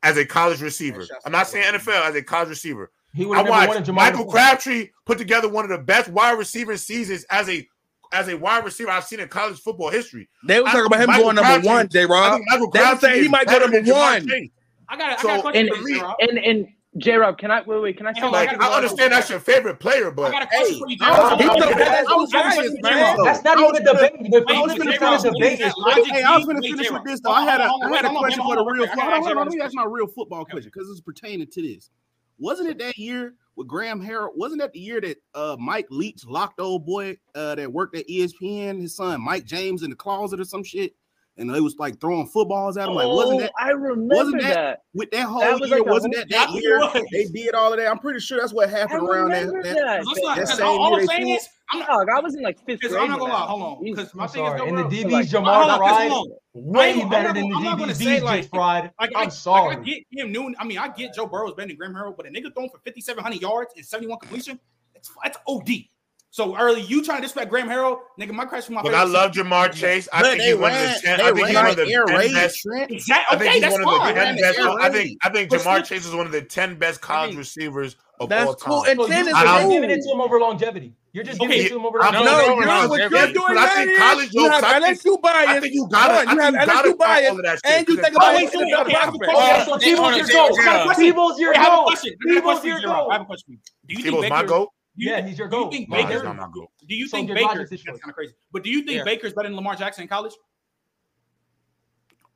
Speaker 9: as a college receiver. I'm not saying NFL as a college receiver.
Speaker 7: He
Speaker 9: I
Speaker 7: would've never
Speaker 9: watched
Speaker 7: wanted Jamar
Speaker 9: Michael
Speaker 7: Chase.
Speaker 9: Crabtree put together one of the best wide receiving seasons as a as a wide receiver I've seen in college football history.
Speaker 1: They were
Speaker 9: I
Speaker 1: talking
Speaker 9: think
Speaker 1: about him
Speaker 9: Michael
Speaker 1: going number
Speaker 9: Crabtree-
Speaker 1: one, J.
Speaker 9: I
Speaker 1: Rob.
Speaker 9: think Michael
Speaker 1: They were
Speaker 9: Crabtree
Speaker 1: saying he
Speaker 9: is
Speaker 1: might go
Speaker 9: better
Speaker 1: number
Speaker 9: than Jamar
Speaker 1: one.
Speaker 9: Chase.
Speaker 3: I got, I
Speaker 9: So,
Speaker 3: got a question
Speaker 2: And
Speaker 3: for you, J-Rob.
Speaker 2: and and J Rob, can I wait wait? Can I say
Speaker 3: Hold on,
Speaker 9: Like
Speaker 2: something?
Speaker 9: I understand that's your favorite player,
Speaker 3: I
Speaker 9: but
Speaker 3: got a question for you,
Speaker 10: I
Speaker 3: J-Rob.
Speaker 10: was-
Speaker 3: I
Speaker 10: I
Speaker 3: got
Speaker 10: was-
Speaker 3: a question
Speaker 10: I was
Speaker 3: for you,
Speaker 10: serious,
Speaker 3: J-Rob.
Speaker 10: man.
Speaker 7: That's not
Speaker 10: I
Speaker 7: even
Speaker 10: was
Speaker 7: a
Speaker 10: gonna-
Speaker 7: debate. The
Speaker 10: I
Speaker 7: people
Speaker 10: was
Speaker 7: who
Speaker 10: gonna
Speaker 7: finish
Speaker 10: finish
Speaker 7: the
Speaker 10: with
Speaker 7: debate
Speaker 10: this.
Speaker 7: is
Speaker 10: I-
Speaker 7: logic.
Speaker 10: hey, I was
Speaker 3: deep,
Speaker 10: gonna
Speaker 3: wait,
Speaker 10: finish
Speaker 3: J-Rob.
Speaker 10: with this though.
Speaker 3: Hold
Speaker 10: I
Speaker 3: on,
Speaker 10: had a
Speaker 3: hold on,
Speaker 10: I had a
Speaker 3: hold on,
Speaker 10: question
Speaker 3: hold
Speaker 10: for the
Speaker 3: on,
Speaker 10: real
Speaker 3: hold on,
Speaker 10: football. Hold
Speaker 3: I
Speaker 10: on, hold
Speaker 3: got you,
Speaker 10: on,
Speaker 3: I
Speaker 10: let
Speaker 3: got
Speaker 10: me
Speaker 3: you.
Speaker 10: ask my real football question because it's pertaining to this. Wasn't it that year with Graham Harrell? Wasn't that the year that uh Mike Leach locked old boy uh that worked at ESPN, his son Mike James in the closet or some shit? And they was like throwing footballs at him. Like, wasn't that
Speaker 2: oh, I remember
Speaker 10: wasn't that-
Speaker 2: that.
Speaker 10: with that whole
Speaker 2: That was
Speaker 10: year?
Speaker 2: like a
Speaker 10: wasn't
Speaker 2: whole-
Speaker 10: that that
Speaker 3: Yeah, it
Speaker 10: year
Speaker 3: was.
Speaker 10: they did all of that? I'm pretty sure that's what
Speaker 2: I
Speaker 10: happened around that.
Speaker 2: remember
Speaker 10: that-
Speaker 2: that.
Speaker 3: Let's not,
Speaker 10: That
Speaker 3: because
Speaker 10: same
Speaker 3: all, all
Speaker 10: year they
Speaker 3: I'm saying
Speaker 10: pulled-
Speaker 3: is, I'm not,
Speaker 2: Dog, I was in like fifth
Speaker 3: because
Speaker 2: grade.
Speaker 3: I'm not
Speaker 2: when
Speaker 3: gonna
Speaker 2: that
Speaker 3: lie. Hold on,
Speaker 2: happened.
Speaker 3: because my
Speaker 7: I'm
Speaker 3: thing is
Speaker 7: sorry.
Speaker 3: no
Speaker 7: And the
Speaker 3: bro.
Speaker 2: So,
Speaker 7: DBs
Speaker 2: like,
Speaker 7: Jamar
Speaker 3: Hold on, 'cause
Speaker 7: Ryan
Speaker 3: hold on. I ain't
Speaker 7: way
Speaker 3: gonna- I'm
Speaker 7: better
Speaker 3: not
Speaker 7: than the
Speaker 3: gonna- I'm not gonna
Speaker 7: DBs
Speaker 3: say, like-
Speaker 7: James Fried.
Speaker 3: Like I,
Speaker 7: I'm
Speaker 3: like I
Speaker 7: sorry.
Speaker 3: get Cam Newton. I mean, I get Joe Burrow's better than Graham Harrell, but a nigga throwing for 5,700 yards and 71 completion, that's, that's OD. So early, you trying to disrespect Graham Harrell, nigga? My crush, my
Speaker 9: look,
Speaker 3: favorite
Speaker 9: I love
Speaker 3: receiver.
Speaker 9: Jamar Chase. I
Speaker 10: But
Speaker 9: think
Speaker 10: they
Speaker 9: he's one of
Speaker 10: ran,
Speaker 9: the ten.
Speaker 10: they
Speaker 9: I think
Speaker 10: ran
Speaker 9: he's one of the
Speaker 10: air
Speaker 9: ten
Speaker 10: raid,
Speaker 9: best.
Speaker 10: Trent.
Speaker 3: Exactly.
Speaker 9: I
Speaker 3: Okay,
Speaker 9: think he's
Speaker 3: that's
Speaker 9: one of the
Speaker 10: They ran
Speaker 3: fine.
Speaker 9: ten
Speaker 10: the
Speaker 9: best.
Speaker 10: air
Speaker 9: I think
Speaker 10: raid.
Speaker 9: I think
Speaker 3: But
Speaker 9: Jamar
Speaker 3: still-
Speaker 9: Chase is one of the ten best college receivers of all
Speaker 1: That's
Speaker 9: time.
Speaker 1: cool. And
Speaker 7: So
Speaker 1: ten
Speaker 7: you,
Speaker 1: is
Speaker 9: I
Speaker 7: so
Speaker 9: don't-
Speaker 7: you're giving
Speaker 1: cool.
Speaker 7: it to him over longevity. You're just giving
Speaker 3: Okay,
Speaker 7: it to him over
Speaker 9: I'm-
Speaker 1: No,
Speaker 7: longevity.
Speaker 9: no,
Speaker 1: you're
Speaker 9: no,
Speaker 1: what
Speaker 9: Jeff,
Speaker 1: you're
Speaker 9: yeah,
Speaker 1: doing
Speaker 9: but I
Speaker 1: right
Speaker 9: think
Speaker 1: is
Speaker 9: college
Speaker 1: you
Speaker 9: jokes,
Speaker 1: have
Speaker 9: I think-
Speaker 1: LSU bias.
Speaker 9: I think you gotta-
Speaker 1: Hold on, you have
Speaker 9: I think you gotta
Speaker 1: LSU
Speaker 9: count
Speaker 1: bias,
Speaker 9: all of that shit,
Speaker 1: and you
Speaker 9: 'cause
Speaker 1: think
Speaker 9: it-
Speaker 1: about
Speaker 3: Oh,
Speaker 9: I
Speaker 1: it
Speaker 3: wait,
Speaker 9: think
Speaker 1: in the
Speaker 3: so wait,
Speaker 9: it's
Speaker 1: best
Speaker 3: okay, I have a
Speaker 1: possible order.
Speaker 3: question. I
Speaker 10: Oh,
Speaker 3: have a
Speaker 10: Tebow
Speaker 3: question. I have
Speaker 10: just
Speaker 3: a question.
Speaker 10: go.
Speaker 3: Wait, hold on.
Speaker 7: Tebow's your
Speaker 3: Wait, I have a
Speaker 7: goat.
Speaker 3: question. I have a
Speaker 7: Tebow's
Speaker 3: question,
Speaker 7: your
Speaker 3: Gerald. I
Speaker 7: goal.
Speaker 3: have a question. Do you think
Speaker 9: Tebow's my
Speaker 3: Baker?
Speaker 9: goat.
Speaker 3: Do you,
Speaker 7: Yeah,
Speaker 3: think-
Speaker 7: he's your
Speaker 3: do you
Speaker 7: goat.
Speaker 3: think
Speaker 9: Nah, he's
Speaker 3: Baker?
Speaker 9: not my goat.
Speaker 3: Do you
Speaker 7: So
Speaker 3: think
Speaker 7: your
Speaker 3: Baker?
Speaker 7: logic is
Speaker 3: That's
Speaker 7: short.
Speaker 3: kind of crazy. But do you think
Speaker 7: Yeah.
Speaker 3: Baker's better than Lamar Jackson in college?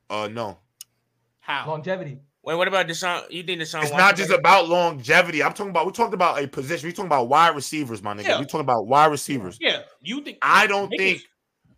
Speaker 9: Uh, no.
Speaker 3: How?
Speaker 7: Longevity.
Speaker 8: Wait, what about Deshaun? You think Deshaun?
Speaker 9: It's
Speaker 8: Watson
Speaker 9: not just
Speaker 8: better?
Speaker 9: about longevity. I'm talking about we talked about a position. We talking about wide receivers, my nigga.
Speaker 3: Yeah.
Speaker 9: We talking about wide receivers.
Speaker 3: Yeah. You think?
Speaker 9: I don't
Speaker 3: Baker's-
Speaker 9: think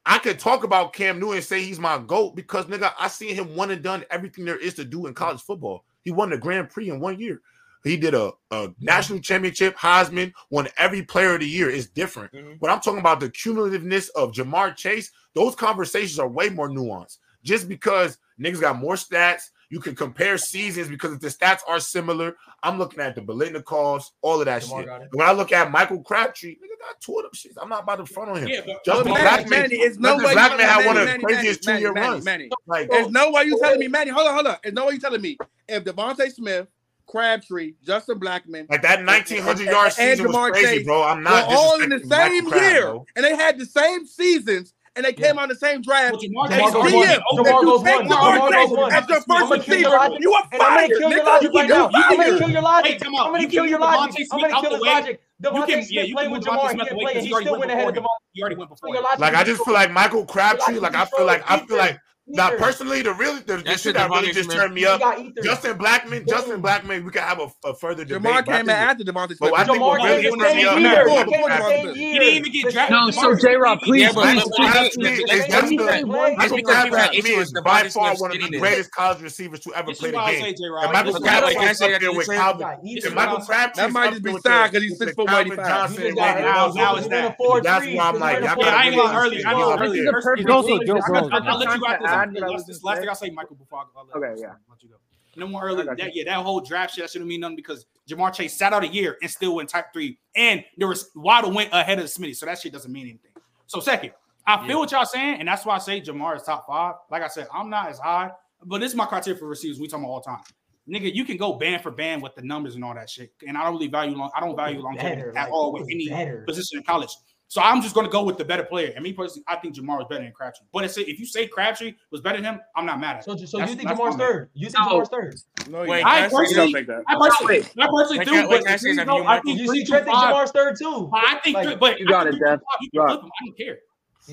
Speaker 9: I could talk about Cam Newton and say he's my goat because nigga, I seen him one and done everything there is to do in college football. He won the Grand Prix in one year. He did a, a national championship, Heisman, won every player of the year. It's different.
Speaker 3: Mm-hmm.
Speaker 8: Mhm.
Speaker 9: But I'm talking about the cumulativeness of Jamar Chase. Those conversations are way more nuanced. Just because niggas got more stats, you can compare seasons because if the stats are similar, I'm looking at the Belitnikovs, all of that
Speaker 7: Jamar
Speaker 9: shit.
Speaker 7: got it.
Speaker 9: And when I look at Michael Crabtree, nigga got two of them shits. I'm not about to front on him.
Speaker 3: Yeah, but
Speaker 9: Justin
Speaker 3: Lamar-
Speaker 1: Manny,
Speaker 9: Blackman,
Speaker 1: Manny, it's no
Speaker 9: Justin
Speaker 1: way.
Speaker 9: Blackman had one of the
Speaker 1: Manny,
Speaker 9: craziest
Speaker 1: Manny,
Speaker 9: two-year
Speaker 1: Manny,
Speaker 9: runs.
Speaker 1: Manny.
Speaker 9: Like,
Speaker 1: There's no way you telling me, Manny. Hold on, hold on. There's no way you telling me if Devontae Smith, Crabtree, Justin Blackman,
Speaker 9: like that 1900 yard
Speaker 1: And- and
Speaker 9: season was
Speaker 1: Jamar
Speaker 9: crazy,
Speaker 1: Chase
Speaker 9: bro. I'm
Speaker 1: were
Speaker 9: not
Speaker 1: all in the
Speaker 9: disrespecting Michael
Speaker 1: same
Speaker 9: Crabbe,
Speaker 1: year
Speaker 9: bro.
Speaker 1: and they had the same seasons and they came
Speaker 7: Yeah.
Speaker 1: on the same draft.
Speaker 3: Well, Jamar
Speaker 7: Jamar
Speaker 1: Hey,
Speaker 3: Chase
Speaker 7: goes
Speaker 3: already
Speaker 7: one.
Speaker 1: GM,
Speaker 3: over.
Speaker 1: if
Speaker 7: Jamar
Speaker 1: you
Speaker 7: goes
Speaker 1: take
Speaker 7: one.
Speaker 1: Jamar
Speaker 7: Jamar
Speaker 1: Chase
Speaker 7: goes
Speaker 1: as your
Speaker 7: one. I'm
Speaker 1: first
Speaker 7: gonna kill your
Speaker 1: receiver,
Speaker 7: logic,
Speaker 1: you are
Speaker 7: and I'm gonna
Speaker 1: fired,
Speaker 7: kill your
Speaker 1: nigga. You're
Speaker 7: logic right now. I'm gonna
Speaker 1: fired.
Speaker 7: kill your logic.
Speaker 3: Wait, come
Speaker 7: I'm
Speaker 3: on.
Speaker 7: gonna
Speaker 3: You
Speaker 7: kill
Speaker 3: can
Speaker 7: your
Speaker 3: move
Speaker 7: logic.
Speaker 3: Devontae
Speaker 7: I'm
Speaker 3: Smith
Speaker 7: gonna
Speaker 3: out
Speaker 7: kill
Speaker 3: the
Speaker 7: his
Speaker 3: way.
Speaker 7: logic.
Speaker 3: You can,
Speaker 7: Devontae
Speaker 3: yeah,
Speaker 7: Smith
Speaker 3: you
Speaker 7: played
Speaker 3: can move
Speaker 7: with
Speaker 3: Devontae
Speaker 7: Jamar. He
Speaker 3: Smith
Speaker 7: didn't play.
Speaker 3: away because
Speaker 7: and
Speaker 3: he's
Speaker 7: He
Speaker 3: already
Speaker 7: still
Speaker 3: went
Speaker 7: went
Speaker 3: before
Speaker 7: ahead of
Speaker 3: him.
Speaker 7: Jamar.
Speaker 3: He already went
Speaker 7: So
Speaker 3: before
Speaker 7: your
Speaker 3: him.
Speaker 7: logic
Speaker 9: Like, I
Speaker 7: is
Speaker 9: just
Speaker 7: short.
Speaker 9: feel like Michael
Speaker 7: Your
Speaker 9: Crabtree.
Speaker 7: logic
Speaker 9: Like, I
Speaker 7: is
Speaker 9: feel
Speaker 7: short.
Speaker 9: like I feel like
Speaker 7: Ether.
Speaker 9: now
Speaker 7: Ether.
Speaker 9: personally, the really the, the
Speaker 8: That
Speaker 9: shit
Speaker 8: shit
Speaker 9: that really
Speaker 8: Devontae
Speaker 9: just
Speaker 8: Smith.
Speaker 9: turned me
Speaker 7: He
Speaker 9: up.
Speaker 7: got ether.
Speaker 9: Justin Blackman, Justin
Speaker 7: Boom.
Speaker 9: Blackman. We could have a, a further
Speaker 1: Jamar
Speaker 9: debate. But I
Speaker 1: came in
Speaker 9: think,
Speaker 1: after Devontae Smith.
Speaker 9: but I think
Speaker 7: Jamar
Speaker 9: what
Speaker 3: Well,
Speaker 7: came
Speaker 3: it
Speaker 9: really
Speaker 7: the
Speaker 3: was
Speaker 9: turned me
Speaker 7: same
Speaker 3: Jamar
Speaker 9: up.
Speaker 7: year.
Speaker 1: Before, before Devontae
Speaker 7: He came the same
Speaker 3: Chase.
Speaker 9: Michael Crabtree.
Speaker 1: Smith.
Speaker 7: year.
Speaker 3: He didn't even
Speaker 7: The
Speaker 3: get drafted.
Speaker 8: No,
Speaker 7: same
Speaker 3: Jamar
Speaker 8: so
Speaker 7: year.
Speaker 8: J Rob,
Speaker 3: Chase
Speaker 8: please,
Speaker 9: Yeah,
Speaker 8: please,
Speaker 3: didn't even
Speaker 9: but
Speaker 3: get
Speaker 9: Michael
Speaker 8: please.
Speaker 3: drafted.
Speaker 9: Crabtree
Speaker 8: The, the, the
Speaker 9: is that's
Speaker 8: only
Speaker 9: the
Speaker 8: thing, one
Speaker 9: Michael
Speaker 8: reason why people
Speaker 9: Crabtree
Speaker 8: had
Speaker 9: to me
Speaker 8: issue was
Speaker 9: is by
Speaker 8: Devontae
Speaker 9: far
Speaker 8: Smith's
Speaker 9: one of the
Speaker 8: skinniness.
Speaker 9: greatest college receivers to ever
Speaker 3: This
Speaker 9: play
Speaker 3: is what
Speaker 9: the
Speaker 3: I
Speaker 9: game.
Speaker 3: say, J.
Speaker 9: And
Speaker 3: Rob.
Speaker 9: Michael
Speaker 3: This is what
Speaker 8: Okay, wait,
Speaker 3: I
Speaker 9: Crabtree
Speaker 8: can I
Speaker 3: say.
Speaker 9: is
Speaker 8: say
Speaker 9: up
Speaker 8: that to
Speaker 9: there
Speaker 8: you,
Speaker 9: with
Speaker 8: Terry?
Speaker 7: You
Speaker 9: Calvin.
Speaker 7: got
Speaker 9: Yeah,
Speaker 7: ether.
Speaker 9: Michael Crabtree
Speaker 1: That
Speaker 9: is
Speaker 1: might
Speaker 9: up
Speaker 1: just
Speaker 9: there
Speaker 1: be
Speaker 9: with
Speaker 1: signed because
Speaker 9: the,
Speaker 1: he's
Speaker 9: with
Speaker 1: six
Speaker 9: the
Speaker 1: foot one eighty five.
Speaker 9: Calvin
Speaker 7: You
Speaker 9: Johnson
Speaker 7: just
Speaker 9: and
Speaker 7: got
Speaker 9: Randy
Speaker 7: out
Speaker 9: Moss.
Speaker 7: Joker.
Speaker 3: was
Speaker 7: You went
Speaker 3: that?
Speaker 7: to four
Speaker 9: That's
Speaker 7: threes
Speaker 9: why I'm
Speaker 7: because you
Speaker 9: like,
Speaker 7: went to
Speaker 9: y'all
Speaker 7: four
Speaker 3: Yeah,
Speaker 9: gotta
Speaker 3: I ain't
Speaker 9: really
Speaker 3: lying
Speaker 7: threes.
Speaker 2: Well, this is
Speaker 3: earlier. I got it earlier.
Speaker 9: understand what I'm saying.
Speaker 2: the
Speaker 3: First
Speaker 2: perfect.
Speaker 5: It's also
Speaker 2: place.
Speaker 5: Joe
Speaker 2: I got
Speaker 5: Burrow's
Speaker 3: I,
Speaker 2: something
Speaker 3: will
Speaker 5: man.
Speaker 3: let you
Speaker 2: context
Speaker 3: go after
Speaker 2: to
Speaker 3: this.
Speaker 2: add
Speaker 3: After
Speaker 2: that
Speaker 3: this,
Speaker 2: I
Speaker 3: let's,
Speaker 2: was
Speaker 3: this
Speaker 2: gonna
Speaker 3: is the last
Speaker 2: say.
Speaker 3: thing I'll say, Michael, before I go. I'll let-
Speaker 2: Okay, yeah.
Speaker 3: I'll let you go. And then one
Speaker 2: I
Speaker 3: earlier,
Speaker 2: got you.
Speaker 3: that yeah, that whole draft shit, that shouldn't mean nothing because Jamar Chase sat out a year and still went top three. And there was Waddle went ahead of Smitty, so that shit doesn't mean anything. So second, I feel what y'all saying, and that's why I say Jamar is top five. Like I said, I'm not as high, but this is my criteria for receivers. We talking about all time. Nigga, you can go band for band with the numbers and all that shit. And I don't really value long, I don't value longevity
Speaker 7: Better,
Speaker 3: at
Speaker 7: like,
Speaker 3: all
Speaker 7: who
Speaker 3: with
Speaker 7: is
Speaker 3: any
Speaker 7: better?
Speaker 3: position in college. So I'm just going to go with the better player. And me personally, I think Jamar is better than Crabtree. But it's, if you say Crabtree was better than him, I'm not mad at it.
Speaker 7: So, so
Speaker 3: That's-
Speaker 7: you think
Speaker 3: that's
Speaker 7: Jamar's
Speaker 3: fine.
Speaker 7: third? You think
Speaker 8: No.
Speaker 7: Jamar's third?
Speaker 1: No,
Speaker 8: Wait,
Speaker 1: you
Speaker 8: can
Speaker 3: I
Speaker 8: I say
Speaker 1: you don't
Speaker 3: personally,
Speaker 8: something?
Speaker 1: think that.
Speaker 3: I personally, I personally
Speaker 8: Wait,
Speaker 3: do.
Speaker 8: can I- wait,
Speaker 3: but
Speaker 8: can I
Speaker 3: the
Speaker 8: say
Speaker 3: thing
Speaker 8: something
Speaker 3: is,
Speaker 8: to
Speaker 3: though,
Speaker 8: you,
Speaker 3: I
Speaker 8: Michael?
Speaker 3: think
Speaker 7: You
Speaker 3: three
Speaker 7: see
Speaker 3: through
Speaker 7: Trent think
Speaker 3: five.
Speaker 7: Jamar's third too.
Speaker 3: But I think,
Speaker 7: Like,
Speaker 3: three, but
Speaker 2: You
Speaker 3: I
Speaker 2: got
Speaker 3: think
Speaker 2: it,
Speaker 3: three through
Speaker 2: Dad.
Speaker 3: five, you can
Speaker 2: Rob.
Speaker 3: flip them. I don't care. I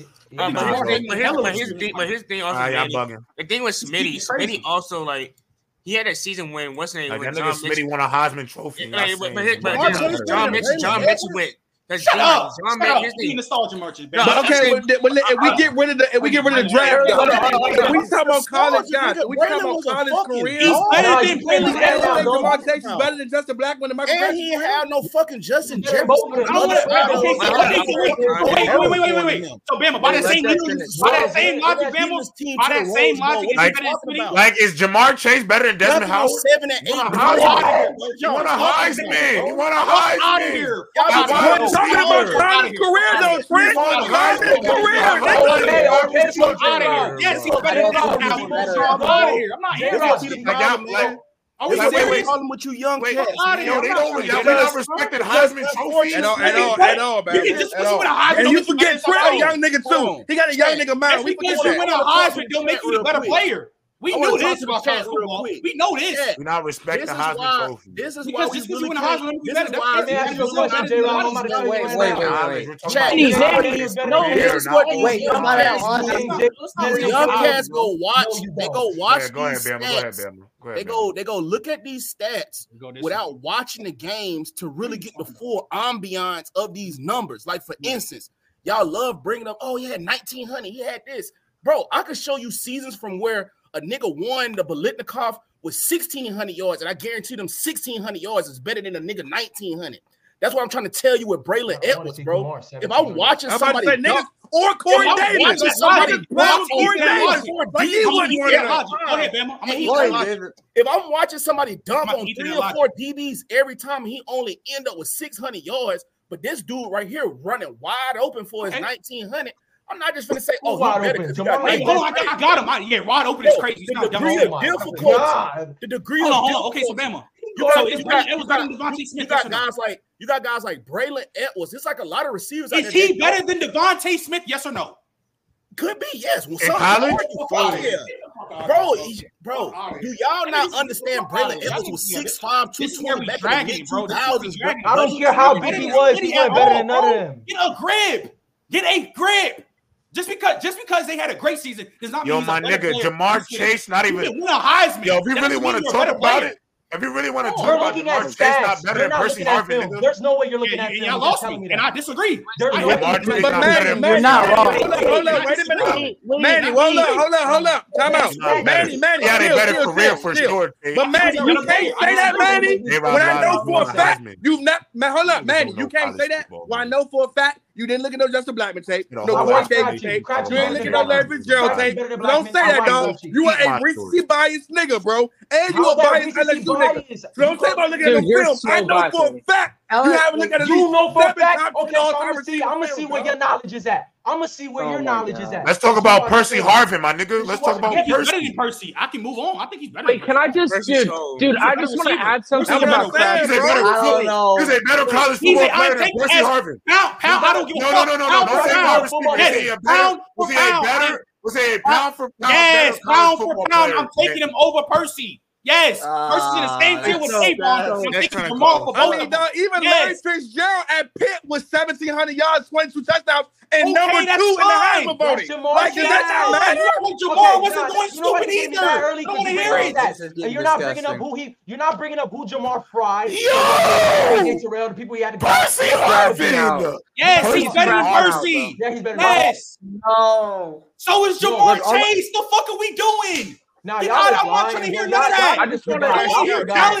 Speaker 7: I'm
Speaker 3: think
Speaker 9: Nah,
Speaker 7: not
Speaker 3: Jamar came
Speaker 9: bro.
Speaker 8: But,
Speaker 3: in
Speaker 8: but here's
Speaker 3: a hell of a
Speaker 8: but here's
Speaker 3: receiver.
Speaker 8: the thing, but here's the thing
Speaker 9: All
Speaker 8: also
Speaker 9: right, y'all
Speaker 8: Smitty.
Speaker 9: bugging.
Speaker 8: The thing with
Speaker 3: This shit
Speaker 8: Smitty,
Speaker 3: is crazy.
Speaker 8: Smitty also like he had a season when what's his name
Speaker 9: Like
Speaker 8: when
Speaker 9: that nigga
Speaker 8: John
Speaker 9: Smitty
Speaker 8: Mitchell.
Speaker 9: won a Heisman trophy.
Speaker 8: Yeah,
Speaker 9: And y'all
Speaker 8: like, but, but,
Speaker 9: saying
Speaker 8: his- but
Speaker 9: Jamar
Speaker 10: Jamar
Speaker 8: John,
Speaker 10: Chase
Speaker 9: Chase
Speaker 10: better
Speaker 9: better.
Speaker 8: John
Speaker 10: than
Speaker 8: Mitchell,
Speaker 10: Braylon
Speaker 8: John Mitchell
Speaker 10: Edwards.
Speaker 8: went. That's
Speaker 3: Shut
Speaker 8: John-
Speaker 3: up.
Speaker 8: John
Speaker 3: Shut up.
Speaker 8: Mack- his
Speaker 3: You
Speaker 8: name-
Speaker 3: nostalgia merchant.
Speaker 8: No,
Speaker 3: baby.
Speaker 1: But okay, but, but if we get rid of the if we get rid of the draft,
Speaker 10: Hold on, hold on, hold
Speaker 1: if we
Speaker 10: on.
Speaker 1: talk about college guys, if we talk
Speaker 10: Braylon
Speaker 1: about
Speaker 10: was a
Speaker 1: college
Speaker 10: fucking
Speaker 1: careers,
Speaker 3: He's
Speaker 10: dog.
Speaker 3: better
Speaker 1: you
Speaker 3: than
Speaker 1: think
Speaker 3: Braylon
Speaker 1: you really think
Speaker 3: Allen.
Speaker 1: Lamar Jackson's better than Justin Blackman and Michael
Speaker 10: And
Speaker 1: Patrick?
Speaker 10: he ain't had no fucking Justin
Speaker 7: Yeah,
Speaker 10: Jefferson.
Speaker 7: both of them.
Speaker 10: another
Speaker 3: I would
Speaker 10: five
Speaker 3: have. Okay,
Speaker 10: years old. Fucking
Speaker 3: so, okay, so wait, wait, wait, wait,
Speaker 10: Jefferson.
Speaker 3: wait, wait, wait. So Bama, by that
Speaker 10: He
Speaker 3: same logic,
Speaker 10: was slow,
Speaker 3: by that
Speaker 10: man.
Speaker 3: same
Speaker 10: He
Speaker 3: logic, Bama,
Speaker 10: was team
Speaker 3: by
Speaker 10: to
Speaker 3: that
Speaker 10: the
Speaker 3: same
Speaker 10: Rose Bowl. What
Speaker 3: logic, is he
Speaker 10: you
Speaker 9: Like-
Speaker 3: better than
Speaker 10: talking
Speaker 3: Smitty?
Speaker 10: about?
Speaker 9: Like, is Jamar Chase better than
Speaker 10: Nothing on
Speaker 9: Desmond Howard?
Speaker 10: seven and eight.
Speaker 3: You want a
Speaker 10: Y'all
Speaker 3: Heisman?
Speaker 10: talking-
Speaker 9: You
Speaker 10: y'all
Speaker 9: want a
Speaker 10: talking
Speaker 9: Heisman?
Speaker 10: about-
Speaker 9: You want a
Speaker 3: out of
Speaker 9: Heisman?
Speaker 10: Y'all
Speaker 3: here.
Speaker 9: Fuck
Speaker 10: talking
Speaker 9: out
Speaker 10: about
Speaker 1: We're talking about
Speaker 9: of here. Fuck out
Speaker 1: college career
Speaker 10: That's
Speaker 1: though,
Speaker 10: it.
Speaker 1: Trent.
Speaker 9: You want a
Speaker 1: College
Speaker 9: Heisman?
Speaker 1: career.
Speaker 9: Fuck out of
Speaker 3: Okay,
Speaker 9: here.
Speaker 3: okay, so I'm out of
Speaker 8: Better,
Speaker 3: here. Yes, he's
Speaker 8: bro.
Speaker 3: better than
Speaker 10: Better,
Speaker 3: Desmond
Speaker 10: he's
Speaker 3: Howard.
Speaker 10: better.
Speaker 3: So I'm out of here. I'm not
Speaker 10: This
Speaker 3: here.
Speaker 10: gonna be the
Speaker 9: Like, y'all,
Speaker 10: problem,
Speaker 9: like,
Speaker 10: man.
Speaker 3: Are we
Speaker 10: This gonna be the
Speaker 3: serious?
Speaker 10: problem with you young
Speaker 9: wait,
Speaker 10: cats,
Speaker 3: outta
Speaker 10: man.
Speaker 3: here.
Speaker 9: yo,
Speaker 3: I'm not
Speaker 9: they don't,
Speaker 3: trying to
Speaker 9: y'all
Speaker 3: get it.
Speaker 9: they not respected Heisman trophies.
Speaker 1: At all,
Speaker 10: Hey,
Speaker 1: at all,
Speaker 10: Trent,
Speaker 1: at all, man.
Speaker 3: You can just
Speaker 1: At
Speaker 3: because you
Speaker 1: all.
Speaker 3: win a Heisman
Speaker 1: And
Speaker 3: don't
Speaker 1: you
Speaker 3: make you better
Speaker 1: forget Trent a
Speaker 3: than somebody else.
Speaker 1: young nigga
Speaker 10: Hold
Speaker 1: too.
Speaker 10: on.
Speaker 1: He got a young nigga mind.
Speaker 3: Just
Speaker 1: We
Speaker 3: because
Speaker 1: forget
Speaker 3: you
Speaker 1: that.
Speaker 10: I
Speaker 3: win a
Speaker 10: wanna talk
Speaker 3: Heisman
Speaker 10: to
Speaker 3: don't make
Speaker 10: Chet
Speaker 3: you a
Speaker 10: real
Speaker 3: better
Speaker 10: quick.
Speaker 3: player. We
Speaker 10: I wanna
Speaker 3: know
Speaker 10: talk
Speaker 3: this
Speaker 10: to the
Speaker 3: about
Speaker 10: chat
Speaker 3: college
Speaker 10: real
Speaker 3: football.
Speaker 10: quick.
Speaker 3: We know this.
Speaker 10: Chat,
Speaker 9: We not respect
Speaker 10: This
Speaker 9: the
Speaker 10: is
Speaker 9: Heisman
Speaker 10: why.
Speaker 9: trophy.
Speaker 10: This is why
Speaker 3: Because
Speaker 10: we
Speaker 3: just because you
Speaker 10: really
Speaker 3: win a
Speaker 10: can't.
Speaker 3: Heisman don't make you
Speaker 10: This
Speaker 3: better.
Speaker 10: is
Speaker 3: That
Speaker 10: why
Speaker 7: Let me
Speaker 3: doesn't mean
Speaker 10: Chet
Speaker 7: ask you a
Speaker 3: you're
Speaker 10: is
Speaker 7: question,
Speaker 3: still
Speaker 10: not being
Speaker 7: J. Rob. I'm
Speaker 3: better than somebody
Speaker 7: about to
Speaker 10: no
Speaker 7: tell
Speaker 3: else.
Speaker 7: you
Speaker 10: way.
Speaker 7: right
Speaker 10: Wait,
Speaker 7: now.
Speaker 10: wait,
Speaker 9: Knowledge.
Speaker 10: Chat.
Speaker 9: We're talking about
Speaker 7: Your
Speaker 10: This
Speaker 9: knowledge.
Speaker 7: daddy
Speaker 10: audience.
Speaker 7: is better
Speaker 9: We're
Speaker 7: than
Speaker 9: here
Speaker 10: This
Speaker 7: Jalen
Speaker 10: is
Speaker 9: now.
Speaker 10: what
Speaker 7: Hurts.
Speaker 10: these
Speaker 7: Your
Speaker 3: Wait,
Speaker 10: young
Speaker 3: nobody
Speaker 7: daddy
Speaker 10: cats want
Speaker 7: is
Speaker 3: else is better.
Speaker 10: to do.
Speaker 7: better than
Speaker 3: Let's not, let's
Speaker 10: These
Speaker 7: better
Speaker 3: not play
Speaker 7: than
Speaker 10: young
Speaker 3: games.
Speaker 7: Howard,
Speaker 10: cats
Speaker 7: bro.
Speaker 10: go
Speaker 7: No,
Speaker 10: watch.
Speaker 7: you
Speaker 10: They
Speaker 7: don't.
Speaker 10: go
Speaker 9: Go
Speaker 10: watch
Speaker 9: ahead, go ahead,
Speaker 10: these
Speaker 9: Bama. Go ahead,
Speaker 10: stats.
Speaker 9: Bama. Go
Speaker 10: They
Speaker 9: ahead, Bama.
Speaker 10: go. They go look at these stats
Speaker 3: We go this way.
Speaker 10: without watching the games to really get the full ambiance of these numbers. Like for instance, y'all love bringing up, oh, he had 1900, he had this. Bro, I could show you seasons from where a nigga won the Bolitnikov with 1600 yards, and I guarantee them 1600 yards is better than a nigga 1900. That's what I'm trying to tell you with Braylon
Speaker 7: I wanna
Speaker 10: Edwards,
Speaker 7: see
Speaker 10: bro.
Speaker 7: Lamar
Speaker 10: If
Speaker 7: 1700.
Speaker 10: I'm watching
Speaker 1: I'm about
Speaker 10: somebody,
Speaker 1: to say niggas
Speaker 10: dunk,
Speaker 1: or
Speaker 10: if
Speaker 1: Corey
Speaker 10: I'm
Speaker 1: Davis.
Speaker 10: watching
Speaker 3: Logic.
Speaker 10: somebody
Speaker 1: Niggas playing with
Speaker 10: dunk
Speaker 3: Logic.
Speaker 1: Corey
Speaker 3: That
Speaker 1: Davis.
Speaker 3: logic.
Speaker 10: before
Speaker 1: Like
Speaker 10: D
Speaker 1: he wasn't
Speaker 10: Book
Speaker 1: one
Speaker 10: did
Speaker 1: of
Speaker 3: That
Speaker 1: them.
Speaker 10: it,
Speaker 3: logic. Go ahead, Bama. I'm
Speaker 10: and
Speaker 3: gonna
Speaker 10: he
Speaker 3: eat that
Speaker 10: did
Speaker 3: logic.
Speaker 10: if I'm watching somebody
Speaker 3: I'm
Speaker 10: dunk
Speaker 3: gonna
Speaker 10: on
Speaker 3: eat
Speaker 10: three
Speaker 3: that
Speaker 10: or
Speaker 3: logic.
Speaker 10: four DBs every time, he only end up with 600 yards. But this dude right here running wide open for his
Speaker 3: Okay.
Speaker 10: 1900. I'm not just gonna say,
Speaker 7: Who
Speaker 10: oh, he
Speaker 7: wide
Speaker 10: better
Speaker 7: open?
Speaker 10: because he got
Speaker 7: Jamar
Speaker 3: Wait,
Speaker 10: 1900.
Speaker 3: hold
Speaker 7: Chase?
Speaker 3: on. I got, I got him. I, yeah, wide open is
Speaker 10: Bro,
Speaker 3: crazy. It's
Speaker 10: the
Speaker 3: not dumb.
Speaker 10: degree
Speaker 7: Oh
Speaker 10: of
Speaker 7: my
Speaker 10: difficulty,
Speaker 7: God.
Speaker 10: the degree
Speaker 3: Hold
Speaker 10: of
Speaker 3: on, hold on. Okay, so
Speaker 10: difficulty.
Speaker 3: Bama.
Speaker 10: You
Speaker 3: So
Speaker 10: got,
Speaker 3: is
Speaker 10: you
Speaker 3: Braylon
Speaker 10: got, you
Speaker 3: Edwards
Speaker 10: got,
Speaker 3: better than
Speaker 10: you,
Speaker 3: Devontae
Speaker 10: you
Speaker 3: Smith? Yes or
Speaker 10: got
Speaker 3: no?
Speaker 10: guys like you got guys like Braylon Edwards. It's like a lot of receivers out there.
Speaker 3: Is
Speaker 10: That
Speaker 3: he better than Devontae Smith? Yes or no?
Speaker 10: could be yes. Well,
Speaker 9: In
Speaker 10: some could
Speaker 9: college?
Speaker 10: argue.
Speaker 3: Fuck
Speaker 10: Fuck
Speaker 3: out of here.
Speaker 10: yeah,
Speaker 3: Get the fuck out of here,
Speaker 10: bro,
Speaker 3: bro.
Speaker 10: he-
Speaker 3: Fuck
Speaker 10: bro.
Speaker 3: out of
Speaker 10: Do
Speaker 3: here.
Speaker 10: y'all
Speaker 3: At
Speaker 10: not
Speaker 3: least
Speaker 10: understand
Speaker 3: fuck out of
Speaker 10: Braylon
Speaker 3: here. Y'all
Speaker 10: Edwards
Speaker 3: need to
Speaker 10: was
Speaker 3: be a bit.
Speaker 10: 6'5",
Speaker 3: This is where
Speaker 10: 220
Speaker 3: we
Speaker 10: back in the
Speaker 3: dragging
Speaker 10: mid
Speaker 3: it,
Speaker 10: two
Speaker 3: bro. This is where we
Speaker 10: thousands, bro.
Speaker 3: dragging it.
Speaker 7: I
Speaker 10: But
Speaker 7: don't
Speaker 10: he
Speaker 7: care
Speaker 10: could
Speaker 7: how
Speaker 10: be
Speaker 3: Better
Speaker 10: better
Speaker 7: big he
Speaker 3: than
Speaker 10: than
Speaker 7: was.
Speaker 3: Smitty
Speaker 7: He
Speaker 3: at
Speaker 7: wasn't better
Speaker 3: all,
Speaker 7: than none
Speaker 3: bro.
Speaker 7: of them.
Speaker 3: Get a grip. Get a grip. Just because just because they had a great season does not mean
Speaker 9: Yo,
Speaker 3: he's a
Speaker 9: my
Speaker 3: better
Speaker 9: nigga,
Speaker 3: player. than
Speaker 9: Jamar
Speaker 3: Smitty.
Speaker 9: Chase, not
Speaker 3: You
Speaker 9: even.
Speaker 3: can win a Heisman.
Speaker 9: Yo, if we
Speaker 3: That
Speaker 9: really
Speaker 3: doesn't mean
Speaker 9: want to
Speaker 3: you're a
Speaker 9: talk
Speaker 3: better
Speaker 9: about
Speaker 3: player.
Speaker 9: it, if we really want
Speaker 3: Come
Speaker 9: to talk
Speaker 3: on,
Speaker 7: We're
Speaker 9: about
Speaker 7: looking at
Speaker 9: Jamar Chase, not
Speaker 7: stats. You're
Speaker 9: better than
Speaker 7: not
Speaker 9: Percy
Speaker 7: looking at
Speaker 9: Harvin,
Speaker 7: film.
Speaker 9: nigga.
Speaker 7: There's no way you're looking
Speaker 3: Yeah,
Speaker 7: at
Speaker 3: you,
Speaker 7: film.
Speaker 3: y'all
Speaker 7: You're
Speaker 3: lost me,
Speaker 7: telling me
Speaker 3: and
Speaker 7: that.
Speaker 3: I disagree.
Speaker 7: There's
Speaker 3: I
Speaker 7: no way you're
Speaker 3: don't
Speaker 9: Jamar
Speaker 3: disagree.
Speaker 7: looking at
Speaker 9: Chase
Speaker 1: But
Speaker 9: not
Speaker 1: Manny,
Speaker 7: film.
Speaker 9: better than
Speaker 1: Manny,
Speaker 9: Percy
Speaker 1: Manny,
Speaker 9: Harvin.
Speaker 1: hold up, hold up, wait a minute.
Speaker 9: Solid.
Speaker 1: Manny, hold up, hold up, hold up. Time
Speaker 9: He's
Speaker 1: out.
Speaker 9: not better.
Speaker 1: Manny, Manny,
Speaker 9: He had a
Speaker 1: chill,
Speaker 9: better
Speaker 1: chill,
Speaker 9: career
Speaker 1: chill,
Speaker 9: for
Speaker 1: chill.
Speaker 9: sure. Jay.
Speaker 1: But
Speaker 3: He's
Speaker 1: Manny,
Speaker 3: a
Speaker 1: you
Speaker 3: better
Speaker 1: can't
Speaker 3: player. I
Speaker 1: say that,
Speaker 3: disagree.
Speaker 1: Manny.
Speaker 9: J.
Speaker 1: When
Speaker 9: Rob
Speaker 1: I
Speaker 9: lied.
Speaker 1: know
Speaker 9: He's
Speaker 1: for
Speaker 9: not
Speaker 1: a
Speaker 9: a
Speaker 1: fact
Speaker 9: Heisman.
Speaker 1: you've not man, hold
Speaker 9: These
Speaker 1: up,
Speaker 9: niggas
Speaker 1: Manny.
Speaker 9: don't
Speaker 1: You
Speaker 9: know
Speaker 1: can't
Speaker 9: college
Speaker 1: say that.
Speaker 9: football,
Speaker 1: Well, I
Speaker 9: man.
Speaker 1: know for a fact you didn't look at no Justin Blackman tape,
Speaker 9: Get a
Speaker 1: no
Speaker 7: I
Speaker 9: whole
Speaker 1: Corey
Speaker 9: ass
Speaker 7: watched
Speaker 1: Davis
Speaker 9: debate
Speaker 7: Crabtree.
Speaker 1: tape.
Speaker 9: talking
Speaker 1: You
Speaker 7: Crabtree's
Speaker 1: ain't
Speaker 9: about
Speaker 7: better
Speaker 1: look at
Speaker 7: than
Speaker 1: no
Speaker 9: Jamar
Speaker 7: Blackman.
Speaker 1: Larry
Speaker 9: Chase
Speaker 1: Fitzgerald tape.
Speaker 7: Crabtree's
Speaker 9: is a Heisman.
Speaker 7: better than
Speaker 1: So don't
Speaker 7: Blackman.
Speaker 1: say
Speaker 7: I
Speaker 1: that,
Speaker 7: watched
Speaker 1: dog.
Speaker 7: Crabtree.
Speaker 1: You are
Speaker 9: Eat
Speaker 1: a
Speaker 9: my
Speaker 1: recency
Speaker 9: story.
Speaker 1: biased nigga, bro, and you
Speaker 7: How's
Speaker 1: a
Speaker 7: that
Speaker 1: biased
Speaker 7: recency
Speaker 1: LSU nigga.
Speaker 7: bias?
Speaker 1: So
Speaker 7: You
Speaker 1: don't say
Speaker 7: call
Speaker 1: about looking at no
Speaker 2: Dude, you're
Speaker 1: film. I
Speaker 2: so
Speaker 1: know for a
Speaker 2: biased.
Speaker 1: fact you
Speaker 4: Ellen,
Speaker 1: haven't looked at at
Speaker 7: you
Speaker 1: least
Speaker 7: know for a
Speaker 1: seven
Speaker 7: fact.
Speaker 1: top ten
Speaker 7: Okay,
Speaker 1: all
Speaker 7: so
Speaker 1: time
Speaker 7: I'm gonna see.
Speaker 1: receivers
Speaker 7: I'm gonna
Speaker 1: film,
Speaker 7: see where
Speaker 1: dog.
Speaker 7: your knowledge is at. I'm gonna see where
Speaker 4: Oh
Speaker 7: your
Speaker 4: my
Speaker 7: knowledge is
Speaker 4: god.
Speaker 7: at
Speaker 9: Let's
Speaker 7: because
Speaker 9: talk
Speaker 7: you
Speaker 9: about
Speaker 7: watch
Speaker 9: Percy
Speaker 7: film
Speaker 9: Harvin, my nigga.
Speaker 7: because you
Speaker 9: Let's talk
Speaker 7: watch
Speaker 9: about
Speaker 3: Yeah,
Speaker 7: film.
Speaker 3: he's better than
Speaker 9: Percy.
Speaker 3: Percy. I can move on. I think he's better than
Speaker 2: Wait,
Speaker 3: Percy.
Speaker 2: can I just,
Speaker 1: Versus
Speaker 2: dude,
Speaker 1: Jones.
Speaker 2: dude?
Speaker 3: He's a
Speaker 2: I
Speaker 3: better
Speaker 2: just want to
Speaker 3: receiver.
Speaker 2: add something
Speaker 3: Percy's
Speaker 1: That's what I'm
Speaker 3: a better
Speaker 2: about
Speaker 1: saying,
Speaker 9: He's a
Speaker 4: I
Speaker 2: Crabtree.
Speaker 1: bro.
Speaker 9: better
Speaker 4: don't
Speaker 9: recruit.
Speaker 4: know.
Speaker 9: He's a better college
Speaker 3: He's a.
Speaker 9: football
Speaker 3: I
Speaker 9: player than
Speaker 3: take
Speaker 9: Percy
Speaker 3: as
Speaker 9: Harvin.
Speaker 3: pound
Speaker 7: He's
Speaker 3: pound. I
Speaker 7: better.
Speaker 3: don't give
Speaker 9: No,
Speaker 3: a
Speaker 9: no,
Speaker 3: fuck.
Speaker 9: no, no,
Speaker 3: Pound
Speaker 9: no. Don't
Speaker 3: for
Speaker 7: Better
Speaker 9: say
Speaker 7: college
Speaker 9: wide
Speaker 3: pound.
Speaker 7: football
Speaker 9: receiver. Say
Speaker 7: player.
Speaker 3: Yes,
Speaker 9: he a better.
Speaker 3: pound
Speaker 9: Was
Speaker 3: for
Speaker 9: he a
Speaker 3: pound. I
Speaker 9: better? Was he
Speaker 3: I,
Speaker 9: a pound for pound better
Speaker 3: yes,
Speaker 9: college
Speaker 3: pound for
Speaker 9: football
Speaker 3: pound. I'm
Speaker 9: player? Jay?
Speaker 3: taking him over Percy. Yes,
Speaker 1: Uh,
Speaker 3: Percy's in the
Speaker 4: Ah,
Speaker 3: same tier
Speaker 1: That's
Speaker 3: with
Speaker 4: that's
Speaker 1: so.
Speaker 3: Savon.
Speaker 4: that's
Speaker 3: I'm
Speaker 1: That's
Speaker 3: taking
Speaker 1: kind of
Speaker 3: Jamal
Speaker 1: close.
Speaker 3: for
Speaker 1: I
Speaker 3: both
Speaker 1: mean,
Speaker 3: of them.
Speaker 1: dog, even Larry
Speaker 3: Yes,
Speaker 1: Fitzgerald at Pitt was 1,700 yards, 22 touchdowns, and number
Speaker 3: okay, that's
Speaker 1: two in the
Speaker 3: fine.
Speaker 1: Heisman
Speaker 7: That's
Speaker 1: voting.
Speaker 7: Jamar
Speaker 1: Like,
Speaker 3: Okay,
Speaker 1: does that
Speaker 7: Chase.
Speaker 3: that's
Speaker 1: not
Speaker 3: fine.
Speaker 1: matter?
Speaker 3: But
Speaker 7: Okay, John,
Speaker 3: Jamal wasn't going
Speaker 7: you know why
Speaker 3: stupid
Speaker 7: you gave me that
Speaker 3: either.
Speaker 7: early?
Speaker 3: I don't
Speaker 7: Because
Speaker 3: want
Speaker 7: you
Speaker 3: to
Speaker 7: bring
Speaker 3: hear
Speaker 7: up
Speaker 4: bro,
Speaker 3: it.
Speaker 7: stats,
Speaker 4: this is
Speaker 7: and
Speaker 4: just
Speaker 7: you're not bringing up
Speaker 4: disgusting.
Speaker 7: who he. You're not bringing up who Jamar fried. You're not bringing up KJ
Speaker 9: Yo,
Speaker 7: Terrell, the people he had to drop.
Speaker 9: Percy
Speaker 7: You're not
Speaker 2: Crabtree
Speaker 7: looking at.
Speaker 2: out. He's
Speaker 3: Yes,
Speaker 9: Harvin.
Speaker 3: he's
Speaker 9: Percy
Speaker 3: better than
Speaker 2: Crabtree
Speaker 9: Harvin.
Speaker 2: out, bro.
Speaker 3: Percy.
Speaker 7: Yeah, he's better than Percy.
Speaker 4: Oh
Speaker 3: Yes.
Speaker 4: no.
Speaker 3: So is
Speaker 7: Yo,
Speaker 3: Jamar
Speaker 2: Look, all
Speaker 3: Chase. The fuck are we doing?
Speaker 7: Now
Speaker 3: Get
Speaker 7: y'all
Speaker 3: out.
Speaker 7: is
Speaker 3: I'm not trying to
Speaker 7: lying,
Speaker 3: hear
Speaker 7: bro.
Speaker 3: none
Speaker 7: Y'all, y'all
Speaker 3: of that.
Speaker 1: I
Speaker 7: niggas
Speaker 1: just want to
Speaker 3: I
Speaker 7: forgot.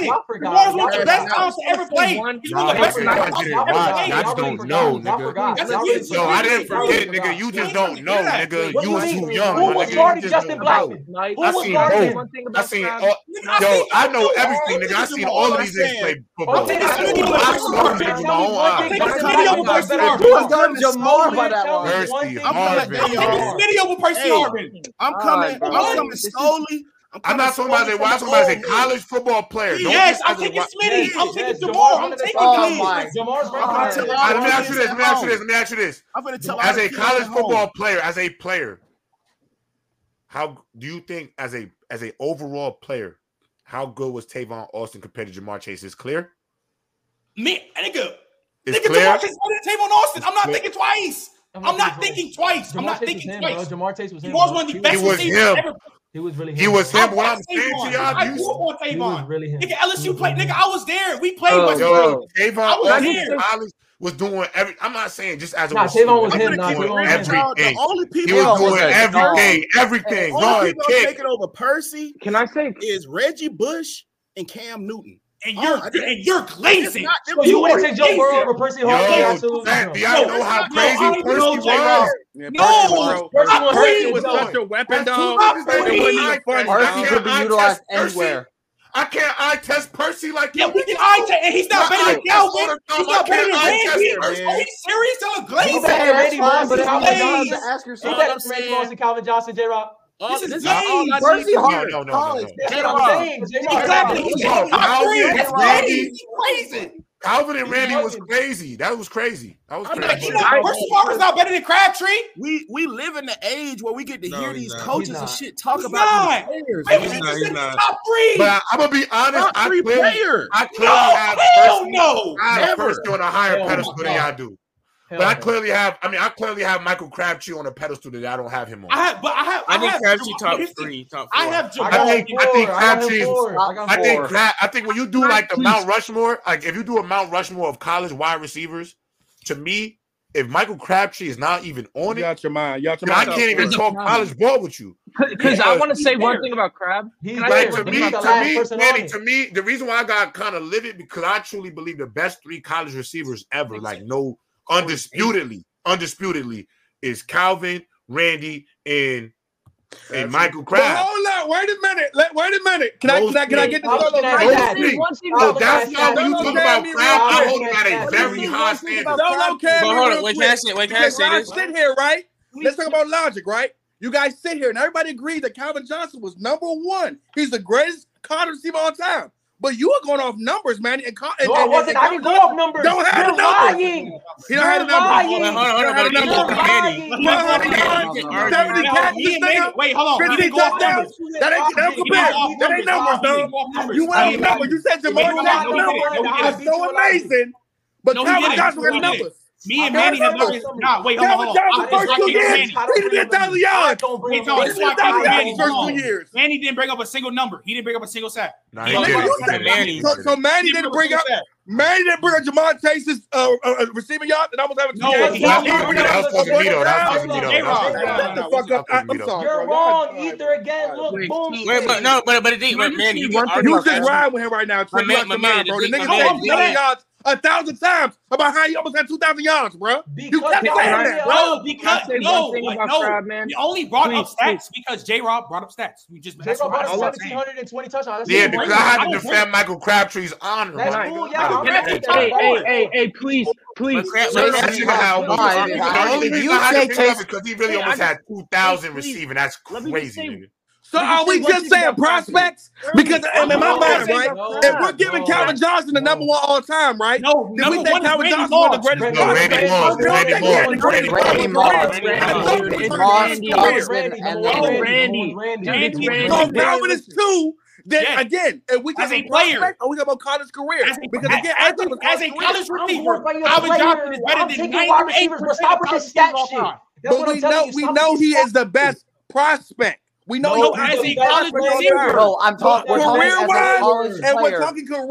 Speaker 1: ask you,
Speaker 7: Y'all forgot.
Speaker 3: don't want to hear talent.
Speaker 7: Y'all forgot.
Speaker 3: Jamar's one
Speaker 7: Y'all
Speaker 3: of the
Speaker 1: Yes,
Speaker 3: best
Speaker 7: forgot.
Speaker 1: now
Speaker 3: talents to ever play.
Speaker 2: 41.
Speaker 3: He's one
Speaker 9: Nah,
Speaker 3: of
Speaker 7: Y'all
Speaker 3: the
Speaker 9: they
Speaker 3: best
Speaker 9: forget.
Speaker 7: forgot.
Speaker 3: talents
Speaker 7: Y'all
Speaker 3: to ever
Speaker 9: Y'all didn't watch.
Speaker 7: forgot. Y'all
Speaker 3: play.
Speaker 9: Y'all just
Speaker 7: really forgot.
Speaker 9: don't know,
Speaker 7: Y'all
Speaker 9: nigga.
Speaker 7: forgot.
Speaker 3: That's
Speaker 7: Y'all
Speaker 3: you
Speaker 7: really
Speaker 9: Yo,
Speaker 3: forgot.
Speaker 7: forgot.
Speaker 9: I didn't
Speaker 7: Y'all really
Speaker 9: forget, nigga.
Speaker 7: forgot.
Speaker 9: You
Speaker 3: You
Speaker 9: just
Speaker 3: ain't trying to hear
Speaker 9: don't know,
Speaker 3: that.
Speaker 9: nigga.
Speaker 3: What do
Speaker 9: You
Speaker 3: you
Speaker 9: was
Speaker 3: mean?
Speaker 9: too
Speaker 3: You
Speaker 9: young,
Speaker 7: Who was
Speaker 3: ain't
Speaker 9: my nigga. You
Speaker 7: starting
Speaker 9: just
Speaker 7: Justin
Speaker 9: don't know.
Speaker 7: Blackman?
Speaker 2: Nice.
Speaker 7: Who
Speaker 9: I
Speaker 7: was
Speaker 9: seen
Speaker 2: Can I say
Speaker 7: starting
Speaker 9: both.
Speaker 7: him?
Speaker 2: one thing
Speaker 9: I
Speaker 2: about
Speaker 9: seen.
Speaker 2: Crabtree?
Speaker 9: Uh,
Speaker 3: Nigga, I
Speaker 9: yo,
Speaker 3: seen
Speaker 9: I
Speaker 3: I've
Speaker 9: know
Speaker 3: seen
Speaker 9: everything,
Speaker 3: I've seen Jamal.
Speaker 9: nigga. I seen all of
Speaker 10: I'm
Speaker 9: these
Speaker 10: saying,
Speaker 9: niggas play
Speaker 3: I've
Speaker 7: Okay,
Speaker 9: football.
Speaker 3: seen
Speaker 9: I
Speaker 7: that's
Speaker 3: I've
Speaker 7: the
Speaker 9: saw.
Speaker 3: seen
Speaker 7: one
Speaker 3: Jamal
Speaker 9: I
Speaker 7: thing. But then tell
Speaker 3: with my own eyes.
Speaker 9: saw it with
Speaker 10: I'm
Speaker 7: me one thing that's
Speaker 3: I've taken
Speaker 9: my own eyes, nigga.
Speaker 7: not
Speaker 3: Smitty
Speaker 10: glad
Speaker 7: one
Speaker 10: y'all
Speaker 7: Percy
Speaker 3: over Percy
Speaker 10: said
Speaker 7: Harvin.
Speaker 10: that.
Speaker 3: Harvin.
Speaker 10: I'm
Speaker 9: Woo!
Speaker 7: Tell
Speaker 11: All right,
Speaker 12: Hey, I'm coming.
Speaker 10: glad it's over at that one. I'm glad they all video with Percy Harvin.
Speaker 7: me Jamal better than One thing. Tell me one thing Jamar.
Speaker 9: Percy Harvin.
Speaker 11: bro.
Speaker 12: I'm coming slowly.
Speaker 9: I'm not talking about
Speaker 12: slowly
Speaker 9: a well, I'm
Speaker 12: from
Speaker 9: talking about a
Speaker 12: old
Speaker 9: college football player. Don't
Speaker 10: Yes, I'm
Speaker 9: just as a
Speaker 10: taking
Speaker 9: wa-
Speaker 10: Smitty. I'm
Speaker 7: Yes,
Speaker 10: taking
Speaker 7: yes,
Speaker 10: Jamar.
Speaker 7: Jamar.
Speaker 10: I'm taking
Speaker 11: Oh
Speaker 10: Cleveland.
Speaker 11: my
Speaker 7: Jamar's
Speaker 12: I'm gonna tell
Speaker 7: right
Speaker 12: all
Speaker 7: there.
Speaker 9: All right, Let
Speaker 12: the
Speaker 9: me ask
Speaker 12: kids
Speaker 9: you this.
Speaker 12: at
Speaker 9: Let me ask
Speaker 12: home.
Speaker 9: you this. Let me ask you this.
Speaker 12: I'm gonna tell all
Speaker 9: As
Speaker 12: the
Speaker 9: a
Speaker 12: kids
Speaker 9: college
Speaker 12: at home.
Speaker 9: football player, as a player, how do you think as a as a overall player, how good was Tavon Austin compared to Jamar Chase? Is clear?
Speaker 10: Me, nigga.
Speaker 9: It's
Speaker 10: nigga,
Speaker 9: clear.
Speaker 10: Jamar Chase better than Tavon Austin. I'm not
Speaker 9: It's
Speaker 10: thinking twice. I'm not thinking twice. I'm not thinking
Speaker 7: him,
Speaker 10: twice.
Speaker 7: Bro. Jamar Chase was him.
Speaker 10: Jamar's
Speaker 7: bro.
Speaker 10: one of the
Speaker 7: He
Speaker 10: best
Speaker 9: was
Speaker 10: receivers
Speaker 9: him.
Speaker 10: ever.
Speaker 7: He was really.
Speaker 9: He
Speaker 7: him,
Speaker 9: was
Speaker 7: bro.
Speaker 9: him. What
Speaker 10: I
Speaker 9: I'm
Speaker 10: watched
Speaker 9: saying to
Speaker 10: Tavon.
Speaker 9: y'all,
Speaker 10: I
Speaker 9: you-
Speaker 10: grew up on
Speaker 7: He was
Speaker 10: Tavon.
Speaker 7: really him.
Speaker 10: Nigga,
Speaker 7: He
Speaker 10: LSU
Speaker 7: was
Speaker 10: played.
Speaker 7: really
Speaker 10: Nigga,
Speaker 7: him.
Speaker 10: I was there. We played
Speaker 13: Oh,
Speaker 10: West
Speaker 9: yo,
Speaker 10: Virginia.
Speaker 9: Tavon
Speaker 10: I was
Speaker 9: Austin,
Speaker 10: here.
Speaker 9: college, was doing every. I'm not saying just as a
Speaker 7: Nah,
Speaker 9: receiver.
Speaker 7: Tavon was
Speaker 9: He
Speaker 7: him,
Speaker 9: was
Speaker 7: nah, Tavon
Speaker 9: doing
Speaker 7: was him.
Speaker 10: Y'all, the
Speaker 9: everything.
Speaker 10: only
Speaker 9: He
Speaker 10: people
Speaker 9: was
Speaker 10: I'm
Speaker 9: doing
Speaker 10: taking
Speaker 9: everything,
Speaker 10: over-
Speaker 9: everything.
Speaker 10: the only
Speaker 9: Guard,
Speaker 10: people I'm
Speaker 9: kick.
Speaker 10: taking over Percy
Speaker 2: Can I say
Speaker 10: is Reggie Bush and Cam Newton.
Speaker 3: And
Speaker 10: Oh,
Speaker 3: you're
Speaker 10: I did-
Speaker 3: and you're glazing.
Speaker 10: Not them
Speaker 7: So you
Speaker 10: two
Speaker 7: want
Speaker 3: are
Speaker 7: to take Joe
Speaker 3: crazy.
Speaker 7: Burrow over Percy
Speaker 9: Yo,
Speaker 7: Harvin? You absolutely
Speaker 9: that,
Speaker 7: no.
Speaker 9: do y'all know how
Speaker 10: No,
Speaker 9: crazy
Speaker 3: I don't
Speaker 9: Percy
Speaker 3: know,
Speaker 9: was?
Speaker 3: J. Rob.
Speaker 1: Yeah,
Speaker 3: No!
Speaker 1: Percy, bro.
Speaker 3: Percy
Speaker 1: Percy,
Speaker 3: was-
Speaker 1: Percy was
Speaker 3: Percy was-
Speaker 1: such a weapon,
Speaker 9: That's
Speaker 1: dog.
Speaker 9: two weapons
Speaker 1: It
Speaker 9: that
Speaker 1: wasn't
Speaker 9: we-
Speaker 1: even funny,
Speaker 4: Percy
Speaker 1: dog.
Speaker 9: Percy
Speaker 4: could be
Speaker 9: I
Speaker 4: utilized
Speaker 9: test Percy.
Speaker 4: anywhere.
Speaker 9: I can't eye test Percy like
Speaker 3: Yeah,
Speaker 9: you.
Speaker 3: we can eye test, and he's not
Speaker 9: My
Speaker 3: better than
Speaker 9: eye test
Speaker 3: Calvin.
Speaker 9: all the time.
Speaker 3: He's
Speaker 9: I
Speaker 3: not better
Speaker 9: can't
Speaker 3: than
Speaker 9: eye test
Speaker 3: Randy.
Speaker 9: Percy.
Speaker 3: Are you serious? Y'all
Speaker 7: He's
Speaker 3: glazing.
Speaker 7: better than Randy Moss
Speaker 4: This
Speaker 7: and
Speaker 4: is
Speaker 7: Calvin
Speaker 4: all
Speaker 7: Johnson.
Speaker 4: to ask
Speaker 7: He's
Speaker 4: yourself.
Speaker 10: All
Speaker 7: better
Speaker 10: I'm
Speaker 7: than Randy
Speaker 10: saying-
Speaker 7: Moss and Calvin Johnson, J. Rob.
Speaker 10: All,
Speaker 3: This is
Speaker 10: this is
Speaker 3: lame.
Speaker 10: all I need
Speaker 4: Percy
Speaker 10: to
Speaker 9: No,
Speaker 4: Hart,
Speaker 9: no, no, no,
Speaker 4: college,
Speaker 9: no.
Speaker 7: That's
Speaker 4: J.
Speaker 7: what I'm
Speaker 4: Rob.
Speaker 7: saying, J. Rob. That's
Speaker 3: Exactly.
Speaker 7: what I'm
Speaker 3: He's
Speaker 7: saying.
Speaker 9: Bro,
Speaker 3: in the top three.
Speaker 9: Calvin,
Speaker 3: That's
Speaker 9: Randy,
Speaker 3: crazy. He's glazing.
Speaker 9: Calvin and
Speaker 7: He's
Speaker 9: Randy was
Speaker 7: bugging.
Speaker 9: crazy. That was crazy. That was
Speaker 10: I'm
Speaker 9: crazy.
Speaker 10: not
Speaker 3: Like, you
Speaker 10: sure
Speaker 3: know,
Speaker 10: about
Speaker 3: Percy
Speaker 10: that
Speaker 3: Harper's
Speaker 10: because
Speaker 3: not better than Crabtree.
Speaker 10: we we live in the age where we get to
Speaker 14: No,
Speaker 10: hear
Speaker 14: he's
Speaker 10: these
Speaker 14: not.
Speaker 10: coaches
Speaker 7: He's
Speaker 10: and
Speaker 7: not.
Speaker 10: shit talk
Speaker 3: He's
Speaker 10: about
Speaker 3: not.
Speaker 10: these players.
Speaker 3: Wait,
Speaker 14: He's
Speaker 3: we
Speaker 10: man.
Speaker 14: not.
Speaker 3: just
Speaker 14: He's
Speaker 3: in the
Speaker 14: not.
Speaker 3: top three.
Speaker 9: But I, I'm gonna be honest.
Speaker 10: Top
Speaker 9: I
Speaker 10: three
Speaker 9: clearly,
Speaker 10: player.
Speaker 9: I clearly
Speaker 3: No,
Speaker 9: have
Speaker 3: hell
Speaker 9: Percy.
Speaker 3: no.
Speaker 9: I have
Speaker 10: Never.
Speaker 9: Percy on a higher
Speaker 7: Hell no.
Speaker 9: pedestal than y'all do.
Speaker 7: Hell
Speaker 9: But I
Speaker 7: no.
Speaker 9: clearly have. I mean, I clearly have Michael Crabtree on a pedestal that I don't have him on.
Speaker 3: I
Speaker 9: I,
Speaker 3: have, but I have, I,
Speaker 14: I think
Speaker 3: have,
Speaker 14: Crabtree
Speaker 3: Jam-
Speaker 14: top
Speaker 3: here's the-
Speaker 14: three, top four.
Speaker 3: I have
Speaker 7: I
Speaker 3: Jamal.
Speaker 7: got
Speaker 9: think.
Speaker 7: him
Speaker 9: I think
Speaker 7: four. I got
Speaker 9: Crabtree
Speaker 7: him
Speaker 9: is
Speaker 7: four. I got
Speaker 9: I
Speaker 7: him
Speaker 9: think
Speaker 7: four.
Speaker 9: Crab, I think when you do like the
Speaker 14: Crabtree's-
Speaker 9: Mount Rushmore, like if you do a Mount Rushmore of college wide receivers, to me, if Michael Crabtree is not even on
Speaker 1: You
Speaker 9: it,
Speaker 1: out your mind. You out your
Speaker 9: then I
Speaker 1: mind.
Speaker 9: can't even
Speaker 14: There's a
Speaker 9: talk
Speaker 14: problem.
Speaker 9: college ball with you.
Speaker 2: Because I
Speaker 7: Yeah,
Speaker 2: want to
Speaker 7: he's
Speaker 2: say one
Speaker 7: there.
Speaker 2: thing about Crab.
Speaker 7: He's
Speaker 2: Can I say
Speaker 9: Like
Speaker 7: there,
Speaker 9: to
Speaker 2: one
Speaker 7: but
Speaker 2: thing
Speaker 9: me,
Speaker 7: he's
Speaker 2: about
Speaker 7: the
Speaker 9: to
Speaker 2: Crab?
Speaker 7: last
Speaker 9: me,
Speaker 7: person on
Speaker 9: Manny,
Speaker 7: it.
Speaker 9: to me, the reason why I got kind of livid because I truly believe the best three college receivers ever, like no, undisputedly, undisputedly, is Calvin, Randy, and and Michael
Speaker 1: But
Speaker 9: Crabbe.
Speaker 1: hold up, wait a minute. Let, wait a minute. Can I
Speaker 9: Those
Speaker 1: can I, can I get this
Speaker 7: I'm
Speaker 1: solo
Speaker 7: looking at
Speaker 1: right
Speaker 9: Those
Speaker 1: now?
Speaker 7: stats.
Speaker 9: three.
Speaker 2: One thing
Speaker 7: I'm
Speaker 9: So
Speaker 2: about
Speaker 7: looking at
Speaker 9: that's why
Speaker 7: stats.
Speaker 9: when you
Speaker 1: Solo
Speaker 9: talk
Speaker 1: came
Speaker 9: about
Speaker 1: me real
Speaker 9: Crabbe, I
Speaker 1: quick.
Speaker 7: I'm
Speaker 9: hold
Speaker 7: looking
Speaker 9: him
Speaker 7: at
Speaker 9: at a
Speaker 1: Let
Speaker 7: stats.
Speaker 1: me
Speaker 9: very
Speaker 1: do
Speaker 9: high
Speaker 1: one thing
Speaker 14: But
Speaker 1: about
Speaker 9: standard.
Speaker 1: Solo came me
Speaker 14: hold on,
Speaker 1: real
Speaker 14: wait, can I
Speaker 1: quick.
Speaker 14: say? Wait, can I
Speaker 1: Because
Speaker 14: say
Speaker 1: y'all
Speaker 14: this?
Speaker 1: sit here, right? Let's talk about logic, right? You guys sit here and everybody agreed that Calvin Johnson was number one. He's the greatest card receiver of all time. But you were going off numbers, man. And, Cal- and,
Speaker 7: No, I
Speaker 1: and- and
Speaker 7: wasn't. I
Speaker 1: Calvin
Speaker 7: didn't go
Speaker 1: Johnson
Speaker 7: off numbers.
Speaker 1: don't have
Speaker 7: You're
Speaker 1: the numbers.
Speaker 7: lying.
Speaker 1: He don't have the
Speaker 7: You're
Speaker 14: Hold
Speaker 1: numbers.
Speaker 14: on,
Speaker 7: lying.
Speaker 14: hold on, hold on.
Speaker 1: Don't have
Speaker 14: But
Speaker 1: the
Speaker 14: you
Speaker 7: You're
Speaker 14: just
Speaker 1: numbers.
Speaker 14: Manny.
Speaker 7: lying.
Speaker 14: You just
Speaker 1: Don't
Speaker 14: going
Speaker 1: have the
Speaker 14: back and
Speaker 1: numbers.
Speaker 14: just arguing.
Speaker 1: Seventy catches,
Speaker 7: No,
Speaker 3: Me and
Speaker 1: nigga.
Speaker 3: Manny, wait, hold on. We
Speaker 1: 50
Speaker 3: didn't go off
Speaker 1: touchdowns.
Speaker 3: numbers.
Speaker 7: You went
Speaker 1: That ain't that
Speaker 7: off numbers.
Speaker 1: ain't
Speaker 3: We didn't
Speaker 1: compared. That
Speaker 7: We
Speaker 3: go off
Speaker 7: did
Speaker 1: ain't numbers, dog.
Speaker 7: it.
Speaker 3: numbers. Nah, we didn't go off numbers.
Speaker 1: You went off
Speaker 3: No, he didn't.
Speaker 1: numbers. You said Jamal
Speaker 3: No, he
Speaker 1: Johnson got numbers.
Speaker 3: did. No, he did it. No,
Speaker 1: I'm
Speaker 3: he did it.
Speaker 1: so amazing, but
Speaker 3: No, he
Speaker 1: Calvin
Speaker 3: did it.
Speaker 1: Johnson
Speaker 3: No,
Speaker 1: got
Speaker 3: he did it.
Speaker 1: numbers.
Speaker 3: Me and
Speaker 1: Calvin
Speaker 3: Manny have
Speaker 1: Johnson.
Speaker 3: already. Nah, wait, hold
Speaker 1: Calvin
Speaker 3: on, hold on.
Speaker 1: Johnson first
Speaker 3: I, this is why I
Speaker 1: two
Speaker 3: came to
Speaker 1: years,
Speaker 3: Manny.
Speaker 1: three to be a thousand
Speaker 7: I
Speaker 1: yards.
Speaker 7: don't bring
Speaker 1: Three
Speaker 7: up
Speaker 3: Hey, Tom, this
Speaker 1: to
Speaker 3: is
Speaker 1: be a thousand yards
Speaker 3: why I came to Manny.
Speaker 1: his
Speaker 3: Hold
Speaker 1: first
Speaker 3: on.
Speaker 1: two
Speaker 7: Randy.
Speaker 1: years.
Speaker 3: Manny didn't bring up a single number. He didn't bring up a single sack.
Speaker 9: Nah,
Speaker 3: He
Speaker 9: he
Speaker 1: So, so
Speaker 3: didn't bring up a
Speaker 9: did it.
Speaker 1: you
Speaker 14: Manny.
Speaker 1: so
Speaker 3: single number.
Speaker 9: He did it.
Speaker 1: so, so Manny
Speaker 3: He didn't
Speaker 1: didn't
Speaker 3: bring up
Speaker 1: bring
Speaker 3: a single
Speaker 1: up
Speaker 3: sack.
Speaker 1: Manny didn't bring up Jamal Chase's uh, uh, uh, receiving yard, and I was having two
Speaker 3: No,
Speaker 1: yards. He
Speaker 3: he didn't
Speaker 9: Well, that was
Speaker 3: bring
Speaker 1: didn't
Speaker 9: supposed to
Speaker 1: bring
Speaker 3: up
Speaker 9: be.
Speaker 1: up a one
Speaker 3: a single
Speaker 9: That was supposed to be though. That was
Speaker 1: down.
Speaker 7: Hold
Speaker 9: supposed to be
Speaker 7: up.
Speaker 1: Shut the fuck up. I, I'm sorry, bro. Y'all got
Speaker 7: Hold You're
Speaker 3: J Rob, no, no, no, no.
Speaker 9: though. That was supposed to be though. That was supposed to be though.
Speaker 7: wrong.
Speaker 1: to
Speaker 7: Eat
Speaker 1: all
Speaker 7: there again.
Speaker 1: right, all right.
Speaker 7: Look,
Speaker 14: Wait,
Speaker 7: boom.
Speaker 14: wait, but no, but but the thing, but
Speaker 2: Let me
Speaker 14: Manny, you
Speaker 2: say one thing
Speaker 1: You
Speaker 14: argue
Speaker 2: about
Speaker 1: just
Speaker 14: that.
Speaker 2: Crab.
Speaker 1: ride with him right now,
Speaker 14: My
Speaker 1: Trey. You
Speaker 14: man, my
Speaker 1: out your
Speaker 14: man,
Speaker 1: mind,
Speaker 14: the
Speaker 1: bro. The
Speaker 14: thing, my
Speaker 1: nigga
Speaker 3: No,
Speaker 1: said
Speaker 14: man,
Speaker 3: I'm
Speaker 14: the
Speaker 3: not.
Speaker 14: thing.
Speaker 1: 2,000 yards a thousand times about how he almost had 2,000 yards, bro. You
Speaker 2: Can,
Speaker 1: kept
Speaker 7: Because
Speaker 2: can
Speaker 7: y'all
Speaker 1: saying
Speaker 2: I
Speaker 1: that,
Speaker 7: real.
Speaker 1: bro.
Speaker 3: No,
Speaker 2: can I
Speaker 3: because
Speaker 2: say one
Speaker 3: no,
Speaker 2: thing
Speaker 3: what?
Speaker 2: about
Speaker 3: No,
Speaker 2: Crab, man?
Speaker 3: we only brought up
Speaker 2: Please, please.
Speaker 3: stats because J Rob brought up stats. We just
Speaker 7: J.
Speaker 3: that's
Speaker 7: Rob brought
Speaker 3: why
Speaker 7: up
Speaker 3: that's
Speaker 1: All
Speaker 3: what
Speaker 1: I'm
Speaker 3: I'm saying.
Speaker 7: 1720 touchdowns. That's
Speaker 9: Yeah,
Speaker 7: even
Speaker 9: because
Speaker 7: worse
Speaker 9: I
Speaker 7: than
Speaker 9: had
Speaker 3: I
Speaker 9: to
Speaker 7: Calvin.
Speaker 3: don't blame.
Speaker 9: defend Michael Crabtree's honor.
Speaker 7: That's
Speaker 9: My
Speaker 2: Can I?
Speaker 7: cool.
Speaker 9: I
Speaker 7: Yeah,
Speaker 9: had to
Speaker 7: I'm
Speaker 2: Can I?
Speaker 7: happy
Speaker 9: defend
Speaker 7: that
Speaker 9: that.
Speaker 2: Hey,
Speaker 7: y'all brought
Speaker 2: hey,
Speaker 7: it
Speaker 2: hey,
Speaker 7: up.
Speaker 2: hey! Please,
Speaker 14: But
Speaker 2: please,
Speaker 14: Crab,
Speaker 9: No,
Speaker 14: but
Speaker 9: no,
Speaker 14: Crab, Crab, you
Speaker 2: J. Rob.
Speaker 9: that nigga had
Speaker 14: can
Speaker 9: over a
Speaker 4: Alright,
Speaker 14: argue
Speaker 4: if
Speaker 9: reason.
Speaker 14: that.
Speaker 4: I
Speaker 9: The only
Speaker 4: if
Speaker 9: reason
Speaker 4: you
Speaker 9: I had to
Speaker 4: say
Speaker 9: bring it up
Speaker 4: Chase
Speaker 9: is because he really
Speaker 2: Hey, I
Speaker 9: almost
Speaker 2: just
Speaker 9: had two thousand
Speaker 2: please.
Speaker 9: receiving. That's
Speaker 2: Let me just say.
Speaker 9: crazy, nigga.
Speaker 2: Let me just say
Speaker 1: So are we
Speaker 2: one
Speaker 1: just
Speaker 2: thing
Speaker 1: saying
Speaker 2: about Crab, please.
Speaker 1: prospects? Because
Speaker 2: I
Speaker 1: um,
Speaker 2: want to
Speaker 1: in my
Speaker 7: No,
Speaker 2: always
Speaker 1: mind,
Speaker 2: say
Speaker 1: right,
Speaker 2: about
Speaker 7: no,
Speaker 1: if we're
Speaker 2: Crab.
Speaker 1: giving
Speaker 7: no,
Speaker 1: Calvin Johnson the number
Speaker 7: no.
Speaker 1: one all time, right,
Speaker 3: No,
Speaker 1: then we
Speaker 3: number
Speaker 1: think
Speaker 3: one is
Speaker 1: Calvin
Speaker 3: Randy
Speaker 1: Johnson was the
Speaker 3: Moss.
Speaker 1: greatest
Speaker 7: Randy
Speaker 9: No,
Speaker 1: prospect.
Speaker 9: Randy
Speaker 7: Randy
Speaker 2: Randy Moss.
Speaker 1: But we don't think he was
Speaker 7: Moss.
Speaker 9: Moss, Randy Moss,
Speaker 1: the
Speaker 9: Randy
Speaker 1: greatest
Speaker 9: Moss,
Speaker 4: Randy
Speaker 1: prospect
Speaker 2: Randy
Speaker 1: of
Speaker 2: Moss.
Speaker 1: all
Speaker 4: Moss,
Speaker 1: time.
Speaker 7: Randy
Speaker 2: Randy.
Speaker 7: Moss.
Speaker 1: So
Speaker 2: Dude,
Speaker 1: the
Speaker 4: Randy
Speaker 2: it's
Speaker 4: Moss, Calvin, and then Randy.
Speaker 2: Randy. It's Randy. Dude, it's
Speaker 1: first two years. Dude, so
Speaker 7: It's Randy Moss. Randy. It was Randy.
Speaker 3: Randy Moss.
Speaker 2: Randy.
Speaker 1: Calvin is two. Then
Speaker 3: Yes,
Speaker 1: again, if we
Speaker 3: as
Speaker 1: talking
Speaker 3: a player,
Speaker 1: prospect or we talking about college career,
Speaker 3: as a
Speaker 1: because
Speaker 3: a-
Speaker 1: again, I
Speaker 3: as
Speaker 1: thought it was
Speaker 3: a as
Speaker 1: college
Speaker 3: a
Speaker 1: career.
Speaker 3: college
Speaker 7: I'm
Speaker 3: receiver,
Speaker 7: bringing up
Speaker 3: Calvin Johnson
Speaker 7: players.
Speaker 3: is better
Speaker 7: I'm
Speaker 3: than
Speaker 7: taking wide
Speaker 3: ninety eight
Speaker 7: receivers, but
Speaker 3: percent
Speaker 7: stop with this stat
Speaker 3: of college receivers all
Speaker 7: shit.
Speaker 3: time.
Speaker 7: That's
Speaker 1: But
Speaker 7: what I'm
Speaker 1: we
Speaker 7: telling
Speaker 1: know
Speaker 7: you.
Speaker 1: we
Speaker 7: Stop with
Speaker 1: know
Speaker 7: this
Speaker 1: he
Speaker 7: stat
Speaker 1: is the
Speaker 7: shit.
Speaker 1: best prospect. We know he's
Speaker 3: No,
Speaker 7: No,
Speaker 1: the
Speaker 7: he's
Speaker 3: as
Speaker 1: greatest
Speaker 7: the best
Speaker 3: a college
Speaker 1: prospect all
Speaker 7: receiver.
Speaker 1: time.
Speaker 3: receiver.
Speaker 4: Bro, I'm
Speaker 7: He's
Speaker 4: talk.
Speaker 7: the
Speaker 4: We're talking
Speaker 7: best
Speaker 1: Career
Speaker 4: as a
Speaker 1: wise,
Speaker 4: college
Speaker 7: receiver.
Speaker 1: and we're
Speaker 4: player.
Speaker 1: talking career, Calvin
Speaker 3: I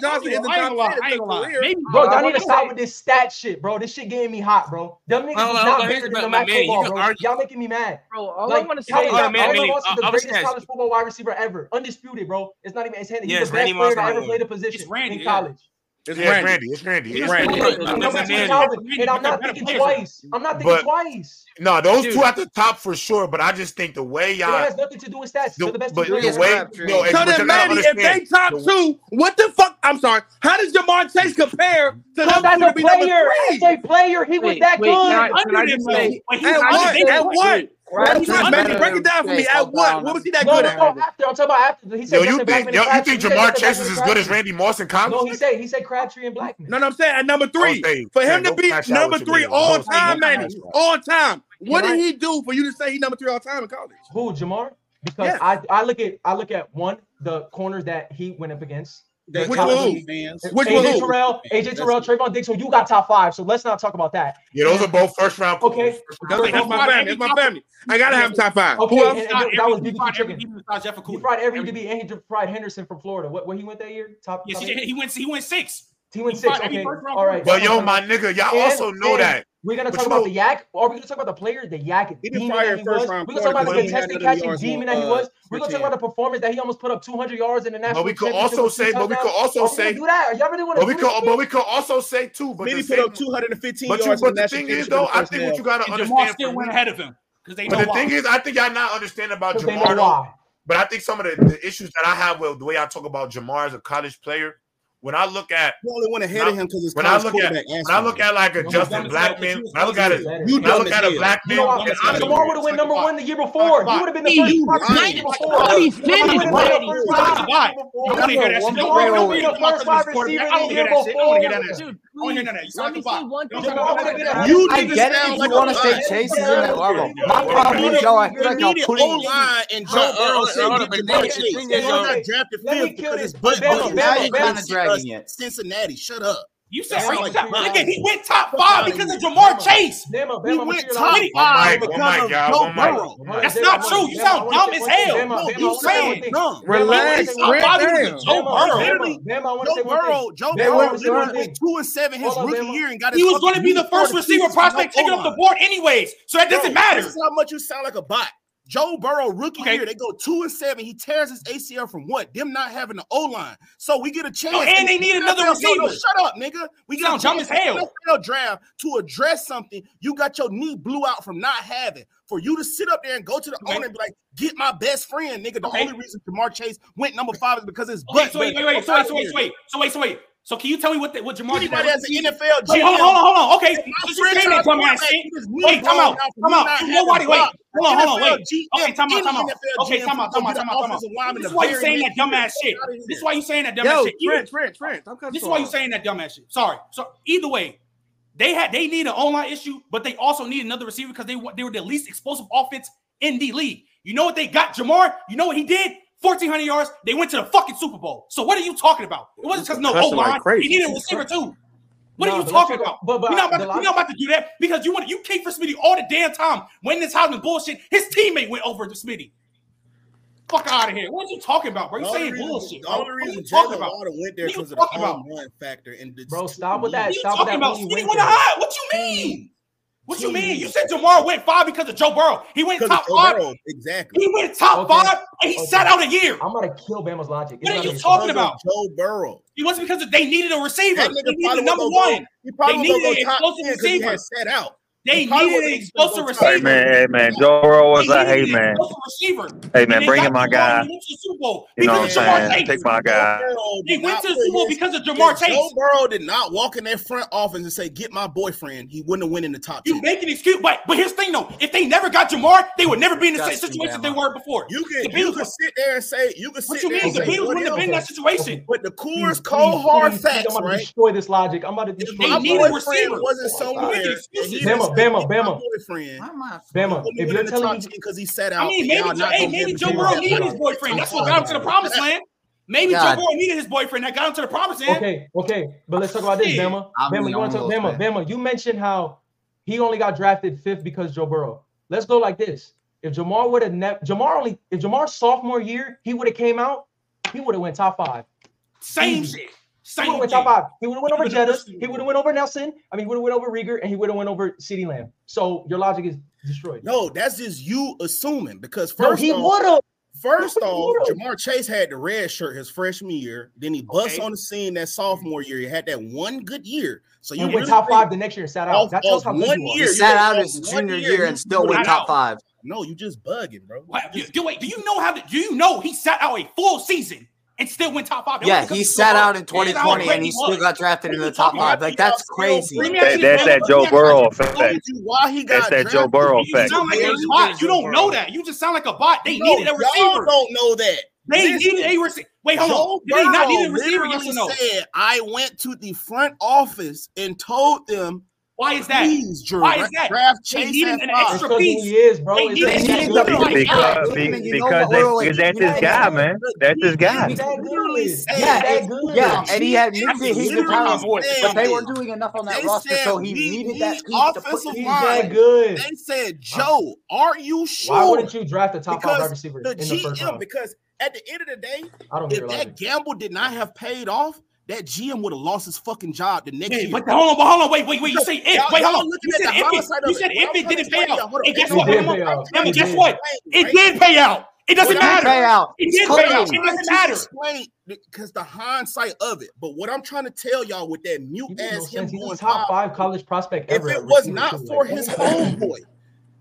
Speaker 1: Johnson
Speaker 3: gonna
Speaker 1: is the
Speaker 3: I ain't
Speaker 1: top
Speaker 3: gonna lie.
Speaker 1: ten
Speaker 3: I
Speaker 1: in
Speaker 3: ain't
Speaker 1: the
Speaker 3: gonna lie.
Speaker 1: career.
Speaker 3: Maybe
Speaker 7: Bro,
Speaker 2: I
Speaker 7: y'all need
Speaker 2: want
Speaker 7: to
Speaker 2: to
Speaker 7: stop
Speaker 2: say.
Speaker 7: with this stat shit, bro. This shit getting me hot, bro. Them niggas
Speaker 14: Hold
Speaker 7: was
Speaker 14: on, hold
Speaker 7: not
Speaker 14: on. Here's the
Speaker 7: better than
Speaker 14: but,
Speaker 7: the
Speaker 14: but
Speaker 7: Mac
Speaker 14: Manny, you
Speaker 7: football,
Speaker 14: can
Speaker 7: bro.
Speaker 14: argue.
Speaker 7: Y'all making me mad.
Speaker 2: Bro, all I
Speaker 7: Like
Speaker 2: want
Speaker 14: Hold
Speaker 2: to say is
Speaker 7: Calvin,
Speaker 14: hold
Speaker 7: John,
Speaker 14: on, man,
Speaker 7: Randy
Speaker 14: Manny. uh,
Speaker 7: Moss is
Speaker 14: I,
Speaker 7: the
Speaker 14: I was just
Speaker 7: greatest
Speaker 14: asking.
Speaker 7: college football wide receiver ever, undisputed, bro. It's not even. It's, he's the
Speaker 14: Yes, Randy
Speaker 7: best player
Speaker 14: Moss
Speaker 7: to
Speaker 14: not
Speaker 7: ever
Speaker 14: one.
Speaker 7: play the
Speaker 3: It's
Speaker 7: position in
Speaker 3: Randy. Yeah,
Speaker 7: college.
Speaker 1: It's
Speaker 9: Yeah, it's
Speaker 1: Randy.
Speaker 9: Randy. It's Randy.
Speaker 1: It's
Speaker 9: It's
Speaker 14: Yes,
Speaker 1: Randy.
Speaker 14: but,
Speaker 7: Okay,
Speaker 14: but,
Speaker 7: so
Speaker 14: but,
Speaker 7: come
Speaker 14: but
Speaker 7: between
Speaker 14: Manny.
Speaker 3: it's
Speaker 7: Calvin,
Speaker 3: Randy.
Speaker 7: and
Speaker 3: But
Speaker 7: I'm
Speaker 3: they're
Speaker 7: not
Speaker 3: better
Speaker 7: thinking
Speaker 3: players. Though.
Speaker 7: twice. I'm not thinking
Speaker 9: But
Speaker 7: twice.
Speaker 9: no, those two
Speaker 2: dude.
Speaker 9: at the top for sure. But I just think the way
Speaker 7: It
Speaker 9: y'all,
Speaker 7: has nothing to do with stats. They're
Speaker 9: the,
Speaker 7: the best
Speaker 9: but
Speaker 7: receiver
Speaker 9: the
Speaker 4: Three is
Speaker 7: ever.
Speaker 9: way no,
Speaker 4: Crabtree.
Speaker 9: and,
Speaker 1: So
Speaker 9: but
Speaker 1: then,
Speaker 9: you gotta
Speaker 1: Manny, if
Speaker 9: understand
Speaker 1: they top
Speaker 9: the
Speaker 1: two, what the fuck? I'm sorry. How does Jamar Chase compare to
Speaker 7: Because
Speaker 1: them
Speaker 7: as
Speaker 1: two to
Speaker 7: a
Speaker 1: be number
Speaker 7: player, as
Speaker 1: three?
Speaker 7: a player, he was
Speaker 2: Wait,
Speaker 7: that
Speaker 2: wait. Can
Speaker 7: good.
Speaker 2: I?
Speaker 3: He's
Speaker 2: Can
Speaker 3: under
Speaker 2: I
Speaker 3: them
Speaker 2: just
Speaker 3: though.
Speaker 2: say?
Speaker 4: Wait,
Speaker 3: But he's
Speaker 2: I
Speaker 1: At
Speaker 3: under
Speaker 2: just
Speaker 1: what?
Speaker 3: them.
Speaker 2: say.
Speaker 1: At what?
Speaker 4: wait.
Speaker 1: At
Speaker 4: Crabtree's
Speaker 1: what?
Speaker 2: Crabtree's
Speaker 1: Manny,
Speaker 4: better
Speaker 2: under
Speaker 1: break
Speaker 4: than
Speaker 1: it down for me.
Speaker 4: Chase.
Speaker 1: At
Speaker 4: Hold
Speaker 1: what?
Speaker 4: on.
Speaker 1: What was
Speaker 4: I'm
Speaker 1: he that
Speaker 7: No,
Speaker 1: good
Speaker 7: no,
Speaker 1: at?
Speaker 7: no. After I'm talking about after he
Speaker 9: yo,
Speaker 7: said
Speaker 9: you
Speaker 7: nothing
Speaker 9: think
Speaker 7: happened in
Speaker 9: yo, you
Speaker 7: Crabtree.
Speaker 9: think
Speaker 7: said
Speaker 9: Jamar
Speaker 7: that's the
Speaker 9: Chase
Speaker 7: back
Speaker 9: is
Speaker 7: of
Speaker 9: as
Speaker 7: the
Speaker 9: good as
Speaker 7: Crabtree.
Speaker 9: Randy Moss and Congress?
Speaker 7: No, he said he said Crabtree and Blackman.
Speaker 1: No, no, I'm saying at number three.
Speaker 9: Dave,
Speaker 1: for him
Speaker 9: man,
Speaker 1: to
Speaker 9: go
Speaker 1: be
Speaker 9: crash out
Speaker 1: number
Speaker 9: with your
Speaker 1: three
Speaker 9: man.
Speaker 1: all
Speaker 9: Go see,
Speaker 1: time,
Speaker 9: go
Speaker 1: man.
Speaker 9: crash out.
Speaker 1: All time. What
Speaker 7: Can
Speaker 1: did
Speaker 7: I-
Speaker 1: he do for you to say he number three all time in college?
Speaker 7: Who Jamar? Because
Speaker 1: Yes.
Speaker 7: I, I look at I look at one the corners that he went up against.
Speaker 1: Which
Speaker 7: top
Speaker 1: were who?
Speaker 7: league.
Speaker 14: fans.
Speaker 1: Which were
Speaker 7: AJ
Speaker 1: who?
Speaker 7: Terrell, AJ Terrell, Trayvon Diggs. So you got top five. So let's not talk about that.
Speaker 9: Yeah, those are both first round.
Speaker 7: Okay.
Speaker 1: That's,
Speaker 7: First
Speaker 1: that's
Speaker 7: round-
Speaker 1: my family. That's my family. I gotta have him top five.
Speaker 7: Okay,
Speaker 1: Who
Speaker 7: and-
Speaker 1: else?
Speaker 7: and that was
Speaker 3: he
Speaker 7: DB
Speaker 3: fried every
Speaker 7: chicken.
Speaker 3: DB besides Jeff
Speaker 7: He
Speaker 3: Okuda.
Speaker 7: fried every
Speaker 3: Every-
Speaker 7: DB and he fried Henderson from Florida. What, what he went that year? Top,
Speaker 3: Yes,
Speaker 7: top
Speaker 3: he,
Speaker 7: eight?
Speaker 3: he went. He went six.
Speaker 7: He went six.
Speaker 3: fired- he
Speaker 7: Okay,
Speaker 3: first round
Speaker 7: all right.
Speaker 9: But yo, my nigga, y'all
Speaker 7: And-
Speaker 9: also know
Speaker 7: and
Speaker 9: that.
Speaker 7: We're gonna
Speaker 9: But
Speaker 7: talk
Speaker 9: you
Speaker 7: about
Speaker 9: know-
Speaker 7: the yak, or we're gonna talk about the player, the yak
Speaker 10: He
Speaker 7: demon
Speaker 10: didn't fire
Speaker 7: that he
Speaker 10: first
Speaker 7: was.
Speaker 10: round
Speaker 7: We're gonna talk about the
Speaker 9: quarterback. He
Speaker 10: had none of
Speaker 7: contested
Speaker 10: the
Speaker 7: catching
Speaker 10: yards
Speaker 7: demon
Speaker 10: on,
Speaker 7: that he
Speaker 10: uh,
Speaker 7: was. We're gonna
Speaker 10: 10.
Speaker 7: talk about the performance that he almost put up 200 yards in the national.
Speaker 9: But we could
Speaker 7: championship
Speaker 9: also
Speaker 7: with two
Speaker 9: say, but we could
Speaker 7: touchdowns.
Speaker 9: also
Speaker 7: Are we gonna
Speaker 9: say,
Speaker 7: do that? Are y'all really want to
Speaker 9: but
Speaker 7: do
Speaker 9: we could,
Speaker 7: this?
Speaker 9: but we could also say too. But
Speaker 10: Then
Speaker 9: the
Speaker 10: he put
Speaker 9: same,
Speaker 10: up 215
Speaker 9: but you,
Speaker 10: yards. in
Speaker 9: but the
Speaker 10: national
Speaker 9: thing is
Speaker 10: championship in
Speaker 9: though,
Speaker 10: the
Speaker 9: I
Speaker 10: first
Speaker 9: think
Speaker 10: half.
Speaker 9: what you gotta
Speaker 3: And Jamar
Speaker 9: understand.
Speaker 3: still
Speaker 9: from
Speaker 3: went
Speaker 9: me-
Speaker 3: ahead of him because they know
Speaker 9: But the
Speaker 3: why.
Speaker 9: thing is, I think y'all not understand about
Speaker 7: 'Cause they know
Speaker 9: Jamar though.
Speaker 7: why.
Speaker 9: But I think some of the, the issues that I have with the way I talk about Jamar as a college player, when I look at
Speaker 10: You only went ahead
Speaker 9: When I-
Speaker 10: of him because his
Speaker 9: when I
Speaker 10: college
Speaker 9: look at-
Speaker 10: quarterback asked
Speaker 9: when I
Speaker 10: him.
Speaker 9: look at like a
Speaker 3: No,
Speaker 9: Justin
Speaker 3: Dallas
Speaker 9: Blackman,
Speaker 3: Hill,
Speaker 9: when I look at a
Speaker 7: Better.
Speaker 10: You
Speaker 9: when I
Speaker 10: dumb
Speaker 9: look
Speaker 10: as
Speaker 9: at a
Speaker 10: hell.
Speaker 9: black
Speaker 7: You
Speaker 9: man,
Speaker 7: know
Speaker 3: Dude,
Speaker 7: why?
Speaker 3: I'm
Speaker 9: and
Speaker 3: Dallas
Speaker 7: Because
Speaker 3: Hill.
Speaker 9: honestly,
Speaker 7: Jamar would have won number one the year before. He
Speaker 10: Fuck.
Speaker 7: would have been the
Speaker 10: Hey,
Speaker 7: first
Speaker 10: you
Speaker 7: top pick the
Speaker 10: lying.
Speaker 7: year
Speaker 10: Like,
Speaker 7: before.
Speaker 10: Cody
Speaker 7: He would have been
Speaker 10: Why?
Speaker 7: the first
Speaker 10: Why?
Speaker 7: five
Speaker 3: Why?
Speaker 7: receiver
Speaker 3: I
Speaker 7: before.
Speaker 3: want to hear
Speaker 7: Jamar would
Speaker 3: that shit. Don't worry, don't
Speaker 7: have
Speaker 3: worry
Speaker 7: been the
Speaker 3: about
Speaker 7: first wide receiver the
Speaker 3: Southern's quarterback. I don't
Speaker 7: year
Speaker 3: want to hear that shit. I don't want to
Speaker 7: before.
Speaker 3: hear that
Speaker 14: Dude, please.
Speaker 3: shit. I don't want to hear none of that. You
Speaker 14: Let
Speaker 3: sound
Speaker 14: me
Speaker 3: the
Speaker 14: say
Speaker 3: vibe.
Speaker 14: one
Speaker 3: Don't
Speaker 14: thing
Speaker 7: Jamar
Speaker 3: talk
Speaker 14: about Black
Speaker 7: would have
Speaker 3: about black
Speaker 7: been
Speaker 3: man.
Speaker 7: the
Speaker 14: Mass.
Speaker 10: You
Speaker 7: first
Speaker 14: I
Speaker 10: niggas
Speaker 14: get it
Speaker 10: sound
Speaker 14: if
Speaker 10: like
Speaker 14: you
Speaker 10: a
Speaker 14: want to say
Speaker 10: lie.
Speaker 14: Chase is in that level. My
Speaker 9: Hold on,
Speaker 14: problem
Speaker 9: hold
Speaker 14: is y'all are like y'all
Speaker 10: Old
Speaker 14: putting
Speaker 10: line and
Speaker 14: Hold
Speaker 10: Joe
Speaker 14: on,
Speaker 10: Burrow
Speaker 14: hold on, hold
Speaker 10: said he
Speaker 14: on, but
Speaker 10: did
Speaker 14: the
Speaker 10: not
Speaker 14: thing- the
Speaker 10: chase.
Speaker 14: thing
Speaker 10: He
Speaker 14: is,
Speaker 10: was
Speaker 14: y'all-
Speaker 10: not drafted
Speaker 7: Let me
Speaker 10: fifth
Speaker 7: kill
Speaker 10: because his
Speaker 7: this.
Speaker 10: butt
Speaker 7: Bama,
Speaker 14: Okay,
Speaker 10: buddy is
Speaker 14: now you're kind
Speaker 10: not
Speaker 7: Bama, Bama.
Speaker 14: of
Speaker 10: against uh,
Speaker 14: dragging it.
Speaker 10: Cincinnati. Shut up.
Speaker 3: You said
Speaker 10: That sounds
Speaker 7: Bama
Speaker 3: Frank
Speaker 10: like
Speaker 3: top.
Speaker 10: mine.
Speaker 3: Nigga,
Speaker 7: materialized.
Speaker 3: he went top
Speaker 10: Fuck
Speaker 3: five
Speaker 10: outta
Speaker 3: because of
Speaker 10: here.
Speaker 3: Jamar
Speaker 7: Bama,
Speaker 3: Chase.
Speaker 7: Bama,
Speaker 10: We
Speaker 7: Bama
Speaker 10: went
Speaker 7: materialized.
Speaker 10: top
Speaker 3: Wait,
Speaker 9: one
Speaker 10: five
Speaker 9: mic, one
Speaker 10: because
Speaker 9: mic,
Speaker 10: of
Speaker 9: y'all,
Speaker 10: Joe
Speaker 9: one mic,
Speaker 10: Burrow.
Speaker 9: one
Speaker 7: Hold on,
Speaker 9: mic.
Speaker 3: That's
Speaker 7: Bama,
Speaker 3: not
Speaker 7: I wanna-
Speaker 3: true. You
Speaker 7: Bama, I
Speaker 3: sound
Speaker 7: wanna
Speaker 3: dumb
Speaker 7: say
Speaker 3: as
Speaker 7: one thing. Bama,
Speaker 3: hell.
Speaker 10: No,
Speaker 7: Bama, I
Speaker 10: you
Speaker 3: You
Speaker 7: want to say
Speaker 10: sound
Speaker 7: one thing.
Speaker 10: dumb.
Speaker 7: Bama, I want
Speaker 3: saying
Speaker 7: to say
Speaker 3: went
Speaker 1: Relax,
Speaker 7: one
Speaker 1: Grant
Speaker 7: thing.
Speaker 3: top five because
Speaker 1: down.
Speaker 3: of Joe
Speaker 7: Bama,
Speaker 3: Burrow.
Speaker 10: Literally,
Speaker 7: Bama, Bama, I want to
Speaker 10: Joe
Speaker 7: say one
Speaker 10: Burrow.
Speaker 7: thing.
Speaker 10: Joe
Speaker 7: Bama, I
Speaker 10: Burrow
Speaker 7: want to
Speaker 10: literally
Speaker 7: say one
Speaker 10: went
Speaker 7: thing.
Speaker 10: two and seven his
Speaker 7: Hold on,
Speaker 10: rookie
Speaker 7: Bama.
Speaker 10: year and got his
Speaker 3: He was
Speaker 10: fucking
Speaker 3: going to be
Speaker 10: beat
Speaker 3: the
Speaker 10: for
Speaker 3: first
Speaker 10: the
Speaker 3: receiver
Speaker 10: Chiefs from no
Speaker 3: prospect taken off the
Speaker 10: O-line.
Speaker 3: board anyways, so that doesn't
Speaker 10: Bro,
Speaker 3: matter.
Speaker 10: this is how much you sound like a bot. Joe Burrow, rookie
Speaker 3: Okay.
Speaker 10: year, they go two and seven. He tears his ACL from what? Them not having the O line. So we get a chance.
Speaker 3: No, and they need another
Speaker 10: NFL, No, no,
Speaker 3: receiver.
Speaker 10: shut up, nigga. We get
Speaker 3: Sound
Speaker 10: a
Speaker 3: dumb
Speaker 10: chance
Speaker 3: as hell.
Speaker 10: in the NFL draft to address something. You got your knee blew out from not having. For you to sit up there and go to the
Speaker 3: Okay.
Speaker 10: owner and be like, get my best friend, nigga. The
Speaker 3: Okay.
Speaker 10: only reason Jamar Chase went number five is because his
Speaker 3: Okay,
Speaker 10: butt.
Speaker 3: so wait, wait,
Speaker 10: better.
Speaker 3: wait,
Speaker 10: Fuck
Speaker 3: so wait,
Speaker 10: outta
Speaker 3: so wait,
Speaker 10: here.
Speaker 3: so wait, so wait, so wait. So can you tell me what the, what Jamar did? that
Speaker 10: Anybody as
Speaker 3: rookie
Speaker 10: an
Speaker 3: season?
Speaker 10: NFL GM,
Speaker 3: Wait, hold on, hold on, hold on. Okay,
Speaker 10: if my
Speaker 3: since you saying that
Speaker 10: franchise
Speaker 3: dumb ass
Speaker 10: quarterback
Speaker 3: shit,
Speaker 10: get his knee
Speaker 3: wait, time
Speaker 10: blown
Speaker 3: out,
Speaker 10: out for
Speaker 3: time
Speaker 10: me
Speaker 3: out.
Speaker 10: not having
Speaker 3: You
Speaker 10: a
Speaker 3: nobody, wait,
Speaker 10: block,
Speaker 3: hold on,
Speaker 10: NFL
Speaker 3: hold on, wait.
Speaker 10: GM,
Speaker 3: Okay, time out,
Speaker 10: any
Speaker 3: time out.
Speaker 10: NFL
Speaker 3: Okay,
Speaker 10: GM
Speaker 3: time
Speaker 10: finna
Speaker 3: out,
Speaker 10: go
Speaker 3: time out,
Speaker 10: get an
Speaker 3: time out, time out.
Speaker 10: offensive lineman
Speaker 3: This
Speaker 10: to
Speaker 3: is why you
Speaker 10: bury
Speaker 3: saying
Speaker 10: his
Speaker 3: that dumb
Speaker 10: ear.
Speaker 3: ass shit.
Speaker 10: Fuck outta
Speaker 3: This is
Speaker 10: here.
Speaker 3: why you saying that dumb ass
Speaker 1: Yo,
Speaker 3: shit. Either-
Speaker 1: Trent, Trent, Trent. Don't cut us
Speaker 3: This is why
Speaker 10: uh,
Speaker 3: you
Speaker 1: off.
Speaker 3: saying that dumbass shit. Sorry. So either way, they had they need an online issue, but they also need another receiver because they wa- they were the least explosive offense in the league. You know what they got, Jamar? You know what he did? 1,400 yards. They went to the fucking Super Bowl. So what are you talking about? It wasn't because no O
Speaker 1: Cussing like
Speaker 3: line.
Speaker 1: crazy.
Speaker 3: He needed a receiver too. What
Speaker 7: No, but
Speaker 3: are you
Speaker 7: let's
Speaker 3: talking
Speaker 7: talk-
Speaker 3: about?
Speaker 7: but- but
Speaker 3: You're not about,
Speaker 7: the
Speaker 3: to,
Speaker 7: lot-
Speaker 3: you're not about to do that because you want you came for Smitty all the damn time. When this Heisman bullshit, his teammate went over to Smitty. Fuck out of here. What are you talking about, bro?
Speaker 10: The
Speaker 3: You
Speaker 10: only
Speaker 3: saying
Speaker 10: reason,
Speaker 3: bullshit,
Speaker 10: the
Speaker 3: bro.
Speaker 10: only
Speaker 3: What are you
Speaker 10: reason
Speaker 3: talking
Speaker 10: Jalen
Speaker 3: about?
Speaker 10: Water went there
Speaker 3: What are you
Speaker 10: because of the
Speaker 3: talking about?
Speaker 10: home run factor and the
Speaker 7: Bro, stop with
Speaker 3: What
Speaker 7: that.
Speaker 3: are you
Speaker 7: Stop with
Speaker 3: talking
Speaker 7: that
Speaker 3: about?
Speaker 7: only
Speaker 3: Smitty
Speaker 7: win
Speaker 3: went
Speaker 7: thing.
Speaker 3: high. What you mean? What you mean? You said Jamar went five because of Joe Burrow. He went
Speaker 10: because of
Speaker 3: top
Speaker 10: Joe
Speaker 3: five.
Speaker 10: Burrow. Exactly.
Speaker 3: He went top
Speaker 7: Okay.
Speaker 3: five, and he
Speaker 7: Okay.
Speaker 3: sat out a year.
Speaker 7: I'm gonna kill Bama's logic. It's
Speaker 3: What are
Speaker 7: not
Speaker 3: you
Speaker 7: even
Speaker 10: Because of
Speaker 7: close.
Speaker 3: talking about?
Speaker 10: Joe Burrow.
Speaker 3: It wasn't because of, they needed a receiver.
Speaker 10: That
Speaker 3: They
Speaker 10: nigga
Speaker 3: needed
Speaker 10: probably
Speaker 3: a
Speaker 10: was
Speaker 3: number
Speaker 10: gonna go.
Speaker 3: one.
Speaker 10: He
Speaker 3: They
Speaker 10: probably was
Speaker 3: needed
Speaker 10: gonna
Speaker 3: an
Speaker 10: go top ten
Speaker 3: explosive
Speaker 10: because he
Speaker 3: receiver.
Speaker 10: had set out.
Speaker 3: They
Speaker 10: He probably
Speaker 3: needed
Speaker 10: wasn't
Speaker 3: an
Speaker 10: even gonna go
Speaker 3: explosive
Speaker 10: top
Speaker 6: Hey
Speaker 3: receiver.
Speaker 6: man, hey man, Joe Burrow
Speaker 3: They
Speaker 6: was a hey
Speaker 3: needed an
Speaker 6: man,
Speaker 3: explosive receiver.
Speaker 6: hey
Speaker 3: And
Speaker 6: man,
Speaker 3: they
Speaker 6: bring
Speaker 3: got
Speaker 6: in my
Speaker 3: Jamar and
Speaker 6: guy.
Speaker 3: they went to the Super Bowl
Speaker 6: You know
Speaker 3: because
Speaker 6: what
Speaker 3: of
Speaker 6: I'm
Speaker 3: Jamar
Speaker 6: saying?
Speaker 3: Chase.
Speaker 6: Pick my
Speaker 10: Joe
Speaker 6: guy.
Speaker 10: Burrow
Speaker 3: They
Speaker 10: did
Speaker 3: went
Speaker 10: not
Speaker 3: to the
Speaker 10: put
Speaker 3: Super Bowl
Speaker 10: his.
Speaker 3: because of Jamar
Speaker 10: If Joe
Speaker 3: Chase.
Speaker 10: Burrow did not walk in their front office and say, "Get my boyfriend," he wouldn't have went in the top
Speaker 3: You
Speaker 10: ten.
Speaker 3: make an excuse, but but here's the thing though: if they never got Jamar, they would never be in the same
Speaker 4: Disgusting,
Speaker 3: situation they
Speaker 4: Bama.
Speaker 3: were before.
Speaker 10: You
Speaker 3: The
Speaker 10: can you
Speaker 3: Bills
Speaker 10: can
Speaker 3: were-
Speaker 10: sit there and say you can
Speaker 3: What
Speaker 10: sit
Speaker 3: you
Speaker 10: there
Speaker 3: mean?
Speaker 10: and
Speaker 3: The
Speaker 10: say
Speaker 7: Okay.
Speaker 3: Bills
Speaker 10: what
Speaker 3: wouldn't have
Speaker 10: else,
Speaker 3: been in that
Speaker 7: Okay.
Speaker 3: situation.
Speaker 10: but the Coors
Speaker 7: Please,
Speaker 10: cold
Speaker 7: please,
Speaker 10: hard
Speaker 7: please, please. I'm
Speaker 10: facts,
Speaker 7: about to
Speaker 10: right?
Speaker 7: destroy this logic. I'm about to
Speaker 10: If
Speaker 7: destroy
Speaker 3: They
Speaker 10: my
Speaker 7: this
Speaker 3: needed
Speaker 7: logic.
Speaker 10: boyfriend
Speaker 3: receivers.
Speaker 10: wasn't
Speaker 3: You
Speaker 10: somewhere
Speaker 3: making
Speaker 10: and he
Speaker 3: excuses.
Speaker 10: didn't
Speaker 7: Bama,
Speaker 10: say,
Speaker 7: Bama,
Speaker 10: "Get my
Speaker 7: Bama,
Speaker 10: boyfriend,"
Speaker 4: Why am I
Speaker 10: he wouldn't have
Speaker 7: Bama. If
Speaker 10: went
Speaker 7: you're
Speaker 10: in the
Speaker 7: telling
Speaker 10: top
Speaker 7: me,
Speaker 10: ten because he sat
Speaker 3: I
Speaker 10: out,
Speaker 3: mean,
Speaker 10: and
Speaker 3: maybe
Speaker 10: y'all
Speaker 3: Jo-
Speaker 10: not
Speaker 3: hey,
Speaker 10: gonna be
Speaker 3: maybe
Speaker 10: able to
Speaker 3: Joe
Speaker 10: do
Speaker 7: Bama,
Speaker 3: Burrow
Speaker 10: that
Speaker 3: needed
Speaker 10: without
Speaker 3: his
Speaker 10: him.
Speaker 3: boyfriend.
Speaker 10: I'm
Speaker 3: That's what
Speaker 10: sorry
Speaker 3: got him to
Speaker 10: about
Speaker 3: the
Speaker 10: that.
Speaker 3: promised land. Maybe Joe
Speaker 4: God,
Speaker 3: Burrow needed his boyfriend. That got him to the promised land.
Speaker 7: okay, okay. But let's talk about this,
Speaker 3: Shit.
Speaker 7: Bama.
Speaker 4: I'm
Speaker 7: Bama,
Speaker 4: the
Speaker 7: you want to talk
Speaker 4: almost
Speaker 7: Bama?
Speaker 4: man.
Speaker 7: Bama, you mentioned how he only got drafted fifth because Joe Burrow. Let's go like this. If Jamar would have never, Jamar only, if Jamar's sophomore year, he would have came out, he would have went top five.
Speaker 3: Same
Speaker 7: Easy.
Speaker 3: shit.
Speaker 7: He would have
Speaker 3: Same
Speaker 7: went top
Speaker 3: thing.
Speaker 7: five. He would have went
Speaker 3: He
Speaker 7: over
Speaker 3: would've never
Speaker 7: Jettas.
Speaker 3: seen
Speaker 7: He
Speaker 3: it.
Speaker 7: would have went over Nelson. I mean, he would have went over Rieger, and he would have went over CeeDee Lamb. So your logic is destroyed.
Speaker 10: No, that's just you assuming because
Speaker 7: No,
Speaker 10: first
Speaker 7: he
Speaker 10: off,
Speaker 7: would have.
Speaker 10: First
Speaker 7: No, he
Speaker 10: off,
Speaker 7: would've.
Speaker 10: Jamar Chase had the red shirt his freshman year. Then he busts
Speaker 3: Okay.
Speaker 10: on the scene that sophomore year. He had that one good year. So you
Speaker 7: And went
Speaker 10: really
Speaker 7: top
Speaker 10: think
Speaker 7: five the next year and sat out.
Speaker 10: off,
Speaker 7: That
Speaker 10: off
Speaker 7: tells how good
Speaker 10: one
Speaker 7: you are.
Speaker 10: year?
Speaker 4: He
Speaker 10: You
Speaker 4: sat
Speaker 10: think
Speaker 4: out
Speaker 10: off
Speaker 4: his
Speaker 10: one
Speaker 4: junior
Speaker 10: year
Speaker 4: year
Speaker 10: you
Speaker 4: and still
Speaker 10: would have
Speaker 4: went
Speaker 3: Not
Speaker 4: top
Speaker 3: out.
Speaker 4: five.
Speaker 10: no? You just bugging, bro. You
Speaker 3: What, do,
Speaker 10: just
Speaker 3: do- wait, do you know how? To, do you know he sat out a full season and still went top five? That
Speaker 4: Yeah,
Speaker 3: wasn't
Speaker 4: he
Speaker 3: because of Joe
Speaker 4: sat
Speaker 3: Burrow.
Speaker 4: out in
Speaker 3: That's how
Speaker 4: 2020
Speaker 3: great
Speaker 4: and
Speaker 3: he
Speaker 4: he still
Speaker 3: was.
Speaker 4: got drafted
Speaker 10: what
Speaker 4: in
Speaker 10: are
Speaker 4: the
Speaker 10: you
Speaker 4: top
Speaker 10: talking about?
Speaker 4: five.
Speaker 10: He
Speaker 4: Like
Speaker 10: got
Speaker 4: that's
Speaker 10: L.
Speaker 4: crazy.
Speaker 3: Let me
Speaker 10: Brown.
Speaker 3: ask
Speaker 6: That,
Speaker 3: you this,
Speaker 6: that's
Speaker 3: Bama.
Speaker 6: that
Speaker 3: Let
Speaker 6: Joe
Speaker 3: me ask you this.
Speaker 6: Burrow
Speaker 10: Told
Speaker 6: effect.
Speaker 10: you why he
Speaker 6: That's
Speaker 10: got
Speaker 6: that Joe
Speaker 10: drafted.
Speaker 6: Burrow
Speaker 3: You
Speaker 6: effect.
Speaker 3: sound like
Speaker 10: There
Speaker 3: a
Speaker 10: you
Speaker 3: bot.
Speaker 10: go,
Speaker 3: You
Speaker 10: Joe
Speaker 3: don't know
Speaker 10: Burrow.
Speaker 3: that. You just sound like a bot. They
Speaker 10: No,
Speaker 3: needed a
Speaker 10: y'all
Speaker 3: receiver.
Speaker 10: don't know that.
Speaker 3: They needed
Speaker 10: Listen,
Speaker 3: a receiver. Wait, hold on.
Speaker 10: Joe
Speaker 3: Did they not need
Speaker 10: Burrow
Speaker 3: a receiver? Yes
Speaker 10: literally
Speaker 3: or no?
Speaker 10: said, "I went to the front office and told them."
Speaker 3: Why is that?
Speaker 10: please
Speaker 3: Why is
Speaker 10: dra-
Speaker 3: that?
Speaker 10: draft
Speaker 3: They
Speaker 10: Chase
Speaker 3: needed
Speaker 10: at
Speaker 3: an
Speaker 10: five.
Speaker 3: extra
Speaker 7: Because who
Speaker 3: piece.
Speaker 7: he is, bro,
Speaker 3: They
Speaker 7: is
Speaker 3: needed
Speaker 4: They
Speaker 7: that
Speaker 3: an
Speaker 7: he's
Speaker 4: needed
Speaker 3: extra
Speaker 4: the
Speaker 7: good.
Speaker 6: Be-
Speaker 3: piece.
Speaker 4: right
Speaker 3: Like
Speaker 4: guy.
Speaker 3: God,
Speaker 6: Because
Speaker 4: Wait a
Speaker 6: be,
Speaker 4: minute, you know
Speaker 6: because
Speaker 4: what?
Speaker 6: they
Speaker 4: Wait, wait, wait.
Speaker 6: because that's
Speaker 4: You know
Speaker 6: his
Speaker 4: what?
Speaker 6: guy,
Speaker 4: Hold on.
Speaker 6: man.
Speaker 10: The
Speaker 6: That's his guy.
Speaker 10: GM
Speaker 4: You
Speaker 7: That
Speaker 4: guys,
Speaker 10: literally
Speaker 7: good.
Speaker 10: said
Speaker 7: He's
Speaker 4: yeah,
Speaker 10: this.
Speaker 7: that
Speaker 4: it, yeah,
Speaker 7: good.
Speaker 10: The
Speaker 4: and he had
Speaker 10: GM
Speaker 3: that's
Speaker 4: Mika He's the
Speaker 10: literally
Speaker 3: Tom
Speaker 4: top,
Speaker 3: Boyd. That's
Speaker 4: but
Speaker 10: said
Speaker 4: they
Speaker 3: crazy.
Speaker 10: this.
Speaker 4: weren't doing enough on that
Speaker 10: They
Speaker 4: roster,
Speaker 10: said
Speaker 4: so he
Speaker 10: we
Speaker 4: needed that
Speaker 10: need
Speaker 4: piece to put
Speaker 10: offensive
Speaker 4: in
Speaker 7: He's
Speaker 10: line.
Speaker 7: that
Speaker 4: play.
Speaker 7: good.
Speaker 10: They said said, Joe, are you sure?
Speaker 7: Uh, Why wouldn't you draft a top five
Speaker 10: Because
Speaker 7: wide receiver
Speaker 10: the
Speaker 7: in the first
Speaker 10: GM,
Speaker 7: round?
Speaker 10: because at the end of the day,
Speaker 7: I don't get
Speaker 10: if
Speaker 7: your
Speaker 10: that
Speaker 7: logic.
Speaker 10: gamble did not have paid off, that GM would have lost his fucking job the next year.
Speaker 3: Wait, but hold on, but hold on, wait, wait, wait. You say if,
Speaker 10: Y'all-
Speaker 3: wait,
Speaker 10: y'all
Speaker 3: hold on.
Speaker 10: looking
Speaker 3: You
Speaker 10: at
Speaker 3: said
Speaker 10: the
Speaker 3: if
Speaker 10: hindsight
Speaker 3: it,
Speaker 10: of
Speaker 3: you
Speaker 10: it. What I'm
Speaker 3: said if it
Speaker 10: trying to
Speaker 3: didn't
Speaker 10: tell
Speaker 3: pay
Speaker 10: y'all,
Speaker 3: out.
Speaker 10: hold on.
Speaker 3: And guess
Speaker 10: It
Speaker 3: what?
Speaker 10: did
Speaker 3: Emma?
Speaker 10: pay out.
Speaker 3: Emma, guess
Speaker 10: It
Speaker 3: what?
Speaker 10: did.
Speaker 3: It did pay out. It doesn't
Speaker 10: What I'm
Speaker 3: matter.
Speaker 10: trying-
Speaker 3: It did pay out. It doesn't matter.
Speaker 10: Because the hindsight of it. But what I'm trying to tell y'all with that mute ass him
Speaker 7: Since he's
Speaker 10: going
Speaker 7: a top five college prospect
Speaker 10: if
Speaker 7: ever.
Speaker 10: it
Speaker 7: at
Speaker 10: was
Speaker 7: receiver,
Speaker 10: not
Speaker 7: too,
Speaker 10: for
Speaker 7: like,
Speaker 10: his homeboy,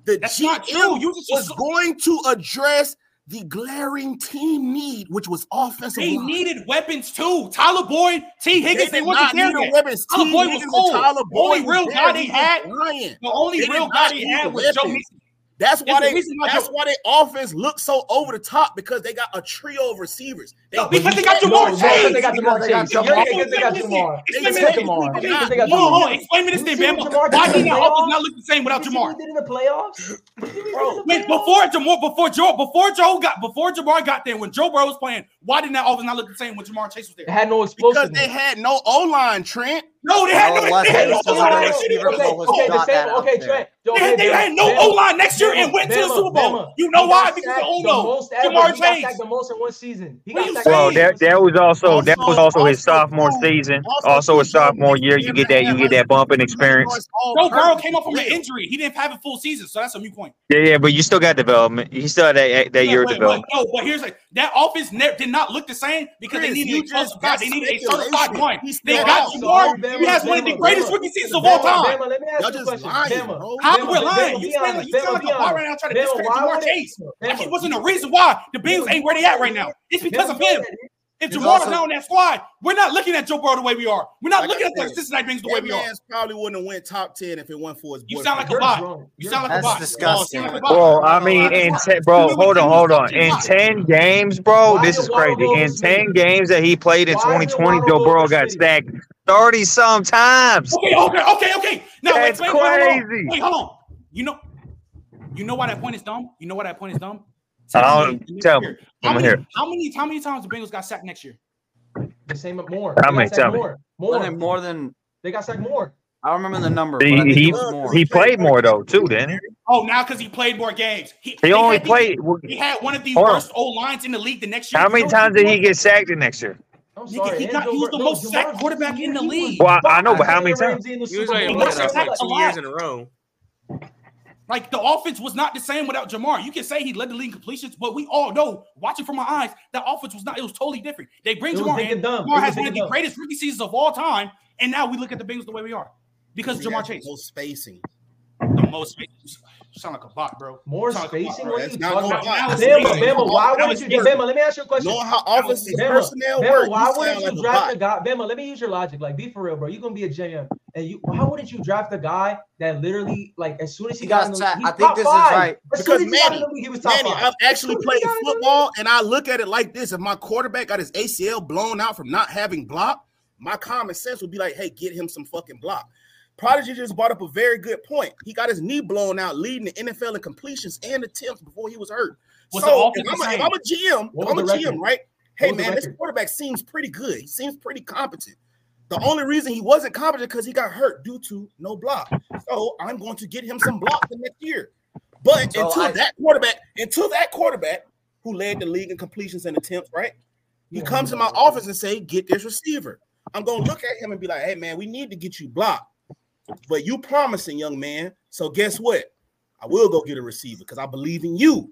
Speaker 10: the GM was going to address the glaring team need, which was offensive.
Speaker 3: They
Speaker 10: line.
Speaker 3: needed weapons too. Tyler Boyd, T. Higgins, they,
Speaker 10: did
Speaker 3: wasn't
Speaker 10: not
Speaker 3: there
Speaker 10: need a
Speaker 3: yet.
Speaker 10: weapons.
Speaker 3: Tyler
Speaker 10: T.
Speaker 3: Boyd was
Speaker 10: Higgins and
Speaker 3: cool.
Speaker 10: Tyler
Speaker 3: the only
Speaker 10: Boyd was
Speaker 3: real
Speaker 10: there.
Speaker 3: guy they
Speaker 10: He was
Speaker 3: had,
Speaker 10: lying.
Speaker 3: the only
Speaker 10: They did
Speaker 3: real
Speaker 10: not
Speaker 3: guy they
Speaker 10: need
Speaker 3: had
Speaker 10: the
Speaker 3: was Joe
Speaker 10: weapons.
Speaker 3: Mixon.
Speaker 10: That's why
Speaker 3: That's the
Speaker 10: they.
Speaker 3: reason why
Speaker 10: That's
Speaker 3: Joe-
Speaker 10: why their offense looks so over the top because they got a trio of receivers. They
Speaker 3: No, because they got Jamar
Speaker 7: no, because they got
Speaker 3: Chase.
Speaker 7: Jamar Chase. You're thinking
Speaker 3: Because they
Speaker 7: they got Jamar.
Speaker 3: Explain
Speaker 7: They got
Speaker 3: me this.
Speaker 7: Jamar.
Speaker 3: Explain
Speaker 7: You
Speaker 3: me
Speaker 7: think they
Speaker 3: this.
Speaker 7: got
Speaker 3: Hold on, hold on.
Speaker 7: Jamar.
Speaker 3: Explain me this,
Speaker 7: You
Speaker 3: then,
Speaker 7: see what
Speaker 3: Bama.
Speaker 7: Jamar did
Speaker 3: Why
Speaker 7: in the
Speaker 3: did that offense
Speaker 7: playoffs?
Speaker 3: not look the same without
Speaker 7: You see
Speaker 3: Jamar?
Speaker 7: what he did in the playoffs?
Speaker 3: Wait, before Jamar, before Joe, before Joe got, before Jamar got there, when Joe Burrow was playing, why didn't that offense not look the same when Jamar Chase was there?
Speaker 7: It had no
Speaker 10: because
Speaker 7: explosiveness.
Speaker 10: they had no O line. Trent.
Speaker 3: No, they had
Speaker 4: No,
Speaker 3: no.
Speaker 4: it wasn't.
Speaker 3: they had
Speaker 4: It was
Speaker 3: no
Speaker 4: just the
Speaker 3: O-line next year.
Speaker 4: receiver
Speaker 7: Okay,
Speaker 4: was
Speaker 7: okay, the
Speaker 4: shot
Speaker 7: same.
Speaker 4: that out
Speaker 7: Okay,
Speaker 4: there.
Speaker 7: Trent.
Speaker 3: They had, they had no O line next year and went to the Super Bowl. you know why? Because of Olo, Jamar
Speaker 7: He got
Speaker 3: Chase.
Speaker 7: sacked the most in one season. He
Speaker 3: What
Speaker 7: got
Speaker 3: you
Speaker 7: sacked the
Speaker 6: Well,
Speaker 7: most in one
Speaker 3: saying?
Speaker 6: that that
Speaker 7: season.
Speaker 6: was also that was
Speaker 10: Also-
Speaker 6: also his
Speaker 10: also
Speaker 6: sophomore
Speaker 10: too-
Speaker 6: season.
Speaker 10: also
Speaker 6: Also,
Speaker 10: too,
Speaker 6: his
Speaker 10: Joe
Speaker 6: sophomore
Speaker 10: Mixon
Speaker 6: year, you
Speaker 10: never
Speaker 6: get that
Speaker 10: had
Speaker 6: you get
Speaker 10: like
Speaker 6: that bump in
Speaker 10: 300
Speaker 6: experience.
Speaker 10: yards all
Speaker 3: Joe Burrow
Speaker 10: purpose
Speaker 3: came up from an
Speaker 10: still.
Speaker 3: injury. He didn't have a full season, so that's a new point.
Speaker 6: Yeah, yeah, but you still got development. He still had that, that
Speaker 3: Yeah,
Speaker 6: year of
Speaker 3: but, but
Speaker 6: development.
Speaker 3: no, but here's like that offense ne- did not look the same because
Speaker 10: Chris,
Speaker 3: they needed
Speaker 10: you
Speaker 3: an explosive
Speaker 10: just-
Speaker 3: guy.
Speaker 10: that's
Speaker 3: They needed a
Speaker 10: speculation.
Speaker 3: certified one.
Speaker 10: He's
Speaker 3: They
Speaker 10: still
Speaker 3: got
Speaker 10: out.
Speaker 3: Jamar.
Speaker 7: Bama,
Speaker 3: He has one of the
Speaker 7: Bama,
Speaker 3: greatest
Speaker 7: Bama.
Speaker 3: rookie seasons of all
Speaker 7: Bama,
Speaker 3: time.
Speaker 7: Bama, let me ask
Speaker 10: Y'all
Speaker 7: you a
Speaker 10: just
Speaker 7: question.
Speaker 10: lying,
Speaker 7: Bama,
Speaker 10: bro.
Speaker 3: How
Speaker 7: Bama,
Speaker 3: we're lying?
Speaker 7: Bama,
Speaker 3: You
Speaker 7: be
Speaker 3: sound like
Speaker 7: honest.
Speaker 3: you sound
Speaker 7: Bama,
Speaker 3: like
Speaker 7: be
Speaker 3: a bar
Speaker 7: honest.
Speaker 3: right now trying to
Speaker 7: Bama,
Speaker 3: discredit
Speaker 7: why
Speaker 3: Jamar
Speaker 7: would it?
Speaker 3: Chase. Like he
Speaker 7: Bama,
Speaker 3: wasn't the reason why the Bills
Speaker 7: Bama,
Speaker 3: ain't where they at right now. It's because of him. If
Speaker 4: There's
Speaker 3: Jamar's
Speaker 4: also-
Speaker 3: not on that squad, we're not looking at Joe Burrow the way we are. We're not
Speaker 10: Like I
Speaker 3: looking at the
Speaker 10: said,
Speaker 3: Cincinnati Bengals the way
Speaker 10: That
Speaker 3: we are.
Speaker 10: man's probably wouldn't have went top ten if it wasn't for his
Speaker 3: You
Speaker 10: boyfriend.
Speaker 3: sound like a
Speaker 7: You're
Speaker 3: bot.
Speaker 7: drunk.
Speaker 3: You
Speaker 7: You're
Speaker 3: sound like a
Speaker 4: That's
Speaker 3: bot. You
Speaker 4: disgusting.
Speaker 3: sound like a bot.
Speaker 6: Bro, I mean,
Speaker 4: That's
Speaker 6: in
Speaker 4: not
Speaker 6: ten,
Speaker 3: You
Speaker 6: bro,
Speaker 3: really
Speaker 6: hold
Speaker 3: think
Speaker 6: on,
Speaker 3: you're
Speaker 6: hold
Speaker 3: top
Speaker 6: on.
Speaker 3: ten
Speaker 6: In
Speaker 3: bot?
Speaker 6: ten games, bro,
Speaker 7: Why
Speaker 6: this
Speaker 7: did
Speaker 6: is
Speaker 7: Waddle
Speaker 6: crazy.
Speaker 7: go over
Speaker 6: In ten
Speaker 7: Smitty?
Speaker 6: games that he played in
Speaker 7: Why did
Speaker 6: 2020,
Speaker 7: Waddle
Speaker 6: Joe
Speaker 7: go over
Speaker 6: Burrow got
Speaker 7: Smitty?
Speaker 6: sacked thirty some times.
Speaker 3: Okay, okay, okay, okay. Now wait,
Speaker 6: That's
Speaker 3: wait, wait, hold on.
Speaker 6: crazy.
Speaker 3: Wait, hold on. You know, you know why that point is dumb. You know why that point is dumb.
Speaker 6: I
Speaker 3: Cincinnati
Speaker 6: don't
Speaker 3: next
Speaker 6: tell me.
Speaker 3: year. How
Speaker 6: I'm
Speaker 3: many?
Speaker 6: here.
Speaker 3: How many? How many times the Bengals got sacked next year?
Speaker 7: The same at more.
Speaker 6: How
Speaker 7: They got
Speaker 6: many?
Speaker 7: sacked
Speaker 6: Tell me.
Speaker 7: more.
Speaker 4: Wasn't it
Speaker 7: More.
Speaker 4: more than
Speaker 7: They got sacked more.
Speaker 4: I don't remember the number, but I
Speaker 6: He
Speaker 4: think it
Speaker 6: he,
Speaker 4: was more.
Speaker 6: he played more though too. Then
Speaker 3: Oh, now because he played more games. He
Speaker 6: he
Speaker 3: they
Speaker 6: only
Speaker 3: had the,
Speaker 6: played.
Speaker 3: he had one of the
Speaker 6: Hold on.
Speaker 3: worst old lines in the league the next year.
Speaker 6: How
Speaker 3: You
Speaker 6: many
Speaker 3: know what
Speaker 6: times did he
Speaker 3: Jamar-
Speaker 6: get sacked in next year?
Speaker 7: I'm
Speaker 3: Nigga,
Speaker 7: sorry.
Speaker 3: he
Speaker 7: And
Speaker 3: got
Speaker 7: Joe
Speaker 3: he was
Speaker 7: Burrow.
Speaker 3: the
Speaker 7: No,
Speaker 3: most sacked
Speaker 7: Jamar's rookie
Speaker 3: quarterback in
Speaker 7: year,
Speaker 3: the
Speaker 7: he was
Speaker 3: league.
Speaker 6: Well, I, I know, but
Speaker 7: five.
Speaker 6: how
Speaker 7: Jalen
Speaker 6: many times?
Speaker 7: Ramsey in the
Speaker 8: He was
Speaker 7: Super
Speaker 8: like
Speaker 3: He
Speaker 7: Bowl
Speaker 8: what
Speaker 7: last
Speaker 3: got
Speaker 8: that
Speaker 3: sacked
Speaker 8: for
Speaker 7: year.
Speaker 3: like
Speaker 8: like
Speaker 3: a
Speaker 8: two years
Speaker 3: lot.
Speaker 8: in a row.
Speaker 3: Like the offense was not the same without Jamar. You can say he led the league in completions, but we all know, watching from our eyes, that offense was not. It was totally different. They bring
Speaker 7: It was
Speaker 3: Jamar
Speaker 7: big
Speaker 3: in.
Speaker 7: and dumb. It
Speaker 3: Jamar
Speaker 7: was
Speaker 3: has
Speaker 7: big
Speaker 3: one of
Speaker 7: and
Speaker 3: the
Speaker 7: dumb.
Speaker 3: greatest rookie seasons of all time, and now we look at the Bengals the way we are because
Speaker 10: We
Speaker 3: Jamar
Speaker 10: had the
Speaker 3: Chase,
Speaker 10: most spacing.
Speaker 3: the most. You sound like a bot, bro.
Speaker 7: More
Speaker 3: You sound like a bot,
Speaker 7: spacing?
Speaker 3: bro.
Speaker 7: What are
Speaker 10: That's
Speaker 7: you
Speaker 10: not no
Speaker 7: talking
Speaker 3: Now,
Speaker 7: about?
Speaker 10: bot.
Speaker 3: now it's
Speaker 10: Knowing
Speaker 7: Bama,
Speaker 10: how
Speaker 3: spacing.
Speaker 7: Bama, why
Speaker 3: Now
Speaker 7: wouldn't
Speaker 3: it's
Speaker 7: you?
Speaker 3: spacing.
Speaker 7: Bama, let me ask you a question.
Speaker 10: Knowing how
Speaker 3: That was
Speaker 10: offensive
Speaker 3: six.
Speaker 7: Bama,
Speaker 10: personnel
Speaker 7: Bama,
Speaker 10: work, you
Speaker 7: why
Speaker 10: sound
Speaker 7: wouldn't
Speaker 10: like
Speaker 7: you
Speaker 10: a
Speaker 7: draft
Speaker 10: bot.
Speaker 7: a guy? Bama, let me use your logic. Like, be for real, bro. You're gonna be a GM, and you. How wouldn't you draft a guy that literally, like, as soon as he
Speaker 4: He
Speaker 7: got
Speaker 4: got
Speaker 7: in the,
Speaker 4: sacked. I
Speaker 7: he's
Speaker 4: think
Speaker 7: top
Speaker 4: this is
Speaker 7: five.
Speaker 4: right.
Speaker 7: As soon
Speaker 10: Because
Speaker 7: as he got in
Speaker 10: Manny,
Speaker 7: the league, he was top
Speaker 10: Manny,
Speaker 7: five.
Speaker 10: I've
Speaker 7: As
Speaker 10: actually
Speaker 7: soon as
Speaker 10: played
Speaker 7: he got in the league,
Speaker 10: football, and I look at it like this: if my quarterback got his ACL blown out from not having block, my common sense would be like, "Hey, get him some fucking block." Prodigy just brought up a very good point. He got his knee blown out, leading the NFL in completions and attempts before he was hurt.
Speaker 3: Was the
Speaker 10: so
Speaker 3: offense
Speaker 10: if
Speaker 3: the
Speaker 10: I'm, a, if
Speaker 3: same?
Speaker 10: I'm a GM,
Speaker 7: What
Speaker 10: if I'm
Speaker 7: was
Speaker 10: a
Speaker 7: the
Speaker 10: GM,
Speaker 7: record?
Speaker 10: right? Hey
Speaker 7: What was the
Speaker 10: man, this
Speaker 7: record?
Speaker 10: quarterback seems pretty good. He seems pretty competent. The only reason he wasn't competent because he got hurt due to no block. So I'm going to get him some block the next year. But
Speaker 4: So
Speaker 10: until
Speaker 4: I-
Speaker 10: that quarterback, until that quarterback who led the league in completions and attempts, right? He
Speaker 7: You don't
Speaker 10: comes to
Speaker 7: know
Speaker 10: my
Speaker 7: that record.
Speaker 10: office and say, "Get this receiver." I'm gonna look at him and be like, "Hey, man, we need to get you blocked, but you promising, young man. So guess what? I will go get a receiver because I believe in you.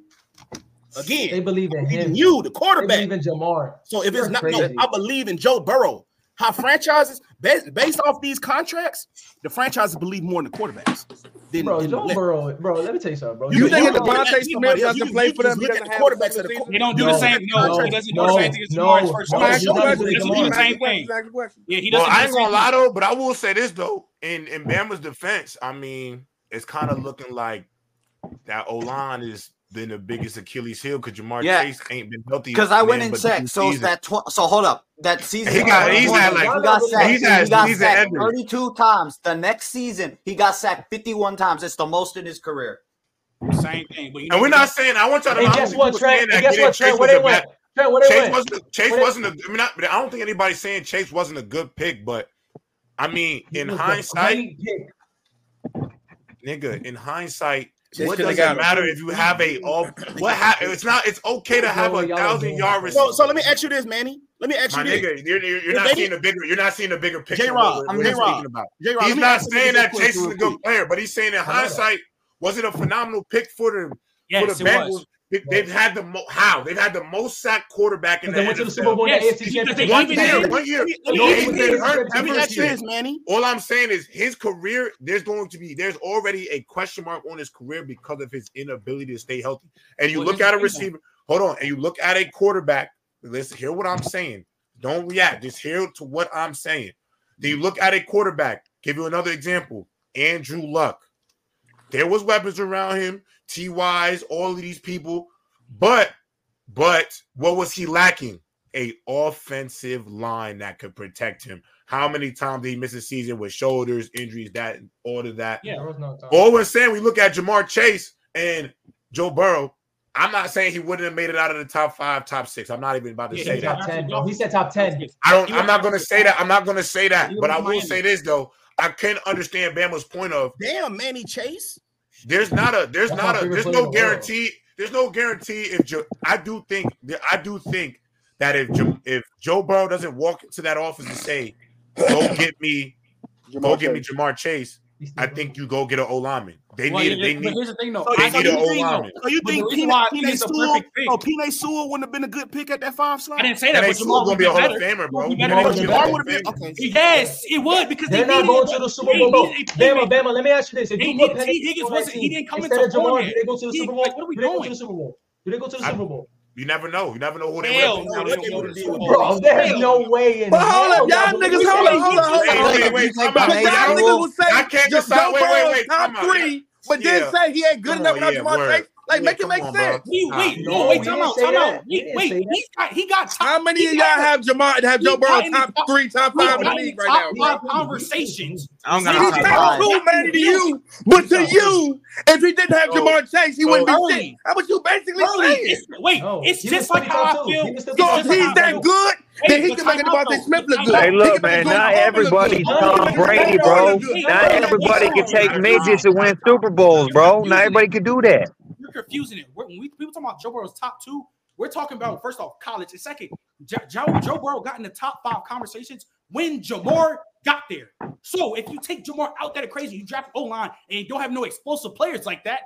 Speaker 7: They
Speaker 10: Again,
Speaker 7: believe
Speaker 10: I
Speaker 7: in
Speaker 10: believe in
Speaker 7: him.
Speaker 10: you, the
Speaker 7: They
Speaker 10: quarterback.
Speaker 7: believe in Jamar.
Speaker 10: So if it's
Speaker 7: You're
Speaker 10: not no,
Speaker 7: crazy.
Speaker 10: I believe in Joe Burrow. How franchises based, based off these contracts, the franchises believe more in the quarterbacks than
Speaker 7: Bro,
Speaker 10: in the
Speaker 7: Joe
Speaker 10: weapons.
Speaker 7: Burrow, bro, let me tell you something, bro.
Speaker 1: You
Speaker 7: Joe
Speaker 1: think
Speaker 10: can
Speaker 1: if
Speaker 7: Burrow,
Speaker 10: look at
Speaker 1: Devontae Smith
Speaker 10: somebody else. You
Speaker 1: doesn't
Speaker 10: can,
Speaker 1: play
Speaker 10: you
Speaker 1: for
Speaker 10: can just
Speaker 1: them, he
Speaker 10: look at
Speaker 1: doesn't
Speaker 10: the
Speaker 1: have a
Speaker 10: quarterbacks
Speaker 1: similar
Speaker 10: at the
Speaker 3: They
Speaker 1: season?
Speaker 3: don't do the
Speaker 1: You
Speaker 7: no,
Speaker 1: think
Speaker 3: same.
Speaker 1: the
Speaker 3: No,
Speaker 1: contract
Speaker 3: he
Speaker 7: no,
Speaker 3: doesn't do the
Speaker 7: no,
Speaker 3: same thing as Jamar. His
Speaker 7: no,
Speaker 3: first
Speaker 1: Can I
Speaker 3: year,
Speaker 7: no,
Speaker 1: ask
Speaker 3: he
Speaker 1: you a
Speaker 7: he's not
Speaker 3: doesn't
Speaker 7: even
Speaker 3: do.
Speaker 1: question?
Speaker 3: He
Speaker 1: Can
Speaker 7: doing
Speaker 3: doesn't do the
Speaker 1: I ask you a question? Can I ask you a question?
Speaker 7: Jamar.
Speaker 3: same thing. Yeah, he
Speaker 9: Well,
Speaker 3: doesn't do
Speaker 9: I
Speaker 3: the same
Speaker 9: ain't gonna
Speaker 3: thing.
Speaker 9: lie though, but I will say this though. In in Bama's defense, I mean, it's kind of looking like that O line is been the biggest Achilles heel because Jamar
Speaker 4: Yeah.
Speaker 9: Chase ain't been healthy
Speaker 4: Because I went
Speaker 9: man,
Speaker 4: and
Speaker 9: but
Speaker 4: checked.
Speaker 9: two
Speaker 4: So it's
Speaker 9: seasons.
Speaker 4: that tw- so hold up. That
Speaker 9: And
Speaker 4: season
Speaker 9: he
Speaker 4: in
Speaker 9: got he's
Speaker 4: 2020,
Speaker 9: had like
Speaker 4: he
Speaker 7: Y'all
Speaker 4: got
Speaker 7: not really
Speaker 4: sacked.
Speaker 7: listening.
Speaker 9: he's
Speaker 4: He
Speaker 9: had
Speaker 4: got
Speaker 9: he's had
Speaker 4: sacked
Speaker 9: injuries.
Speaker 4: 32 times. The next season, he got sacked 51 times. It's the most in his career.
Speaker 3: The same thing. But you know
Speaker 9: And we're
Speaker 3: what?
Speaker 9: not saying I want y'all to know.
Speaker 7: And
Speaker 9: I don't
Speaker 7: guess
Speaker 9: think
Speaker 7: what,
Speaker 9: people
Speaker 7: Trent?
Speaker 9: saying
Speaker 7: And
Speaker 9: that
Speaker 7: guess
Speaker 9: getting
Speaker 7: what,
Speaker 9: Chase
Speaker 7: Trent? Where
Speaker 9: was
Speaker 7: they
Speaker 9: a bad
Speaker 7: went? Trent, where they
Speaker 9: Chase
Speaker 7: went?
Speaker 9: wasn't a, Chase
Speaker 7: Where they,
Speaker 9: wasn't a, I mean not, I don't think anybody's saying Chase wasn't a good pick, but I mean
Speaker 7: he
Speaker 9: in
Speaker 7: was the
Speaker 9: hindsight,
Speaker 7: great pick.
Speaker 9: nigga, in hindsight,
Speaker 1: Just
Speaker 9: what
Speaker 1: because they
Speaker 9: does it
Speaker 1: got
Speaker 9: matter if you have a off what hap- it's not it's okay to
Speaker 7: There's no
Speaker 9: have a
Speaker 7: way y'all are
Speaker 9: thousand
Speaker 7: doing that
Speaker 9: yard
Speaker 7: right
Speaker 9: receiver.
Speaker 10: So,
Speaker 7: now,
Speaker 10: so let
Speaker 7: bro.
Speaker 10: me ask you this, Manny. Let me ask
Speaker 9: My
Speaker 10: you this.
Speaker 9: nigga, you're, you're, you're
Speaker 10: If
Speaker 9: not
Speaker 10: they-
Speaker 9: seeing the bigger. You're not seeing the bigger picture. of
Speaker 10: J-Rob,
Speaker 9: what
Speaker 10: I'm
Speaker 9: we're
Speaker 10: J-Rob.
Speaker 9: speaking about.
Speaker 10: J-Rob,
Speaker 9: he's
Speaker 10: let me
Speaker 9: not
Speaker 10: ask you
Speaker 9: saying
Speaker 10: this
Speaker 9: that
Speaker 10: question
Speaker 9: Jason's a
Speaker 10: real
Speaker 9: good
Speaker 10: quick.
Speaker 9: player, but he's saying in hindsight, was it a phenomenal pick for the
Speaker 3: Yes,
Speaker 9: for the
Speaker 3: it
Speaker 9: Bengals?
Speaker 3: was.
Speaker 9: They, They've had the mo- how they've had the most sack quarterback in
Speaker 7: But
Speaker 9: the
Speaker 7: they went to the
Speaker 9: NFL.
Speaker 7: Super Bowl in the AFC Championship.
Speaker 9: One
Speaker 7: Even
Speaker 9: year,
Speaker 7: then-
Speaker 9: one year.
Speaker 7: Let me-
Speaker 9: No,
Speaker 7: let me-
Speaker 9: he's
Speaker 7: let me
Speaker 9: been hurt
Speaker 7: ask you
Speaker 9: ever
Speaker 7: this,
Speaker 9: since.
Speaker 10: Manny.
Speaker 9: All I'm saying is his career. There's going to be there's already a question mark on his career because of his inability to stay healthy. And you
Speaker 3: Well,
Speaker 9: look
Speaker 3: here's
Speaker 9: at a
Speaker 3: the thing,
Speaker 9: receiver. Hold on, and you look at a quarterback. Listen, hear what I'm saying. Don't react. Just hear to what I'm saying. Then you look at a quarterback. Give you another example. Andrew Luck. There was weapons around him. T. Wise, all of these people, but but what was he lacking? A offensive line that could protect him. How many times did he miss a season with shoulders, injuries, that all of that?
Speaker 7: Yeah, there was no time.
Speaker 9: All we're saying, we look at Jamar Chase and Joe Burrow. I'm not saying he wouldn't have made it out of the top five, top six. I'm not even about to
Speaker 7: He
Speaker 9: say
Speaker 7: said
Speaker 9: that.
Speaker 7: top ten, bro. He said top ten.
Speaker 9: I don't. I'm not going to say that. I'm not going to say that.
Speaker 7: He
Speaker 9: But
Speaker 7: was
Speaker 9: I will
Speaker 7: Miami.
Speaker 9: say this though. I can understand Bama's point of
Speaker 10: Damn, Manny Chase.
Speaker 9: there's not a there's
Speaker 7: That's my
Speaker 9: not a
Speaker 7: favorite
Speaker 9: there's
Speaker 7: player in
Speaker 9: no
Speaker 7: the world.
Speaker 9: guarantee there's no guarantee if Joe, I do think I do think that if Joe, if Joe Burrow doesn't walk into that office and say go get me go
Speaker 1: Jamar
Speaker 9: get me
Speaker 1: Chase.
Speaker 9: Jamar Chase I think you go get an O lineman they
Speaker 3: Well,
Speaker 9: need they
Speaker 3: yeah, but
Speaker 9: need
Speaker 3: here's the thing, though.
Speaker 9: they
Speaker 3: I-
Speaker 9: need an O lineman
Speaker 10: So you
Speaker 3: But the
Speaker 10: think
Speaker 3: reason why I think
Speaker 10: Pene
Speaker 3: it's a
Speaker 10: Sewell?
Speaker 3: perfect pick-
Speaker 10: Oh, Pene Sewell wouldn't have been a good pick at that five slot.
Speaker 3: I didn't say that,
Speaker 9: and
Speaker 3: but
Speaker 9: they still
Speaker 3: Jamal
Speaker 9: gonna
Speaker 3: would
Speaker 9: be
Speaker 3: be
Speaker 9: a Hall of
Speaker 3: better.
Speaker 9: Famer bro
Speaker 3: Be
Speaker 9: He
Speaker 3: better
Speaker 9: gonna
Speaker 3: than
Speaker 9: be a
Speaker 3: Jamar
Speaker 9: Hall
Speaker 10: Jamar
Speaker 9: of
Speaker 10: would have been
Speaker 9: Famer.
Speaker 10: okay.
Speaker 3: Yes, it would because they
Speaker 7: They're not
Speaker 3: needed
Speaker 7: going
Speaker 3: one.
Speaker 7: to the Super
Speaker 3: They
Speaker 7: Bowl, bro.
Speaker 3: needed a
Speaker 7: Bama,
Speaker 3: teammate.
Speaker 7: Bama. Let me ask you this: If
Speaker 3: They
Speaker 7: you put
Speaker 3: need-
Speaker 7: Penny
Speaker 3: T. Higgins wasn't- he didn't come
Speaker 7: instead
Speaker 3: into
Speaker 7: of Jamar,
Speaker 3: form
Speaker 7: do
Speaker 3: yet.
Speaker 7: they go to the
Speaker 3: He-
Speaker 7: Super Bowl?
Speaker 3: like, what are we
Speaker 7: do they go to
Speaker 3: doing?
Speaker 7: the Super Bowl? Do they go to the
Speaker 9: I-
Speaker 7: Super Bowl?
Speaker 9: you never know you never know who they would
Speaker 3: Hell
Speaker 9: have
Speaker 3: no,
Speaker 9: been
Speaker 3: they
Speaker 9: down
Speaker 3: don't
Speaker 9: the
Speaker 3: go to the
Speaker 9: road.
Speaker 3: Super Bowl.
Speaker 7: Bro, there's
Speaker 3: Hell
Speaker 7: no way in
Speaker 1: But hold
Speaker 7: hell
Speaker 1: up,
Speaker 7: y'all
Speaker 1: y'all
Speaker 7: believe
Speaker 1: niggas, hold
Speaker 7: that.
Speaker 1: up, hold up, hold
Speaker 9: Wait,
Speaker 1: up, hold
Speaker 9: wait,
Speaker 1: up.
Speaker 9: wait, time out.
Speaker 1: Because
Speaker 9: Wait,
Speaker 1: y'all
Speaker 9: y'all
Speaker 1: niggas
Speaker 9: won't-
Speaker 1: will
Speaker 9: y'all
Speaker 1: say
Speaker 9: can't
Speaker 1: Joe
Speaker 9: decide. Wait, wait,
Speaker 1: Burrow's
Speaker 9: wait.
Speaker 1: top
Speaker 9: Time out. Yeah.
Speaker 1: three, but then
Speaker 9: Yeah.
Speaker 1: say he ain't good
Speaker 9: Come
Speaker 1: enough
Speaker 9: on,
Speaker 1: without
Speaker 9: yeah,
Speaker 1: Jamar
Speaker 9: word.
Speaker 1: Chase. Like,
Speaker 9: Yeah,
Speaker 1: make it
Speaker 9: come
Speaker 1: make
Speaker 9: on, bro.
Speaker 1: sense.
Speaker 3: Wait,
Speaker 9: Nah.
Speaker 3: wait, no,
Speaker 7: No,
Speaker 3: wait,
Speaker 7: we
Speaker 3: time
Speaker 7: didn't
Speaker 3: out,
Speaker 7: say
Speaker 3: time out.
Speaker 7: that. We
Speaker 3: Wait,
Speaker 7: didn't
Speaker 3: wait,
Speaker 7: say that.
Speaker 3: he got he got top.
Speaker 1: How many
Speaker 3: he
Speaker 1: of y'all
Speaker 3: got-
Speaker 1: have Jamar have
Speaker 3: he
Speaker 1: Joe Burrow
Speaker 3: got in the
Speaker 1: top
Speaker 3: top-
Speaker 1: three, top
Speaker 3: he
Speaker 1: five in the
Speaker 3: got in the
Speaker 1: league right
Speaker 3: top
Speaker 1: now, bro?
Speaker 3: five conversations.
Speaker 4: I don't got
Speaker 1: He's
Speaker 4: a
Speaker 3: since
Speaker 4: top
Speaker 3: Joe
Speaker 4: five.
Speaker 1: top two,
Speaker 3: got
Speaker 1: Manny,
Speaker 3: in
Speaker 1: to
Speaker 3: the league.
Speaker 1: you. But to
Speaker 7: No.
Speaker 1: you, if he didn't have
Speaker 9: So,
Speaker 1: Jamar Chase, he
Speaker 9: so
Speaker 1: wouldn't be shit.
Speaker 3: Early,
Speaker 1: That's what you basically
Speaker 3: early.
Speaker 1: saying.
Speaker 3: It's, wait,
Speaker 7: No,
Speaker 3: it's
Speaker 7: he was
Speaker 3: just like
Speaker 7: still
Speaker 3: how I
Speaker 7: top two.
Speaker 3: feel.
Speaker 7: He was
Speaker 3: It's
Speaker 7: still
Speaker 3: just
Speaker 1: So if
Speaker 7: top
Speaker 3: like
Speaker 7: two.
Speaker 1: he's
Speaker 3: how I
Speaker 1: that
Speaker 3: feel.
Speaker 1: good,
Speaker 3: Wait,
Speaker 1: then he
Speaker 3: but
Speaker 1: can make
Speaker 3: time out
Speaker 1: Devontae
Speaker 3: though.
Speaker 1: Smith
Speaker 3: But
Speaker 1: look
Speaker 3: time
Speaker 1: good.
Speaker 3: out.
Speaker 6: Hey,
Speaker 1: He
Speaker 6: look,
Speaker 1: can make
Speaker 6: man. Not
Speaker 1: Jordan Palmer look good.
Speaker 6: everybody's
Speaker 1: He
Speaker 3: None of
Speaker 1: can
Speaker 6: Tom
Speaker 1: make
Speaker 3: them-
Speaker 1: Sam
Speaker 6: Brady,
Speaker 1: Darnold
Speaker 6: bro.
Speaker 1: look
Speaker 3: None
Speaker 1: good.
Speaker 3: of
Speaker 6: Not
Speaker 3: them-
Speaker 6: everybody
Speaker 3: None
Speaker 6: can
Speaker 3: of them-
Speaker 6: take
Speaker 3: None of
Speaker 6: midgets
Speaker 3: them.
Speaker 6: and win Super Bowls, bro. Not everybody can do that.
Speaker 3: You're confusing it. We're- When we people talking about Joe Burrow's top two, we're talking about first off college, and second, Jo- Joe Joe Burrow got in the top five conversations when Jamar got there. So if you take Jamar out that equation, you draft O line, and you don't have no explosive players like that.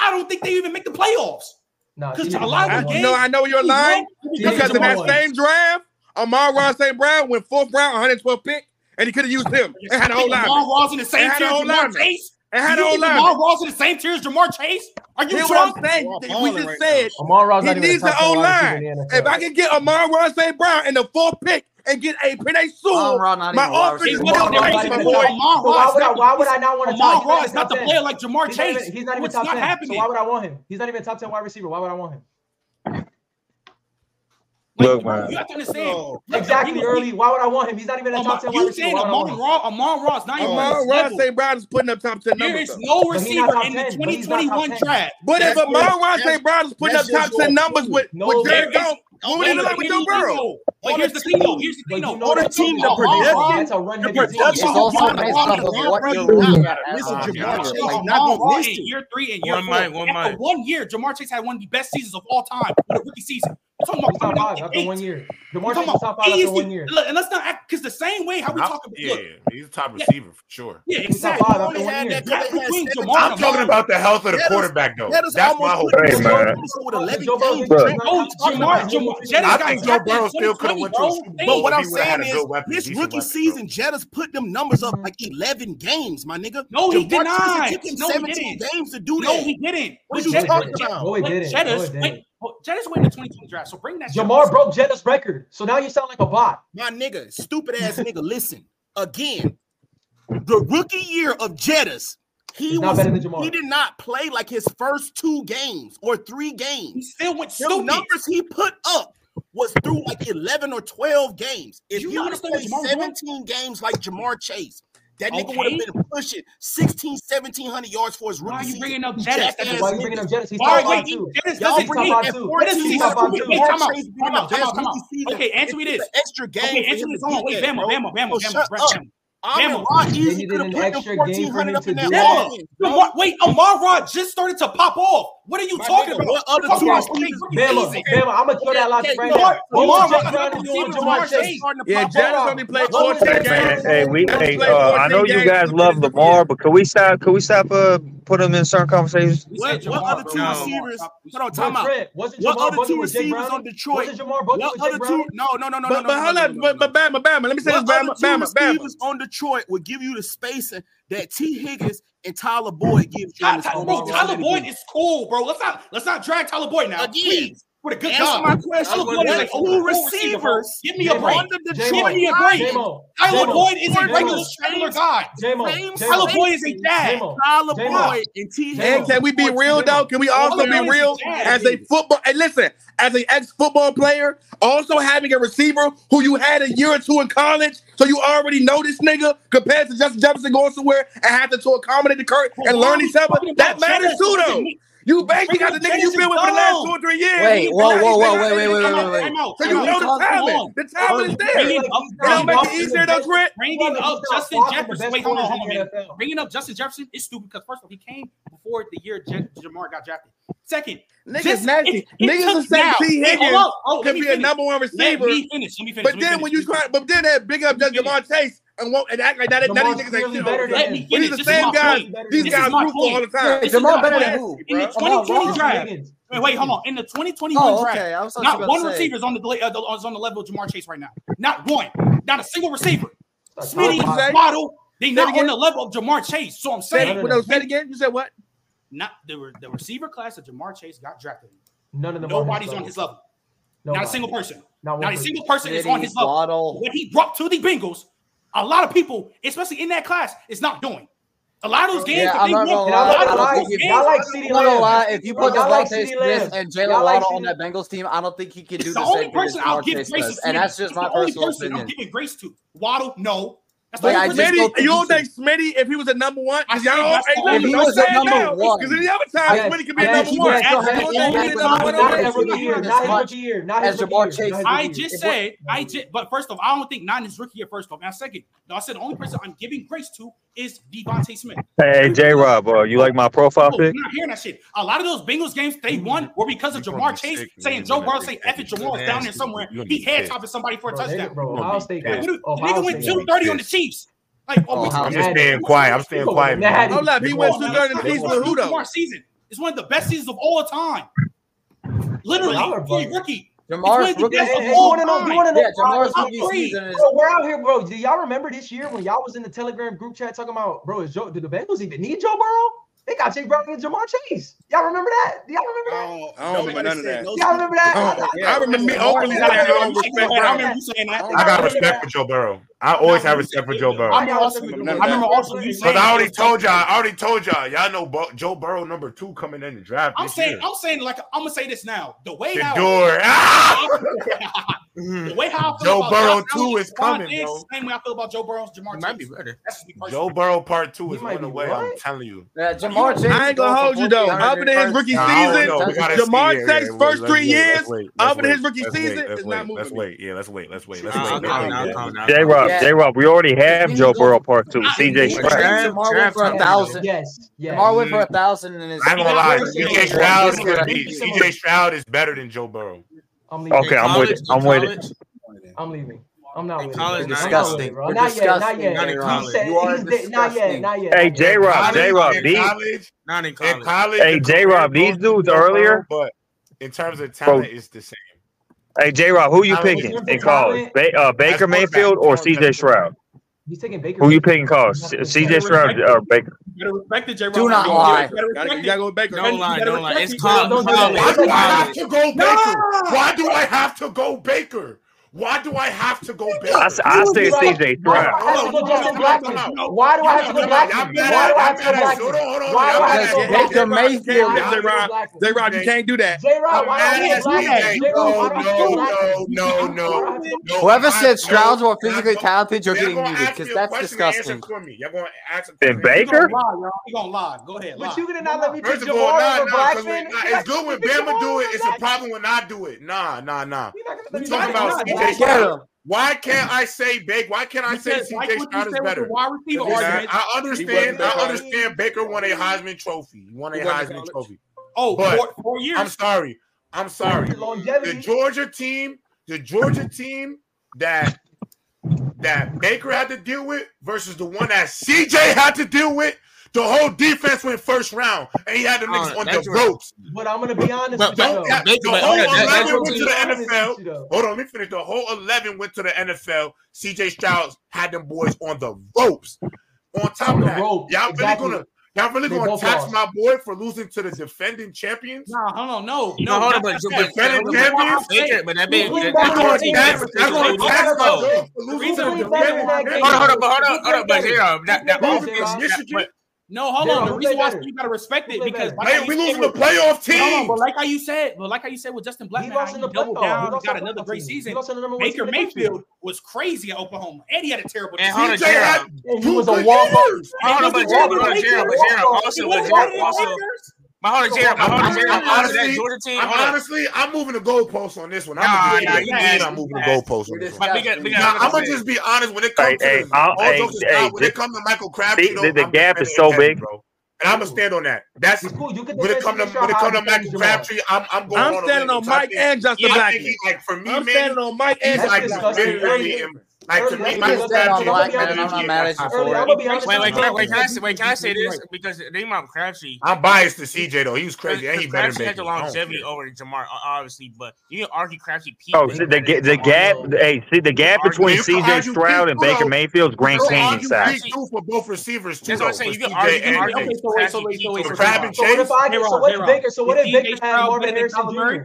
Speaker 3: I don't think they even make the playoffs
Speaker 7: Nah,
Speaker 3: because
Speaker 7: T.
Speaker 3: a lot
Speaker 1: I
Speaker 3: of
Speaker 7: Higgins
Speaker 3: the
Speaker 7: won.
Speaker 3: games.
Speaker 1: know, I know you're
Speaker 3: we won
Speaker 1: lying
Speaker 3: because
Speaker 1: because
Speaker 3: of
Speaker 1: in
Speaker 7: Jamar
Speaker 1: that
Speaker 3: Jamar.
Speaker 7: won.
Speaker 1: same draft, Amar Ross St. Brown went fourth round, 112 pick, and he could have used him. It had a whole lineman.
Speaker 3: Jamar Rawls in the
Speaker 1: They
Speaker 3: same
Speaker 1: had
Speaker 3: tier
Speaker 1: a
Speaker 3: as
Speaker 1: whole
Speaker 3: Jamar
Speaker 1: lineman.
Speaker 3: Chase.
Speaker 1: It had a
Speaker 3: You
Speaker 1: whole
Speaker 3: think
Speaker 1: lineman.
Speaker 3: Jamar Rawls in the same tier as Jamar Chase? Are you
Speaker 1: Hear what
Speaker 3: drunk?
Speaker 1: I'm saying?
Speaker 10: Y'all
Speaker 1: We
Speaker 10: balling
Speaker 1: just
Speaker 10: right
Speaker 1: said
Speaker 7: Amar Ross
Speaker 1: he
Speaker 7: not even a
Speaker 1: needs an
Speaker 7: top ten
Speaker 1: O
Speaker 7: wide receiver in
Speaker 1: line.
Speaker 7: the
Speaker 1: If I
Speaker 7: NFL.
Speaker 1: can get Amar Ross St. Brown in the fourth pick and get a Penny
Speaker 4: Ron
Speaker 1: Sewell,
Speaker 4: Ron, not
Speaker 1: my
Speaker 4: even a wide
Speaker 1: offense
Speaker 3: It
Speaker 1: is
Speaker 4: receiver.
Speaker 7: Amar
Speaker 1: still
Speaker 3: wasn't
Speaker 7: Ross
Speaker 1: crazy,
Speaker 7: not
Speaker 1: my
Speaker 7: even a
Speaker 3: crazy because
Speaker 1: boy.
Speaker 7: top.
Speaker 3: Amar
Speaker 7: So why
Speaker 3: Ross
Speaker 7: would I?
Speaker 3: not
Speaker 7: Why would I not want to top?
Speaker 3: Amar
Speaker 7: He's not even
Speaker 3: Ross not
Speaker 7: top
Speaker 3: the
Speaker 7: ten.
Speaker 3: player like Jamar
Speaker 7: He's not
Speaker 3: Chase.
Speaker 7: even. He's not even
Speaker 3: It's
Speaker 7: top
Speaker 3: not
Speaker 7: ten. So
Speaker 3: happening.
Speaker 7: why would I want him? He's not even a top ten wide receiver. Why would I want him?
Speaker 3: Like,
Speaker 6: Look,
Speaker 3: bro,
Speaker 6: man.
Speaker 3: you have to understand.
Speaker 10: No.
Speaker 3: You have to agree
Speaker 7: Exactly,
Speaker 3: with me.
Speaker 7: early. Why would I want him? He's not even a
Speaker 3: Amar,
Speaker 7: top ten wide
Speaker 3: you
Speaker 7: receiver.
Speaker 3: saying
Speaker 7: Why would I want
Speaker 3: Amar
Speaker 7: him?
Speaker 3: Raw, Amar Raw's not even on
Speaker 1: Amar
Speaker 3: this
Speaker 1: Ross
Speaker 3: level.
Speaker 1: St. Brown is putting up top 10
Speaker 3: There
Speaker 1: numbers,
Speaker 3: is
Speaker 1: though.
Speaker 3: no
Speaker 7: But he not
Speaker 3: receiver
Speaker 7: top
Speaker 3: in the
Speaker 7: 10, but he's not top
Speaker 3: 2021
Speaker 7: 10.
Speaker 3: draft.
Speaker 1: But if
Speaker 10: That's your
Speaker 1: Amar Ross
Speaker 10: that's,
Speaker 1: St. Brown is putting
Speaker 10: that's
Speaker 1: up top
Speaker 10: just your
Speaker 1: 10 numbers
Speaker 10: opinion.
Speaker 1: with, with
Speaker 7: No,
Speaker 1: Jared
Speaker 3: There is
Speaker 1: Goff, what would
Speaker 3: no
Speaker 1: it look like with Joe
Speaker 3: here's the thing
Speaker 1: Burrow?
Speaker 3: though. But
Speaker 10: On a
Speaker 3: here's the thing though.
Speaker 10: team,
Speaker 3: Here's the
Speaker 7: but you
Speaker 3: thing though.
Speaker 7: know
Speaker 10: on a
Speaker 3: We're
Speaker 7: that's
Speaker 10: team,
Speaker 3: talking
Speaker 10: the
Speaker 3: about Amar
Speaker 7: that's
Speaker 3: Raw.
Speaker 10: production,
Speaker 7: that's a run
Speaker 10: the
Speaker 7: heavy team.
Speaker 10: production
Speaker 4: It's
Speaker 3: Amar
Speaker 10: you
Speaker 4: also
Speaker 3: Raw,
Speaker 10: got
Speaker 4: based
Speaker 3: Amar
Speaker 4: off
Speaker 10: out
Speaker 4: of
Speaker 10: of
Speaker 3: Raw,
Speaker 10: it.
Speaker 4: what
Speaker 3: bro.
Speaker 4: you're
Speaker 10: You
Speaker 3: You have
Speaker 4: looking
Speaker 10: got
Speaker 4: at
Speaker 10: to
Speaker 4: at
Speaker 10: miss
Speaker 4: the time.
Speaker 10: a Jamar Chase.
Speaker 3: Amar,
Speaker 10: You're not
Speaker 3: Amar
Speaker 10: gonna
Speaker 3: Raw
Speaker 10: miss
Speaker 3: in
Speaker 10: it.
Speaker 3: year three and year
Speaker 14: One
Speaker 3: four.
Speaker 14: mic, one
Speaker 3: After
Speaker 14: mic.
Speaker 3: one year, Jamar Chase had one of the best seasons of all time with a rookie season. We're talking about
Speaker 7: He's
Speaker 3: coming
Speaker 7: top
Speaker 3: out
Speaker 7: five
Speaker 3: the
Speaker 7: after
Speaker 3: gate.
Speaker 7: one year.
Speaker 3: We're
Speaker 7: Jamar Chase
Speaker 3: talking
Speaker 7: is
Speaker 3: about
Speaker 7: top five after one
Speaker 3: AFC.
Speaker 7: year.
Speaker 3: Look, and let's not act because the same way how we
Speaker 9: I'm,
Speaker 3: talking.
Speaker 9: yeah
Speaker 3: Look,
Speaker 9: he's a top
Speaker 3: yeah.
Speaker 9: receiver for sure.
Speaker 3: yeah,
Speaker 7: He's top
Speaker 3: exactly.
Speaker 7: five
Speaker 10: They
Speaker 7: after
Speaker 10: only
Speaker 7: one
Speaker 10: had
Speaker 7: year.
Speaker 10: that because
Speaker 3: That's
Speaker 10: they had
Speaker 3: between
Speaker 10: seven
Speaker 3: Jamar and
Speaker 9: I'm
Speaker 10: top
Speaker 9: talking
Speaker 3: Amar.
Speaker 10: five.
Speaker 9: about the health of the
Speaker 10: That is
Speaker 9: quarterback though.
Speaker 10: that is
Speaker 9: That's my
Speaker 10: almost
Speaker 9: whole
Speaker 10: putting
Speaker 6: Hey,
Speaker 10: Joe
Speaker 9: point.
Speaker 6: man.
Speaker 10: Burrow with
Speaker 7: Bro, but
Speaker 10: 11
Speaker 7: Joe Burrow
Speaker 10: games in
Speaker 7: didn't do his
Speaker 6: Look.
Speaker 10: not even
Speaker 3: No,
Speaker 10: talking
Speaker 3: Jamar,
Speaker 10: about him.
Speaker 7: Jamar.
Speaker 3: Jamar, Jettas
Speaker 9: I
Speaker 3: got
Speaker 9: think
Speaker 3: drafted
Speaker 9: Joe
Speaker 3: in
Speaker 9: Burrow still could have
Speaker 3: 2020,
Speaker 9: went to a
Speaker 3: bro.
Speaker 9: Super
Speaker 3: They
Speaker 10: But
Speaker 9: Bowl
Speaker 10: what
Speaker 9: if
Speaker 10: I'm
Speaker 9: he would have had
Speaker 10: saying
Speaker 9: a
Speaker 10: is
Speaker 9: good weapon,
Speaker 10: his
Speaker 9: decent
Speaker 10: rookie
Speaker 9: weapon, bro.
Speaker 10: season, Jettas put them numbers up like 11 games, my nigga.
Speaker 3: No, he did
Speaker 10: Jamar Chase, it
Speaker 3: not.
Speaker 10: took him
Speaker 3: No, he
Speaker 10: 17
Speaker 3: didn't.
Speaker 10: games to do
Speaker 3: No,
Speaker 10: that.
Speaker 3: he didn't.
Speaker 10: What
Speaker 3: But
Speaker 10: are you
Speaker 3: Jet,
Speaker 7: No, it
Speaker 10: talking
Speaker 3: but
Speaker 7: didn't.
Speaker 3: Jet,
Speaker 10: about?
Speaker 7: No, it
Speaker 3: but
Speaker 7: didn't. No,
Speaker 3: Jettis
Speaker 7: it
Speaker 3: went.
Speaker 7: didn't.
Speaker 3: but Jettis went in the 2020 draft. So bring that shit.
Speaker 7: Jamar broke Jettas' record. So now you sound like a bot.
Speaker 10: My nigga, stupid ass nigga, listen. Again, the rookie year of Jettas, he
Speaker 7: He's not
Speaker 10: was
Speaker 7: better than
Speaker 10: he
Speaker 7: Jamar.
Speaker 10: did not play like his first two games or three
Speaker 3: He
Speaker 10: games.
Speaker 3: still went
Speaker 10: The
Speaker 3: stupid.
Speaker 10: numbers he put up was through like 11 or 12 games. If
Speaker 3: Do you
Speaker 10: he
Speaker 3: not
Speaker 10: would have
Speaker 3: understand what
Speaker 10: played
Speaker 3: Jamar was
Speaker 10: 17
Speaker 3: doing?
Speaker 10: games like Jamar Chase, that nigga would have
Speaker 3: Okay.
Speaker 10: been pushing 16, 1700 yards for his
Speaker 3: Why
Speaker 10: rookie
Speaker 3: are you
Speaker 10: season.
Speaker 3: bringing up
Speaker 10: You
Speaker 3: Jettis?
Speaker 10: jack
Speaker 3: That's
Speaker 7: So
Speaker 3: a,
Speaker 10: ass
Speaker 7: why are you bringing up
Speaker 10: niggas.
Speaker 7: Jettas? He's
Speaker 3: why
Speaker 10: Y'all
Speaker 7: top
Speaker 3: are
Speaker 7: five
Speaker 10: waiting.
Speaker 3: you?
Speaker 7: too.
Speaker 3: Jettis
Speaker 10: Y'all
Speaker 3: doesn't
Speaker 10: bring up
Speaker 3: count.
Speaker 10: at
Speaker 3: Jettis
Speaker 10: 14
Speaker 3: is
Speaker 10: years
Speaker 3: top five
Speaker 10: old,
Speaker 3: too. Wait,
Speaker 10: Jamar
Speaker 3: time out.
Speaker 10: Chase being
Speaker 3: Time
Speaker 10: the
Speaker 3: out. Time
Speaker 10: best
Speaker 3: out. Time
Speaker 10: rookie
Speaker 3: out.
Speaker 10: season.
Speaker 3: Okay,
Speaker 10: It
Speaker 3: answer me
Speaker 10: took an
Speaker 3: this.
Speaker 10: extra game
Speaker 3: Okay,
Speaker 10: for
Speaker 3: answer
Speaker 10: him
Speaker 3: me
Speaker 10: to
Speaker 3: this. Hold
Speaker 10: get
Speaker 3: on. Wait,
Speaker 10: that,
Speaker 3: Bama,
Speaker 10: bro.
Speaker 3: Bama, Bama,
Speaker 10: So
Speaker 3: Bama,
Speaker 10: shut
Speaker 3: Bra-
Speaker 10: up.
Speaker 3: Bama.
Speaker 10: Amon
Speaker 3: Bama.
Speaker 10: Ra
Speaker 7: They
Speaker 10: easily could
Speaker 7: needed
Speaker 10: have
Speaker 7: an
Speaker 10: put them
Speaker 7: extra game for
Speaker 10: 1400
Speaker 7: him
Speaker 10: up
Speaker 7: to
Speaker 10: in that
Speaker 7: do
Speaker 10: offense,
Speaker 7: that.
Speaker 10: bro.
Speaker 3: Yeah. Jamar, wait, Amar Rod just started to pop off. What are you
Speaker 10: My
Speaker 3: talking
Speaker 10: nigga,
Speaker 3: about?
Speaker 10: what other
Speaker 3: You're
Speaker 10: two
Speaker 3: talking about
Speaker 10: receivers?
Speaker 3: Steve
Speaker 10: Bama,
Speaker 3: Easy.
Speaker 10: Bama, I'ma kill that logic
Speaker 3: Yeah,
Speaker 10: right
Speaker 3: you know
Speaker 10: now.
Speaker 3: what?
Speaker 10: What
Speaker 3: Lamar
Speaker 10: was Jack
Speaker 3: Jackson
Speaker 10: Brown
Speaker 3: on
Speaker 10: doing?
Speaker 3: the team is
Speaker 10: Jamar
Speaker 3: Jamar
Speaker 10: Chase
Speaker 3: Chase.
Speaker 10: starting to
Speaker 6: Yeah,
Speaker 10: pop
Speaker 6: Jackson
Speaker 10: off.
Speaker 6: only
Speaker 10: What
Speaker 6: played
Speaker 10: was
Speaker 6: 14
Speaker 10: Jack Brown
Speaker 6: games.
Speaker 10: doing?
Speaker 6: Hey, we, hey, uh, I know you guys love Lamar, but could we stop? Could we stop? Uh, put him in certain conversations.
Speaker 10: What, what
Speaker 3: Jamar,
Speaker 10: other
Speaker 3: bro.
Speaker 10: two
Speaker 3: No.
Speaker 10: receivers? Hold on,
Speaker 7: But
Speaker 10: time out.
Speaker 7: Fred, wasn't
Speaker 10: What
Speaker 7: Jamar
Speaker 10: other
Speaker 7: Butler
Speaker 10: two
Speaker 7: with Jake
Speaker 10: receivers
Speaker 7: Brown?
Speaker 10: on Detroit?
Speaker 7: Wasn't Jamar Butler
Speaker 10: what
Speaker 7: with Jake
Speaker 10: other
Speaker 7: Brown?
Speaker 10: two? No, no, no, no,
Speaker 1: But
Speaker 10: no,
Speaker 1: but hold
Speaker 10: no, no,
Speaker 1: on,
Speaker 10: no, no,
Speaker 1: but
Speaker 10: no.
Speaker 1: but Bama, Bama. Let me say this,
Speaker 10: What other
Speaker 1: Bama,
Speaker 10: two
Speaker 1: Bama, Bama.
Speaker 10: receivers on Detroit would give you the spacing that T. Higgins and Tyler Boyd gives you on
Speaker 3: Ty-
Speaker 10: this
Speaker 3: Ty-
Speaker 10: on this
Speaker 3: bro, Tyler
Speaker 10: Cincinnati
Speaker 3: Boyd
Speaker 10: team?
Speaker 3: is cool, bro. Let's not let's not drag Tyler Boyd now.
Speaker 10: Again,
Speaker 3: please. What a good
Speaker 10: Answer
Speaker 3: job.
Speaker 10: my question.
Speaker 3: Tyler Boyd is
Speaker 10: What two
Speaker 3: an overall receiver, bro.
Speaker 10: receivers
Speaker 3: Give me oh, a break.
Speaker 10: on the
Speaker 3: Give
Speaker 10: Detroit
Speaker 3: me a break.
Speaker 10: Lions
Speaker 7: J-Mo,
Speaker 3: Tyler
Speaker 7: J-Mo,
Speaker 3: Boyd is a
Speaker 10: scored
Speaker 3: regular,
Speaker 10: those
Speaker 3: regular
Speaker 10: same
Speaker 3: guy.
Speaker 7: J-Mo,
Speaker 10: same
Speaker 3: Tyler
Speaker 7: J-Mo,
Speaker 3: Boyd is a
Speaker 10: spacing.
Speaker 3: dad.
Speaker 7: J-Mo,
Speaker 10: Tyler
Speaker 7: J-Mo,
Speaker 10: Boyd and T.
Speaker 7: J-Mo,
Speaker 1: And
Speaker 10: Higgins
Speaker 1: can we be
Speaker 10: scored
Speaker 1: real though?
Speaker 7: J-Mo.
Speaker 1: Can we
Speaker 3: Tyler
Speaker 1: also be
Speaker 3: Boyd is
Speaker 1: real
Speaker 3: a dad.
Speaker 1: as a football? And listen, as an ex-football player, also having a receiver who you had a year or two in college, so you already know this nigga compared to Justin Jefferson going somewhere and having to accommodate the current
Speaker 3: But
Speaker 1: and
Speaker 3: why are
Speaker 1: learn
Speaker 3: we
Speaker 1: each other.
Speaker 3: talking
Speaker 1: That
Speaker 3: about
Speaker 1: matters
Speaker 3: Jennings?
Speaker 1: too,
Speaker 3: It doesn't
Speaker 1: though.
Speaker 3: mean-
Speaker 1: You banking out the nigga
Speaker 3: Jennings
Speaker 1: you've
Speaker 3: is
Speaker 1: been with for the last two
Speaker 3: dumb.
Speaker 1: or three years,
Speaker 4: Wait,
Speaker 1: and
Speaker 4: whoa,
Speaker 1: now
Speaker 4: whoa,
Speaker 1: he's
Speaker 4: whoa,
Speaker 1: been out
Speaker 4: wait, wait,
Speaker 1: there
Speaker 4: wait,
Speaker 1: nigga
Speaker 4: wait,
Speaker 3: Time
Speaker 1: coming
Speaker 3: out,
Speaker 4: wait,
Speaker 1: in.
Speaker 4: wait.
Speaker 3: time out,
Speaker 1: So
Speaker 3: time
Speaker 1: you
Speaker 3: out.
Speaker 1: know
Speaker 10: Wait,
Speaker 1: the
Speaker 3: Let's move
Speaker 1: talent.
Speaker 3: on.
Speaker 1: The
Speaker 3: Bro,
Speaker 1: talent is there.
Speaker 3: bringing
Speaker 1: It
Speaker 7: Like he's
Speaker 3: up
Speaker 1: don't
Speaker 7: not
Speaker 3: Justin
Speaker 1: make it
Speaker 7: blocking
Speaker 3: Jefferson,
Speaker 7: the
Speaker 1: easier though,
Speaker 7: best.
Speaker 1: Trent.
Speaker 3: bringing
Speaker 7: Brother,
Speaker 3: up
Speaker 7: he's not
Speaker 3: Justin
Speaker 7: blocking the
Speaker 3: Jefferson.
Speaker 7: best
Speaker 3: Wait, hold
Speaker 7: corners
Speaker 3: on,
Speaker 7: in
Speaker 3: hold
Speaker 7: the
Speaker 3: on, man.
Speaker 7: NFL.
Speaker 3: Bringing up Justin Jefferson is stupid because first of all, he came before the year Ja- Jamar got drafted. Second,
Speaker 1: Niggas
Speaker 3: just it,
Speaker 1: nasty.
Speaker 3: it
Speaker 1: Niggas
Speaker 3: took
Speaker 1: will say
Speaker 3: now.
Speaker 1: T.
Speaker 3: Wait, hold
Speaker 1: Higgins
Speaker 3: on. Oh, let
Speaker 1: could
Speaker 3: me
Speaker 1: be a
Speaker 3: finish.
Speaker 1: number one
Speaker 3: Let
Speaker 1: receiver.
Speaker 3: me finish. Let me finish.
Speaker 1: But
Speaker 3: Let me
Speaker 1: then
Speaker 3: finish.
Speaker 1: when you try, but then that big up
Speaker 3: Let
Speaker 1: just
Speaker 3: me finish.
Speaker 1: Jamar Chase and won't and act like that. None of
Speaker 7: Jamar's
Speaker 1: these niggas ain't
Speaker 7: clearly
Speaker 1: shit over each other.
Speaker 7: better than
Speaker 3: Let
Speaker 7: him.
Speaker 3: me
Speaker 1: But these
Speaker 3: finish.
Speaker 1: the
Speaker 3: This is
Speaker 1: same
Speaker 3: my
Speaker 7: Jamar's
Speaker 1: guys.
Speaker 7: clearly
Speaker 3: point.
Speaker 1: These
Speaker 7: better than
Speaker 3: This
Speaker 7: him.
Speaker 3: is
Speaker 1: guys
Speaker 3: my
Speaker 1: roof for all
Speaker 3: point.
Speaker 1: the time.
Speaker 4: Wait,
Speaker 3: This is
Speaker 4: Jamal
Speaker 3: my
Speaker 4: better than
Speaker 3: point.
Speaker 4: who?
Speaker 3: In the
Speaker 7: bro.
Speaker 4: Jamal
Speaker 3: 2020
Speaker 4: Wilson?
Speaker 3: draft,
Speaker 7: Higgins.
Speaker 3: wait, wait, hold on. In the 2021
Speaker 4: Oh,
Speaker 3: draft,
Speaker 4: okay. I was actually
Speaker 3: not
Speaker 4: about to
Speaker 3: one
Speaker 4: say.
Speaker 3: receiver is on the uh, is on the level of Jamar Chase right now. Not one. Not a single receiver.
Speaker 7: Stop
Speaker 1: What
Speaker 3: Smitty,
Speaker 1: you
Speaker 7: talking.
Speaker 1: say?
Speaker 3: Waddle, they
Speaker 1: Say it
Speaker 3: not on
Speaker 1: again.
Speaker 3: the level of Jamar Chase. So I'm
Speaker 1: Say
Speaker 3: saying
Speaker 1: it.
Speaker 7: None of
Speaker 1: No,
Speaker 7: them.
Speaker 1: say it again. You said what?
Speaker 3: not the re- the receiver class that Jamar Chase got drafted.
Speaker 7: None of them are his
Speaker 3: Nobody's on
Speaker 7: level.
Speaker 3: his level. Not a
Speaker 7: Nobody.
Speaker 3: single person.
Speaker 7: Not
Speaker 3: Not
Speaker 7: one
Speaker 3: a
Speaker 7: person.
Speaker 3: single person is on
Speaker 4: Smitty,
Speaker 3: his level.
Speaker 4: Waddle.
Speaker 3: What he brought to the Bengals, a lot of people, especially in that class, is not doing. A lot of those games
Speaker 4: Yeah,
Speaker 3: that
Speaker 4: I'm
Speaker 3: they
Speaker 4: not
Speaker 3: won,
Speaker 4: gonna
Speaker 7: And
Speaker 3: a
Speaker 4: lie.
Speaker 7: I'm not
Speaker 3: lot
Speaker 7: gonna
Speaker 4: If
Speaker 3: of
Speaker 7: lie.
Speaker 4: you
Speaker 3: those
Speaker 4: if
Speaker 7: Y'all
Speaker 3: games,
Speaker 7: like
Speaker 4: I'm
Speaker 7: CeeDee
Speaker 4: not gonna
Speaker 7: Lamb.
Speaker 4: lie, if you
Speaker 7: Bro,
Speaker 4: put
Speaker 7: y'all like
Speaker 4: Devontae
Speaker 7: CeeDee
Speaker 4: Smith
Speaker 7: Lamb.
Speaker 4: and
Speaker 7: Y'all
Speaker 4: Jalen
Speaker 7: like
Speaker 4: Waddle on
Speaker 7: CeeDee
Speaker 4: that Bengals team, I don't think he could do
Speaker 3: it's
Speaker 4: the
Speaker 3: the only
Speaker 4: same thing as
Speaker 3: person I'll
Speaker 4: Jamar
Speaker 3: give
Speaker 4: Chase
Speaker 3: grace to
Speaker 4: does, and
Speaker 3: Smitty.
Speaker 4: that's just
Speaker 3: It's the
Speaker 4: my
Speaker 3: only
Speaker 4: personal
Speaker 3: person I'm
Speaker 4: opinion.
Speaker 3: giving grace to. Waddle, no. That's the
Speaker 4: Like
Speaker 1: But
Speaker 4: I
Speaker 3: only person.
Speaker 4: just
Speaker 1: Smitty,
Speaker 4: don't
Speaker 1: you
Speaker 4: think he
Speaker 1: don't
Speaker 4: can.
Speaker 1: think Smitty, if he was a number one,
Speaker 3: I
Speaker 1: because y'all
Speaker 3: said
Speaker 1: all,
Speaker 3: that's
Speaker 1: hey,
Speaker 3: the
Speaker 4: If
Speaker 1: listen,
Speaker 3: only
Speaker 4: he
Speaker 1: don't
Speaker 4: was
Speaker 1: say
Speaker 4: a
Speaker 1: it
Speaker 3: person.
Speaker 4: number
Speaker 1: now,
Speaker 4: one,
Speaker 1: because any other time
Speaker 7: Yes,
Speaker 1: Smitty could be a
Speaker 4: I think
Speaker 7: yes,
Speaker 1: number
Speaker 4: he
Speaker 1: one.
Speaker 4: would
Speaker 7: yes,
Speaker 4: still have
Speaker 1: You
Speaker 7: yes,
Speaker 4: an
Speaker 1: don't think he
Speaker 7: yes.
Speaker 1: be
Speaker 4: impact on
Speaker 1: a number
Speaker 4: the
Speaker 1: one on
Speaker 7: But not
Speaker 4: Bengals
Speaker 1: that?
Speaker 7: every
Speaker 4: team
Speaker 7: year.
Speaker 4: as
Speaker 7: Not his
Speaker 4: much
Speaker 7: rookie year. Not
Speaker 4: as
Speaker 7: his
Speaker 4: Jamar
Speaker 7: rookie year. Not
Speaker 4: Chase
Speaker 7: his
Speaker 3: I
Speaker 7: rookie
Speaker 4: did.
Speaker 7: year.
Speaker 3: just
Speaker 4: If we're
Speaker 3: said, I just, but first off, I don't think not in his rookie year, first off. Now, second, no, I said the only person I'm giving grace to is Devontae Smith.
Speaker 6: Hey,
Speaker 3: Everybody
Speaker 6: J.
Speaker 3: else,
Speaker 6: Rob, uh, you
Speaker 3: no,
Speaker 6: like my profile
Speaker 3: no,
Speaker 6: pic?
Speaker 3: you're not hearing that shit. A lot of those Bengals games they won were because of
Speaker 14: You're gonna
Speaker 3: Jamar
Speaker 14: be
Speaker 3: Chase
Speaker 14: sick, man.
Speaker 3: saying
Speaker 14: You're
Speaker 3: Joe
Speaker 14: gonna
Speaker 3: Burrow
Speaker 14: be
Speaker 3: say
Speaker 14: sick.
Speaker 3: F it,
Speaker 14: You're
Speaker 3: Jamar's
Speaker 14: gonna
Speaker 3: down there
Speaker 14: ask you.
Speaker 3: somewhere.
Speaker 14: You're gonna
Speaker 3: He
Speaker 14: be
Speaker 3: head
Speaker 14: pissed.
Speaker 3: topping somebody for a
Speaker 7: Bro,
Speaker 3: touchdown.
Speaker 7: nigga,
Speaker 14: You're
Speaker 7: bro,
Speaker 14: gonna
Speaker 7: Ohio
Speaker 14: be
Speaker 7: State
Speaker 3: What
Speaker 7: got
Speaker 14: pissed.
Speaker 3: do- the
Speaker 7: Ohio
Speaker 3: nigga
Speaker 14: You're
Speaker 7: State got
Speaker 3: went two
Speaker 14: gonna be
Speaker 3: thirty on the
Speaker 14: pissed.
Speaker 3: Chiefs. Like, are we
Speaker 4: Oh,
Speaker 14: I'm
Speaker 3: talking
Speaker 14: just
Speaker 3: about?
Speaker 7: mad at
Speaker 14: staying
Speaker 7: him.
Speaker 14: quiet. I'm staying
Speaker 7: They was
Speaker 14: quiet, bro.
Speaker 7: mad at
Speaker 1: Hold
Speaker 7: him.
Speaker 1: up,
Speaker 14: They
Speaker 1: he
Speaker 3: Come
Speaker 1: went
Speaker 14: want
Speaker 3: on,
Speaker 1: two
Speaker 3: man. Let's
Speaker 1: thirty to
Speaker 3: not
Speaker 14: they
Speaker 1: Chiefs
Speaker 3: let's
Speaker 14: want
Speaker 1: for
Speaker 3: not
Speaker 1: who
Speaker 3: do Jamar's
Speaker 1: though?
Speaker 3: season. It's one of the best seasons of all time.
Speaker 7: Bro, y'all
Speaker 3: Literally,
Speaker 7: are
Speaker 3: really,
Speaker 7: bugging.
Speaker 3: rookie. It's one
Speaker 4: Jamar's
Speaker 3: of the
Speaker 4: rookie
Speaker 3: best
Speaker 7: And,
Speaker 3: of
Speaker 7: and you
Speaker 3: all
Speaker 4: season.
Speaker 7: want to know? You
Speaker 3: time.
Speaker 7: want to
Speaker 4: Yeah,
Speaker 7: know why
Speaker 4: Jamar's
Speaker 7: it's
Speaker 3: Top
Speaker 7: not
Speaker 4: rookie
Speaker 7: crazy?
Speaker 3: three.
Speaker 4: season is
Speaker 7: Bro, we're out here, bro. Do y'all remember this year when y'all was in the Telegram group chat talking about, bro, is Joe? Do the Bengals even need Joe Burrow? They got Jake Brown and Jamar Chase. Y'all remember that? Do y'all remember that?
Speaker 10: Oh,
Speaker 1: I don't remember
Speaker 10: nobody
Speaker 1: none of
Speaker 10: said
Speaker 1: that.
Speaker 10: no
Speaker 7: Y'all remember
Speaker 10: speakers.
Speaker 7: that?
Speaker 1: I
Speaker 7: I,
Speaker 1: don't.
Speaker 7: I,
Speaker 1: I
Speaker 4: yeah.
Speaker 1: remember me
Speaker 4: Jamar
Speaker 1: openly
Speaker 4: Chase
Speaker 1: saying I
Speaker 4: is a
Speaker 7: I,
Speaker 1: don't
Speaker 3: You
Speaker 1: respect
Speaker 3: said that. I remember
Speaker 1: Brown.
Speaker 3: you saying
Speaker 4: I
Speaker 3: that.
Speaker 4: don't
Speaker 7: I,
Speaker 9: I got
Speaker 4: remember
Speaker 7: remember
Speaker 9: respect
Speaker 7: that.
Speaker 9: for Joe Burrow. I
Speaker 3: No, I
Speaker 9: always have
Speaker 3: remember you
Speaker 9: respect for
Speaker 3: saying-
Speaker 9: Joe
Speaker 3: I
Speaker 9: Burrow.
Speaker 7: I
Speaker 3: remember
Speaker 7: got
Speaker 3: also.
Speaker 7: respect for Joe
Speaker 1: None of that.
Speaker 7: Burrow.
Speaker 3: I remember
Speaker 7: Joe
Speaker 3: also
Speaker 7: Burrow
Speaker 3: you
Speaker 7: is
Speaker 3: saying
Speaker 9: Cause I
Speaker 7: great.
Speaker 3: that
Speaker 9: already
Speaker 3: Joe Burrow is
Speaker 9: told y'all,
Speaker 3: great.
Speaker 9: I already told y'all, y'all know Bo- Joe Burrow number two coming in the draft
Speaker 3: I'm
Speaker 9: this
Speaker 3: saying,
Speaker 9: year.
Speaker 3: I'm saying, like I'm gonna say this now. The way
Speaker 9: The
Speaker 3: how
Speaker 9: door, ah!
Speaker 3: the way how I feel
Speaker 9: Joe
Speaker 3: about Josh
Speaker 9: Burrow
Speaker 3: Allen
Speaker 9: two is
Speaker 3: and Stephon
Speaker 9: coming,
Speaker 3: Diggs,
Speaker 9: bro.
Speaker 3: the same way I feel about Joe Burrow, and
Speaker 14: He
Speaker 3: Jamar
Speaker 14: might be
Speaker 3: Chase.
Speaker 14: better.
Speaker 3: That's just me
Speaker 9: Joe
Speaker 3: personally.
Speaker 9: Burrow part two
Speaker 7: You
Speaker 9: is
Speaker 7: might
Speaker 9: on
Speaker 7: be
Speaker 9: the way. I'm
Speaker 7: what?
Speaker 9: telling you.
Speaker 4: that. Yeah,
Speaker 3: Now, you
Speaker 4: Jamar
Speaker 3: know,
Speaker 4: Chase
Speaker 1: I
Speaker 4: is going
Speaker 1: ain't gonna
Speaker 4: for
Speaker 1: hold you though.
Speaker 4: 1,400
Speaker 1: Other
Speaker 4: in
Speaker 1: than
Speaker 4: first
Speaker 1: his rookie
Speaker 9: Nah, I don't
Speaker 1: season,
Speaker 9: know. We
Speaker 4: touchdowns.
Speaker 9: gotta see.
Speaker 1: Jamar
Speaker 9: Yeah, yeah.
Speaker 1: Chase
Speaker 9: Well,
Speaker 1: first
Speaker 9: let's
Speaker 1: three
Speaker 9: wait. Let's
Speaker 1: years,
Speaker 9: wait. Let's
Speaker 1: other than his
Speaker 9: wait.
Speaker 1: rookie
Speaker 9: Let's wait.
Speaker 1: season,
Speaker 9: Let's
Speaker 1: is not
Speaker 9: wait. Let's
Speaker 1: moving me.
Speaker 9: wait. Yeah, let's wait. Let's wait. Let's
Speaker 14: Nah,
Speaker 9: wait.
Speaker 14: I'm
Speaker 9: They
Speaker 14: calm
Speaker 9: ain't
Speaker 14: down. I'm
Speaker 9: yet.
Speaker 14: calm down. I'm
Speaker 6: J.
Speaker 14: calm down.
Speaker 6: Rob,
Speaker 4: Yeah,
Speaker 6: J. Rob, we already
Speaker 4: if
Speaker 6: have
Speaker 4: any
Speaker 6: Joe Burrow
Speaker 4: goes,
Speaker 6: part two.
Speaker 3: I,
Speaker 6: C.J.
Speaker 4: if
Speaker 14: But
Speaker 6: Stroud.
Speaker 4: if
Speaker 14: draft,
Speaker 4: Jamar went
Speaker 14: draft
Speaker 4: for a
Speaker 14: time
Speaker 7: Yes,
Speaker 14: though.
Speaker 4: thousand,
Speaker 7: yes,
Speaker 4: Jamar
Speaker 7: yes.
Speaker 4: went for
Speaker 9: Mm,
Speaker 4: a thousand in his
Speaker 9: I ain't
Speaker 3: and
Speaker 9: gonna
Speaker 4: rookie
Speaker 3: I
Speaker 9: lie.
Speaker 3: will
Speaker 4: year.
Speaker 3: say
Speaker 4: He
Speaker 9: CJ
Speaker 4: went
Speaker 3: this.
Speaker 9: Stroud
Speaker 4: this
Speaker 9: is
Speaker 4: year.
Speaker 9: gonna
Speaker 3: Let
Speaker 9: be
Speaker 3: me say
Speaker 9: CJ
Speaker 3: this.
Speaker 9: Stroud is better than Joe Burrow.
Speaker 7: I'm
Speaker 6: Okay,
Speaker 14: In
Speaker 6: I'm with
Speaker 7: leaving.
Speaker 14: college,
Speaker 6: it.
Speaker 14: in
Speaker 6: I'm with it.
Speaker 14: college,
Speaker 7: I'm leaving. I'm not
Speaker 14: in
Speaker 7: with it,
Speaker 4: You're
Speaker 14: college, not in college.
Speaker 7: bro. I'm not with it,
Speaker 4: disgusting.
Speaker 7: bro.
Speaker 4: You're
Speaker 7: Not yet. Not
Speaker 4: disgusting,
Speaker 14: Not
Speaker 7: yet.
Speaker 14: in
Speaker 4: J.
Speaker 7: He
Speaker 4: Rob.
Speaker 14: college.
Speaker 7: said
Speaker 4: You are
Speaker 7: he's dead. Not yet.
Speaker 4: disgusting.
Speaker 7: Not yet.
Speaker 6: Hey,
Speaker 7: Not yet.
Speaker 6: J.
Speaker 9: In
Speaker 7: Not
Speaker 6: Rob,
Speaker 7: yet.
Speaker 6: J.
Speaker 9: college,
Speaker 6: Rob,
Speaker 9: in
Speaker 6: these,
Speaker 9: college,
Speaker 14: Not in
Speaker 9: in
Speaker 14: college.
Speaker 9: college,
Speaker 6: hey,
Speaker 9: the
Speaker 6: J.
Speaker 9: career
Speaker 6: Rob,
Speaker 9: goes
Speaker 6: these
Speaker 9: to
Speaker 6: dudes
Speaker 9: Joe Burrow,
Speaker 6: earlier,
Speaker 9: but in terms of
Speaker 6: bro.
Speaker 9: talent, it's the same.
Speaker 6: Hey, J. Rob, who you
Speaker 9: Talent
Speaker 7: In
Speaker 6: picking
Speaker 9: is
Speaker 7: terms
Speaker 9: the
Speaker 6: in
Speaker 7: of
Speaker 9: same.
Speaker 6: college?
Speaker 7: talent,
Speaker 6: Ba- uh,
Speaker 9: As
Speaker 6: Baker
Speaker 9: quarterback,
Speaker 6: Mayfield
Speaker 9: in
Speaker 6: or
Speaker 9: terms as
Speaker 6: C.J. Stroud?
Speaker 9: quarterback.
Speaker 7: he's taking Baker
Speaker 6: Who you
Speaker 7: Mayfield.
Speaker 6: picking in college?
Speaker 7: Not for
Speaker 6: C.J.
Speaker 3: Better
Speaker 7: Stroud.
Speaker 6: Stroud
Speaker 3: respect it.
Speaker 6: or Baker?
Speaker 3: Better respect it,
Speaker 4: Do
Speaker 3: J. Rob.
Speaker 4: not
Speaker 3: Don't do it.
Speaker 4: lie.
Speaker 3: Better
Speaker 1: Gotta go, you
Speaker 3: respect
Speaker 1: gotta
Speaker 3: it.
Speaker 1: go with Baker.
Speaker 14: No
Speaker 3: And
Speaker 14: lie,
Speaker 3: better
Speaker 14: no lie.
Speaker 3: respect
Speaker 14: It's
Speaker 3: it, J.
Speaker 14: col-
Speaker 3: Rob.
Speaker 7: Don't do that.
Speaker 14: college.
Speaker 9: Why
Speaker 7: Don't do
Speaker 9: do I
Speaker 14: College.
Speaker 7: that.
Speaker 9: have to go Baker?
Speaker 3: Nah.
Speaker 9: Why do I have to go Baker? Why do I have to go
Speaker 6: I,
Speaker 9: Baker?
Speaker 6: s-
Speaker 3: You
Speaker 6: I
Speaker 3: was
Speaker 6: say
Speaker 7: Why do
Speaker 3: right.
Speaker 6: C.J.
Speaker 7: why do
Speaker 6: Stroud.
Speaker 3: Nah,
Speaker 7: I have
Speaker 9: Hold on,
Speaker 7: to
Speaker 3: bro.
Speaker 7: go
Speaker 9: time out,
Speaker 7: Justin
Speaker 9: time out, time
Speaker 7: Blackman?
Speaker 9: out.
Speaker 3: No,
Speaker 7: Why do I have
Speaker 9: Time
Speaker 7: to
Speaker 9: out,
Speaker 7: go
Speaker 9: time out. Y'all
Speaker 7: Blackman? Why do
Speaker 9: mad
Speaker 7: I
Speaker 9: at y'all
Speaker 7: have to go
Speaker 9: mad at Soto.
Speaker 7: Blackman?
Speaker 9: Hold on,
Speaker 7: Why do
Speaker 9: y'all
Speaker 7: I
Speaker 9: mad
Speaker 7: have to go
Speaker 9: at
Speaker 4: Wait,
Speaker 9: Soto
Speaker 1: J-Rod, you can't do that, J-Rod. J-Rod, you can't do that.
Speaker 7: J-Rod, why don't we have black men? J-Rod, why don't we have black men?
Speaker 9: No, no, no, no.
Speaker 4: Whoever
Speaker 9: I-
Speaker 4: said
Speaker 9: no,
Speaker 4: Stroud's more
Speaker 9: y'all
Speaker 4: physically
Speaker 9: gonna-
Speaker 4: talented, you're
Speaker 9: y'all
Speaker 4: getting
Speaker 9: gonna
Speaker 4: muted
Speaker 9: ask me
Speaker 4: because
Speaker 9: a
Speaker 4: that's
Speaker 9: question and answer
Speaker 4: disgusting.
Speaker 9: For me, y'all gonna ask a
Speaker 6: Then
Speaker 9: question.
Speaker 6: Baker?
Speaker 3: You gonna lie? Go ahead.
Speaker 7: But
Speaker 3: lie.
Speaker 7: you gonna not let me pick
Speaker 9: First of all,
Speaker 7: Jamar
Speaker 9: nah,
Speaker 7: over
Speaker 9: nah,
Speaker 7: black
Speaker 9: 'cause
Speaker 7: men?
Speaker 9: when- nah, it's good when Bama do it. It's a problem when I do it. Nah, nah, nah. We
Speaker 3: You're
Speaker 9: talking about
Speaker 3: not
Speaker 9: CJ
Speaker 3: black. Get
Speaker 9: Stroud.
Speaker 3: him.
Speaker 9: Why can't I say Baker? Why can't I say
Speaker 3: Because like
Speaker 9: CJ
Speaker 3: what you
Speaker 9: Stroud is
Speaker 3: said with
Speaker 9: better?
Speaker 3: the wide receiver
Speaker 9: Because
Speaker 3: argument,
Speaker 9: I
Speaker 3: he wasn't
Speaker 9: understand.
Speaker 3: better.
Speaker 9: I understand. Baker won a Heisman trophy. He won a
Speaker 3: He wasn't
Speaker 9: Heisman
Speaker 3: college.
Speaker 9: trophy.
Speaker 3: Oh,
Speaker 9: but
Speaker 3: four- four years.
Speaker 9: I'm sorry. I'm sorry. The Georgia team, the Georgia team that that Baker had to deal with versus the one that CJ had to deal with. The whole defense went first round, and he had the niggas
Speaker 7: Oh,
Speaker 9: on
Speaker 7: that's
Speaker 9: the
Speaker 7: right.
Speaker 9: ropes.
Speaker 7: But I'm gonna be honest
Speaker 9: But
Speaker 7: with you,
Speaker 9: don't
Speaker 7: though.
Speaker 9: cap-
Speaker 7: Baker,
Speaker 9: the
Speaker 7: but
Speaker 9: whole
Speaker 7: okay, that- that's
Speaker 9: 11
Speaker 7: what
Speaker 9: went to
Speaker 7: I'm
Speaker 9: the
Speaker 7: saying. Honest with you,
Speaker 9: NFL.
Speaker 7: though.
Speaker 9: Hold on, let me finish. The whole 11 went to the NFL. CJ Stroud had them boys on the ropes. On top of that, y'all
Speaker 3: exactly.
Speaker 9: really gonna y'all really
Speaker 3: They
Speaker 9: gonna
Speaker 3: both
Speaker 9: tax
Speaker 3: lost.
Speaker 9: my boy for losing to the defending champions?
Speaker 3: No, hold on, no,
Speaker 9: no,
Speaker 3: hold on,
Speaker 9: hold on,
Speaker 3: but-
Speaker 9: the
Speaker 3: but-
Speaker 9: defending
Speaker 3: but- but-
Speaker 9: champions.
Speaker 3: but- but- but that
Speaker 9: You
Speaker 3: being-
Speaker 9: clean
Speaker 3: that-
Speaker 9: better
Speaker 3: that's
Speaker 9: than
Speaker 3: what I'm
Speaker 9: tax-
Speaker 3: saying.
Speaker 9: that's gonna
Speaker 3: Hold on,
Speaker 9: tax my
Speaker 3: hold on.
Speaker 9: boy for
Speaker 3: The
Speaker 9: losing to
Speaker 3: reason
Speaker 9: the
Speaker 3: we
Speaker 9: defending
Speaker 3: better than that game-
Speaker 9: champions.
Speaker 3: Hold on, hold on, but hold on, hold on, but
Speaker 9: Who
Speaker 3: Zero, that-
Speaker 9: played
Speaker 3: that
Speaker 9: better?
Speaker 3: offense-
Speaker 9: Who played
Speaker 3: Michigan?
Speaker 9: better?
Speaker 3: No, hold on.
Speaker 9: Zero,
Speaker 3: The
Speaker 9: who
Speaker 3: reason
Speaker 9: played
Speaker 3: why
Speaker 9: better?
Speaker 3: you gotta respect it
Speaker 9: played
Speaker 3: because
Speaker 9: better?
Speaker 3: like
Speaker 9: Hey,
Speaker 3: you
Speaker 9: we
Speaker 3: said
Speaker 9: losing the
Speaker 3: with-
Speaker 9: playoff
Speaker 3: Hold on,
Speaker 9: team.
Speaker 3: but like how you said, but like how you said with Justin Blackman, how
Speaker 7: lost
Speaker 3: he
Speaker 7: in the
Speaker 3: doubled
Speaker 7: playoff. He
Speaker 3: down, and
Speaker 7: lost
Speaker 3: got
Speaker 7: in the
Speaker 3: another
Speaker 7: playoff
Speaker 3: great
Speaker 7: team.
Speaker 3: season.
Speaker 7: He lost to the number one
Speaker 3: Baker
Speaker 7: team in the country.
Speaker 3: Mayfield was crazy at Oklahoma, and he had a terrible.
Speaker 7: And hold on,
Speaker 3: season.
Speaker 7: Gerald. And he was a walk-off.
Speaker 3: And he
Speaker 7: Hold on,
Speaker 3: was
Speaker 7: but
Speaker 3: a
Speaker 7: Gerald,
Speaker 3: walk-off.
Speaker 7: hold on, Gerald, but Gerald, also
Speaker 3: He
Speaker 7: with
Speaker 3: was a
Speaker 7: Gerald,
Speaker 3: walk-off.
Speaker 7: also-
Speaker 3: but hold on, Gerald, but hold on,
Speaker 9: I'm-
Speaker 3: Gerald,
Speaker 9: I'm
Speaker 3: also that
Speaker 9: honestly-
Speaker 3: Georgia team,
Speaker 9: I'm
Speaker 3: hold on.
Speaker 9: honestly, I'm moving the goalpost on this one. I'm
Speaker 3: Nah,
Speaker 9: gonna be
Speaker 3: nah,
Speaker 9: honest.
Speaker 3: you mad.
Speaker 9: I'm moving the
Speaker 3: You mad.
Speaker 9: goalpost on
Speaker 3: You're
Speaker 9: this
Speaker 3: disgusting.
Speaker 9: one.
Speaker 3: But we got- we got
Speaker 9: Nah,
Speaker 3: another
Speaker 9: I'm gonna
Speaker 3: thing.
Speaker 9: just be honest. When it
Speaker 6: Hey,
Speaker 9: comes to
Speaker 6: hey,
Speaker 9: this,
Speaker 6: I'll-
Speaker 9: all
Speaker 6: hey,
Speaker 9: jokes
Speaker 6: hey,
Speaker 9: aside, when it
Speaker 6: the-
Speaker 9: comes to Michael
Speaker 6: See,
Speaker 9: Crabtree,
Speaker 6: the,
Speaker 9: though,
Speaker 6: the
Speaker 9: I'm
Speaker 6: gap
Speaker 9: defending
Speaker 6: is so
Speaker 9: heavy,
Speaker 6: big.
Speaker 9: bro. And I'm gonna stand on that. That's
Speaker 7: It's cool. You can
Speaker 9: when it
Speaker 7: defend
Speaker 9: comes
Speaker 7: CJ
Speaker 9: to when
Speaker 7: Stroud
Speaker 9: it
Speaker 7: how I
Speaker 9: comes to
Speaker 7: defended
Speaker 9: Michael
Speaker 7: Jamal.
Speaker 9: Crabtree, I'm I'm going
Speaker 1: I'm
Speaker 9: all the way
Speaker 1: standing
Speaker 9: with
Speaker 1: on
Speaker 9: him. I
Speaker 1: Mike
Speaker 9: think-
Speaker 1: and Justin
Speaker 9: I think
Speaker 1: Blackman.
Speaker 9: he like for me,
Speaker 1: I'm
Speaker 9: man.
Speaker 1: standing on Mike and
Speaker 9: He's
Speaker 7: That's
Speaker 9: like
Speaker 1: Justin Blackman.
Speaker 7: disgusting.
Speaker 9: literally,
Speaker 7: Early,
Speaker 9: in, like
Speaker 7: early,
Speaker 9: to me,
Speaker 7: that's
Speaker 9: Michael
Speaker 7: disgusting.
Speaker 9: Crabtree
Speaker 7: I'm gonna be
Speaker 9: is
Speaker 7: honest
Speaker 9: literally
Speaker 7: with you.
Speaker 9: in my
Speaker 7: Early,
Speaker 9: top
Speaker 7: I'm
Speaker 9: four.
Speaker 7: gonna be honest
Speaker 8: Wait,
Speaker 7: with you.
Speaker 8: wait, can I, wait, can I,
Speaker 7: though.
Speaker 8: say- wait, can I say this? Because the thing about Crabtree,
Speaker 9: I'm biased to CJ though. oh, He was
Speaker 8: Because
Speaker 9: crazy, and he better than
Speaker 8: Crabtree has
Speaker 9: Baker.
Speaker 8: the
Speaker 9: I don't
Speaker 8: longevity
Speaker 9: care.
Speaker 8: over Jamar, o- obviously, but you can argue Crabtree peaked.
Speaker 6: Oh,
Speaker 8: way
Speaker 6: see, the
Speaker 8: better
Speaker 6: ga-
Speaker 8: than
Speaker 6: the
Speaker 8: Jamar.
Speaker 6: gap. Hey, see, the gap
Speaker 8: argue-
Speaker 6: between
Speaker 9: You can
Speaker 6: C.J.
Speaker 9: argue peak
Speaker 6: Stroud and
Speaker 9: too
Speaker 6: Baker
Speaker 9: though.
Speaker 6: Mayfield's
Speaker 9: You
Speaker 6: grand
Speaker 9: can
Speaker 6: standing
Speaker 9: argue
Speaker 6: size.
Speaker 9: peak too for both receivers too
Speaker 8: That's what I'm
Speaker 9: though for
Speaker 8: saying. You can
Speaker 9: CJ
Speaker 8: argue. You
Speaker 9: and
Speaker 8: can argue
Speaker 9: Baker.
Speaker 3: Okay, so wait, so
Speaker 8: Crabtree
Speaker 3: wait, so
Speaker 8: peaked
Speaker 3: wait,
Speaker 9: For
Speaker 8: over
Speaker 3: so
Speaker 9: Crab
Speaker 8: Jamar.
Speaker 9: and
Speaker 3: J-Rock. So what if
Speaker 9: Chase,
Speaker 3: I so J-Rock,
Speaker 7: what if
Speaker 3: J-Rock.
Speaker 7: Baker- so
Speaker 3: Is
Speaker 7: what if
Speaker 3: C.J.
Speaker 7: Baker had
Speaker 3: Stroud
Speaker 7: Marvin
Speaker 3: better than
Speaker 7: Harrison
Speaker 3: Kyler Murray?
Speaker 7: Jr.?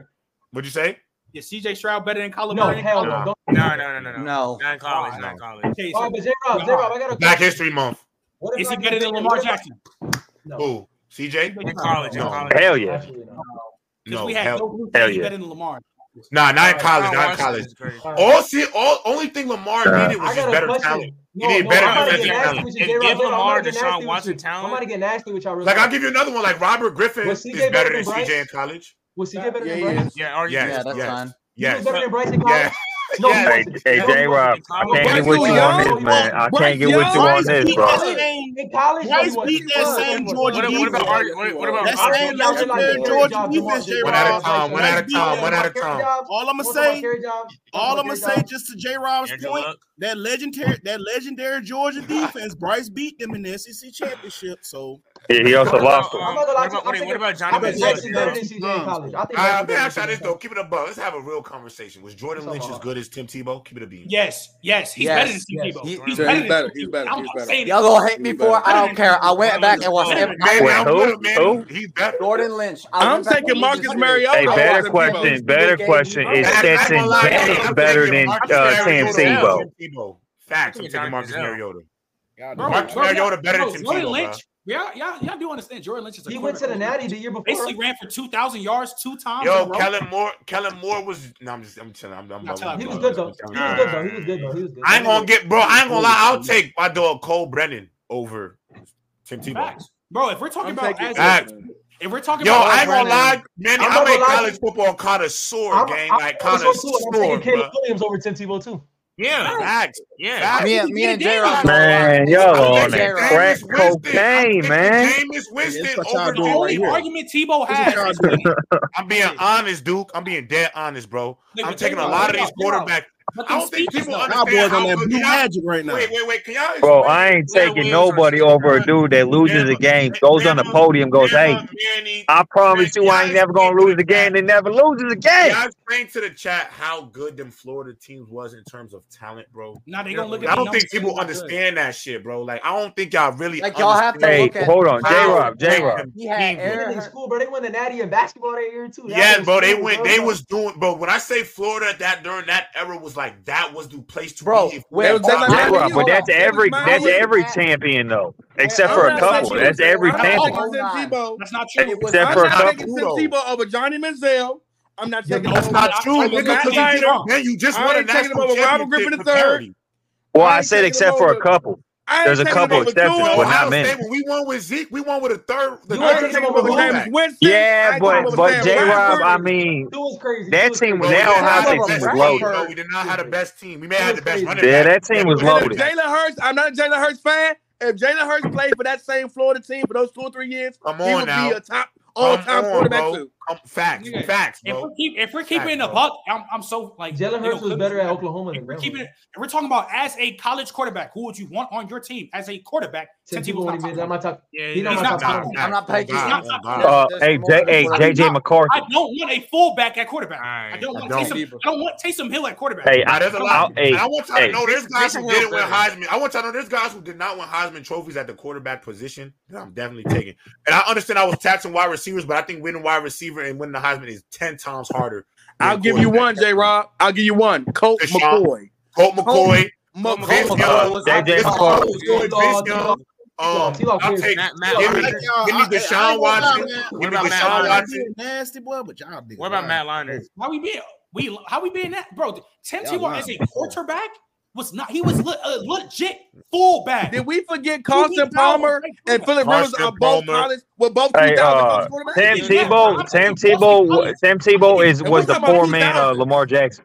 Speaker 9: What'd you say?
Speaker 3: Is C.J. Stroud better than Kyler
Speaker 7: No,
Speaker 3: Murray? in
Speaker 7: hell
Speaker 3: college?
Speaker 7: no. Don't
Speaker 8: No, no, no, no, no.
Speaker 4: No.
Speaker 8: Not in college. Not in
Speaker 9: No.
Speaker 8: college.
Speaker 3: Okay,
Speaker 7: All
Speaker 3: so
Speaker 7: right, but J Rob, J Rob, I got a
Speaker 9: Black
Speaker 7: question.
Speaker 9: History Month.
Speaker 7: What if
Speaker 3: is
Speaker 7: I
Speaker 3: he
Speaker 7: give
Speaker 3: better than
Speaker 7: Baker?
Speaker 3: Lamar
Speaker 7: What if I
Speaker 3: Jackson?
Speaker 7: no?
Speaker 9: Who? CJ?
Speaker 3: C.J.
Speaker 8: In
Speaker 3: Stroud.
Speaker 8: college, in
Speaker 9: No.
Speaker 8: college.
Speaker 6: Hell yeah,
Speaker 7: Absolutely not.
Speaker 3: Because we
Speaker 9: No.
Speaker 3: had
Speaker 9: Hell.
Speaker 3: Joe Blue
Speaker 6: hell
Speaker 3: saying he
Speaker 6: yeah.
Speaker 3: better than Lamar.
Speaker 9: Nah, not in
Speaker 7: All right,
Speaker 9: college.
Speaker 8: Sean
Speaker 9: Not in
Speaker 8: Watson
Speaker 9: college.
Speaker 8: is crazy.
Speaker 7: all right.
Speaker 9: All see, all only thing Lamar
Speaker 6: Uh,
Speaker 9: needed was
Speaker 7: I
Speaker 9: just
Speaker 7: got a
Speaker 9: better
Speaker 7: question.
Speaker 9: talent. He
Speaker 7: No,
Speaker 9: needed
Speaker 7: no,
Speaker 9: better
Speaker 7: I'm about to
Speaker 8: Honestly,
Speaker 7: get
Speaker 9: defensive
Speaker 7: nasty
Speaker 9: talent.
Speaker 7: with you, J
Speaker 8: if
Speaker 7: Rob.
Speaker 8: give
Speaker 7: Later, I'm about
Speaker 8: Lamar
Speaker 7: to get
Speaker 8: Deshaun
Speaker 7: nasty with
Speaker 8: Watson
Speaker 7: you. I'm about
Speaker 8: talent,
Speaker 7: to get nasty with y'all real
Speaker 9: Like I'll
Speaker 7: quick.
Speaker 9: give you another one. Like Robert Griffin
Speaker 7: Was
Speaker 9: is
Speaker 7: CJ better
Speaker 9: better
Speaker 7: than
Speaker 9: than CJ in
Speaker 7: Bryce?
Speaker 9: college.
Speaker 7: Was CJ better
Speaker 1: Yeah,
Speaker 7: than
Speaker 1: he
Speaker 7: Bryce?
Speaker 1: is.
Speaker 8: yeah, arguably
Speaker 9: Yes,
Speaker 4: Yeah,
Speaker 8: yes.
Speaker 4: that's
Speaker 9: yes,
Speaker 4: fine.
Speaker 7: He was
Speaker 9: yes,
Speaker 7: better
Speaker 8: But
Speaker 7: than Bryce in college?
Speaker 9: yes,
Speaker 7: No, he
Speaker 9: yes.
Speaker 6: Hey,
Speaker 7: wasn't.
Speaker 6: hey,
Speaker 7: No, he
Speaker 6: J Rob, I
Speaker 8: in
Speaker 7: wasn't.
Speaker 8: college,
Speaker 6: can't get
Speaker 8: yes.
Speaker 1: But Bryce
Speaker 6: with you on
Speaker 1: was young.
Speaker 7: No,
Speaker 6: this,
Speaker 7: he
Speaker 6: man.
Speaker 7: wasn't.
Speaker 6: I
Speaker 14: Bryce
Speaker 6: can't get
Speaker 14: Young
Speaker 6: with you on
Speaker 14: Bryce
Speaker 6: this,
Speaker 7: In
Speaker 14: beat
Speaker 6: bro.
Speaker 14: that
Speaker 7: college,
Speaker 14: same
Speaker 7: in college, no, he
Speaker 14: Bryce
Speaker 7: wasn't.
Speaker 14: beat that
Speaker 7: He was.
Speaker 1: Was
Speaker 14: same
Speaker 1: he
Speaker 14: Georgia
Speaker 8: What,
Speaker 1: was?
Speaker 8: what
Speaker 1: He
Speaker 8: about
Speaker 14: defense.
Speaker 1: was.
Speaker 8: argu-
Speaker 1: He
Speaker 8: what, what
Speaker 1: was.
Speaker 8: about
Speaker 14: That
Speaker 7: All right,
Speaker 8: arguably
Speaker 14: same
Speaker 7: so
Speaker 14: Bryce
Speaker 7: y'all just
Speaker 8: Justin
Speaker 7: like
Speaker 14: playing
Speaker 7: to
Speaker 8: Fields?
Speaker 7: Terry
Speaker 14: Georgia
Speaker 7: Jobs, Jamal
Speaker 14: defense, J
Speaker 7: Chase.
Speaker 9: One
Speaker 7: That's
Speaker 14: Rob.
Speaker 7: what y'all
Speaker 9: at a
Speaker 7: just like
Speaker 9: time.
Speaker 7: to
Speaker 9: One
Speaker 14: They
Speaker 9: at
Speaker 14: beat
Speaker 7: y'all.
Speaker 9: a
Speaker 7: Y'all
Speaker 9: time.
Speaker 7: want to
Speaker 9: One
Speaker 14: them.
Speaker 9: at
Speaker 7: talk
Speaker 9: a
Speaker 7: Terry
Speaker 9: time.
Speaker 7: Jobs?
Speaker 10: All I'm
Speaker 7: You
Speaker 10: gonna say, all I'm
Speaker 7: want to talk about Terry Jobs? You want to talk about
Speaker 10: gonna
Speaker 7: Terry
Speaker 10: say,
Speaker 7: Jobs?
Speaker 10: just to J. Rob's
Speaker 8: Andrew
Speaker 10: point,
Speaker 8: Luck.
Speaker 10: that legendary, that legendary Georgia defense, Bryce beat them in the SEC championship. So
Speaker 6: He he also
Speaker 8: What
Speaker 6: lost it.
Speaker 8: about
Speaker 7: I'm
Speaker 8: um?
Speaker 7: not gonna lie
Speaker 8: What
Speaker 7: to you.
Speaker 8: about
Speaker 7: I'm
Speaker 8: what, what
Speaker 7: thinking.
Speaker 8: about Johnny
Speaker 7: I
Speaker 10: that
Speaker 8: Manziel,
Speaker 7: think
Speaker 10: Bryce is
Speaker 7: Bryson better
Speaker 8: Gerald?
Speaker 10: better
Speaker 7: than CJ in college. I think
Speaker 9: All right,
Speaker 7: Bryson
Speaker 9: I'm gonna
Speaker 7: better than
Speaker 9: ask y'all
Speaker 7: CJ in
Speaker 9: this though.
Speaker 7: college.
Speaker 9: Keep it above. Let's have a real conversation. Was
Speaker 7: I'm
Speaker 9: Jordan
Speaker 7: talking
Speaker 9: Lynch
Speaker 7: about
Speaker 9: as good as Tim Tebow? Keep it a beam.
Speaker 3: Yes, yes, he's better than
Speaker 4: Yes.
Speaker 3: Tim Tebow.
Speaker 4: He-
Speaker 3: He's
Speaker 1: Yeah,
Speaker 3: better
Speaker 1: he's
Speaker 3: than
Speaker 1: better.
Speaker 3: Tim
Speaker 1: He's
Speaker 3: Tebow.
Speaker 1: better.
Speaker 3: I'm
Speaker 1: He's
Speaker 3: not
Speaker 1: better.
Speaker 3: saying
Speaker 4: Y'all gonna hate
Speaker 1: He's
Speaker 4: me
Speaker 1: better.
Speaker 4: for it. I
Speaker 3: better
Speaker 4: don't
Speaker 3: than
Speaker 4: care.
Speaker 3: Tim
Speaker 4: I
Speaker 3: Tebow.
Speaker 4: went back and watched
Speaker 3: Better
Speaker 4: every
Speaker 3: than
Speaker 9: Man,
Speaker 6: Wait,
Speaker 4: game.
Speaker 9: I'm with
Speaker 6: who?
Speaker 9: him, man.
Speaker 6: Who?
Speaker 9: He's better.
Speaker 4: Jordan Lynch. I went
Speaker 1: I'm
Speaker 4: back and looked
Speaker 1: taking
Speaker 4: into
Speaker 1: Marcus
Speaker 4: this.
Speaker 6: Hey,
Speaker 1: Mariota
Speaker 4: I
Speaker 1: over
Speaker 6: better
Speaker 4: watched every
Speaker 6: question.
Speaker 1: Tim Tebow.
Speaker 4: single
Speaker 6: Better
Speaker 4: game he
Speaker 6: question.
Speaker 4: played.
Speaker 6: Is
Speaker 9: Facts. I ain't
Speaker 6: Stetson
Speaker 9: gonna lie to you.
Speaker 6: Bennett
Speaker 9: I'm
Speaker 6: better
Speaker 9: taking
Speaker 6: than uh,
Speaker 9: Marcus
Speaker 8: Johnny
Speaker 6: Tim
Speaker 9: Mariota over
Speaker 6: Tebow?
Speaker 8: Manziel.
Speaker 9: Tim
Speaker 8: I'm
Speaker 9: Tebow. Facts. I'm
Speaker 8: thinking
Speaker 9: taking
Speaker 8: Johnny
Speaker 9: Marcus
Speaker 8: Manziel.
Speaker 9: Mariota.
Speaker 10: y'all
Speaker 3: Bro,
Speaker 10: niggas
Speaker 9: Marcus
Speaker 3: bro,
Speaker 10: wild.
Speaker 3: y'all,
Speaker 9: Mariota better
Speaker 3: bro,
Speaker 9: than Tim
Speaker 3: Jordan
Speaker 9: Tebow, bro.
Speaker 3: Lynch. Y'all, y'all, y'all do understand Jordan Lynch is a
Speaker 7: He went
Speaker 3: quarterback.
Speaker 7: to the
Speaker 3: who
Speaker 7: Natty the year before,
Speaker 3: Basically
Speaker 7: right?
Speaker 3: ran for two thousand yards two times in a
Speaker 9: Yo,
Speaker 3: row.
Speaker 9: Kellen Moore. Kellen Moore was. No, I'm just. I'm telling. I'm. I'm.
Speaker 3: Nah,
Speaker 9: I'm,
Speaker 3: chill out,
Speaker 9: I'm,
Speaker 7: He was
Speaker 3: bro.
Speaker 9: I'm,
Speaker 7: good
Speaker 9: just-
Speaker 7: though.
Speaker 9: I'm telling
Speaker 7: He
Speaker 9: you.
Speaker 7: was good though. He was good though. He was good.
Speaker 9: I
Speaker 7: That
Speaker 9: ain't gonna
Speaker 7: nigga.
Speaker 9: get, bro. I ain't gonna lie. I'll take my dog Cole Brennan over Tim Tebow.
Speaker 3: Facts, bro. If we're talking
Speaker 1: I'm
Speaker 3: about
Speaker 1: taking
Speaker 3: as a,
Speaker 9: Facts.
Speaker 1: Bryson.
Speaker 3: if we're talking
Speaker 9: Yo,
Speaker 3: about
Speaker 9: I
Speaker 3: as
Speaker 9: ain't gonna lie,
Speaker 7: I'm
Speaker 9: Manny. I'm
Speaker 7: not
Speaker 9: a
Speaker 7: gonna lie to
Speaker 9: college
Speaker 7: you.
Speaker 9: football connoisseur,
Speaker 7: I'm
Speaker 9: gang.
Speaker 7: I'm
Speaker 9: Like
Speaker 7: connoisseur too, and I'm taking
Speaker 9: connoisseur,
Speaker 7: Caleb
Speaker 9: bro.
Speaker 7: Williams over Tim Tebow too.
Speaker 8: Yeah,
Speaker 9: Facts.
Speaker 8: yeah.
Speaker 9: Facts.
Speaker 4: Me
Speaker 3: we
Speaker 4: and
Speaker 3: can
Speaker 4: me
Speaker 3: get
Speaker 4: and J Rob
Speaker 3: it down.
Speaker 4: gonna lie.
Speaker 6: Man,
Speaker 4: Me,
Speaker 6: y'all
Speaker 9: I'm
Speaker 4: me
Speaker 6: on
Speaker 4: and
Speaker 9: taking
Speaker 6: that
Speaker 4: J Rob.
Speaker 6: crack cocaine,
Speaker 9: Jameis Winston. I'm taking
Speaker 6: man.
Speaker 9: Jameis
Speaker 10: Hey, that's
Speaker 9: Winston
Speaker 10: what y'all
Speaker 9: over
Speaker 3: The
Speaker 10: doing right
Speaker 9: Tim
Speaker 3: only
Speaker 10: here.
Speaker 9: Tebow.
Speaker 3: argument Tebow
Speaker 10: That's what
Speaker 3: has
Speaker 10: y'all
Speaker 3: is
Speaker 10: doing.
Speaker 3: winning.
Speaker 9: I'm being
Speaker 3: Shit.
Speaker 9: honest, Duke. I'm being dead honest, bro.
Speaker 3: Wait,
Speaker 9: I'm
Speaker 3: but
Speaker 9: taking
Speaker 3: J
Speaker 9: a
Speaker 3: Rock,
Speaker 9: lot
Speaker 3: J
Speaker 9: of these
Speaker 3: Rock, J Rock.
Speaker 9: quarterbacks.
Speaker 3: But them
Speaker 9: I don't think
Speaker 3: speeches
Speaker 9: people
Speaker 3: though.
Speaker 10: Y'all boys on
Speaker 9: understand how
Speaker 10: that
Speaker 9: good.
Speaker 10: blue
Speaker 9: Can y'all
Speaker 10: magic right now.
Speaker 9: wait, wait, wait? Can y'all
Speaker 6: Bro, I ain't
Speaker 9: explain?
Speaker 8: Leonard
Speaker 6: taking
Speaker 8: Williams on
Speaker 6: nobody
Speaker 8: shit,
Speaker 6: over a
Speaker 8: bro.
Speaker 6: dude that loses a
Speaker 9: Bama,
Speaker 6: game, goes on the
Speaker 9: Bama,
Speaker 6: podium, goes, "Hey,
Speaker 9: Bama, Manny,
Speaker 6: I
Speaker 9: man.
Speaker 6: promise you,
Speaker 9: Can
Speaker 6: I
Speaker 9: y'all
Speaker 6: ain't never
Speaker 9: explain
Speaker 6: gonna
Speaker 9: to
Speaker 6: lose
Speaker 9: the
Speaker 6: a game
Speaker 9: chat?
Speaker 6: that never loses a
Speaker 9: Can
Speaker 6: game."
Speaker 9: y'all explain to the chat how good them Florida teams was in terms of talent, bro?
Speaker 3: Now they gonna look at
Speaker 9: I
Speaker 3: the
Speaker 9: don't
Speaker 3: numbers
Speaker 9: think
Speaker 3: and
Speaker 9: people
Speaker 3: how good.
Speaker 9: understand that shit, bro. Like, I don't think y'all really
Speaker 4: Like y'all have to
Speaker 9: understand
Speaker 6: Hey,
Speaker 4: look at
Speaker 6: hold on, J.
Speaker 4: how
Speaker 9: how
Speaker 6: Rob, J.
Speaker 9: great
Speaker 4: bad
Speaker 6: Rob.
Speaker 9: them
Speaker 4: he had
Speaker 9: teams
Speaker 7: That
Speaker 9: were.
Speaker 4: Air.
Speaker 7: nigga's
Speaker 4: Her-
Speaker 7: cool, bro. They won the Natty in basketball that year too. That
Speaker 9: Yes,
Speaker 7: nigga's
Speaker 9: bro. They
Speaker 7: cool,
Speaker 9: went.
Speaker 7: bro.
Speaker 9: They
Speaker 7: Like
Speaker 9: was doing, bro. When I say Florida, that during that era was like that was the place to be.
Speaker 4: bro,
Speaker 9: If you
Speaker 1: They
Speaker 4: with
Speaker 9: had
Speaker 1: was they
Speaker 4: all
Speaker 1: like
Speaker 6: J.
Speaker 9: talent,
Speaker 4: I
Speaker 1: Miami
Speaker 6: Rob,
Speaker 4: hold
Speaker 6: but
Speaker 1: U.
Speaker 4: on,
Speaker 6: that's
Speaker 1: They was
Speaker 6: every
Speaker 1: Miami
Speaker 4: I
Speaker 6: that's
Speaker 4: was
Speaker 1: U.
Speaker 6: every
Speaker 4: at
Speaker 6: champion though,
Speaker 4: with
Speaker 6: except
Speaker 1: I'm
Speaker 6: for
Speaker 4: all
Speaker 6: a
Speaker 1: not
Speaker 6: couple.
Speaker 1: taking.
Speaker 4: nine,
Speaker 6: That's
Speaker 4: with
Speaker 6: every
Speaker 1: I'm not
Speaker 4: all
Speaker 6: champion,
Speaker 1: taking
Speaker 4: oh
Speaker 1: Tim
Speaker 4: nine.
Speaker 1: Tebow.
Speaker 3: That's not true.
Speaker 4: It was
Speaker 6: except
Speaker 1: I'm
Speaker 6: for a
Speaker 1: not
Speaker 4: unbelievable.
Speaker 1: taking
Speaker 6: couple.
Speaker 1: Tim
Speaker 9: though.
Speaker 1: Tebow over Johnny Manziel. I'm not
Speaker 3: You're
Speaker 1: taking
Speaker 9: That's
Speaker 1: him
Speaker 3: not.
Speaker 9: not
Speaker 1: over
Speaker 3: I,
Speaker 9: true,
Speaker 3: I will
Speaker 1: over
Speaker 9: nigga.
Speaker 3: not
Speaker 1: Matt
Speaker 9: Cause
Speaker 3: say he's
Speaker 9: you,
Speaker 1: Leiter.
Speaker 3: wrong.
Speaker 9: man, you just
Speaker 3: I
Speaker 9: won
Speaker 1: I
Speaker 9: a
Speaker 1: ain't taking him
Speaker 9: national
Speaker 1: over Robert
Speaker 9: championship
Speaker 1: Griffin
Speaker 9: for
Speaker 1: III.
Speaker 9: parity.
Speaker 6: Well,
Speaker 1: I
Speaker 6: I,
Speaker 1: ain't
Speaker 6: said
Speaker 1: taking
Speaker 6: except
Speaker 1: him
Speaker 6: for
Speaker 1: over-
Speaker 6: a couple.
Speaker 1: I ain't
Speaker 6: There's a
Speaker 1: taking him
Speaker 6: couple
Speaker 1: over
Speaker 6: exceptions,
Speaker 1: Tua.
Speaker 6: but not
Speaker 1: Ohio
Speaker 6: many.
Speaker 9: State, when we won with Zeke, we won with a third. The
Speaker 7: You
Speaker 1: I ain't taking
Speaker 9: third
Speaker 1: him
Speaker 9: team
Speaker 1: over
Speaker 9: quarterback.
Speaker 1: James Winston. I
Speaker 6: Yeah,
Speaker 1: ain't taking him
Speaker 6: but
Speaker 1: over
Speaker 6: but
Speaker 1: Sam
Speaker 6: J Rob,
Speaker 1: Bradford.
Speaker 6: I mean,
Speaker 7: Two was crazy. Two
Speaker 6: that
Speaker 7: was
Speaker 6: team,
Speaker 7: crazy.
Speaker 6: that
Speaker 9: No, we didn't
Speaker 6: Ohio
Speaker 9: have
Speaker 6: State
Speaker 9: the
Speaker 6: team
Speaker 9: best
Speaker 6: was
Speaker 9: team.
Speaker 6: loaded.
Speaker 9: No, we did not have the best team. We may have had the best running
Speaker 6: Yeah,
Speaker 9: back.
Speaker 6: that team was
Speaker 9: could have
Speaker 1: And if
Speaker 6: loaded.
Speaker 9: protected
Speaker 1: Jalen Hurts, I'm not a Jalen Hurts fan. If Jalen Hurts played for that same Florida team for those two or three years,
Speaker 9: Come
Speaker 1: he
Speaker 9: on
Speaker 1: would
Speaker 9: now.
Speaker 1: be a top All-time quarterback, too.
Speaker 9: Facts,
Speaker 3: Nigga,
Speaker 9: facts,
Speaker 3: If
Speaker 9: bro.
Speaker 3: we're, keep, if we're keeping
Speaker 9: Facts,
Speaker 3: the
Speaker 9: bro.
Speaker 3: buck, I'm, I'm so like
Speaker 7: Jalen
Speaker 3: you know,
Speaker 7: Hurts was
Speaker 3: Clippers-
Speaker 7: better at Oklahoma
Speaker 3: If
Speaker 7: than
Speaker 3: we're
Speaker 7: Graham.
Speaker 3: keeping it, if we're talking about as a college quarterback, who would you want on your team as a quarterback?
Speaker 7: Tim Tebow
Speaker 3: Tebow not
Speaker 7: ain't
Speaker 3: top
Speaker 7: been- I'm not talking.
Speaker 3: Yeah,
Speaker 7: He
Speaker 3: yeah,
Speaker 7: not my
Speaker 3: he's not
Speaker 7: top
Speaker 3: top
Speaker 7: five.
Speaker 3: ten.
Speaker 7: I'm not picking-
Speaker 3: He's not
Speaker 7: Oh,
Speaker 3: top
Speaker 7: God.
Speaker 3: ten.
Speaker 6: Uh, hey, J- hey, JJ McCarthy.
Speaker 3: I don't want a fullback at quarterback. I don't
Speaker 6: I
Speaker 3: want
Speaker 6: don't.
Speaker 3: Taysom. I don't want Taysom Hill at quarterback.
Speaker 6: Hey,
Speaker 9: Nah, there's a lot.
Speaker 6: Hey,
Speaker 9: and I want y'all
Speaker 6: hey.
Speaker 9: to know there's guys who
Speaker 3: Taysom
Speaker 9: didn't
Speaker 3: Hill
Speaker 9: win
Speaker 3: better.
Speaker 9: Heisman. I want y'all to know there's guys who did not win Heisman trophies at the quarterback position that I'm definitely taking. And I understand I was taxing wide receivers, but I think winning wide receiver and winning the Heisman is ten times harder.
Speaker 1: I'll give you one, J. Rob. I'll give you one. Colt
Speaker 9: Deshaun.
Speaker 1: McCoy.
Speaker 9: Colt McCoy,
Speaker 1: Colt
Speaker 9: Vince
Speaker 1: McCoy.
Speaker 9: Young,
Speaker 6: J.J.
Speaker 9: Vince
Speaker 6: McCoy.
Speaker 9: Young, Vince Young. Um, I'll take
Speaker 10: Matt-
Speaker 14: Matt
Speaker 9: give me,
Speaker 14: Leinart.
Speaker 9: give me Deshaun Watson.
Speaker 14: What
Speaker 9: Give me
Speaker 14: about Matt
Speaker 9: Deshaun
Speaker 14: Leinart?
Speaker 9: Watson.
Speaker 10: Nasty boy, but y'all niggas.
Speaker 14: What about
Speaker 10: lying.
Speaker 14: Matt Liner?
Speaker 3: How we being? We how we being that, bro? Tim
Speaker 10: Y'all
Speaker 3: Tebow as a
Speaker 10: lying.
Speaker 3: quarterback was not. He was le- a legit fullback.
Speaker 1: Did we forget
Speaker 3: Who
Speaker 1: Carson
Speaker 3: we now
Speaker 1: Palmer
Speaker 3: replace
Speaker 1: and Philip Rivers
Speaker 9: Carson
Speaker 1: are both
Speaker 9: Palmer.
Speaker 1: college? We're both
Speaker 6: Hey,
Speaker 1: 2000
Speaker 6: uh,
Speaker 1: college quarterbacks.
Speaker 6: Tim
Speaker 14: Yeah,
Speaker 6: Tebow,
Speaker 3: Matt-
Speaker 6: Tim Tebow, wa- Tim Tebow is
Speaker 1: And
Speaker 6: was
Speaker 1: we
Speaker 6: the
Speaker 1: talking about
Speaker 6: poor man
Speaker 1: 2000.
Speaker 6: of Lamar Jackson.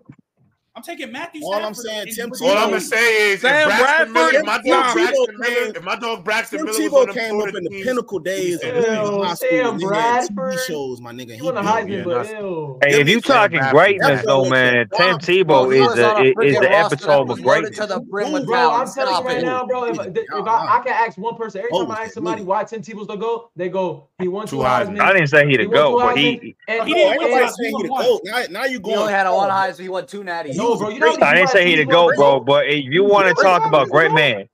Speaker 3: I'm taking Matthew.
Speaker 10: All I'm
Speaker 3: Stafford
Speaker 10: saying,
Speaker 3: and-
Speaker 10: Tim
Speaker 9: All I'm
Speaker 10: Tebow-
Speaker 9: gonna say is, if
Speaker 1: Sam
Speaker 9: Braxton
Speaker 1: Bradford,
Speaker 9: Miller, if my
Speaker 1: Tim
Speaker 9: dog Braxton
Speaker 10: Tebow,
Speaker 9: Miller,
Speaker 10: man.
Speaker 9: if my dog Braxton
Speaker 10: Tim
Speaker 9: Miller was
Speaker 10: Tebow
Speaker 9: on the
Speaker 10: came up
Speaker 9: Florida
Speaker 10: in the
Speaker 9: team,
Speaker 10: pinnacle days of high
Speaker 9: Ew,
Speaker 10: school
Speaker 7: Sam
Speaker 10: and they had TV
Speaker 7: Bradford.
Speaker 10: shows, my nigga.
Speaker 7: He
Speaker 10: He
Speaker 7: won the
Speaker 10: built
Speaker 7: Heisman,
Speaker 10: it.
Speaker 9: yeah,
Speaker 7: but
Speaker 9: that's-
Speaker 7: ew.
Speaker 6: Hey, if
Speaker 9: Them
Speaker 6: you
Speaker 9: niggas ain't
Speaker 6: talking
Speaker 9: rapping,
Speaker 6: greatness,
Speaker 9: man.
Speaker 6: though,
Speaker 10: That
Speaker 6: man,
Speaker 10: boy
Speaker 6: Tim
Speaker 10: was a- Bro,
Speaker 6: Tebow
Speaker 10: he
Speaker 6: is
Speaker 10: was
Speaker 6: the
Speaker 10: on a
Speaker 6: i- is
Speaker 10: freaking
Speaker 6: the
Speaker 10: roster that
Speaker 6: epitome
Speaker 10: was
Speaker 6: of
Speaker 10: loaded to
Speaker 6: greatness.
Speaker 10: the brim with
Speaker 7: Bro, I'm
Speaker 10: talent. Get
Speaker 7: telling you
Speaker 10: off
Speaker 7: right
Speaker 10: it.
Speaker 7: now, bro. If,
Speaker 10: Nigga,
Speaker 7: if
Speaker 10: y'all
Speaker 7: I, I
Speaker 10: lying.
Speaker 7: can ask one person every
Speaker 10: Hoes
Speaker 7: time I ask
Speaker 10: that
Speaker 7: somebody
Speaker 10: nigga.
Speaker 7: why Tim Tebow's the go, they go, he won two
Speaker 9: Two Heisman.
Speaker 6: I
Speaker 7: Heisman,
Speaker 6: didn't say he
Speaker 7: he
Speaker 6: to
Speaker 7: won two
Speaker 6: go, but
Speaker 7: Heisman,
Speaker 6: he.
Speaker 7: and
Speaker 3: He
Speaker 10: No,
Speaker 3: didn't
Speaker 7: and,
Speaker 3: win
Speaker 10: everybody
Speaker 3: Heisman,
Speaker 10: saying
Speaker 3: he
Speaker 10: he the
Speaker 3: won
Speaker 10: GOAT. Now, now you
Speaker 4: He only
Speaker 10: going.
Speaker 4: had a
Speaker 10: Oh,
Speaker 4: one Heisman. He won two natties.
Speaker 10: you
Speaker 7: no,
Speaker 10: was
Speaker 7: bro, you know how
Speaker 10: great.
Speaker 7: many
Speaker 6: I
Speaker 7: people
Speaker 6: didn't
Speaker 7: I
Speaker 6: say
Speaker 7: think
Speaker 6: he
Speaker 7: he
Speaker 6: the
Speaker 7: won
Speaker 6: goat, bro.
Speaker 7: great.
Speaker 6: But if you
Speaker 7: He was
Speaker 6: want
Speaker 7: a
Speaker 6: to
Speaker 7: great
Speaker 6: talk
Speaker 7: Heisman,
Speaker 6: about great
Speaker 7: bro.
Speaker 6: man,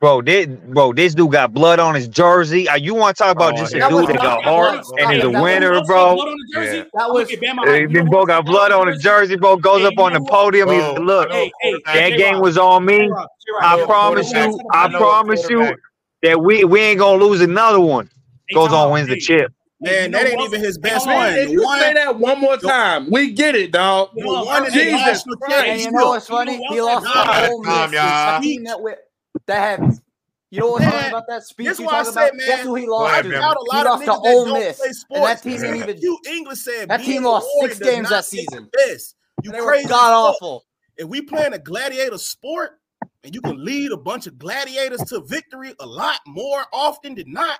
Speaker 6: bro, this bro, this dude got blood on his jersey. Uh, you want to talk about
Speaker 9: Oh,
Speaker 6: just a
Speaker 9: here
Speaker 4: That was
Speaker 6: dude
Speaker 9: we
Speaker 6: that
Speaker 4: not
Speaker 9: go.
Speaker 6: got
Speaker 4: that
Speaker 6: heart
Speaker 4: blood.
Speaker 9: Here we
Speaker 6: and
Speaker 4: Stop
Speaker 6: is a
Speaker 3: Hey,
Speaker 4: it.
Speaker 3: you know
Speaker 4: That was
Speaker 6: winner, bro?
Speaker 3: who else got blood on the
Speaker 9: Yeah.
Speaker 4: that was
Speaker 3: jersey? Look at Bama High.
Speaker 6: Uh,
Speaker 3: You know
Speaker 6: This
Speaker 3: who
Speaker 6: boy got
Speaker 3: else got blood
Speaker 6: blood
Speaker 3: on
Speaker 6: on
Speaker 3: the
Speaker 6: his
Speaker 3: jersey?
Speaker 6: jersey, bro. Goes
Speaker 3: Hey,
Speaker 6: up
Speaker 3: you
Speaker 6: on the
Speaker 3: know who else?
Speaker 6: podium. He's
Speaker 9: Bro, I
Speaker 6: look,
Speaker 9: know
Speaker 3: Hey, hey,
Speaker 9: quarterback.
Speaker 6: that
Speaker 3: J.
Speaker 6: game
Speaker 3: Rob,
Speaker 6: was on
Speaker 3: J.
Speaker 6: me.
Speaker 3: Rob, J.
Speaker 9: I
Speaker 6: I
Speaker 3: Rob.
Speaker 9: know a
Speaker 3: Hold on,
Speaker 6: promise
Speaker 3: hold on,
Speaker 9: quarterback.
Speaker 6: you,
Speaker 3: hold
Speaker 9: I
Speaker 6: I
Speaker 3: on, hold
Speaker 9: know a
Speaker 3: on.
Speaker 6: promise
Speaker 9: quarterback.
Speaker 6: you that we we ain't gonna lose another one.
Speaker 3: Hey,
Speaker 6: Goes
Speaker 3: time
Speaker 6: on,
Speaker 3: out.
Speaker 6: wins the
Speaker 3: Hey,
Speaker 6: chip.
Speaker 3: hey, you
Speaker 10: Man,
Speaker 3: know
Speaker 10: that
Speaker 3: who
Speaker 10: ain't
Speaker 3: else?
Speaker 10: even his
Speaker 3: Hey,
Speaker 10: best
Speaker 3: hold on.
Speaker 10: one.
Speaker 1: Man, if
Speaker 10: The
Speaker 1: you say
Speaker 10: one,
Speaker 1: that one more time, we get it, dog.
Speaker 3: Hold
Speaker 10: the
Speaker 3: on,
Speaker 10: one in
Speaker 3: Irvin.
Speaker 10: the
Speaker 1: Jesus
Speaker 3: Irvin.
Speaker 10: national
Speaker 4: And
Speaker 1: Christ.
Speaker 10: championship.
Speaker 4: you know what's
Speaker 3: You know
Speaker 4: funny?
Speaker 3: who
Speaker 4: He
Speaker 3: else had
Speaker 4: lost
Speaker 3: blood
Speaker 4: to
Speaker 3: on the
Speaker 4: Ole
Speaker 3: jersey?
Speaker 9: Nah, time,
Speaker 4: Miss, the
Speaker 9: y'all.
Speaker 4: team that went that had. You know what's funny
Speaker 10: Man,
Speaker 4: about that speech
Speaker 10: that's
Speaker 4: you
Speaker 10: why I
Speaker 4: talking
Speaker 10: said,
Speaker 4: about? Guess
Speaker 10: man,
Speaker 4: who he
Speaker 9: Go
Speaker 4: lost
Speaker 9: ahead,
Speaker 4: to?
Speaker 9: man.
Speaker 10: out a
Speaker 4: He
Speaker 10: lot of
Speaker 4: lost to
Speaker 10: niggas that
Speaker 4: Ole
Speaker 10: don't play
Speaker 4: Miss, and that
Speaker 10: sports.
Speaker 4: team didn't even.
Speaker 10: You English said
Speaker 4: That
Speaker 10: being
Speaker 4: team
Speaker 10: a
Speaker 4: lost
Speaker 10: warrior
Speaker 4: six
Speaker 10: does
Speaker 4: games
Speaker 10: not
Speaker 4: that
Speaker 10: make
Speaker 4: season.
Speaker 10: you best. You
Speaker 4: They were
Speaker 10: crazy as
Speaker 4: god
Speaker 10: fuck.
Speaker 4: awful.
Speaker 10: If we playing a gladiator sport and you can lead a bunch of gladiators to victory a lot more often than not,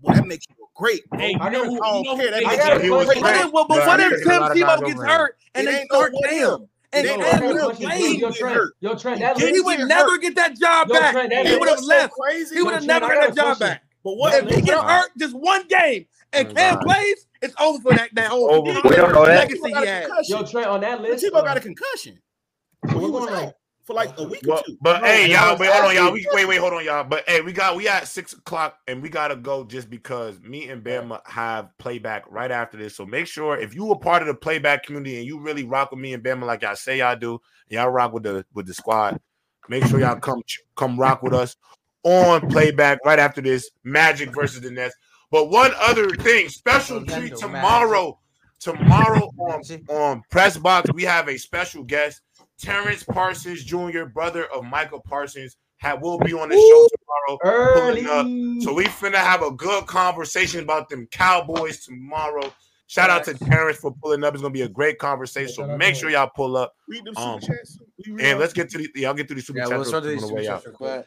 Speaker 10: boy, that makes you great, bro.
Speaker 3: Hey, you
Speaker 7: I
Speaker 3: know
Speaker 7: gotta,
Speaker 3: who?
Speaker 10: I
Speaker 3: You
Speaker 10: don't
Speaker 3: know
Speaker 10: care.
Speaker 3: who?
Speaker 10: That
Speaker 3: Hey,
Speaker 7: I
Speaker 10: makes
Speaker 7: got
Speaker 10: you
Speaker 7: a
Speaker 9: He was
Speaker 7: question.
Speaker 1: But
Speaker 9: great,
Speaker 1: what if, but
Speaker 9: but
Speaker 1: what
Speaker 9: I'm
Speaker 1: if
Speaker 9: taking a
Speaker 1: Tim
Speaker 9: lot of guys
Speaker 1: Tebow gets
Speaker 9: over him.
Speaker 1: hurt and
Speaker 10: It
Speaker 1: they
Speaker 10: ain't no
Speaker 1: start
Speaker 10: what if.
Speaker 1: Cam and
Speaker 10: It
Speaker 1: they
Speaker 10: ain't
Speaker 7: Yo,
Speaker 10: no
Speaker 1: Cam
Speaker 7: Trent
Speaker 1: would
Speaker 10: what
Speaker 1: have
Speaker 10: if you
Speaker 7: Munchkin,
Speaker 1: played?
Speaker 7: yo,
Speaker 10: didn't
Speaker 7: yo,
Speaker 10: get
Speaker 7: Trent,
Speaker 10: hurt.
Speaker 7: yo, Trent,
Speaker 10: You
Speaker 7: that
Speaker 1: He
Speaker 10: didn't
Speaker 7: list,
Speaker 1: would
Speaker 10: get hurt.
Speaker 1: never get that job
Speaker 7: yo,
Speaker 1: back.
Speaker 7: Trent, that
Speaker 1: He
Speaker 10: And
Speaker 1: would
Speaker 7: list,
Speaker 1: have
Speaker 10: what's so
Speaker 1: left. He
Speaker 10: crazy?
Speaker 1: would
Speaker 7: yo,
Speaker 1: have
Speaker 7: Trent,
Speaker 1: never
Speaker 7: I
Speaker 1: got
Speaker 7: got a
Speaker 1: that job
Speaker 7: question.
Speaker 1: back.
Speaker 10: But what
Speaker 7: That
Speaker 1: If he
Speaker 7: list,
Speaker 1: gets
Speaker 9: Nah,
Speaker 1: hurt just one game and
Speaker 9: I'm
Speaker 1: Cam
Speaker 9: God.
Speaker 1: plays, it's over for that, that whole
Speaker 9: Over.
Speaker 6: We don't know that.
Speaker 1: legacy
Speaker 10: Tebow
Speaker 1: he
Speaker 10: got a
Speaker 1: had.
Speaker 10: concussion.
Speaker 7: yo, Trent, on that
Speaker 10: Tim
Speaker 7: list.
Speaker 10: Tebow
Speaker 7: hold
Speaker 10: got a
Speaker 7: on.
Speaker 10: concussion.
Speaker 7: We're
Speaker 10: He was
Speaker 7: going
Speaker 10: out
Speaker 7: right.
Speaker 10: for like a week or
Speaker 9: Well,
Speaker 10: two.
Speaker 9: but
Speaker 7: No,
Speaker 9: hey,
Speaker 7: and
Speaker 9: y'all,
Speaker 7: Mark
Speaker 9: wait, hold on, y'all.
Speaker 7: Sanchez.
Speaker 9: We wait, wait, hold on, y'all. But hey, we got we at six o'clock and we gotta go just because me and Bama have playback right after this. So make sure if you were part of the playback community and you really rock with me and Bama like y'all say y'all do, and y'all rock with the with the squad. Make sure y'all come come rock with us on playback right after this. Magic versus the Nets. But one other thing, special
Speaker 4: Orlando
Speaker 9: treat
Speaker 4: Magic.
Speaker 9: tomorrow. Tomorrow on
Speaker 4: Magic.
Speaker 9: on Press Box, we have a special guest. Terrence Parsons Jr., brother of Michael Parsons, ha- will be on the show tomorrow.
Speaker 7: Early.
Speaker 9: Pulling up. So we finna have a good conversation about them Cowboys tomorrow. Shout out to Terrence for pulling up. It's gonna be a great conversation. So
Speaker 7: Shout out
Speaker 9: make
Speaker 7: to
Speaker 9: sure y'all pull up
Speaker 10: Read them
Speaker 9: Um,
Speaker 10: super chats. We read
Speaker 9: and
Speaker 10: all-
Speaker 9: let's get to the y'all get to the super
Speaker 4: Yeah,
Speaker 9: chats
Speaker 4: we'll
Speaker 9: real
Speaker 4: start
Speaker 9: quick
Speaker 4: these
Speaker 9: on the
Speaker 4: super
Speaker 9: way out.
Speaker 4: chats real quick.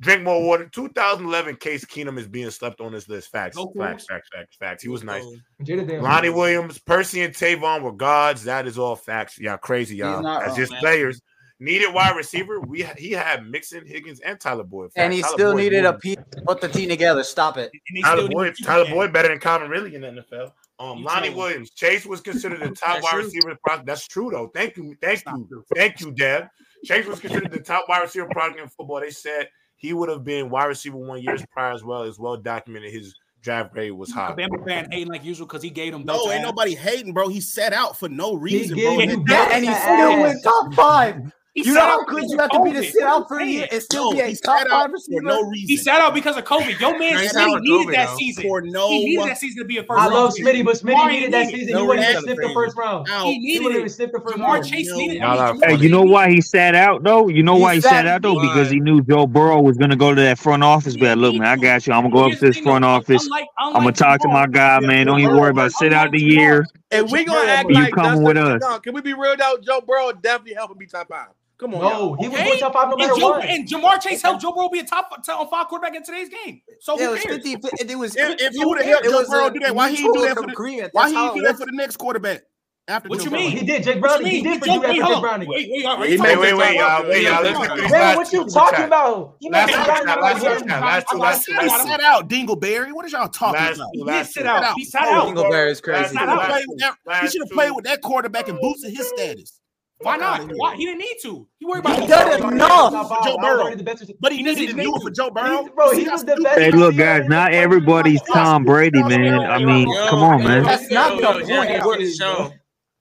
Speaker 9: Drink more water. 2011 Case Keenum is being slept on this list. Facts,
Speaker 3: Go Colts.
Speaker 9: facts, facts, facts, facts. He was nice.
Speaker 10: Oh.
Speaker 7: Jada Daniels.
Speaker 9: Lonnie Williams, Percy, and Tavon were gods. That is all facts. Y'all crazy,
Speaker 4: He's
Speaker 9: y'all.
Speaker 4: not
Speaker 9: That's
Speaker 4: wrong,
Speaker 9: just
Speaker 4: man.
Speaker 9: players. Needed wide receiver. We he had Mixon, Higgins, and Tyler Boyd.
Speaker 4: And he
Speaker 9: Facts. Tyler
Speaker 4: still
Speaker 9: Boyd
Speaker 4: needed
Speaker 9: more
Speaker 4: a
Speaker 9: than-
Speaker 4: piece to put the team together. Stop it.
Speaker 3: And they
Speaker 9: Tyler
Speaker 3: still
Speaker 9: Boyd.
Speaker 3: didn't keep
Speaker 9: Tyler
Speaker 3: that.
Speaker 9: Boyd better than Common really in the NFL. Um,
Speaker 3: You
Speaker 9: Lonnie
Speaker 3: tell me.
Speaker 9: Williams. Chase was considered the top
Speaker 14: That's
Speaker 9: wide
Speaker 14: true.
Speaker 9: receiver. Product. That's true though. Thank you, thank
Speaker 3: It's not
Speaker 9: you,
Speaker 3: true.
Speaker 9: thank you, Deb. Chase was considered the top wide receiver product in football. They said he would have been wide receiver one years prior as well. It's well documented his draft grade was high.
Speaker 3: Alabama fan hating like usual because he gave them
Speaker 10: No,
Speaker 3: Delta
Speaker 10: ain't
Speaker 3: ass.
Speaker 10: nobody hating, bro. He set out for no
Speaker 7: He
Speaker 10: reason, bro.
Speaker 7: gave
Speaker 10: And
Speaker 7: you
Speaker 10: that-
Speaker 4: Yeah,
Speaker 7: Delta
Speaker 4: and he still
Speaker 7: ass.
Speaker 4: went top five.
Speaker 3: He
Speaker 4: You know
Speaker 3: sat out
Speaker 4: how good
Speaker 3: because
Speaker 4: you
Speaker 3: of
Speaker 4: have to be to
Speaker 3: COVID.
Speaker 4: sit out for a
Speaker 3: That's what I'm
Speaker 4: year
Speaker 3: saying.
Speaker 4: and still
Speaker 10: no,
Speaker 4: be
Speaker 10: he
Speaker 4: a
Speaker 10: set
Speaker 4: top
Speaker 10: out
Speaker 4: five
Speaker 10: for
Speaker 4: receiver?
Speaker 10: no
Speaker 3: He
Speaker 10: reason.
Speaker 3: sat out because of COVID. Yo, man,
Speaker 14: No, he sat out
Speaker 3: Smitty
Speaker 14: with
Speaker 3: needed
Speaker 14: COVID,
Speaker 3: that
Speaker 14: though.
Speaker 3: season.
Speaker 10: For
Speaker 3: He
Speaker 10: no,
Speaker 3: needed that season to be a first
Speaker 7: I
Speaker 3: round
Speaker 7: love
Speaker 3: pick.
Speaker 7: Smitty, but Smitty
Speaker 3: Jamar ain't
Speaker 7: needed that
Speaker 3: needed.
Speaker 7: season. He
Speaker 14: No,
Speaker 7: wouldn't
Speaker 14: that's
Speaker 7: even
Speaker 14: kind of
Speaker 7: sniff the
Speaker 14: crazy.
Speaker 7: first round.
Speaker 10: out
Speaker 3: He
Speaker 7: He
Speaker 3: needed
Speaker 7: wouldn't even
Speaker 3: it.
Speaker 7: sniff the first
Speaker 3: Jamar
Speaker 10: for
Speaker 7: round.
Speaker 3: Chase
Speaker 10: no
Speaker 3: needed. I mean,
Speaker 9: Y'all are
Speaker 3: Jamar
Speaker 6: Hey,
Speaker 9: funny.
Speaker 6: you
Speaker 3: Chase
Speaker 6: know
Speaker 3: needed.
Speaker 6: why he sat out though? You know
Speaker 4: He
Speaker 6: why he
Speaker 4: sat
Speaker 6: sat out though?
Speaker 3: He
Speaker 6: Because
Speaker 14: Why?
Speaker 6: he knew Joe Burrow was gonna go to that front office. But look,
Speaker 3: he
Speaker 6: man, I
Speaker 3: knew.
Speaker 6: got you. I'm gonna
Speaker 3: But
Speaker 6: go up
Speaker 3: here's
Speaker 6: to
Speaker 3: the
Speaker 6: this
Speaker 3: thing, though.
Speaker 6: front
Speaker 3: Un-
Speaker 6: office.
Speaker 3: Unlike,
Speaker 6: I'm gonna
Speaker 3: unlike
Speaker 6: talk to
Speaker 3: Jamar,
Speaker 6: my guy,
Speaker 10: Yeah,
Speaker 6: man.
Speaker 10: Joe
Speaker 6: Don't even
Speaker 10: Burrow
Speaker 6: worry
Speaker 10: wasn't
Speaker 6: about sit out
Speaker 3: unlike
Speaker 6: the
Speaker 3: Jamar,
Speaker 6: year.
Speaker 1: And
Speaker 7: Joe
Speaker 1: we gonna
Speaker 7: Burrow
Speaker 6: You
Speaker 1: act
Speaker 7: wasn't.
Speaker 1: like
Speaker 6: coming
Speaker 1: Dustin.
Speaker 6: with us.
Speaker 1: No, can we be real though? Joe Burrow definitely helping be top five. Come on.
Speaker 7: No, he was going top five no
Speaker 3: And
Speaker 7: matter
Speaker 3: Joe-
Speaker 7: what.
Speaker 3: And Jamar Chase helped Joe Burrow be a top, top five quarterback in today's game. So
Speaker 4: Yeah, it
Speaker 3: who
Speaker 4: was
Speaker 3: cares?
Speaker 4: 50, it was
Speaker 10: If, if
Speaker 4: it
Speaker 10: you would
Speaker 4: was-
Speaker 10: have helped
Speaker 4: it
Speaker 10: Joe
Speaker 4: was
Speaker 10: Burrow
Speaker 4: a
Speaker 10: do that, why he didn't do
Speaker 4: mutual
Speaker 10: that for the,
Speaker 4: agreement.
Speaker 10: why
Speaker 4: That's
Speaker 10: he
Speaker 4: how
Speaker 10: didn't
Speaker 4: it
Speaker 10: do that
Speaker 4: works.
Speaker 10: for the next quarterback? After
Speaker 3: What
Speaker 10: Joe
Speaker 3: you
Speaker 10: Burrow?
Speaker 3: mean?
Speaker 7: He did, Jake Browning.
Speaker 3: What
Speaker 7: He
Speaker 3: you mean?
Speaker 7: did for
Speaker 3: Joe-
Speaker 7: you after
Speaker 3: hold
Speaker 7: Jake
Speaker 3: on.
Speaker 7: Browning.
Speaker 3: Wait, wait,
Speaker 9: Wait,
Speaker 3: wait,
Speaker 9: wait, wait, wait, y'all. Wait, y'all.
Speaker 3: Let's
Speaker 9: Let's get through these
Speaker 7: Man,
Speaker 9: last
Speaker 7: what
Speaker 9: two
Speaker 7: you
Speaker 9: super
Speaker 7: talking
Speaker 9: chats.
Speaker 7: about? He
Speaker 9: Last
Speaker 7: not
Speaker 9: super
Speaker 7: forgotten
Speaker 9: chat,
Speaker 7: about
Speaker 9: last
Speaker 7: him.
Speaker 9: super chat, last two, last two,
Speaker 10: He
Speaker 9: last two.
Speaker 10: sat out Dingleberry. What is y'all talking
Speaker 9: Last
Speaker 10: about?
Speaker 9: two,
Speaker 3: He
Speaker 9: last
Speaker 3: sit
Speaker 9: two.
Speaker 3: out. He sat
Speaker 10: Oh,
Speaker 3: out.
Speaker 4: Dingleberry is
Speaker 9: Last
Speaker 4: crazy.
Speaker 10: He
Speaker 9: two,
Speaker 10: should have
Speaker 9: last
Speaker 10: played
Speaker 9: two,
Speaker 10: with that. He
Speaker 9: last
Speaker 10: should have
Speaker 9: two.
Speaker 10: played with that quarterback and boosted his status.
Speaker 3: Why
Speaker 10: Fuck outta
Speaker 3: not?
Speaker 10: here.
Speaker 3: Why he didn't need to? He worried
Speaker 10: He
Speaker 4: it
Speaker 10: done
Speaker 3: about
Speaker 7: He
Speaker 3: Burrow.
Speaker 7: was
Speaker 4: enough.
Speaker 7: top five.
Speaker 10: Joe
Speaker 7: That was
Speaker 10: Burrow.
Speaker 7: already the best.
Speaker 10: But he,
Speaker 7: He
Speaker 10: didn't,
Speaker 7: doesn't
Speaker 10: he didn't
Speaker 7: need
Speaker 10: do it
Speaker 7: to.
Speaker 10: for Joe Burrow.
Speaker 7: He, bro,
Speaker 10: See
Speaker 7: he
Speaker 10: how
Speaker 7: was the
Speaker 10: stupid
Speaker 7: best
Speaker 10: that
Speaker 6: Hey,
Speaker 10: is?
Speaker 6: look,
Speaker 7: receiver
Speaker 6: guys,
Speaker 7: in the
Speaker 6: not
Speaker 7: first
Speaker 6: everybody's
Speaker 7: round.
Speaker 10: Y'all
Speaker 6: Tom
Speaker 10: stupid.
Speaker 6: Brady,
Speaker 10: Y'all
Speaker 6: man.
Speaker 10: stupid.
Speaker 6: I
Speaker 10: Y'all
Speaker 6: mean,
Speaker 10: stupid.
Speaker 6: come on, man.
Speaker 4: That's not
Speaker 8: yo,
Speaker 4: the
Speaker 8: yo,
Speaker 4: point.
Speaker 8: Jack,
Speaker 4: It was
Speaker 8: yo, Sean.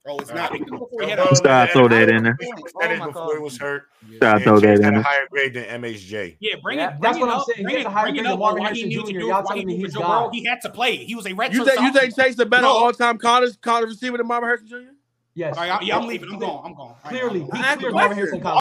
Speaker 10: Oh, it's
Speaker 9: All
Speaker 10: not.
Speaker 9: right.
Speaker 3: He
Speaker 9: Joe
Speaker 3: had a-
Speaker 9: Burrow
Speaker 6: Just thought
Speaker 9: had
Speaker 6: I throw
Speaker 9: a
Speaker 6: that
Speaker 4: Not
Speaker 6: in
Speaker 4: the
Speaker 6: there.
Speaker 4: point. Oh
Speaker 9: percentage
Speaker 4: my
Speaker 9: before he
Speaker 4: god.
Speaker 9: was hurt,
Speaker 6: Just thought I
Speaker 9: and
Speaker 6: throw
Speaker 9: Chase
Speaker 6: that in
Speaker 9: had a
Speaker 6: there.
Speaker 9: higher grade than MHJ.
Speaker 3: Yeah, bring
Speaker 4: Yeah,
Speaker 3: it, bring
Speaker 7: That's
Speaker 3: it
Speaker 7: what I'm
Speaker 3: up,
Speaker 7: saying. He
Speaker 3: bring
Speaker 7: has
Speaker 3: it,
Speaker 7: a higher
Speaker 3: bring it
Speaker 7: grade
Speaker 3: up
Speaker 7: than
Speaker 3: on
Speaker 7: Marvin
Speaker 3: why he
Speaker 7: Harrison
Speaker 3: needed to
Speaker 7: Jr.
Speaker 3: do it,
Speaker 7: Y'all
Speaker 3: why he
Speaker 7: telling me
Speaker 3: did for
Speaker 7: he's
Speaker 3: Joe Burrow.
Speaker 7: God.
Speaker 3: He had to play. He was a red
Speaker 1: You
Speaker 3: shirt
Speaker 1: think you think
Speaker 3: sophomore.
Speaker 1: Chase is a better
Speaker 3: No.
Speaker 1: all time college college receiver than Marvin Harrison Jr.?
Speaker 7: Yes.
Speaker 3: All right, I, yeah, I'm
Speaker 7: Yes,
Speaker 3: leaving. I'm
Speaker 7: clear-
Speaker 3: going. I'm going. All right,
Speaker 7: Clearly,
Speaker 3: I'm going.
Speaker 7: he
Speaker 1: I asked a
Speaker 7: cleared Marvin
Speaker 1: question.
Speaker 7: Harrison College.